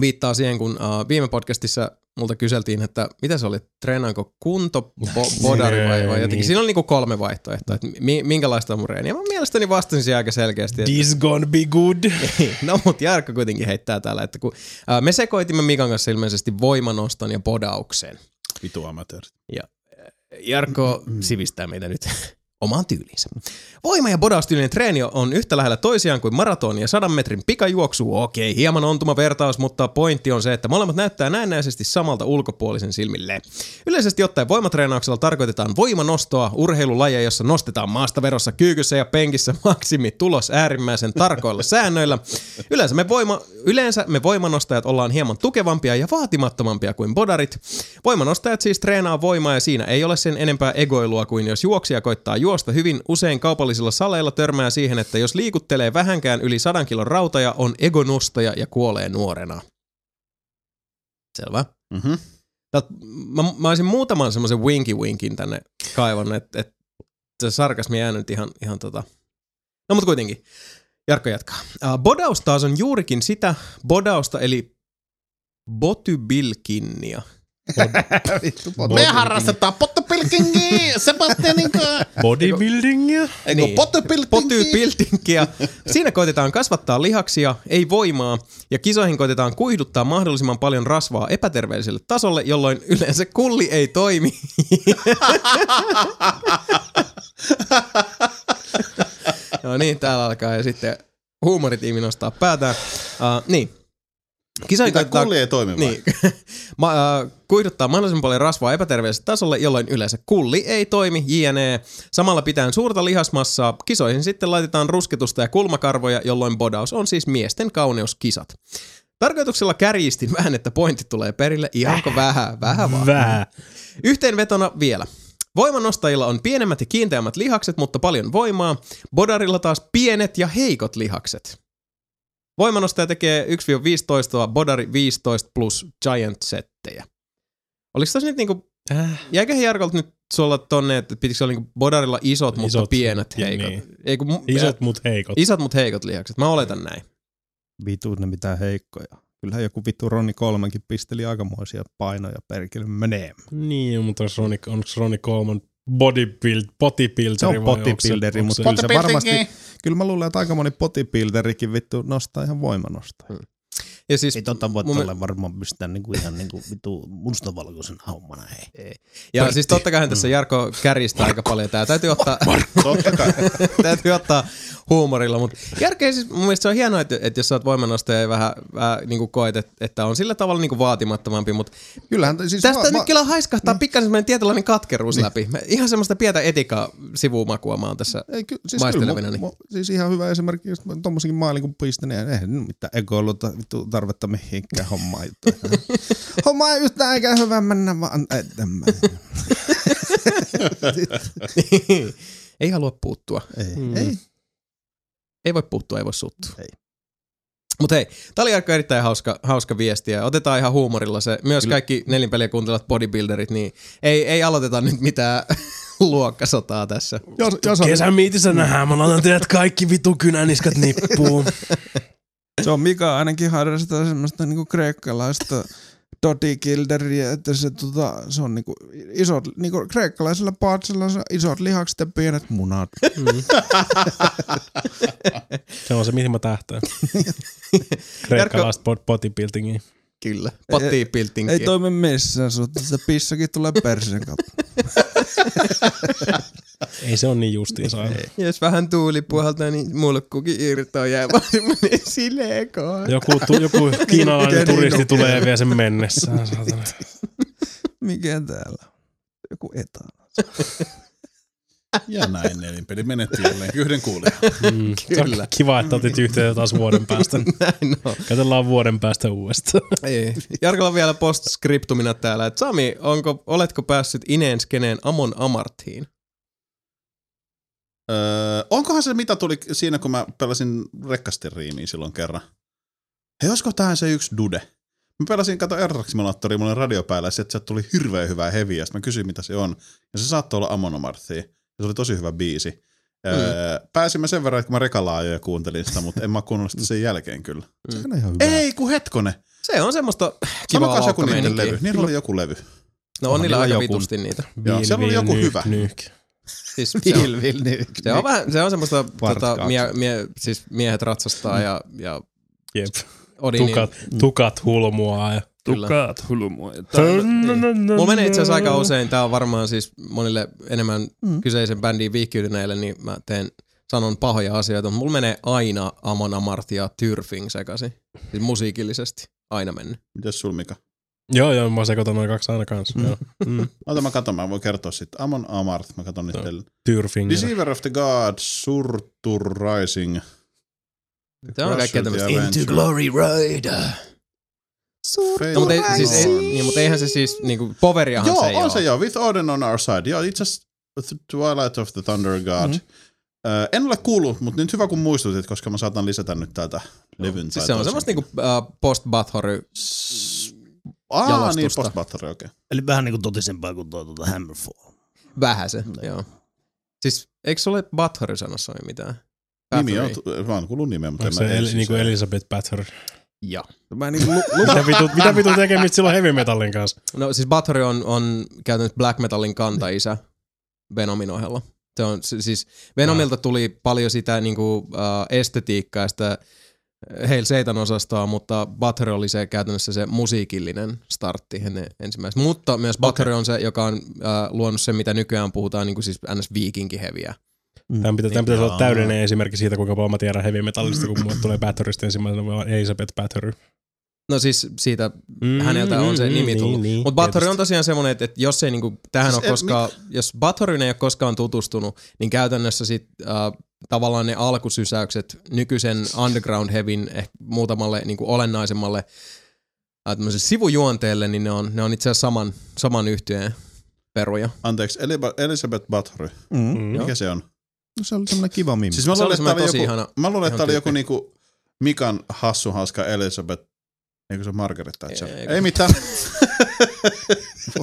viittaa siihen, kun äh, viime podcastissa multa kyseltiin, että mitä se oli, treenaanko kunto, bo- bodari vai, vai jotenkin.
Niin.
Siinä oli niinku kolme vaihtoehtoa, että mi- minkälaista on mun reeni. Ja mä mielestäni vastasin siihen aika selkeästi. Että
This gonna be good.
ei. No mut Jarkko kuitenkin heittää täällä, että kun ää, me sekoitimme Mikan kanssa ilmeisesti voimanoston ja podauksen.
Vitu amatöörit.
Jarkko sivistää meitä nyt omaan tyyliinsä. Voima- ja bodaustyylinen treeni on yhtä lähellä toisiaan kuin maratoni ja sadan metrin pikajuoksu. Okei, hieman ontuma vertaus, mutta pointti on se, että molemmat näyttää näennäisesti samalta ulkopuolisen silmille. Yleisesti ottaen voimatreenauksella tarkoitetaan voimanostoa, urheilulajeja, jossa nostetaan maastaverossa kyykyssä ja penkissä maksimi tulos äärimmäisen tarkoilla säännöillä. Yleensä me, voima, yleensä me voimanostajat ollaan hieman tukevampia ja vaatimattomampia kuin bodarit. Voimanostajat siis treenaa voimaa ja siinä ei ole sen enempää egoilua kuin jos juoksija koittaa juosta hyvin. Usein kaupallisilla saleilla törmää siihen, että jos liikuttelee vähänkään yli sadan kilon rautaja, on egonostaja ja kuolee nuorena. Selvä.
Mm-hmm.
Tät, mä, mä olisin muutaman semmoisen winki-winkin tänne kaivannut, että et, se sarkasmi jää nyt ihan, ihan tota... No mutta kuitenkin. Jarkko jatkaa. Äh, bodaus taas on juurikin sitä bodausta, eli botybilkinnia.
Me harrastetaan pottopilkingiä
niin
Sebastianin kanssa.
Bodybuildingia.
Eikö
No,
Niin.
Niin,
pottopilkingiä?
Potybilkingia. Siinä koitetaan kasvattaa lihaksia, ei voimaa, ja kisoihin koitetaan kuihduttaa mahdollisimman paljon rasvaa epäterveelliselle tasolle, jolloin yleensä kulli ei toimi No niin, täällä alkaa ja sitten huumoritiimi nostaa päätään. Uh, niin. Kisoihin
Mitä
koitetaan-
kulli ei toimi vai?
niin. Ma, äh, kuiduttaa mahdollisimman paljon rasvaa epäterveelliselle tasolle, jolloin yleensä kulli ei toimi, jne. Samalla pitää suurta lihasmassaa. Kisoihin sitten laitetaan rusketusta ja kulmakarvoja, jolloin bodaus on siis miesten kauneuskisat. Tarkoituksella kärjistin vähän, että pointti tulee perille. Ihanko vähän? Vähän vaan.
Vää.
Yhteenvetona vielä. Voimanostajilla on pienemmät ja kiinteämmät lihakset, mutta paljon voimaa. Bodarilla taas pienet ja heikot lihakset. Voimanostaja tekee 1-15, bodari 15 plus giant settejä. Oliko tässä nyt niinku,
Äh.
jäiköhän Jarkolta nyt sulla tonne, että pitikö se olla niinku bodarilla isot, isot, mutta
Isot,
pienet
ja
heikot?
niin.
Ei, kun, mu-
Isot mut heikot.
isot mut heikot lihakset, mä oletan näin.
Vitu ne mitään heikkoja. Kyllähän joku vittu Ronni kolmankin pisteli aikamoisia painoja perkele menee.
Niin, mutta onko Roni, onko Roni Coleman bodybuild, bodybuilderi
Se on
vai onko
bodybuilderi,
onko
mutta
se-
kyllä se varmasti,
Pottopilkingiä.
kyllä mä luulen, että aika moni bodybuilderikin vittu nostaa ihan voimanosta.
Ja siis
Ei tota voi
Mm. mun-
tällä varmaan pistää niinku ihan niinku vitu mustavalkoisen hommana. Hei.
Ja siis totta kai
Mm.
tässä Jarkko kärjistää aika paljon tää. Täytyy ottaa,
Totta kai.
täytyy ottaa huumorilla, mutta järkeä siis mun mielestä se on hienoa, että, että jos sä oot voimanostaja ja vähän, vähän niin kuin koet, että, että on sillä tavalla niin kuin vaatimattomampi, mutta
Kyllähän t- siis Mm.
tästä
va-
nyt kyllä haiskahtaa pikkasen semmoinen tietynlainen katkeruus
Niin.
läpi. Mä- Ihan semmoista pientä etikaa sivumakua mä oon tässä
Ei, ky- siis, kyllä,
maistelevinani.
mu- mu- siis ihan hyvä esimerkki, jos tuommoisenkin mailin kun pistin, niin eihän nyt mitään ekoilua tai vittu tarvetta mihinkään hommaan. juttu. Homma ei yhtään eikä hyvä mennä vaan eteenpäin.
ei halua puuttua.
Ei.
Mm.
Ei.
Ei voi puuttua, ei voi suttua.
Ei.
Mutta hei, tää oli Jarkko erittäin hauska, hauska viesti ja otetaan ihan huumorilla se. Myös Kyllä. kaikki nelinpeliä kuuntelevat bodybuilderit, niin ei, ei aloiteta nyt mitään luokkasotaa tässä.
Jos, jos on,
Kesämiitissä nähdään, mä laitan teidät kaikki vitu kynäniskat nippuun.
se on Mika ainakin harrastaa semmoista niinku kreikkalaista dodikilderiä, että se, tota, se on niinku isot, niinku kreikkalaisella paatsella se on isot lihakset ja pienet munat.
Se on se, mihin mä tähtään. Kreikkalaista pot- bodybuildingia.
Kyllä. Patti Piltinki.
Ei toimi missään suhteessa, pissakin tulee perseen kautta.
Ei se on niin justiinsa. aina.
Jos vähän tuuli puhaltaa, niin mulkkukin irtoaa jää vaan semmonen silekoon.
Joku, tu- joku kiinalainen
Mikä niin
turisti
on?
tulee ja vie sen mennessään. saatana.
Mikä täällä? on? Joku etä.
Ja näin nelinpeli menetti jälleen yhden kuulijan.
Mm. Kyllä.
Kyllä.
kiva, että otit yhteyttä taas vuoden päästä.
Näin on.
Katsellaan vuoden päästä uudestaan.
Ei. Jarkolla on vielä postscriptumina täällä, että Sami, onko, oletko päässyt ineenskeneen Amon Amarthiin?
Öö, onkohan se, mitä tuli siinä, kun mä pelasin rekkasteriimiin silloin kerran? Hei, olisiko tähän se yksi dude? Mä pelasin, kato Air Simulatoria mulle radio päällä, ja sieltä sieltä tuli hirveän hyvää heviä, sitten mä kysyin, mitä se on. Ja se saattoi olla Amonomarthia, ja se oli tosi hyvä biisi. Öö, pääsimme sen verran, että kun mä rekalla ajoin ja kuuntelin sitä, mutta en mä kuunnellut sitä sen jälkeen kyllä.
Sehän on ihan hyvä.
Ei, kun hetkone.
Se on semmoista kivaa
Sanokaa joku niiden
laukkameininkiä.
levy. Niillä oli joku levy.
No on niillä
niillä
aika
joku.
vitusti niitä.
Joo,
Vil,
siellä oli
vil,
joku
nyk,
hyvä.
Nyk.
Siis se, on,
vil, niin.
se, on vähän, se on semmoista,
Part
tota,
kaksi.
mie, mie, siis miehet ratsastaa ja, ja
Jep.
Odinin.
Tukat, tukat hulmuaa. Ja...
Kyllä.
Tukaat hulmua.
niin.
Mulla menee itse asiassa aika usein, tää on varmaan siis monille enemmän mm. kyseisen bändin vihkiytyneille, niin mä teen, sanon pahoja asioita, mutta mulla menee aina Amon Amart ja Tyrfing sekaisin. Siis musiikillisesti aina mennyt.
Mitäs sul, Mika?
Joo, joo, mä sekoitan noin kaksi aina kanssa. Mm. Joo. Mm.
Ota mä katon, mä voin kertoa sitten. Amon Amarth, mä katon nyt teille.
Niin
Tyrfinger.
Deceiver of the Gods, Surtur Rising. Niin
Tää on kaikkea tämmöistä.
Into
Glory Rider.
No, mutta, ei, siis, ei, niin, mutta eihän se siis, niinku, poveriahan
Joo,
se ei
on
oo.
se joo. With Odin on our side. Joo, itse asiassa The Twilight of the Thunder God.
Mhm.
Mm-hmm. Ö, en ole kuullut, mutta nyt hyvä kun muistutit, koska mä saatan lisätä nyt täältä levyn.
Siis
tai
se on
toisen.
semmoista niinku uh, post-bathory.
S- Aa,
jalostusta.
niin, postbattery, okei.
Eli vähän niinku totisempaa kuin tuo tuota Hammerfall.
Vähän se,
Niin.
joo. Siis eikö sulle bathory sanassa mitään?
Nimi on,
Bathory.
mä oon kuullut nimen, mutta
Onko
en mä
se el,
edes-
niinku Elizabeth Bathory?
Ja.
Mä niinku lu- lu-
Mitä vitu, mitä vitu tekemistä sillä on heavy metalin kanssa?
No siis Bathory on, on käytännössä Black Metalin kantaisä Venomin ohella. Se on, si- siis Venomilta tuli paljon sitä niinku, uh, estetiikkaa, sitä Hail Satan osastoa, mutta Bathory oli se käytännössä se musiikillinen startti ennen ensimmäistä. Mutta myös Bathory on se, joka on uh, luonut sen, mitä nykyään puhutaan, niinku siis ns. viikinkiheviä.
Tämän pitää, tämän pitäisi olla
Jaa.
täydellinen esimerkki siitä, kuinka paljon mä tiedän heavy metallista, kun mulle tulee Bathorysta ensimmäisenä vaan Elizabeth Bathory.
No siis siitä häneltä on se nimi tullut.
Mm, niin,
Mutta Bathory on
tietysti. eh,
tosiaan semmoinen, että, että jos ei niinku tähän
Siis
siis ole
en-
koskaan, jos Bathoryyn ei ole koskaan tutustunut, niin käytännössä sit, äh, tavallaan ne alkusysäykset nykyisen underground hevin ehkä muutamalle niinku olennaisemmalle äh, tämmöiselle sivujuonteelle, niin ne on, ne on itse asiassa saman, saman yhtyeen peruja.
Anteeksi, Eliba- Elizabeth Bathory.
mm.
Mm.
Mikä se on?
No se oli semmonen kiva mimi.
Siis mä
Niin, Se oli
luulen, että
semmoinen
tää oli
tosi
joku,
ihana-
mä luulen,
ihan
että tää oli joku
tyyppi.
niinku Mikan hassu hauska Elizabeth. Eikö se ole Margaret Thatcher?
Ei,
Ei,
ei,
ei mitään.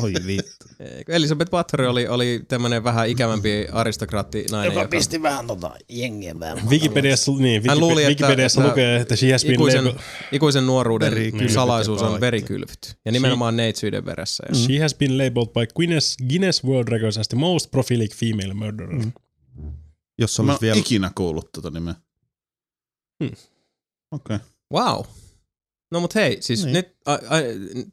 Voi vittu.
Eikö Elizabeth Bathory oli, oli tämmöinen vähän ikävämpi aristokraatti nainen, joka,
Joka pisti vähän tota jengiä vähän.
Wikipediassa, niin,
Hän
Wiki-
luuli, että-
Wikipediassa
että
lukee, että she has been
ikuisen,
lab-
ikuisen nuoruuden
Verikylvyt
salaisuus
ja
on
kaikki.
verikylvyt. Ja nimenomaan neitsyyden veressä. Ja
Mm.
She has been labeled by Guinness, Guinness World Records as the most prolific female murderer. Mm.
Jos
Mä en ole
olisi vielä...
ikinä kuullut tota nimeä.
Hmm.
Okei. Okay.
Wow. No mut hei, siis niin.
Niin.
nyt, a, a,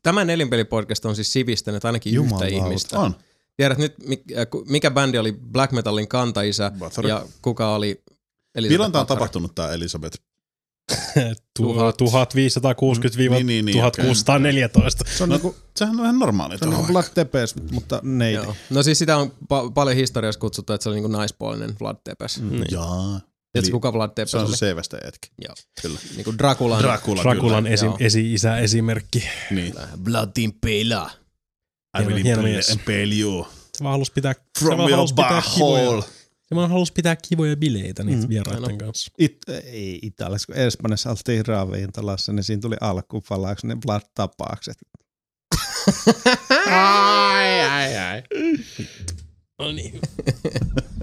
tämä nelinpelipodcast on siis sivistänyt ainakin Jumalauta.
Jumalauta.
yhtä ihmistä.
On.
Tiedät nyt, mi- äh, ku- mikä bändi oli Black Metalin kantaisä
Bathory.
ja kuka oli... Eli
Milloin tämä on tapahtunut tämä Elisabeth?
Tuhat- 1560-1614.
Niin, niin, niin, Se on no, niinku, sehän on ihan normaali.
Se
tuo
on niinku
aika.
Black Tepes, mutta neiti.
Joo. No siis sitä on pa- paljon historiassa kutsuttu, että se oli niinku naispuolinen Vlad Tepes. Mm.
Niin.
Jaa.
Tiedätkö
Eli
kuka Vlad Tepes
Se on
oli?
se selvästä jätkä.
Joo.
Kyllä.
Niinku Draculan.
Dracula,
Draculan e-
kyllä.
esi-
Joo.
esi-isä esimerkki.
Niin.
Vladin pelaa.
I
Hieno-
will
hieno
impel-
mies.
impel you
Se vaan halusi pitää, se
from
vaan
your
halusi pitää kivoja.
butthole.
Se vaan halusi pitää kivoja bileitä niitä mm. vieraiden
Aina.
kanssa.
It, ei Italiassa, kun Espanjassa oltiin ravintolassa, niin siinä tuli alkupalaksi ne Vlad tapaakset.
Ai, ai, ai.
No niin.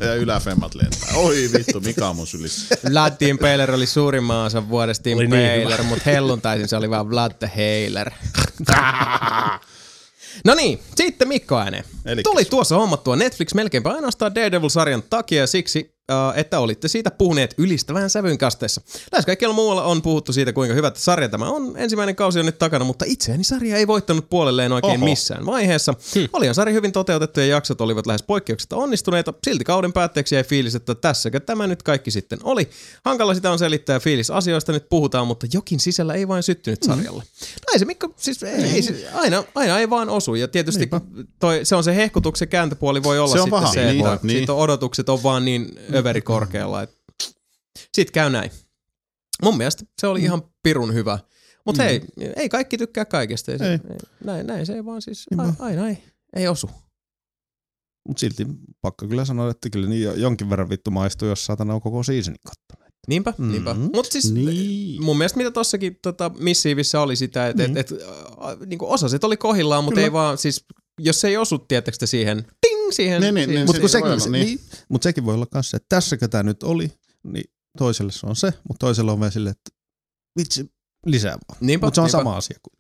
Ja yläfemmat lentää. Oi vittu, mikä on mun sylissä?
Vlad Team Pailer oli suurimman osan vuodesta Team
Oli niin
Pailer, mutta helluntaisin se oli vaan Vlad the Hailer. no niin, sitten Mikko ääneen.
Elikkäs.
Tuli tuossa hommattua Netflix melkeinpä ainoastaan Daredevil-sarjan takia ja siksi, äh, että olitte siitä puhuneet ylistävään sävyyn kasteessa. Lähes kaikkialla muualla on puhuttu siitä, kuinka hyvä sarja tämä on. Ensimmäinen kausi on nyt takana, mutta itseäni sarja ei voittanut puolelleen oikein
Oho.
Oho. missään vaiheessa. Hmm. Olihan sarja hyvin toteutettu ja jaksot olivat lähes poikkeuksetta onnistuneita. Silti kauden päätteeksi jäi fiilis, että tässäkö tämä nyt kaikki sitten oli. Hankala sitä on selittää fiilis asioista nyt puhutaan, mutta jokin sisällä ei vain syttynyt sarjalle. No ei se Mikko, siis ei, se- aina, aina ei vaan osu. Ja tietysti toi, se on se hehkutuksen kääntöpuoli voi olla
Se on
sitten
paha.
se,
Niin,
että
niin.
siitä odotukset on vaan niin överi korkealla. että- Sitten käy näin. Mun mielestä se oli ihan pirun hyvä. Mutta hei, ei kaikki tykkää kaikesta. Ei se, ei.
Ei.
Näin, näin se ei vaan siis,
Niinpä.
a- aina ei, ei osu.
Mutta silti pakko kyllä sanoa, että kyllä niin jo- jonkin verran vittu maistuu, jos saatana on koko seasonin kattonut.
Niinpä, mm-hmm. niinpä.
Mm.
Mutta siis
Niin.
mun mielestä mitä tossakin tota, missiivissä oli sitä, että
Mm-hmm.
niin. et, et, äh, niinku osaset oli kohillaan, mutta ei vaan siis, jos ei osu tiettäkö siihen, ting, siihen.
Niin, niin,
siihen.
niin,
Mut,
Mutta kun
se voi
sekin,
olla,
se,
niin.
niin. mut sekin voi olla myös se, että tässäkö tämä nyt oli, niin toiselle se on se, mutta toisella on vielä silleen, että vitsi, lisää vaan.
niinpä,
Mutta se on
niinpä.
sama asia. Kuin.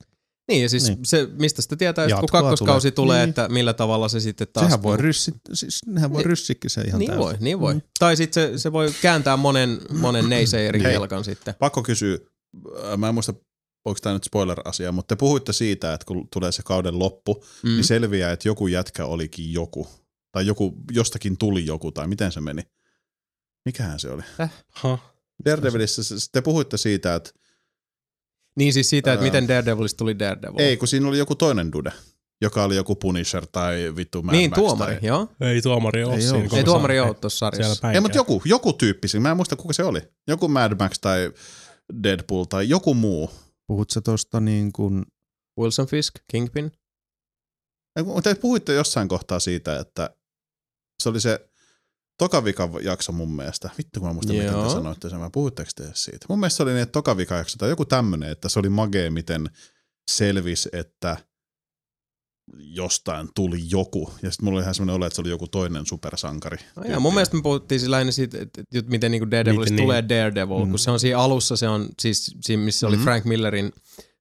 Niin, ja siis niin.
Niin.
se, mistä sitä tietää, just, kun
Jatkoa
kakkoskausi tulee,
tulee.
tulee niin.
Niin.
että millä tavalla se sitten taas...
Sehän voi ryssi, siis nehän voi
Niin.
niin. ryssikin se ihan
Niin
täysin.
voi, niin voi. Mm. Tai sitten se, se voi kääntää monen, monen neiseerin
Hei.
kelkan sitten.
Pakko kysyä, äh, mä en muista, onko tämä nyt spoiler-asia, mutta te puhuitte siitä, että kun tulee se kauden loppu,
Mm.
niin selviää, että joku jätkä olikin joku. Tai joku, jostakin tuli joku, tai miten se meni. Mikähän se oli?
Ha.
Daredevilissä se- se- te puhuitte siitä, että
Niin siis siitä, että
Ää.
miten Daredevilista tuli Daredevil.
ei, kun siinä oli joku toinen dude, joka oli joku Punisher tai vittu Mad
niin,
Max
tuomari,
Tai...
joo.
Ei tuomari ole
Ei
siinä.
oo.
koko
Ei tuomari
sarja.
ole tuossa
Siellä
sarjassa.
päin
Ei, mutta
käy.
joku, joku tyyppisi. Mä en muista, kuka se oli. Joku Mad Max tai Deadpool tai joku muu.
Puhut sä tosta niin kuin,
Wilson Fisk, Kingpin.
Ei, kun Te puhuitte jossain kohtaa siitä, että se oli se tokavika jakso mun mielestä. Vittu kun mä muistan, miten
Joo.
te sanoitte sen. Mä puhutteko te siitä? Mun mielestä se oli niin, että tokavika jakso tai joku tämmönen, että se oli magee, miten selvisi, että jostain tuli joku. Ja sitten mulla oli ihan semmoinen olo, että se oli joku toinen supersankari.
No joo, mun mielestä me puhuttiin siis lähinnä siitä, että että miten niinku Daredevilista
Miten niin?
tulee Daredevil, mm. kun se on siinä alussa, se on siis siinä, missä oli
Mm.
Frank Millerin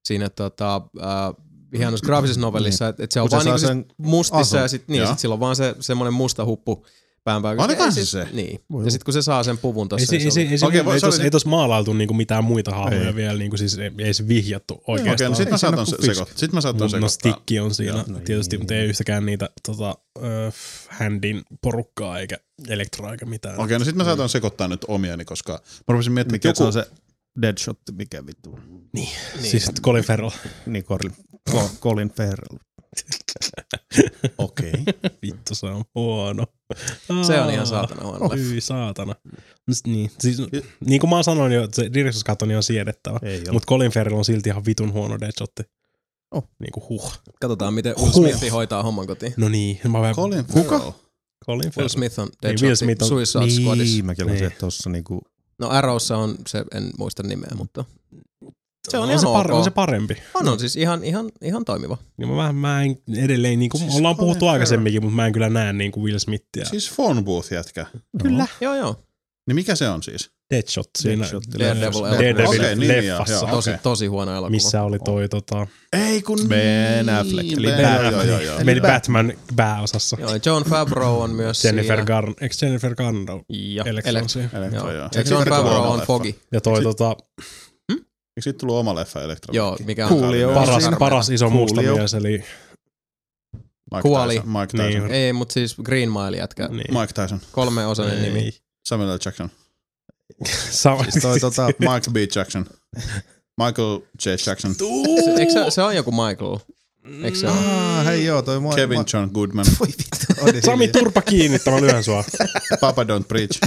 siinä tota, äh, hienossa graafisessa novellissa, että et se on
kun se
vaan
saa
niinku
sen
siis mustissa
asun.
ja sitten niin,
Joo.
sit sillä on vaan se semmoinen musta huppu pään päällä.
Ai,
ei
niin
siis-
se.
Niin.
Voi
Ja
olla.
sitten kun se niinku- saa sen puvun
Ei,
tuossa.
se, ei, se, ei, se,
Okei,
ei,
voi-
ei,
se oli
tos,
se-
ei tos maalailtu niinku mitään muita hahmoja
Ei.
vielä, niinku siis ei, ei se vihjattu oikeastaan.
Okei, no sit mä
Ei siinä
saatan
ole kuin
sekoittaa. Sit mä saatan
Mun- No
sekoittaa.
stikki on siinä
Joo,
no,
no
tietysti,
niin.
mutta ei yhtäkään niitä tota, ö, f- händin porukkaa eikä elektroa eikä mitään.
Okei, no sit mä saatan sekoittaa nyt omiani, koska mä rupesin miettimään,
mikä
että
joku... se
joku...
on se Deadshot, mikä vittu,
Niin. Siis Colin Farrell.
niin Colin, Co- Colin Farrell.
Okei.
Vittu, se on huono.
se on ihan
Aa. Oh.
saatana huono. leffa.
Hyi saatana. No sit Niin, siis, niin kuin mä sanoin jo, että se Directors Cut on ihan siedettävä.
Ei ole.
Mutta Colin Farrell on silti ihan vitun huono deadshotti.
Oh.
Niin kuin huh.
Katsotaan, miten Will Smith hoitaa homman kotiin.
No niin, mä vähän...
Colin Kuka?
Colin
Will
Farrell.
Smith on
Will
Deadshot,
Smith on-
Suicide Squadissa.
Niin, mäkin lasin,
Niin.
että tossa niinku,
No Arrowssa on, se en muista nimeä, mutta se on
on,
ihan
se
ok.
par- on se parempi.
on, on siis ihan, ihan, ihan toimiva.
Ja mä, vähän- mä en edelleen, niin kuin,
Siis
ollaan
Colin
puhuttu
Farrell.
aikaisemminkin, mutta mä en kyllä näe niin kuin Will Smithia.
Siis phone booth jätkä.
Kyllä.
Joo, joo.
Niin mikä se on siis?
Deadshot siinä
Deadshot,
Daredevil
Daredevil- Daredevil
Okei, niin, niin, joo,
leffassa,
joo.
Tosi,
Okei.
tosi huono elokuva.
missä oli toi tota,
Ei kun
Ben Affleck.
Eli
Eli
ben,
Ben
ben joo,
Affleck.
joo, joo.
meillä Batman pääosassa.
Joo, John Favreau on myös
Jennifer
siinä.
Garner, eikö Jennifer Garner ole
Ja,
Electron siinä?
Elektro,
Joo.
joo.
Ja John
Electro
Favreau
on
on
leffa.
Fogi.
Ja toi tota,
Eikö siitä tullut oma leffa Elektra?
Joo, mikä on Coolio.
Paras,
Siinä-
paras iso
Coolio.
musta mies, eli
Mike
Kuoli.
Tyson. Mike Tyson.
Niin.
Ei, mutta siis Green Mile jätkä.
niin.
Mike Tyson.
Kolme osainen
Ei.
nimi.
Samuel L. Jackson.
Sama.
Siis toi tota Mike B. Jackson. Michael J. Jackson.
Se, eikö se, se on joku Michael? Eikö se ole?
Ah, hei joo, toi moi.
Kevin
moi-
John Goodman.
Voi vittu, oli
Sami,
hiljaa.
turpa kiinni, tämä lyön sua.
Papa Don't Preach.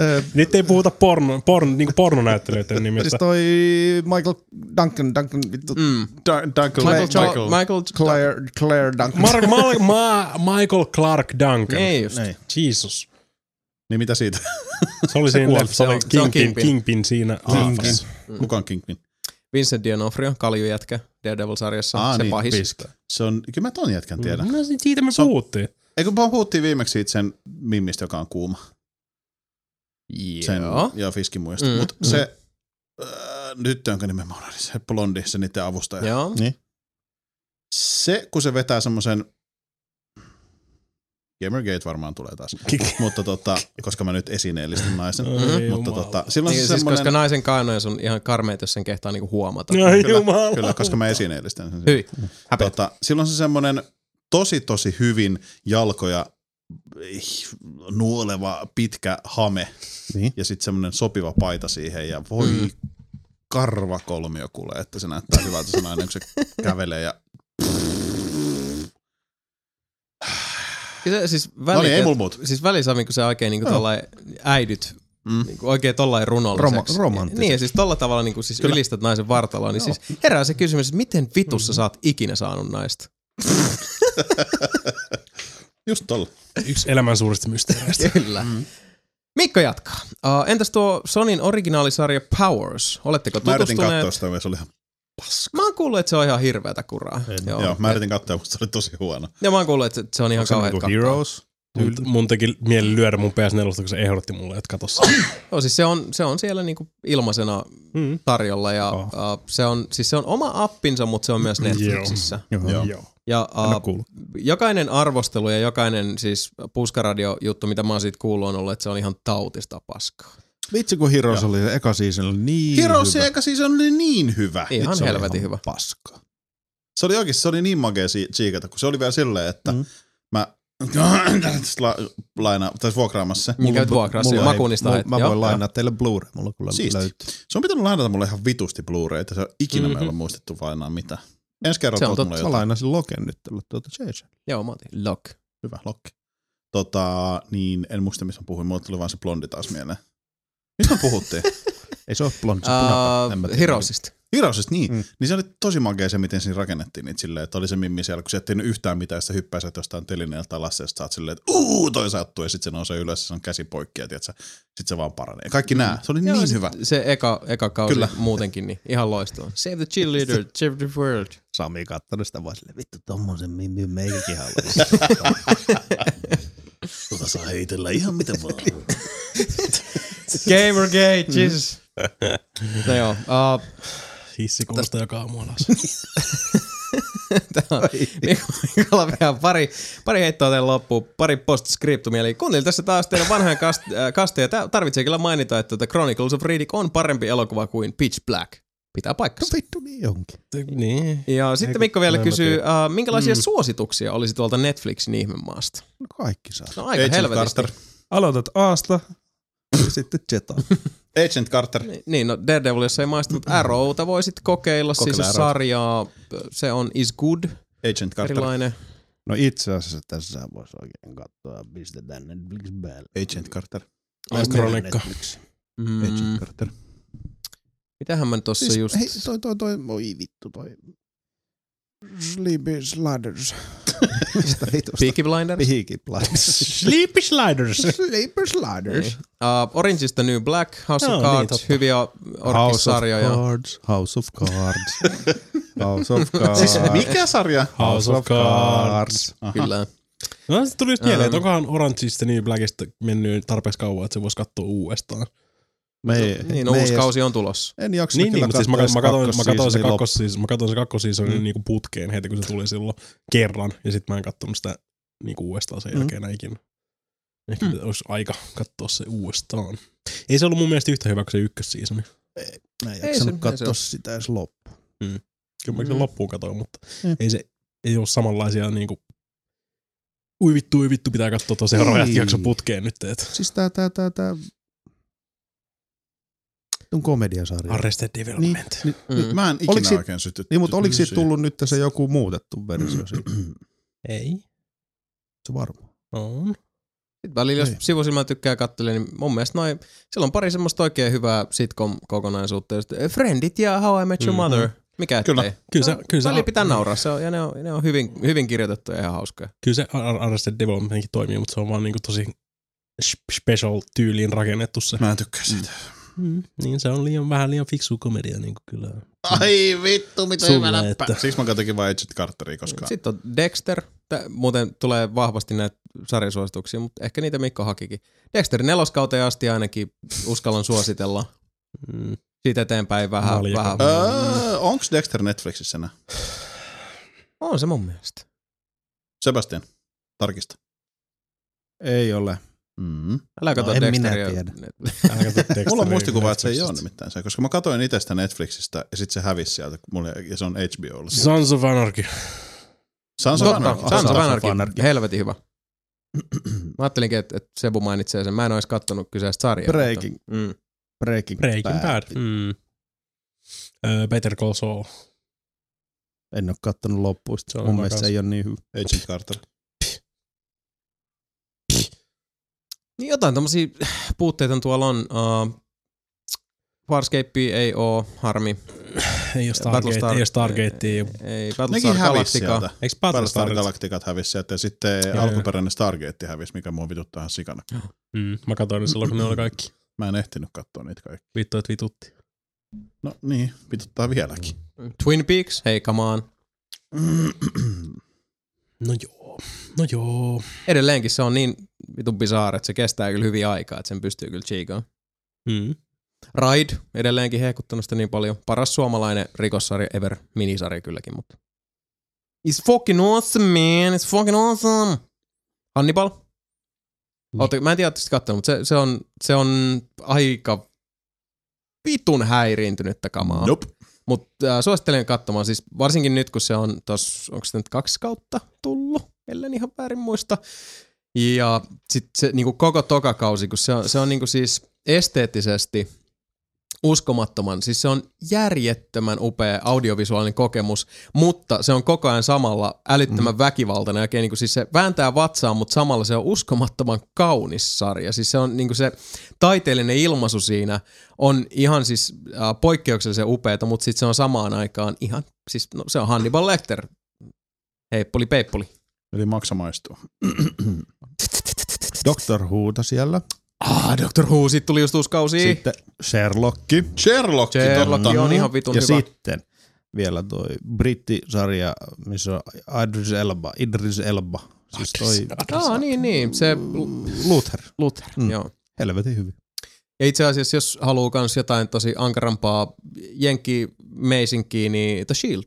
Ö,
Nyt ei puhuta porno, porn, niinku pornonäyttelijöiden
Siis
nimistä.
toi Michael Duncan, Duncan vittu.
Mm.
Dun- Duncan
Michael,
Michael.
jo- Michael. Michael
Claire, Claire Duncan.
Mar- Ma- Ma- Michael Clark Duncan.
Ei just.
Niin.
Jesus.
Niin mitä siitä?
Se oli siinä
kuoli.
leffassa,
Se
se
on-
oli
se on
Kingpin,
Kingpin.
Kingpin siinä leffassa.
Kuka on Kingpin?
Vincent D'Onofrio, kaljujätkä Daredevil-sarjassa.
Ah,
se
niin,
pahis.
piska. Se on, kyllä mä ton jätkän tiedän.
No si- siitä me
Se on-
puhuttiin.
Eikö me puhuttiin viimeksi siitä sen mimmistä, joka on kuuma. Sen
Joo.
ja fiskimuista.
Mm.
Mm. Mutta se äh, tyttö, jonka nimen mä unohdin, se blondi, se niiden avustaja.
Joo.
Se, kun se vetää semmoisen Gamergate varmaan tulee taas, mutta tota, koska mä nyt esineellistin naisen.
Oi
mutta
jumala.
tota, silloin
Niin,
se
siis koska
semmoinen,
naisen kainoja on ihan karmeet, jos sen kehtaa niinku huomata.
No
kyllä,
jumala.
kyllä, koska mä esineellistän sen.
Hyi, häpeä.
Tota, silloin se semmoinen tosi tosi hyvin jalkoja eh, nuoleva pitkä hame
Niin.
ja sitten semmoinen sopiva paita siihen ja voi
Mm.
mm. karva kolmio kuulee, että se näyttää hyvältä se nainen, kun se kävelee ja
Kyllä Se, siis väli,
no niin, ei mulla muuta.
siis välisavi, kun se oikein niinku tollain äidyt,
Mm.
niinku oikein tollain runolliseksi.
Roma- romanttiseksi.
Niin, ja siis tolla tavalla niinku siis ylistät naisen vartaloa, niin siis herää se kysymys, että miten
Mm.
vitussa sä oot ikinä saanut naista?
Just tolla.
Yksi elämän suurista mysteereistä.
Kyllä. Mm. Mikko jatkaa. Uh, entäs tuo Sonin originaalisarja Powers? Oletteko
Mä yritin
tutustuneet?
katsoa sitä, ja se oli ihan,
Mä oon kuullut, että se on ihan hirveätä kuraa.
joo, joo, mä yritin katsoa, mutta se oli tosi huono.
Ja mä oon kuullut, että se on ihan
Onko se
kauheat
niinku
kappale.
Heroes?
Mun, mun teki mieli lyödä mun PS4, kun se ehdotti mulle, että kato se.
Joo, siis se on, se on siellä niinku ilmaisena
Mm.
tarjolla ja
Oh.
uh, se, on, siis se on oma appinsa, mutta se on myös Netflixissä.
Joo.
Joo.
Ja
En oo
uh,
kuullut.
jokainen arvostelu ja jokainen siis puskaradio-juttu, mitä mä oon siitä kuullut, on ollut, että se on ihan tautista paskaa.
Vitsi kun Heroes oli se eka season oli niin
Heroes
hyvä.
eka season oli niin hyvä.
Ihan
Nyt se oli
helvetin hyvä.
Paska.
Se oli oikeasti, se oli niin makea si- siikata, kun se oli vielä silleen, että
Mm.
mm. mä tässä la- laina, tässä vuokraamassa se.
Mikä nyt vuokraa
mulla
siellä?
ei-
Makunista
Mulla,
haet.
mä
Joo,
voin
joo.
lainaa teille Blu-ray. Mulla kyllä
Siisti.
löytyy.
Se on pitänyt lainata mulle ihan vitusti Blu-rayta, se on ikinä mm-hmm.
Mhm.
meillä muistettu lainaa mitään. Ensi kerralla
Se on
tuot mulle
Mä
jotain.
lainasin Loken nyt tällä tuota Jason.
Joo, mä otin. Lock.
Hyvä, lokki. Tota, niin en muista, mistä mä puhuin, mulle tuli vaan se blondi taas mieleen. Mistä me puhuttiin?
Ei se ole blondi, se punapa. En mä
Uh,
tiedä.
Hirosista.
Hirosesta, niin.
Mm.
Mm. Niin se oli tosi makea se, miten siinä rakennettiin niitä silleen, että oli se mimmi siellä, kun sä et tehnyt yhtään mitään, sä hyppäiset jostain telineeltä alas, ja sit sä oot silleen, että uu, toi sattuu, ja sit se nousee ylös, ja se on käsi poikki, ja tiedät sä, sit se vaan paranee. Ja Kaikki nää, se oli
Mm. Joo,
niin
se-
hyvä.
Se eka, eka kausi Kyllä.
Kyllä.
muutenkin, niin ihan loistava. Save the cheerleader, save the world.
Sami kattonut sitä vaan silleen, vittu tommosen mimmi meikäkin haluaa.
Tota saa heitellä ihan mitä vaan.
Niin,
Gamergate, Jesus. No joo, uh,
Hissi kuulostaa joka aamu alas.
tää on Mikolla vielä pari, pari heittoa teille loppuun, pari postscriptumia. Eli kuunnelin tässä taas teidän vanhoja kast, äh, kasteja. Tää tarvitsee kyllä mainita, että The Chronicles of Riddick on parempi elokuva kuin Pitch Black. Pitää paikkansa.
Vittu niin onkin.
niin.
Ja sitten Mikko vielä
en mä
kysyy, äh, minkälaisia
Mm.
suosituksia olisi tuolta Netflixin ihmemaasta?
No kaikki saa.
No aika
Agent
helvetisti.
Carter.
Aloitat Aasta.
Ja sitten Zeta.
Agent Carter.
Ni- Niin, no Daredevil, jos ei maistunut Arrowta, voisit kokeilla. Kokeilla
Kokeile
siis
Arrowta.
sarjaa, se on Is Good,
Agent Carter.
erilainen.
No itse asiassa tässä voisi oikein katsoa, pistetään Netflix päälle.
Agent Carter.
Kronikka.
Netflix.
Mm,
Agent Carter.
mitähän mä tossa siis, just...
Hei, toi, toi, toi, oi vittu toi. Sleepy Sliders.
Mistä vitusta?
Peaky Blinders?
Peaky Blinders.
Sleepy Sliders.
Sleepy Sliders.
Uh, Orange is the New Black, House of
Joo, niin,
Cards,
totta.
hyviä orkissarjoja.
Cards. House of Cards. House of Cards.
Siis mikä sarja?
House of Cards.
Aha.
Kyllä.
No se tuli just mieleen,
Ähm.
että onkohan Orange is the New Blackista mennyt tarpeeksi kauan, että se voisi katsoa uudestaan.
Me,
Niin,
me ei
uusi
edes-
kausi on tulossa.
En jaksa
no Niin, niin,
kyllä
mutta siis mä,
katsoa
mä, katsoin, mä, katsoin se
kakkosseasonin
kakkos, siis, mä katsoin se kakkoseasonin
Mm.
mm. niinku putkeen heti, kun se tuli silloin kerran, ja sitten mä en katsonut sitä niinku uudestaan sen
Mm.
jälkeen mm. ikinä. Ehkä mm. olisi aika katsoa se uudestaan. Ei se ollut mun mielestä yhtä hyvä kuin se ykkössiisoni.
Mä en jaksanut katsoa sitä edes loppuun.
Mm. Kyllä mä sen
Mm.
loppuun katsoin, mutta
Mm.
ei se ei ole samanlaisia niinku uivittu, uivittu, pitää katsoa tuo seuraava
Ei.
jakso putkeen nyt. Et.
Siis tää, tää, tää, tää... Tuon komediasarja.
Arrested Development.
Niin,
Mm.
nyt-
Mä en
oliko
ikinä
siitä-
oikein syty-
Niin, mutta oliko
tykkää
siitä tullut nyt se joku muutettu versio siitä?
Ei.
Se varmaan.
On.
Sitten välillä, jos sivusilmää tykkää katsella, niin mun mielestä noin, siellä on pari semmoista oikein hyvää sitcom-kokonaisuutta. Just, eh, Friendit ja How I Met Your
Mhm.
Mother. Mikä
Kyllä.
ettei.
Kyllä se-
No,
kyllä se-
välillä pitää nauraa, se on, ja ne on, ne on hyvin, hyvin kirjoitettu ja ihan hauskoja.
Kyllä se Ar- Ar- Arrested Developmentkin toimii, mutta se on vaan niinku tosi s- special tyyliin rakennettu se.
Mä tykkään siitä.
Mm. Niin se on liian vähän liian fiksu komedia niinku kyllä.
Ai vittu, mitä
Sulle,
hyvä läppä.
että-
Siksi mä katsoinkin vain Agent Carteria koskaan.
Sitten on Dexter. Tää, muuten tulee vahvasti näitä sarjasuosituksia, mutta ehkä niitä Mikko hakikin. Dexter neloskauteen asti ainakin uskallan suositella.
Mm.
Siitä eteenpäin vähän.
Valjako.
vähän.
Öö, onks Dexter Netflixissä enää?
On se mun mielestä.
Sebastian, tarkista.
Ei ole.
Mm.
Älä kato
en minä
Dexteria.
tiedä.
Älä kato Dexteria
Mulla on muistikuva, että se ei
Netflixistä.
ole nimittäin se, koska mä katsoin itse sitä Netflixistä ja sitten se hävisi sieltä kun mulla, ja se on HBOlla.
Sons of Anarchy.
Sons of
Totta,
Anarchy.
Sons of Anarchy. Helvetin hyvä. Mä ajattelinkin, että, että Sebu mainitsee sen. Mä en ois kattonut kyseistä sarjaa.
Breaking.
Mutta, mm.
Breaking,
Breaking Bad. Mm. Ö, Better Call Saul.
En ole kattonut loppuun.
Se on
Mun
hyvä
mielestä se
kans.
ei ole niin hyvä.
Agent Carter.
Niin jotain tämmöisiä puutteita tuolla on. Uh, Farscape ei oo, harmi.
Ei oo Stargate, ei oo Stargate. Ei,
ei
Nekin
Battlestar
hävisi
Galactica.
sieltä.
Eiks
Battlestar
Battlestar-
Galacticat hävisi sieltä ja sitten
joo.
alkuperäinen Stargate hävisi, mikä mua vituttaa ihan sikana.
Mm, mä katsoin ne silloin, kun ne oli kaikki.
Mä en ehtinyt katsoa niitä kaikki.
Vittu, että vitutti.
No niin, vituttaa vieläkin.
Twin Peaks, hei come on.
No joo, no joo.
Edelleenkin se on niin vitun bizarre, että se kestää kyllä hyvin aikaa, että sen pystyy kyllä chiikaan.
Mm.
Raid, edelleenkin hehkuttanut sitä niin paljon. Paras suomalainen rikossarja ever, minisarja kylläkin, mutta... It's fucking awesome, man. It's fucking awesome. Hannibal. Ootte, mä en tiedä, ootteko sitä kattonut, mutta se, se, on, se on aika vitun häiriintynyttä kamaa.
Nope.
Mutta äh, suosittelen katsomaan, siis varsinkin nyt, kun se on tos, onko se nyt kaksi kautta tullut, ellen ihan väärin muista. Ja sitten se niinku koko tokakausi, kun se on, se on niinku siis esteettisesti uskomattoman, siis se on järjettömän upea audiovisuaalinen kokemus, mutta se on koko ajan samalla älyttömän mm. väkivaltainen, oikein niinku siis se vääntää vatsaa, mutta samalla se on uskomattoman kaunis sarja, siis se on niinku se taiteellinen ilmaisu siinä on ihan siis äh, poikkeuksellisen upeata, mutta sitten se on samaan aikaan ihan, siis no, se on Hannibal Lecter, heippuli peippuli.
Eli maksa maistuu.
Doctor Whoта siellä.
Ah, Doctor Who, sit tuli just uusi kausi.
Niin.
Sitten Sherlockki.
Sherlock,
Sherlock on ihan vitun
Mm-hmm. ja
hyvä.
sitten vielä toi brittisarja, missä on Idris Elba. Idris Elba. Siis toi
Ah, niin, niin. Se
Luther.
Luther, mm. joo.
Helvetin hyvin.
Ja itse asiassa, jos haluaa myös jotain tosi ankarampaa jenki meisinkiä, niin The Shield.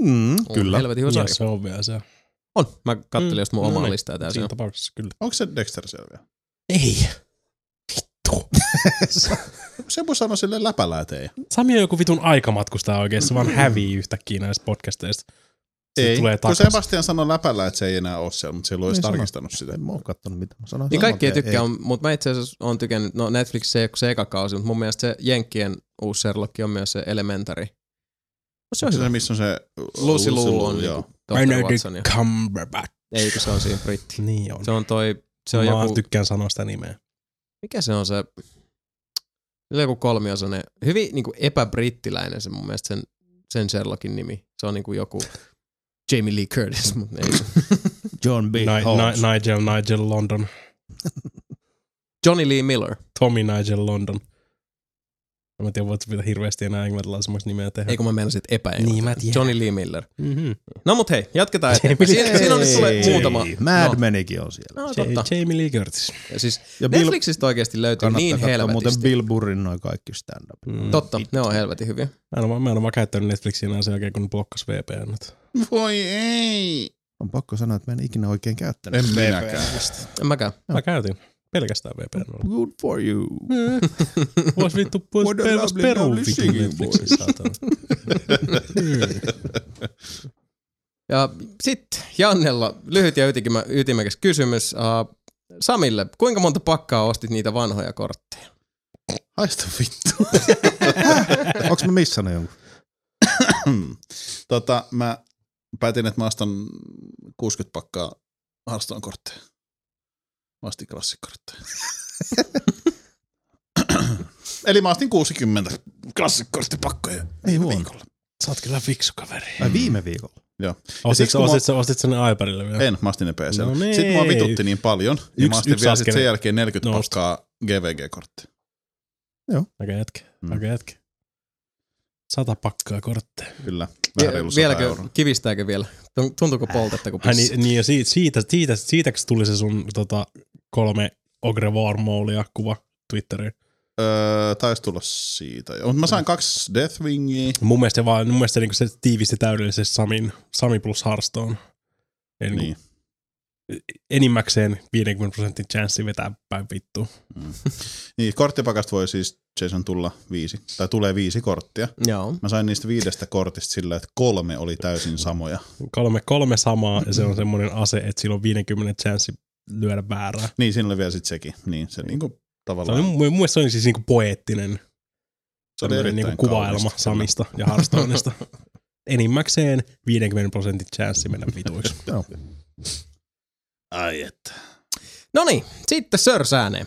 Mm,
On Helvetin hyvä
Ja
sarja.
se on vielä se.
On. Mä kattelin
Mm,
just mun
no
omaa
niin.
listaa täysin.
Siinä tapauksessa kyllä.
Onko se Dexter siellä vielä?
Ei.
Se voi sanoa sille läpällä, että ei.
Sami on joku vitun aikamatkustaja oikein, se vaan hävii yhtäkkiä näistä podcasteista. Se
ei.
tulee
Kun
takaisin.
Sebastian sanoi läpällä, että se ei enää ole siellä, mutta silloin olisi
Niin
tarkistanut sitä.
En mä oo kattonut mitä mä sanoin.
Niin kaikki ei
Saman tien
tykkää, mutta mä itse asiassa oon tykännyt, no Netflix ei ole se eka kausi, mutta mun mielestä se Jenkkien uusi Sherlock on myös se Elementary. No se on
Onko
hyvä.
se, missä on se
Lucy Lou on
joo.
niinku Dr. Watson. ja-
Cumberbatch.
Eikö se on siinä britti?
Niin on.
Se on toi, se on
Mä
joku,
tykkään sanoa sitä nimeä.
mikä se on se, se on joku kolmiosainen, hyvin niinku epäbrittiläinen se mun mielestä sen, sen Sherlockin nimi. Se on niinku joku Jamie Lee Curtis, mutta ei.
John B.
Ni-
Holmes.
Ni- Nigel, Nigel London.
Johnny Lee Miller.
Tommy Nigel London. Mä en tiedä, voitko pitää hirveästi enää englantilaisemmaksi nimeä tehdä.
Ei kun mä menisin epä
Niin, mä tiedän.
Johnny Lee Miller.
Mm-hmm.
No mut hei, jatketaan eteenpäin.
Jamie Lee
Siinä, siinä on nyt tulee
Curtis.
muutama.
Mad
no.
Menikin on siellä.
No, totta.
Jamie Lee Curtis.
Ja siis
Ja Bill,
Netflixistä oikeasti löytyy
kannattaa
niin
katsoa
helvetisti.
muuten Bill Burrin noin kaikki stand-up.
Mm.
Totta, ne on helvetin hyviä.
Mä en, oo- mä en ole vaan käyttänyt Netflixiä enää sen jälkeen, kun ne blokkas VPN.
Voi ei.
On pakko sanoa, että mä en ikinä oikein käyttänyt.
En minäkään.
En mäkään.
Mä käytin. Pelkästään VPN.
Good for you.
Vois vittu pois
What a
pelas
lovely,
peruun
lovely
vittu
singing
Netflixin
voice.
saatana.
Ja sitten Jannella lyhyt ja ytikimä, ytimekäs kysymys. Uh, Samille, kuinka monta pakkaa ostit niitä vanhoja kortteja?
Haista vittu.
Onks mä missannut jonkun?
tota, mä päätin, että mä ostan 60 pakkaa Hearthstone kortteja. Mä ostin klassikkortteja. Eli mä ostin 60 klassikkorttipakkoja. Ei huono.
Sä oot kyllä fiksu kaveri.
Ai viime viikolla.
Joo. Ja
Ostit,
siksi
sä,
kun mä-
ostit, sä, ostit sen iPadille vielä?
En, mä ostin ne PC.
No niin.
Sitten mua vitutti niin paljon, ja
Yksi-
mä ostin
yksi
vielä sit
askel.
sen jälkeen 40
Nousta.
pakkaa GVG-kortteja.
Aika jätkä.
Mm.
Aika jätkä. Sata pakkaa kortteja.
Kyllä, vähän reilu 100
Vieläkö,
euroa.
kivistääkö vielä? Tun- Tuntuuko poltetta, kun
Ai,
pissit?
niin, niin ja siitä, siitä, siitä, siitäks tuli se sun tota, kolme Ogrevar Moulia kuva Twitteriin.
Öö, taisi tulla siitä. Mutta mä sain kaksi Deathwingia.
Mun mielestä, se vaan, mun mielestä se, niinku se tiivisti täydellisesti Samin, Sami plus Hearthstone. Eli niin.
Niin.
kuin enimmäkseen 50 prosentin chanssi vetää päin vittu.
Niin, korttipakasta voi siis Jason tulla viisi, tai tulee viisi korttia.
Joo.
Mä sain niistä viidestä kortista sillä, että kolme oli täysin samoja.
Kolme, kolme samaa ja se on semmoinen ase, että sillä on 50 chanssi lyödä väärää.
Niin, siinä oli vielä sit sekin. Niin, se niinku
Se oli,
tavallaan,
mun, mun mielestä se oli siis niinku poeettinen
se oli
Tämmöinen
erittäin
niinku kuvailma
kaunista.
Samista ja Hearthstoneista. Enimmäkseen 50 prosentin chanssi mennä vituiksi.
Ai että.
No niin, sitten Sörsääneen.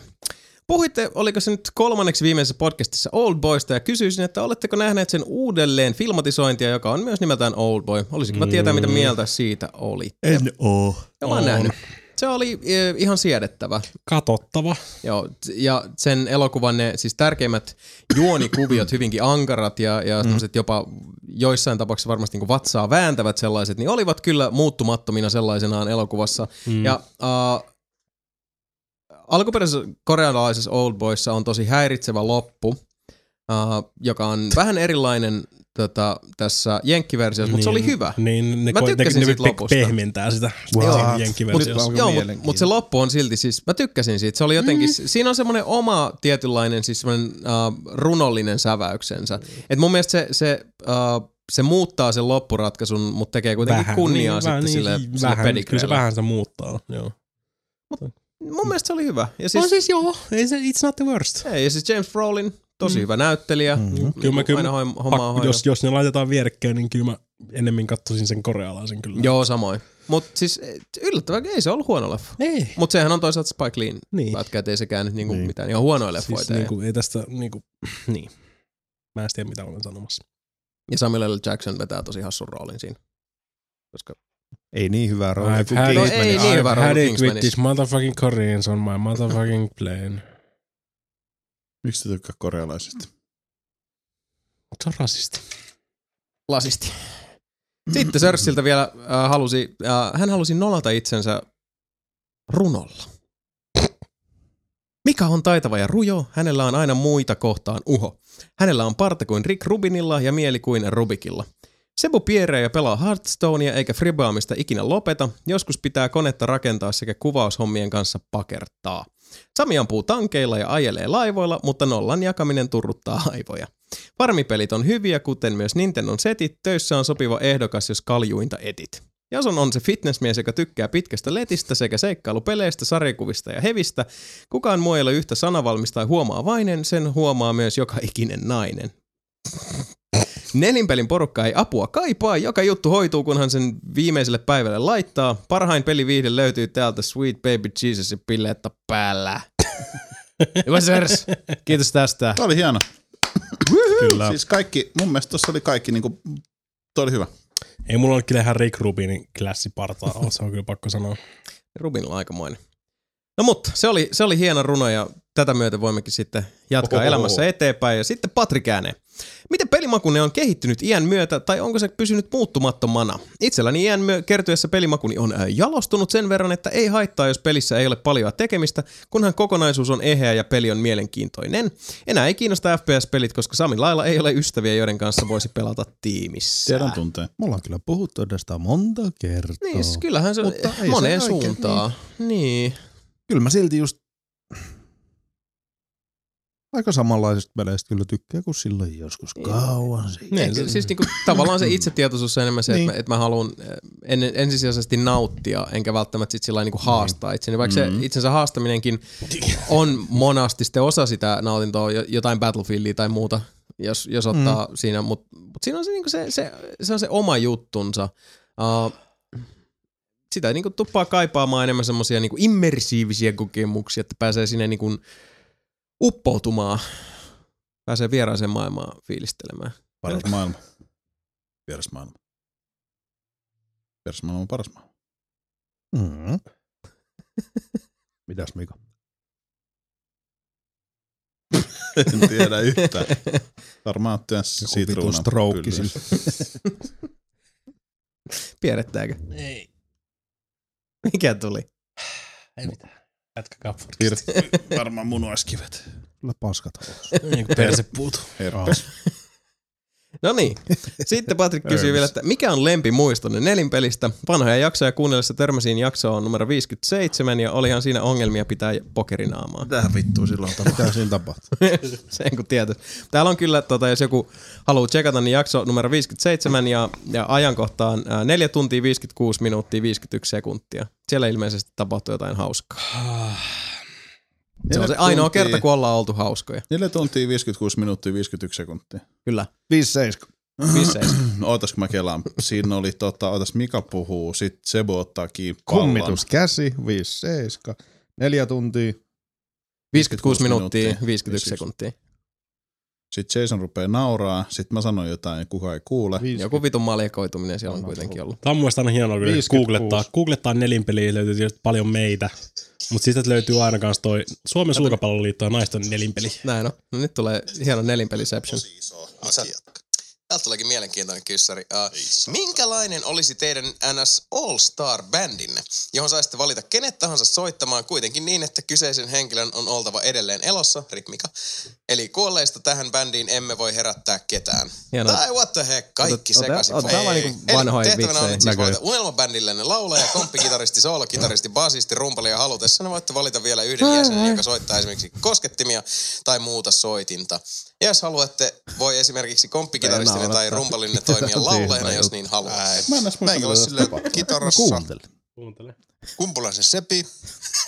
Puhuitte, oliko se nyt kolmanneksi viimeisessä podcastissa Old Boysta ja kysyisin, että oletteko nähneet sen uudelleen filmatisointia, joka on myös nimeltään Old Boy. Olisiko mä tietää, mitä mieltä siitä oli?
Mm. En oo.
Joo, mä oon
On.
nähnyt. Se oli eh, ihan siedettävä.
Katottava.
Joo, t- ja sen elokuvan ne siis tärkeimmät juonikuviot hyvinkin ankarat ja, ja mm. jopa joissain tapauksissa varmasti niin vatsaa vääntävät sellaiset, niin olivat kyllä muuttumattomina sellaisenaan elokuvassa. Mm. Ja äh, alkuperäisessä korealaisessa Old Boyssa on tosi häiritsevä loppu, äh, joka on vähän erilainen tota, tässä jenkkiversiossa, mutta se oli hyvä.
Niin, ne,
Mä
ko- ne,
tykkäsin
ne,
siitä
pe-
lopusta.
pehmentää sitä
What?
wow.
Mut,
jenkkiversiossa.
Alkoi
joo, mutta mut
mielenkiinto.
se loppu on silti siis, mä tykkäsin siitä. Se oli jotenkin, mm. siinä on semmoinen oma tietynlainen siis semmoinen äh, runollinen säväyksensä. Et mun mielestä se, se, äh, se muuttaa sen loppuratkaisun, mutta tekee kuitenkin vähän, kunniaa niin, sitten niin, sille, niin, sille
vähän, kyllä se
pedigreelle.
vähän se muuttaa. Joo.
Mun mielestä se oli hyvä. Ja siis,
siis joo, ei se- it's not the worst.
ei, ja siis James Brolin, tosi mm. hyvä näyttelijä. Mm.
Kyllä mä- kyllä
Aina
mä-
hoim- hommaa
Pakko,
hoido.
jos, jos ne laitetaan vierekkäin, niin kyllä mä enemmän katsoisin sen korealaisen kyllä.
Joo, samoin. Mutta siis et, yllättävän ei se ollut huono leffa.
Ei.
Mutta sehän on toisaalta Spike Leein
Niin.
pätkä, et ei sekään nyt niinku
Niin.
mitään ihan huonoja leffoja
Siis
tee.
niinku, ei tästä niinku, niin. Mä en tiedä mitä olen sanomassa.
Ja Samuel L. Jackson vetää tosi hassun roolin siinä. Koska
Ei niin hyvä rooli.
I've
kuin
had
no
Kingsman.
it.
ei niin hyvä
I've had
rooli
it with
Kingsmanissa.
this motherfucking Koreans on my motherfucking plane.
Miksi te tykkää korealaisista?
Se on rasisti.
Lasisti. Sitten Sörssiltä vielä äh, halusi, äh, hän halusi nolata itsensä runolla. Mika on taitava ja rujo, hänellä on aina muita kohtaan uho. Hänellä on parta kuin Rick Rubinilla ja mieli kuin Rubikilla. Sebu pierää ja pelaa Hearthstonea eikä fribaamista ikinä lopeta. Joskus pitää konetta rakentaa sekä kuvaushommien kanssa pakertaa. Sami ampuu tankeilla ja ajelee laivoilla, mutta nollan jakaminen turruttaa aivoja. Farmipelit on hyviä, kuten myös Nintendon setit. Töissä on sopiva ehdokas, jos kaljuinta etit. Jason on se fitnessmies, joka tykkää pitkästä letistä sekä seikkailupeleistä, sarjakuvista ja hevistä. Kukaan muu ei ole yhtä sanavalmis tai huomaavainen, sen huomaa myös joka ikinen nainen. Nelinpelin porukka ei apua kaipaa, joka juttu hoituu, kunhan sen viimeiselle päivälle laittaa. Parhain peliviihde löytyy täältä Sweet Baby Jesus ja pilettä päällä. Hyvä Sers. Kiitos tästä.
Tämä oli hieno.
Kyllä.
Siis kaikki, mun mielestä tuossa oli kaikki niinku, toi oli hyvä.
Ei mulla ole kyllä ihan Rick Rubinin klassipartaa, oo, se on kyllä pakko sanoa.
Rubinilla on aikamoinen. No mutta, se oli, se oli hieno runo ja tätä myöten voimmekin sitten jatkaa
Ohoho.
elämässä eteenpäin. Ja sitten Patrik ääneen. Miten pelimakunne on kehittynyt iän myötä tai onko se pysynyt muuttumattomana? Itselläni iän myö- kertyessä pelimakuni on ö, jalostunut sen verran, että ei haittaa, jos pelissä ei ole paljon tekemistä, kunhan kokonaisuus on eheä ja peli on mielenkiintoinen. Enää ei kiinnosta FPS-pelit, koska Samin lailla ei ole ystäviä, joiden kanssa voisi pelata tiimissä.
Tiedän tunteen.
Mulla on kyllä puhuttu tästä monta kertaa.
Niin, kyllähän se
Mutta ei se
moneen
oikein,
suuntaan. Niin.
Kyllä mä silti just aika samanlaisista peleistä kyllä tykkää kuin silloin joskus kauan siitä.
Niin, se, siis niinku, tavallaan se itsetietoisuus on enemmän se,
Niin.
että mä, et mä haluan eh, en, ensisijaisesti nauttia, enkä välttämättä sit sillä lailla niinku haastaa itseni. Vaikka mm-hmm. se itsensä haastaminenkin on monasti sitten osa sitä nautintoa, jo- jotain Battlefieldia tai muuta, jos, jos ottaa mm. siinä. Mutta mut siinä on se, niinku se, se, se, on se oma juttunsa. Uh, sitä niinku tuppaa kaipaamaan enemmän semmoisia niinku immersiivisiä kokemuksia, että pääsee sinne niinku uppoutumaan, pääsee vieraaseen maailmaan fiilistelemään.
Paras maailma. Vieras maailma. Vieras maailma on paras maailma.
Mm. Mitäs Mika?
En tiedä yhtään. Varmaan työnsä
Joku vitun
sitruunan
stroke
pyllyyn.
Piirrettääkö?
Ei,
Mikä tuli?
ei mitään. Jatka
Hir- Varmaan munuaiskivet.
Kyllä paskat
Niin kuin persepuut.
Herpes.
No niin. Sitten Patrik kysyy vielä, että mikä on lempimuistonne nelinpelistä? Vanhoja jaksoja kuunnellessa törmäsin jaksoon numero 57 ja olihan siinä ongelmia pitää pokerinaamaa.
Tähän vittuu silloin
Mitä siinä tapahtuu?
Sen kun tietäis. Täällä on kyllä, tota, jos joku haluaa tsekata, niin jakso numero 57 ja, ja ajankohtaan ää, 4 tuntia 56 minuuttia 51 sekuntia. Siellä ilmeisesti tapahtui jotain hauskaa. Se on se ainoa kerta, kun ollaan oltu hauskoja.
4 tuntia 56 minuuttia 51 sekuntia.
Kyllä.
5-7.
Bisseis.
No ootas, kun mä kelaan. Siinä oli tota, ootas Mika puhuu, sit Sebo ottaa kiinni pallon.
Kummitus käsi, 5-7. Neljä tuntia.
56 minuuttia
minuuttia,
51 sekuntia.
Sit Jason rupee nauraa, sit mä sanon jotain ja kukaan ei
Ah,
kuule.
Joku vitun maljakoituminen siellä on kuitenkin ollut.
Tämä on mun mielestä aina hienoa kyllä
56.
googlettaa. Googlettaa nelinpeliä, löytyy tietysti paljon meitä. Mutta siitä löytyy aina kans toi Suomen sulkapalloliitto ja naisten nelinpeli.
Näin on. No nyt tulee hieno nelinpeliception.
iso asia. Täältä tuleekin mielenkiintoinen kyssäri. Uh, minkälainen olisi teidän NS All Star bändinne, johon saisitte valita kenet tahansa soittamaan kuitenkin niin, että kyseisen henkilön on oltava edelleen elossa, ritmika. Eli kuolleista tähän bändiin emme voi herättää ketään.
Hienoa.
Tai what the heck, kaikki
no- Ota- ota-
sekaisin.
ota- ota-
Ei,
vaan
ei.
niinku
Eli
vanhoja
tehtävänä on
vitsejä
nyt siis
näköjään.
valita unelmabändillenne laulaja, komppikitaristi, soolokitaristi, basisti, rumpali ja halutessanne voitte valita vielä yhden jäsenen, joka soittaa esimerkiksi koskettimia tai muuta soitinta. Ja jos haluatte, voi esimerkiksi komppikitaristinne tai rumpalinne toimia laulajana, jos niin haluatte.
Mä en edes muista,
Meikä
mitä
olisi
tässä
silleen
tapahtuu.
kitarassa, kumpulaisen sepi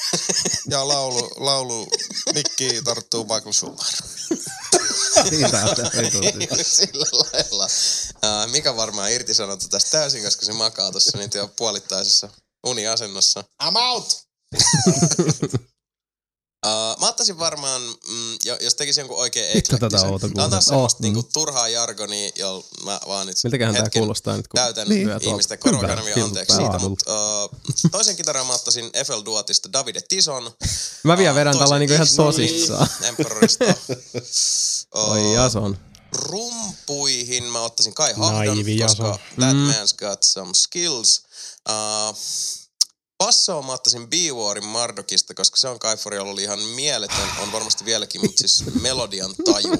ja laulu, laulu mikki tarttuu Michael Schumacher.
Siitä on se neljä tuntia.
Sillä lailla. Ää, Mika varmaan irtisanottu tästä täysin, koska se makaa tuossa niin jo puolittaisessa uniasennossa. I'm out! Uh, mä ottaisin varmaan, mm, jo- jos tekisi jonkun oikein
Mitä
eklektisen.
tätä outo
Tää on
kuulee?
taas semmoista
Oh,
niinku
mm.
turhaa jargonia, jolla mä vaan nyt
Miltäköhän tää
hetken
kuulostaa nyt, kun
täytän
Niin.
niin.
lyö tuolta
ihmisten
kympältä
korvakarvia
pilkut
anteeksi
päälle.
siitä, mutta uh, toisen kitaran mä ottaisin FL Duotista Davide Tison.
Mä vielä vedän
Toisen
tällä niinku ihan
Ignorin
tosissaan.
Emperorista.
Oi
uh,
Jason.
rumpuihin mä ottaisin Kai Hahdon,
Naivi Jason.
koska
Mm.
that man's got some skills. Uh, Passoon mä ottaisin B-Warin Mardokista, koska se on Kaiforialla oli ihan mieletön, on varmasti vieläkin, mutta siis melodian taju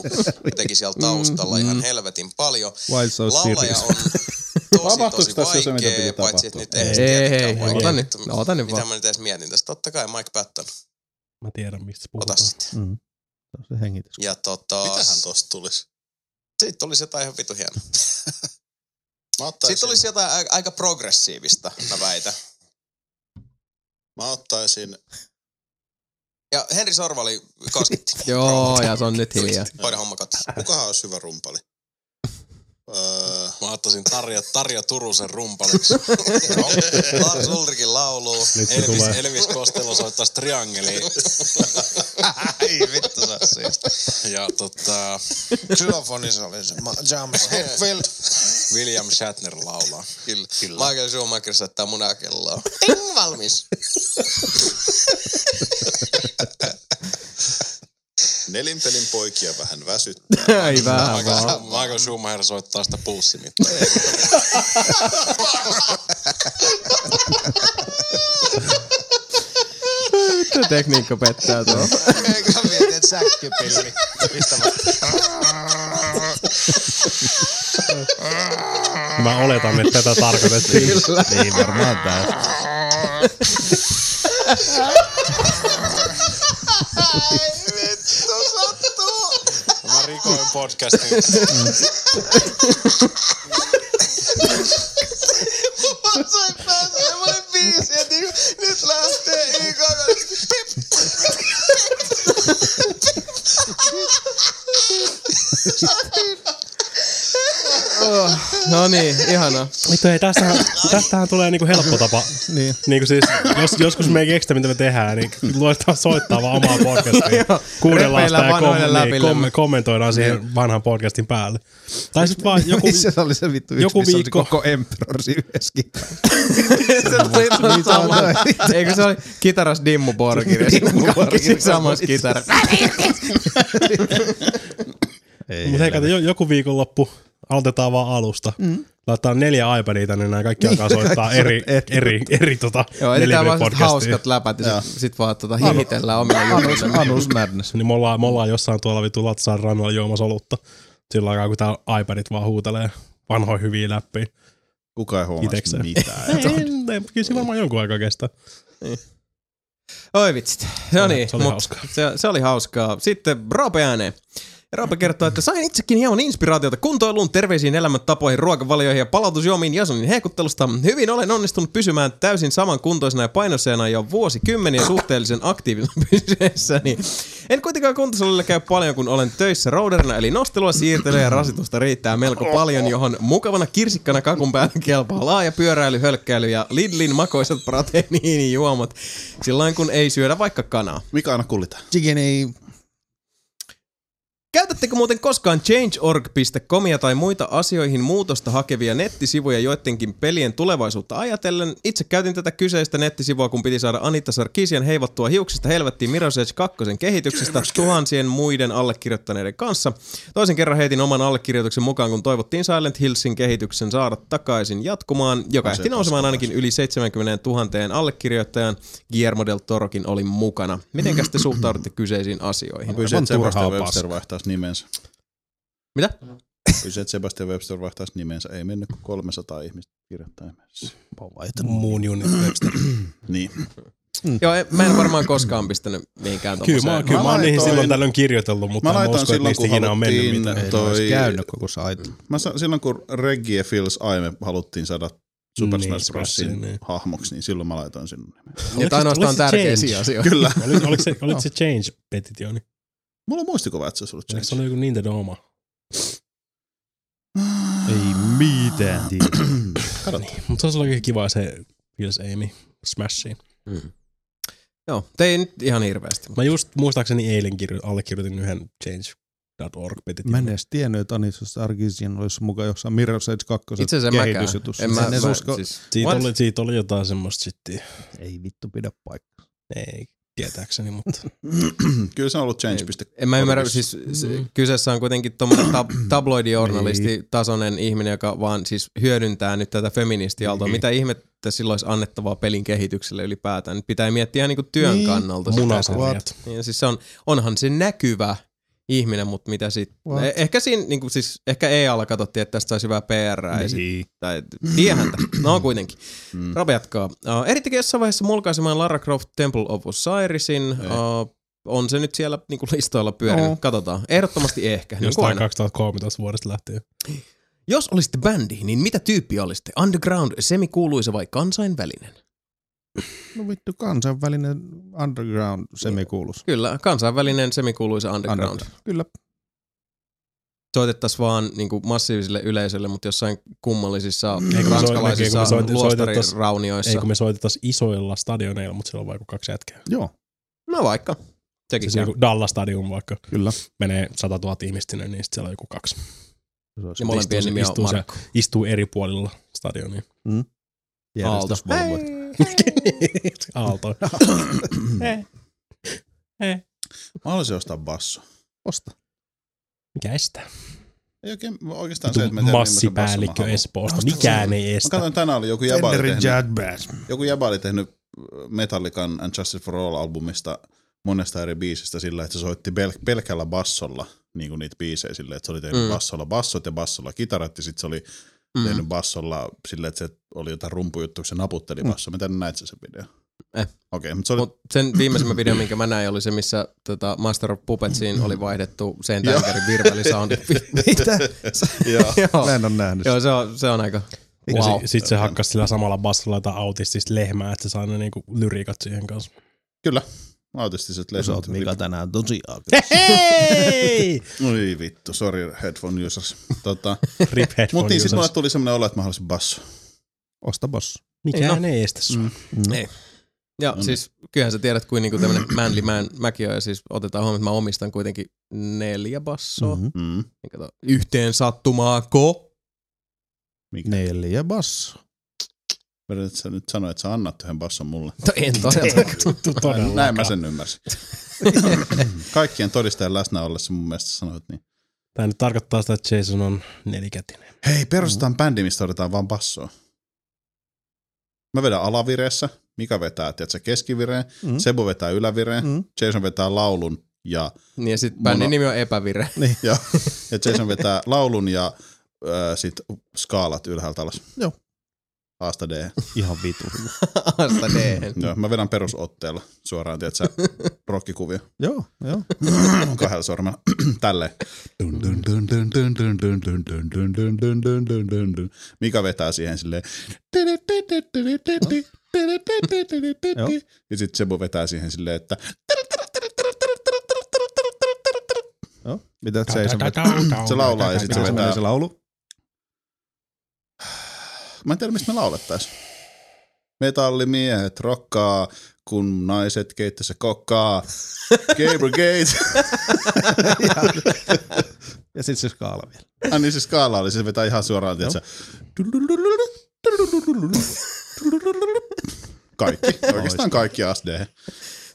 teki
Mm,
siellä taustalla ihan helvetin paljon.
Why so
Laulaja
serious?
on tosi,
Tapahtuuko tässä
tosi
se, mitä piti
vaikea, paitsi
tapahtua?
että nyt ei,
Ei,
se tietenkään
ei,
vaikea.
ota nyt, No,
Mutta
ota nyt
Mitä
vaan.
mä nyt edes mietin tässä? Totta kai Mike Patton,
Mä tiedän, mistä
ota
puhutaan.
sitten.
Mm. Se on Se hengitys.
Ja tota...
Mitähän tosta tulisi?
Siitä olisi jotain ihan vitu hienoa. Siitä olisi jotain aika- aika progressiivista, mä väitän.
Mä ottaisin
Ja Henri Sorvali kosketti.
Joo, ja se on nyt hiljaa.
Hoida homma kotiin.
Kukahan olisi hyvä rumpali? Öö,
Mä ottaisin Tarja, Tarja Turusen rumpaliksi. Joo. Lars Ulrikin laulu.
Nyt se
Elvis,
tulee.
Elvis Costello soittaisi triangeliin. Ai vittu sä oot siisti. Ja tota... Xylofonissa oli se James Hetfield. William Shatner laulaa. Kyllä. Kyllä. Michael Schumacher soittaa munakelloa. Ting valmis.
nelinpelin poikia vähän väsyttää.
Ei vähän vaan.
Michael Schumacher soittaa sitä pulssimittaa.
Mitä tekniikka pettää tuo?
Eikö mä mietin, että säkkypilvi. Mistä mä
Mä oletan, että tätä tarkoitettiin.
Ei varmaan tää.
Ai vittu, sattuu! Koin podcastin. Mä sain päästä semmonen biisi, että niinku, nyt lähtee YK. Pip.
No niin, ihana.
Vittu hei, tästähän, tästähän tulee niinku helppo tapa.
niin.
Niinku siis, jos, joskus me ei keksitä, mitä me tehdään, niin luetaan soittaa vaan omaa podcastia.
No joo.
Kuunnellaan sitä
Repeillään
ja kom-
vanhoille
niin,
läpille. Niin.
kom- kommentoidaan siihen vanhan podcastin päälle. Tai sitten vaan joku,
Missä se oli se vittu yksi,
joku
missä oli se
viikko.
koko Emperorsi yhdessä kitarassa?
se tuli tuossa
Mitä on
samalla.
toi?
Eikö se oli kitaras Dimmu Borgir ja sitten kaikki siinä samassa kitarassa.
Mutta hei, kato, jo- joku viikonloppu aloitetaan vaan alusta. Mm. Laittaa neljä iPadia tänne, nämä kaikki
Niin,
alkaa soittaa
kaikki
eri,
soittaa
eri, eri, eri tota
Joo, eli tää vaan sellaiset
nelivipodcastia.
hauskat läpät ja sit, sit vaan tota
Anu-
hihitellään omilla jutuilla.
Madness.
Niin me ollaan, me ollaan jossain tuolla vitu Latsaan rannalla juomassa olutta. Sillä aikaa, kun tää iPadit vaan huutelee vanhoja hyviä läppiä.
Kuka ei huomaa
Itekseen.
mitään.
Ei, ei, kyllä se varmaan jonkun aikaa kestää.
Oi vitsit. No niin,
se oli
mut
hauskaa.
Se, se oli hauskaa. Sitten Roope ääneen. Roope kertoo, että sain itsekin hieman inspiraatiota kuntoiluun, terveisiin elämäntapoihin, ruokavalioihin ja palautusjuomiin Jasonin heikuttelusta. Hyvin olen onnistunut pysymään täysin samankuntoisena ja painoseena jo vuosikymmeniä suhteellisen aktiivisena pysyessäni. En kuitenkaan kuntosalilla käy paljon, kun olen töissä rouderina, eli nostelua, siirtelyä ja rasitusta riittää melko paljon, johon mukavana kirsikkana kakun päällä kelpaa laaja pyöräily, hölkkäily ja Lidlin makoiset proteiinijuomat, silloin kun ei syödä vaikka kanaa.
Mikä aina kullitaan?
Chicken ei...
Käytättekö muuten koskaan change.org.comia tai muita asioihin muutosta hakevia nettisivuja joidenkin pelien tulevaisuutta ajatellen? Itse käytin tätä kyseistä nettisivua, kun piti saada Anitta Sarkisian heivottua hiuksista helvettiin Mirosage 2 kehityksestä tuhansien muiden allekirjoittaneiden kanssa. Toisen kerran heitin oman allekirjoituksen mukaan, kun toivottiin Silent Hillsin kehityksen saada takaisin jatkumaan, joka
On se
ehti nousemaan ainakin yli 70 000 allekirjoittajan. Guillermo del Torokin oli mukana. Mitenkäs te suhtaudutte kyseisiin asioihin?
Mä pyysin, että
Aivan turhaa
Sebastian Webster
paskaa.
vaihtaisi nimensä.
Mitä?
Pyysin, että Sebastian Webster vaihtaisi nimensä. Ei mennyt kuin 300 ihmistä kirjoittajamessa.
Muun junit Webster.
Niin.
Joo, en- mä en varmaan koskaan pistänyt mihinkään
Kyllä mä,
tommoseen.
kyllä mä,
Mä
oon niihin
laitoin-
silloin
Mm,
tällöin kirjoitellut, mutta
Mä
mä, mä
laitoin
uskon, että
silloin,
niistä
kun
ikinä on mennyt mitään.
haluttiin
Toi...
toi...
Käynyt koko sait.
Mä sa- silloin kun Reggie ja Phil's Aime haluttiin saada Super
Niin,
Smash Brosin
niin.
hahmoksi, niin silloin mä laitoin sinun nimen.
Että ainoastaan tärkeisiä asioita.
Kyllä.
Oliko, oliko, se, oliko se change petitioni?
Mulla on muistikuva, että se olisi ollut
Eikö se
Change.
oli joku Nintendo oma?
Ei mitään tiedä.
Niin, mutta se olisi ollut kyllä kiva se Pills Amy Smashiin.
Mm. Joo, tein nyt ihan hirveästi.
Mä just muistaakseni eilen kirjo- allekirjoitin yhden change.org petition.
Mä en edes tiennyt, että Anisus Argisian olisi mukaan jossain Mirror's Edge 2
Itse asiassa en mäkään.
kehitysjutussa.
En mä,
Sen edes
mä,
usko-
siis,
Siitä
What?
oli, siitä oli jotain semmoista sitten,
Ei vittu pidä paikkaa.
ei tietääkseni, mutta
Kyllä se on ollut Change.
en mä ymmärrä, siis se, kyseessä on kuitenkin tuommoinen tab- tabloidijournalisti-tasoinen ihminen, joka vaan siis hyödyntää nyt tätä feministialtoa.
Niin.
Mitä ihmettä sillä olisi annettavaa pelin kehitykselle ylipäätään? Nyt pitää miettiä ihan niinku työn
Niin.
kannalta. sitä.
munasarjat.
Niin, siis se on, onhan se näkyvä ihminen, mutta mitä sitten?
What?
Ehkä siinä, niin kuin, siis, ehkä EA-alla katsottiin, että tästä saisi hyvää PR. Niin. tai tiehäntä. No kuitenkin. Mm.
Mm.
Rob jatkaa. Uh, ehdittekö jossain vaiheessa mulkaisemaan Lara Croft Temple of Osirisin?
Ei.
Uh, on se nyt siellä niinku listoilla pyörinyt.
Oo.
Katsotaan. Ehdottomasti ehkä. Niin kuin
Jostain
aina.
2013 vuodesta lähtien.
Jos olisitte bändi, niin mitä tyyppi olisitte? Underground, semikuuluisa vai kansainvälinen?
No vittu, kansainvälinen underground semikuulus.
Kyllä, kansainvälinen, semikuuluisa underground. underground.
Kyllä.
Soitettaisiin vaan niinku massiiviselle yleisölle, mutta jossain kummallisissa
Mm. kun me soi-
ranskalaisissa
ei, kun me soit- Ei
luostariraunioissa.
kun me soitettaisiin isoilla stadioneilla, mutta siellä on vaikka kaksi jätkää.
Joo,
No vaikka. Sekin
Siis
käy.
joku Dallas Stadium vaikka
kyllä.
menee 100 000 ihmistä, sinne, niin sitten siellä on joku kaksi.
Ja molempien
istuu-
nimi on
istuu se-
Markku.
Istuu eri puolilla stadionia.
Aalto.
Järjestysvalvojat.
Aalto.
Mä haluaisin ostaa basso.
Osta.
Mikä estää?
Ei oikein, oikeastaan se, että mä en tiedä, millaisen basson mä
Massipäällikkö
haluan.
Espoosta. Mikään ei
Mä
estä.
katsoin tänään oli joku jäbä oli
Tennerin
tehnyt,
Jad Bass.
joku jäbä oli tehnyt äh, Metallican and Justice for All albumista monesta eri biisistä sillä, että se soitti bel- pelkällä bassolla niin kuin niitä biisejä silleen, että se oli tehnyt
Mm.
mm. bassolla bassot ja bassolla kitarat ja sitten se oli mm.
Mm.
tehnyt bassolla silleen, että se oli jotain rumpujuttu, kun se naputteli bassoa. Mä tänne näit sä sen video.
Eh.
Okei, mutta se oli...
Mut sen viimeisimmän video, minkä mä näin, oli se, missä tota Master of Puppetsiin oli vaihdettu sen tänkärin virvelisoundi.
Mitä?
Joo.
Mä en ole nähnyt
Joo, se on, se on aika...
Ja wow. sit, sit se hakkas sillä samalla bassilla jotain autistista lehmää, että se sai ne niinku lyriikat siihen kanssa.
Kyllä. Autistiset
Sä
lehmät.
oot Mika tänään tosi
Hei!
Oi vittu, sorry headphone users. Tota,
Rip headphone
mutta niin, sit
users.
mulle tuli semmoinen olo, että mä haluaisin basso.
Osta boss.
Mikään ei estä sua.
Ei. Joo,
Mm.
No.
siis kyllähän sä tiedät, kuin niinku tämmönen manly man mäkin on, ja siis otetaan huomioon, että mä omistan kuitenkin neljä bassoa.
Mhm.
Mm-hmm.
Mm.
Kato, yhteen sattumaako?
Neljä basso.
Vedät sä nyt sanoa, että sä annat yhden basson mulle.
To- En todellakaan.
Näin, näin mä sen ymmärsin. Kaikkien todistajan läsnä ollessa mun mielestä sanoit niin.
Tämä nyt tarkoittaa sitä, että Jason on nelikätinen.
Hei, perustetaan
Mm.
bändi, mistä otetaan vaan bassoa. Mä vedän alavireessä, Mika vetää, tiedätkö, keskivireen,
Mm.
Sebu vetää ylävireen,
Mm.
Jason vetää laulun ja,
Niin ja sit bändin
Mono-
nimi on Epävire.
Niin.
ja, ja Jason vetää laulun ja ö, sit skaalat ylhäältä alas.
Joo.
Aasta D.
Ihan vitu.
Asta d
Joo, mä vedän perusotteella suoraan, tiedätkö, rokkikuvia
Joo, joo.
kahdella sormella. Tälleen. Mika vetää siihen silleen.
Joo.
Ja sitten Sebu vetää siihen silleen, että
joo. Mitä Jason vetää?
se laulaa ja sitten
Miten
se
se menee
vetää.
se laulu?
Mä en tiedä, mistä me laulettais. Metallimiehet rokkaa, kun naiset keittiössä kokkaa. Gay Brigade.
Ja sitten se skaala vielä.
Ah, niin se skaala oli, se vetää ihan suoraan, tiedätkö? Kaikki, oikeastaan kaikki ASD.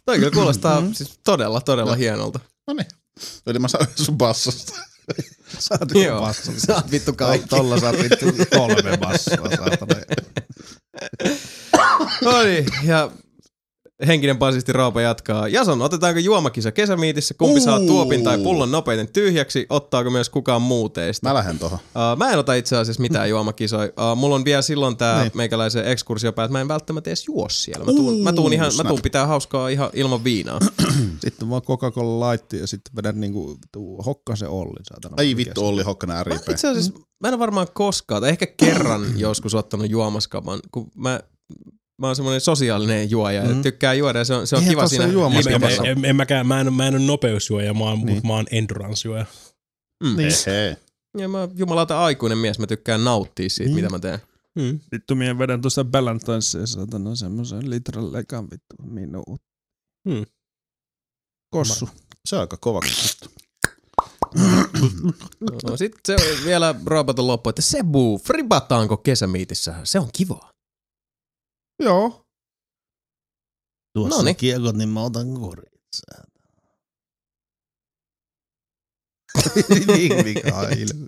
Toi kyllä kuulostaa siis todella, todella hienolta.
Mm-hmm. No niin. Eli mä saan sun bassosta.
Sä oot
Joo,
Joo.
sä oot vittu kaikki.
Tolla saat vittu kolme bassoa, saatana.
No niin, ja henkinen basisti Roope jatkaa. Jason, otetaanko juomakisa kesämiitissä? Kumpi saa
Uu.
tuopin tai pullon nopeiten tyhjäksi? Ottaako myös kukaan muu teistä?
Mä lähden tohon.
Uh, mä en ota itse asiassa mitään juomakisoja. Uh, mulla on vielä silloin tää niin. meikäläisen ekskursio että mä en välttämättä edes juo siellä. Mä tuun, mä tuun, ihan, mä
snap.
tuun pitää hauskaa ihan ilman viinaa.
Sitten vaan Coca-Cola laitti ja sitten vedät niinku tuu, hokkasen Ollin, saatana.
Ai vittu, Olli Hokkanen
Mä
RIP.
itse asiassa,
Mm.
mä en ole varmaan koskaan, tai ehkä kerran joskus ottanut juomaskaman, kun mä, mä oon semmoinen sosiaalinen juoja ja
Mm.
tykkään juoda ja se on, se on
Eihän
kiva
tossa
siinä
ole juomaskapaa.
En,
limikassa.
en, en, en, mäkään, mä en, mä en ole nopeusjuoja, mä oon, niin. mä oon endurance-juoja.
Mm.
Ehe.
Ja mä oon jumalauta aikuinen mies, mä tykkään nauttia siitä,
Mm.
mitä mä teen.
Mm.
Vittu, mien vedän tuossa Ballantanssia satana semmoisen litran lekan vittu minuut.
Kossu.
Se on aika kova.
Niin.
No, Sitten se oli vielä Roboton loppu, että Sebu, fribataanko kesämiitissä? Se on kivaa.
Joo.
Tuossa
Noniin.
Noniin. kiekot, niin mä otan korin.
niin, mikä on ilme.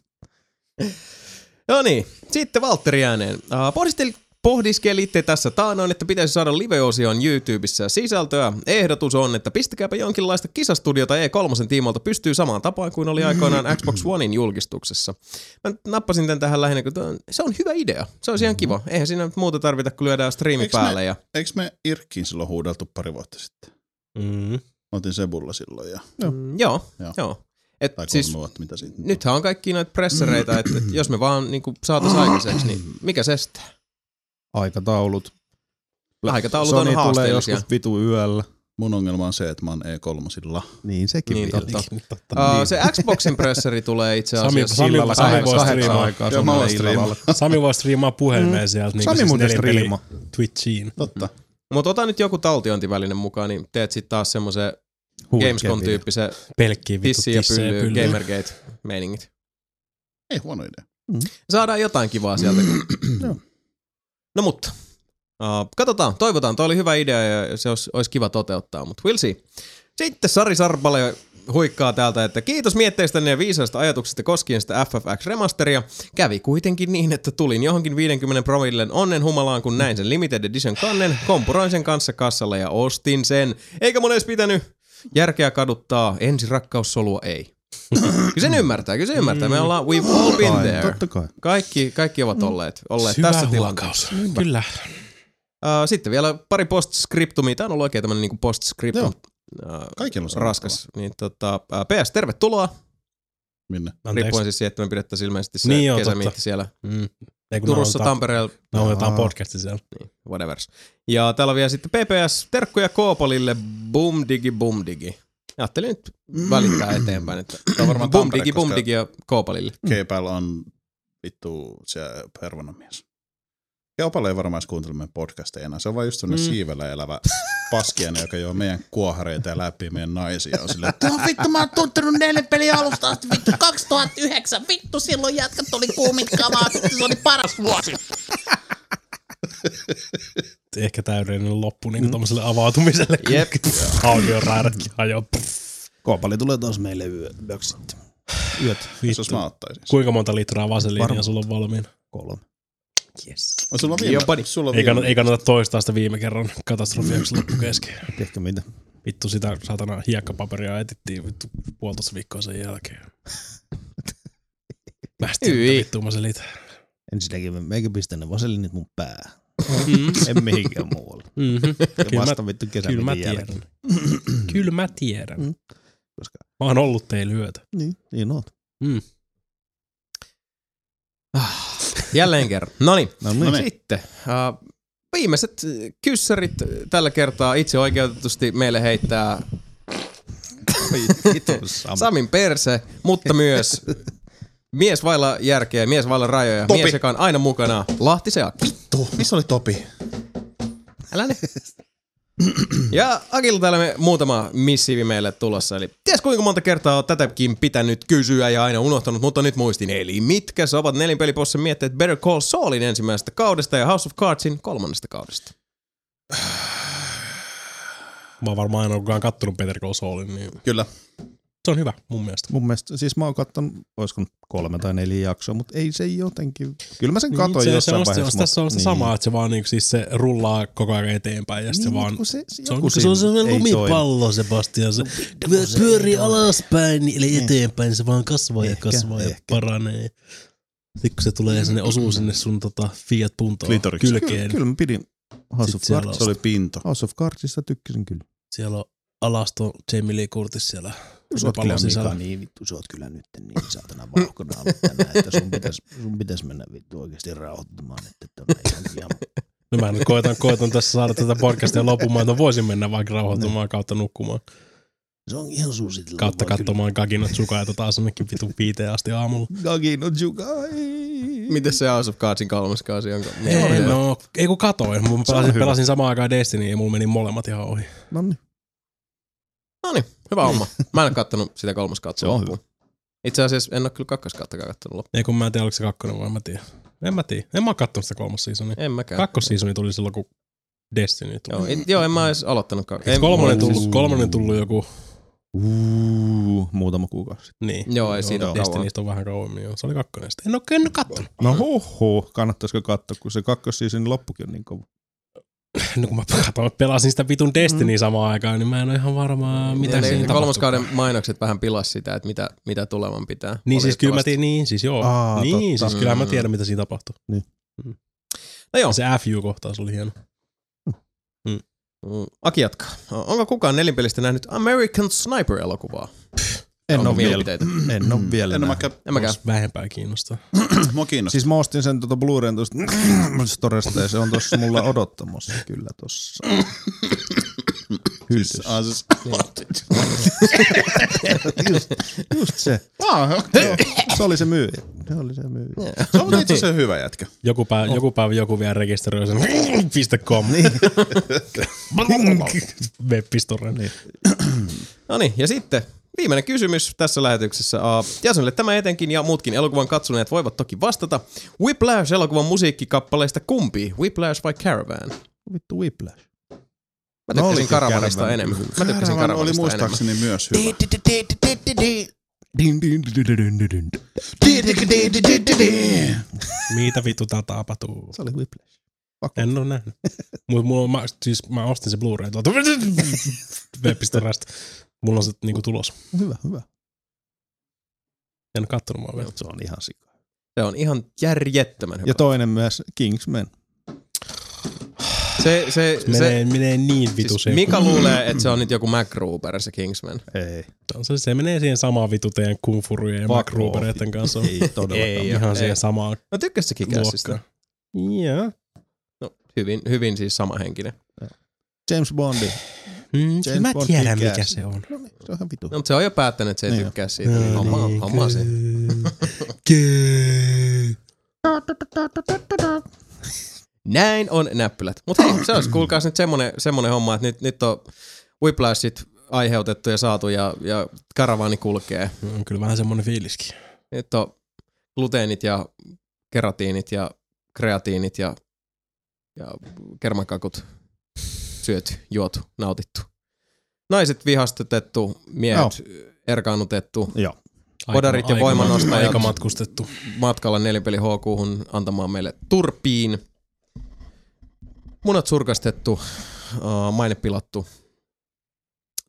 No niin, sitten Valtteri ääneen. Uh, pohdiskel, pohdiskelitte tässä taanoin, että pitäisi saada live-osioon YouTubessa sisältöä. Ehdotus on, että pistäkääpä jonkinlaista kisastudiota E3 tiimoilta pystyy samaan tapaan kuin oli aikoinaan Xbox Onein julkistuksessa. Mä nyt nappasin tämän tähän lähinnä, kun tää on- se on hyvä idea. Se olisi ihan kiva. Eihän siinä nyt muuta tarvita, kun lyödään striimi
Eiks me-
päälle. Ja...
Eikö me Irkkiin silloin huudeltu pari vuotta sitten?
Mm.
Mä otin Sebulla silloin ja
Mm, joo,
Joo.
joo. joo. Et,
tai kolme
siis,
vuotta, mitä siitä nyt
nythän on kaikki näitä pressereitä, että et jos me vaan niin saataisiin aikaiseksi, niin mikä se estää?
Aikataulut.
Aikataulut
Sony
on
tulee
haasteellisia.
joskus vitu yöllä.
Mun ongelma on se, että mä oon E E3.
Niin sekin
Niin,
niin,
totta.
vielä.
Uh, se Xboxin pressari tulee itse
Niin. Sami-
asiassa
Sami-
illalla
Sami-
siis kahdeksan.
voi striimaa.
aikaa
Joo, mä
suunnilleen
voin striimaa.
illalla.
Sami vaan striimaa puhelimeen mm. sieltä. Niin
Sami muuten striima.
Twitchiin.
Totta.
Mm. Mutta ota nyt joku taltiointiväline mukaan, niin teet sitten taas semmoisen
Huikea video.
Gamescom-tyyppisen
Pelkkiin vittu
tissi ja
tissejä
pylly,
pyllyä.
Gamergate-meiningit.
Ei huono idea.
Saadaan jotain kivaa sieltä.
Joo.
no mutta. Uh, katsotaan, toivotaan. Tuo oli hyvä idea ja se olisi, olisi kiva toteuttaa, mutta we'll see. Sitten Sari Sarpale huikkaa täältä, että kiitos mietteistänne ja viisaista ajatuksista koskien sitä FFX remasteria. Kävi kuitenkin niin, että tulin johonkin 50 promillen onnen humalaan, kun näin sen limited edition kannen, kompuroin sen kanssa kassalla ja ostin sen. Eikä mun edes pitänyt. Järkeä kaduttaa, ensi rakkaussolua ei. kyllä sen ymmärtää, kyllä sen ymmärtää. Me ollaan, we've all been
Kai,
there.
Totta kai.
Kaikki, kaikki ovat olleet, olleet
Syvä
tässä
huokaus.
tilanteessa.
Kyllä.
Äh, sitten vielä pari postscriptumia. Tämä on ollut oikein tämmöinen niin postscriptum. Joo.
Kaikilla on
Raskas. Niin, tota, äh, PS, tervetuloa.
Minne?
Riippuen siis siitä, että me pidettäisiin ilmeisesti se
Niin
niin
joo,
kesämiitti
totta.
siellä.
Mm. Ei, kun
Turussa,
nauhoitetaan-
Tampereella.
nauhoitetaan
Aa.
podcasti siellä.
Niin, whatevers. Ja täällä on vielä sitten PPS, terkkuja Koopolille, boom digi, boom digi. Ajattelin nyt välittää eteenpäin, että
Tämä on varmaan
boom
Tampere,
digi, boom
koska-
digi ja Koopalille.
Keipäällä on vittu se pervonamies. Keopalla ei varmaan edes kuuntele meidän podcasteja enää. Se on vain just sellainen
Mm.
mm. siivellä elävä paskiainen, joka joo meidän kuohareita ja läpi meidän naisia. On silleen, että
No vittu, mä oon tuntenut neljä peliä alusta asti, vittu 2009. Vittu, silloin jätkät oli kuumit kamaa, vittu, se oli paras vuosi.
Ehkä täydellinen loppu niin mm. tommoselle avautumiselle. Jep. Audioraidatkin hajoaa.
Koopali tulee taas meille yöksi sitten.
Yöt.
Vittu. jos mä ottaisin.
Kuinka monta litraa vaseliinia
Varmaan.
sulla on valmiina?
Kolme.
Yes.
On sulla viime- Jopa niin. sulla
ei,
viime-
kannata, ei kannata toistaa sitä viime kerran katastrofia, kun se loppui kesken.
Ehkä mitä?
Vittu sitä satana hiekkapaperia etittiin vittu puolitoista viikkoa sen jälkeen. Päästiin
Yi.
vittu vaselit.
Ensinnäkin me- meikä pistän ne vaselinit mun päähän.
Mm.
en mihinkään muualle.
Mhm.
Ja
Kyllä mä-
vasta vittu
kyllä
kesämikin
mä tiedän.
jälkeen.
Kyllä mä tiedän.
Mm.
Mm. Mä oon ollut teillä yötä.
Niin, niin oot.
Mm.
Jälleen kerran. No niin. Noniin.
No
No
Noniin.
niin.
niin.
Sitten. Uh, viimeiset äh, kyssärit tällä kertaa itse oikeutetusti meille heittää Samin perse, mutta myös mies vailla järkeä, mies vailla rajoja,
Topi.
mies joka on aina mukana. Lahti se Aki.
Vittu, missä oli Topi?
Älä ne. Ja Akilta täällä me muutama missiivi meille tulossa. Eli ties kuinka monta kertaa oot tätäkin pitänyt kysyä ja aina unohtanut, mutta nyt muistin. Eli mitkä sä ovat nelinpelipossa mietteet Better Call Saulin ensimmäisestä kaudesta ja House of Cardsin kolmannesta kaudesta?
Mä oon varmaan aina kukaan kattonut Peter Call Saulin, niin
Kyllä.
se on hyvä mun mielestä.
Mun mielestä, siis mä oon kattonut, olisiko nyt kolme tai neljä jaksoa, mutta ei se jotenkin. Kyllä mä sen
Niin,
katoin
se,
jossain
se on,
vaiheessa.
Se on,
mutta-
tässä on sitä
niin.
samaa, että se vaan niinku, siis se rullaa koko ajan eteenpäin ja niin, se
Niin,
vaan...
mut kun se- se
se, on,
joku
se
siinä
on sellainen
ei
lumipallo, Sebastian. Se
se
pyörii
ei toimi.
alaspäin, eli
Niin.
eteenpäin, niin se vaan kasvaa ja
Ehkä,
kasvaa ja
ehkä.
paranee. Sitten kun se tulee sinne, osuu sinne sun tota, Fiat Puntoon
Klitoriksi.
kylkeen.
Kyllä, kyllä mä pidin House
Sit
of
siellä
Cards.
on- Se oli
pinto.
House of Cardsista tykkäsin kyllä.
Siellä on alaston Jamie Lee Curtis siellä.
Sä oot
pallon
kyllä
sisällä.
Mika, niin vittu, sä oot kyllä nyt niin saatana vauhkona ollut tänään, että sun pitäis, sun pitäis mennä vittu oikeesti rauhoittumaan, että tonne ihan- ihan
No mä nyt koitan, koitan tässä saada tätä podcastia loppumaan, että voisin mennä vaikka rauhoittumaan kautta nukkumaan.
Se on ihan suusitilla.
Kautta katsomaan Kaginot Sukaita taas jonnekin tota, vitun viiteen asti aamulla.
Gagino no Jukai.
Miten se House of Cardsin kolmas kausi on?
Ei, no, ei kun katoin. Mä
Se on
pelasin,
hyvä.
pelasin samaan aikaan Destiny ja mulla meni molemmat ihan ohi.
Nonni.
Noniin, hyvä homma. Mä en ole kattonut sitä kolmas kautta
Se on
loppuun. Itse asiassa en ole kyllä kakkoskauttakaan kattonut loppuun.
Ei kun mä en tiedä, oliko se kakkonen vai en mä tiedä. En mä tiedä. En mä oo kattonut sitä kolmas seasonia.
En mäkään.
Kakkosseasoni tuli silloin, kun Destiny tuli.
Joo, it, joo en mä edes aloittanut kautta.
Eikö kolmonen tullut, kolmonen tullut joku?
Uuu, muutama kuukausi sitten.
Niin.
Joo, ei siinä ole kauan.
Destinistä on vähän kauemmin. Joo. Se oli kakkonen sitten. En oo en oo kattonut.
No hoho, kannattaisiko katsoa, kun se kakkosseasonin loppukin on niin kova.
No kun mä katsoin, pelasin sitä
Mm.
vitun Destiny samaan aikaan, niin mä en oo ihan varmaa, mitä
Mitä ne,
siinä tapahtuu.
kolmoskauden mainokset vähän pilas sitä, että mitä, mitä tuleman pitää.
Niin siis kyllä mä
valitettavasti.
tiedän, niin siis
Oh.
joo.
Aa,
niin
totta.
siis kyllä mä
Mm.
tiedän, mitä siinä tapahtuu.
Niin.
Mm.
No joo.
Se FU-kohtaus oli hieno.
Mm, Aki jatkaa. Onko kukaan nelinpelistä nähnyt American Sniper-elokuvaa?
En
Onko
oo vielä.
mielipiteitä?
En oo vielä
En ole
nähnyt.
mäkään.
En mäkään.
Jos vähempää kiinnostaa.
Mua kiinnostaa.
Siis mä ostin sen tuota Blu-rayn tuosta storesta ja se on tuossa mulla odottamassa kyllä tuossa. Hylsys.
Ah, siis-
just, just se.
Ah,
Joo,
okei.
se oli se myyjä. Se oli se myyjä.
Se
No
on itse
niin.
asiassa hyvä jätkä.
Joku päivä, joku, päivä joku vielä rekisteröi sen .com. Web-pistoren.
Niin.
No niin, ja sitten viimeinen kysymys tässä lähetyksessä. Uh, Jasonille tämä etenkin ja muutkin elokuvan katsoneet voivat toki vastata. Whiplash-elokuvan musiikkikappaleista kumpi? Whiplash vai Caravan?
Vittu Whiplash.
Mä tykkäsin
olikin
Caravanista
Caravan.
enemmän. Mä tykkäsin
Caravan oli
Caravanista
muistaakseni myös hyvä.
Mitä vittu tää tapahtuu?
Se oli Whiplash.
En oo nähnyt. Mut mulla on, mä, siis mä ostin se Blu-ray tuolta web-pistoresta. Mulla on se niinku tulos.
Hyvä, hyvä.
En oo kattonut mä vielä.
Se on ihan sika.
Se on ihan järjettömän hyvä.
Ja toinen myös Kingsman.
Se, se,
se, menee, se, menee niin vitu
siis Mika luulee, että se on nyt joku MacGruber, se Kingsman.
Ei. Se, se menee siihen samaan vitu teidän kungfurujen ja MacGrubereiden kanssa.
Ei todellakaan. Ei,
Ihan ei. siihen samaan
No tykkäsikin käsistä.
Joo.
No, hyvin, hyvin siis samahenkinen.
James Bondi.
Mm,
James
mä
Bond
tiedän
tykkää
mikä
siitä.
se on.
No niin, se on ihan vitu.
No, mutta se on jo päättänyt, että se ei
Niin.
tykkää siitä.
No
No, homma,
niin,
homma se.
Kyy.
Näin on näppylät. Mutta hei, se olisi kuulkaas nyt semmonen, semmonen homma, että nyt, nyt on whiplashit aiheutettu ja saatu ja, ja karavaani kulkee.
No, On kyllä vähän semmonen fiiliskin.
Nyt on gluteenit ja keratiinit ja kreatiinit ja, ja kermakakut syöty, juotu, nautittu. Naiset vihastutettu, miehet
Joo.
erkaannutettu,
Joo.
podarit ja
Aika-
voimanostajat
Aika matkustettu.
matkalla nelipeli HQhun antamaan meille turpiin. Munat surkastettu, äh, maine pilattu,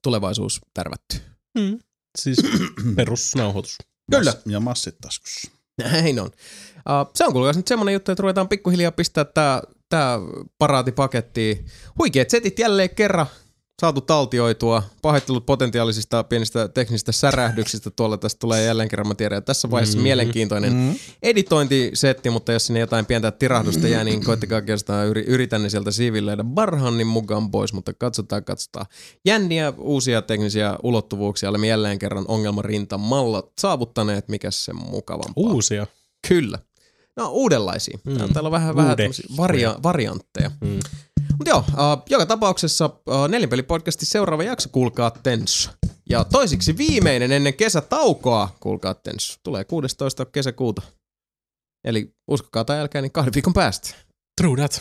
tulevaisuus tärvätty.
Siis perusnauhoitus.
Kyllä.
Ja massit taskussa.
Näin on. Uh, se on kuulkaas nyt semmonen juttu, että ruvetaan pikkuhiljaa pistää tää, tää paraati pakettiin. Huikeet setit jälleen kerran saatu taltioitua. Pahoittelut potentiaalisista pienistä teknisistä särähdyksistä tuolla. Tästä tulee jälleen kerran, mä tiedän, että tässä vaiheessa mm-hmm. mielenkiintoinen mm-hmm. editointisetti, mutta jos sinne jotain pientä tirahdusta jää, niin koittakaa oikeastaan yri- yritän ne sieltä siivilöidä barhannin mukaan pois, mutta katsotaan, katsotaan. Jänniä uusia teknisiä ulottuvuuksia olemme jälleen kerran ongelmarintamalla saavuttaneet, mikä se mukavampaa.
Uusia.
Kyllä. No uudenlaisia. Mm. Täällä on vähän, vähän
Uude-
tämmösiä varia- variantteja. Mm. Mutta joo, äh, joka tapauksessa äh, Nelinpelipodcastin seuraava jakso, kuulkaa Tens. Ja toisiksi viimeinen ennen kesätaukoa, kuulkaa Tens. Tulee 16. kesäkuuta. Eli uskokaa tai älkää, niin kahden viikon päästä.
True that.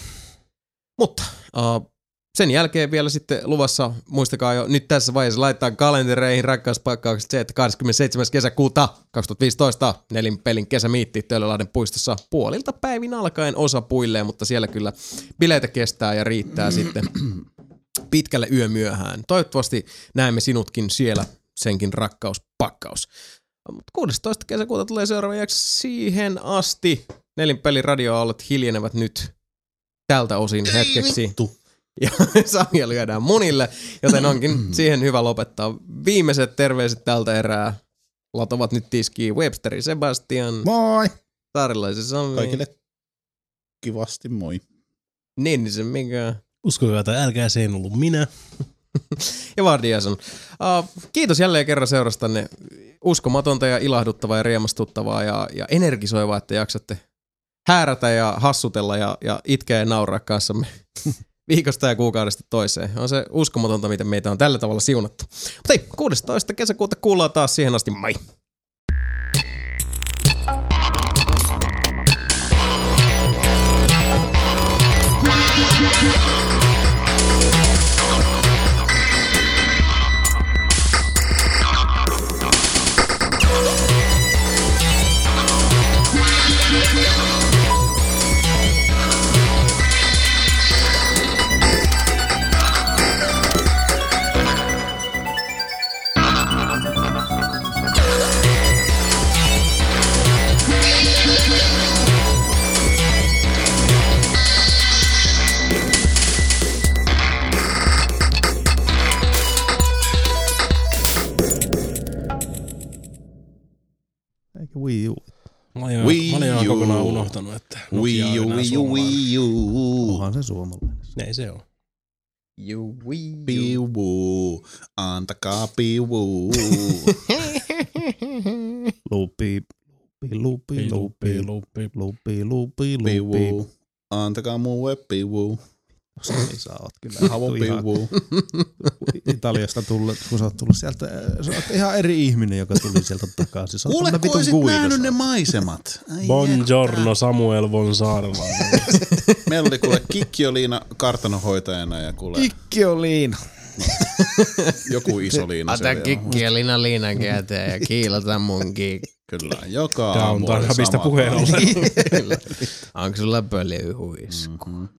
Mutta äh, sen jälkeen vielä sitten luvassa, muistakaa jo nyt tässä vaiheessa laittaa kalentereihin rakkauspaikkaukset se, että 27. kesäkuuta 2015 nelin pelin kesämiitti Töölölahden puistossa puolilta päivin alkaen osa puille, mutta siellä kyllä bileitä kestää ja riittää sitten pitkälle yömyöhään. Toivottavasti näemme sinutkin siellä senkin rakkauspakkaus. Mut 16. kesäkuuta tulee seuraava jakso siihen asti. Nelin pelin radioaallot hiljenevät nyt tältä osin hetkeksi. Ja Sanja lyödään munille, joten onkin siihen hyvä lopettaa. Viimeiset terveiset tältä erää. Latovat nyt tiskiin Websteri Sebastian,
Moi!
Saarilaisen Sami,
Kaikille kivasti moi.
Ninnisen Mika
Uskokaa tai älkää, se en ollut minä.
ja Vardiason. Uh, kiitos jälleen kerran seurastanne. Uskomatonta ja ilahduttavaa ja riemastuttavaa ja, ja energisoivaa, että jaksatte häärätä ja hassutella ja, ja itkeä ja nauraa kanssamme viikosta ja kuukaudesta toiseen. On se uskomatonta, miten meitä on tällä tavalla siunattu. Mutta hei, 16. kesäkuuta kuullaan taas siihen asti. Moi!
Eikä Wii U.
Mä olin, mä olin ihan kokonaan unohtanut, että Nokia on enää suomalainen.
Onhan se suomalainen.
Ei se on.
You
Piu, antakaa piu.
Lupi, lupi, lupi, lupi,
lupi,
lupi, lupi, lupi.
piu, antakaa mulle piu.
Sami, sä oot kyllä
Havu
vittu ihan
piu.
Italiasta tullut, kun sä oot tullut sieltä. äh, Sä oot ihan eri ihminen, joka tuli sieltä takaisin. Sä oot
Kuule,
tämmönen
kun
vitun
oisit
guido,
nähnyt
sä
ne
oot.
maisemat. Ai
Buongiorno Samuel von Saarlainen.
jee. Meillä oli kuule Kikkioliina kartanohoitajana ja kuule
Kikki on liina.
joku iso liina. se
Ota
vielä.
kikkiä lina liinan käteen ja kiilata mun kiikki.
Kyllä, joka
Tää on
aamu oli
tarhabista
sama.
puheen ollen.
Onko sulla pölyhuis? Mm-hmm.